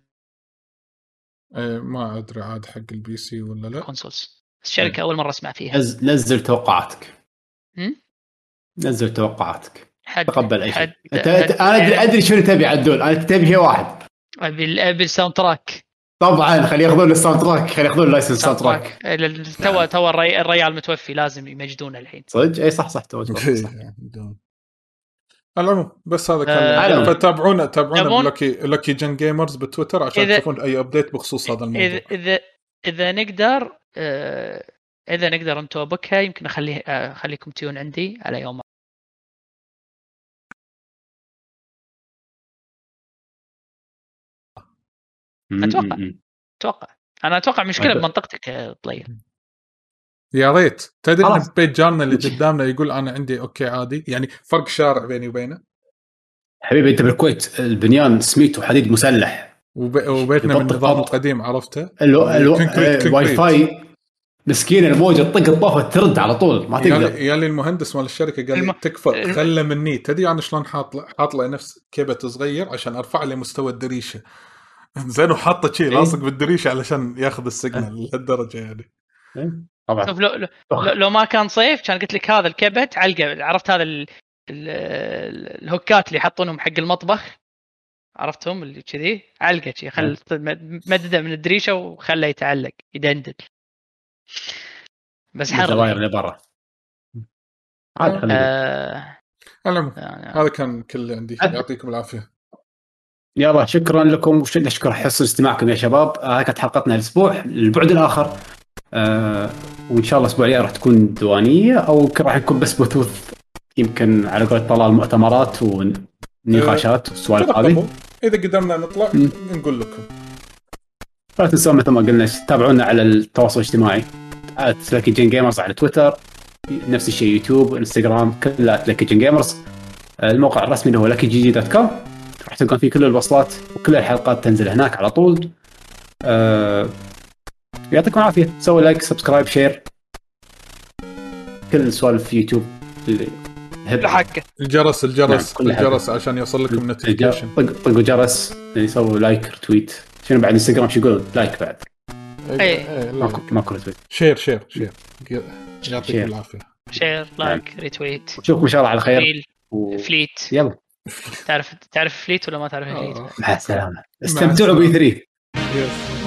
[SPEAKER 3] إيه، ما ادري عاد حق البي سي ولا لا
[SPEAKER 5] والكونسولز بس شركه
[SPEAKER 2] إيه.
[SPEAKER 5] اول مره اسمع فيها
[SPEAKER 2] نز- نزل توقعاتك
[SPEAKER 5] هم؟
[SPEAKER 2] نزل توقعاتك
[SPEAKER 5] حد
[SPEAKER 2] تقبل اي شيء
[SPEAKER 5] حد-
[SPEAKER 2] أنت- أنت- انا
[SPEAKER 5] حد-
[SPEAKER 2] ادري ادري شنو تبي عدول انا تبي شيء واحد
[SPEAKER 5] ابي ابي الساوند تراك
[SPEAKER 2] طبعا خلي ياخذون الساوند تراك خلي ياخذون لايسنس ساوند تراك نعم.
[SPEAKER 5] ال- تو تو الري- الريال متوفي لازم يمجدونه الحين
[SPEAKER 2] صدق اي صح صح توجه
[SPEAKER 3] إيه.
[SPEAKER 2] صح.
[SPEAKER 3] على العموم بس هذا
[SPEAKER 5] آه، على
[SPEAKER 3] كان
[SPEAKER 2] العموم.
[SPEAKER 3] فتابعونا تابعونا
[SPEAKER 5] تابعون-
[SPEAKER 3] بلوكي لوكي جن جيمرز بتويتر عشان
[SPEAKER 5] إذا-
[SPEAKER 3] تشوفون اي ابديت بخصوص هذا الموضوع
[SPEAKER 5] اذا اذا اذا نقدر آه، اذا نقدر نتوبكها يمكن اخليه آه، اخليكم تيون عندي على يوم
[SPEAKER 2] م-
[SPEAKER 5] أتوقع.
[SPEAKER 2] م- م.
[SPEAKER 5] اتوقع انا اتوقع مشكله
[SPEAKER 2] أت-
[SPEAKER 5] بمنطقتك يا طليل
[SPEAKER 3] يا ريت تدري ان
[SPEAKER 2] خلاص.
[SPEAKER 3] بيت جارنا اللي قدامنا يقول انا عندي اوكي عادي يعني فرق شارع بيني وبينه
[SPEAKER 2] حبيبي انت بالكويت البنيان سميت وحديد مسلح
[SPEAKER 3] وب... وبيتنا من
[SPEAKER 2] يبطل
[SPEAKER 3] النظام
[SPEAKER 2] خط.
[SPEAKER 3] القديم عرفته
[SPEAKER 2] الو... الو...
[SPEAKER 3] كونكريت-
[SPEAKER 2] آه، واي
[SPEAKER 3] كونكريت.
[SPEAKER 2] فاي مسكين الموجه تطق الطوفه ترد على طول ما
[SPEAKER 3] يا
[SPEAKER 2] تقدر
[SPEAKER 3] لي- يا لي المهندس مال الشركه قال لي
[SPEAKER 5] الم-
[SPEAKER 3] تكفى
[SPEAKER 5] الم-
[SPEAKER 3] خله مني تدري انا شلون حاط له حاط له نفس كبت صغير عشان ارفع له مستوى الدريشه زين وحاطه شيء
[SPEAKER 2] إيه.
[SPEAKER 3] لاصق بالدريشه علشان ياخذ السيجنال لهالدرجه يعني
[SPEAKER 2] طبعا
[SPEAKER 5] شوف لو, لو, لو- لو ما كان صيف كان قلت لك هذا الكبت علقه عرفت هذا ال... ال... ال- الهوكات اللي يحطونهم حق المطبخ عرفتهم اللي كذي علقه شي خل مدده من الدريشه وخله يتعلق يدندن بس آه،
[SPEAKER 2] الزواير
[SPEAKER 5] حر
[SPEAKER 2] اللي برا عاد خلينا
[SPEAKER 5] آه...
[SPEAKER 3] على العموم
[SPEAKER 5] يعني-
[SPEAKER 3] هذا كان كل اللي عندي
[SPEAKER 2] أت-
[SPEAKER 3] يعطيكم العافيه
[SPEAKER 2] يلا شكرا لكم وش- نشكر حسن استماعكم يا شباب آه، هاي كانت حلقتنا الاسبوع البعد الاخر آه وان شاء الله الاسبوع الجاي راح تكون دوانيه او يمكن راح يكون بس بثوث يمكن على قولة طلال مؤتمرات ونقاشات والسوالف
[SPEAKER 3] ترقبوا
[SPEAKER 2] طيب، هذه
[SPEAKER 3] اذا قدرنا نطلع
[SPEAKER 2] مم.
[SPEAKER 3] نقول لكم
[SPEAKER 2] لا تنسون مثل ما قلنا تابعونا على التواصل الاجتماعي @لكي جين جيمرز على تويتر نفس الشيء يوتيوب انستغرام كلها لكي جين جيمرز الموقع الرسمي اللي هو لكي جي جي دوت كوم راح تلقون فيه كل الوصلات وكل الحلقات تنزل هناك على طول أه يعطيكم العافيه سووا لايك سبسكرايب شير كل سوالف في يوتيوب اللي- هب-
[SPEAKER 5] حقه
[SPEAKER 3] الجرس الجرس
[SPEAKER 2] نعم، كل إيه، حاجة.
[SPEAKER 3] الجرس عشان يوصل لكم
[SPEAKER 2] الجر-
[SPEAKER 3] نوتيفيكيشن
[SPEAKER 2] طق طقوا جرس يعني يسووا لايك رتويت شنو بعد انستغرام شو يقولون لايك بعد ماكو ماكو رتويت
[SPEAKER 3] إيه، شير شير شير يعطيكم
[SPEAKER 2] شير.
[SPEAKER 3] العافيه
[SPEAKER 5] شير لايك ريتويت
[SPEAKER 2] نشوفكم ان شاء الله على خير
[SPEAKER 5] فيل
[SPEAKER 2] و...
[SPEAKER 5] فليت
[SPEAKER 2] يلا
[SPEAKER 5] تعرف تعرف فليت ولا ما تعرف فليت؟
[SPEAKER 3] آه.
[SPEAKER 2] مع السلامه استمتعوا ب
[SPEAKER 3] السلامة.
[SPEAKER 2] 3
[SPEAKER 3] يس.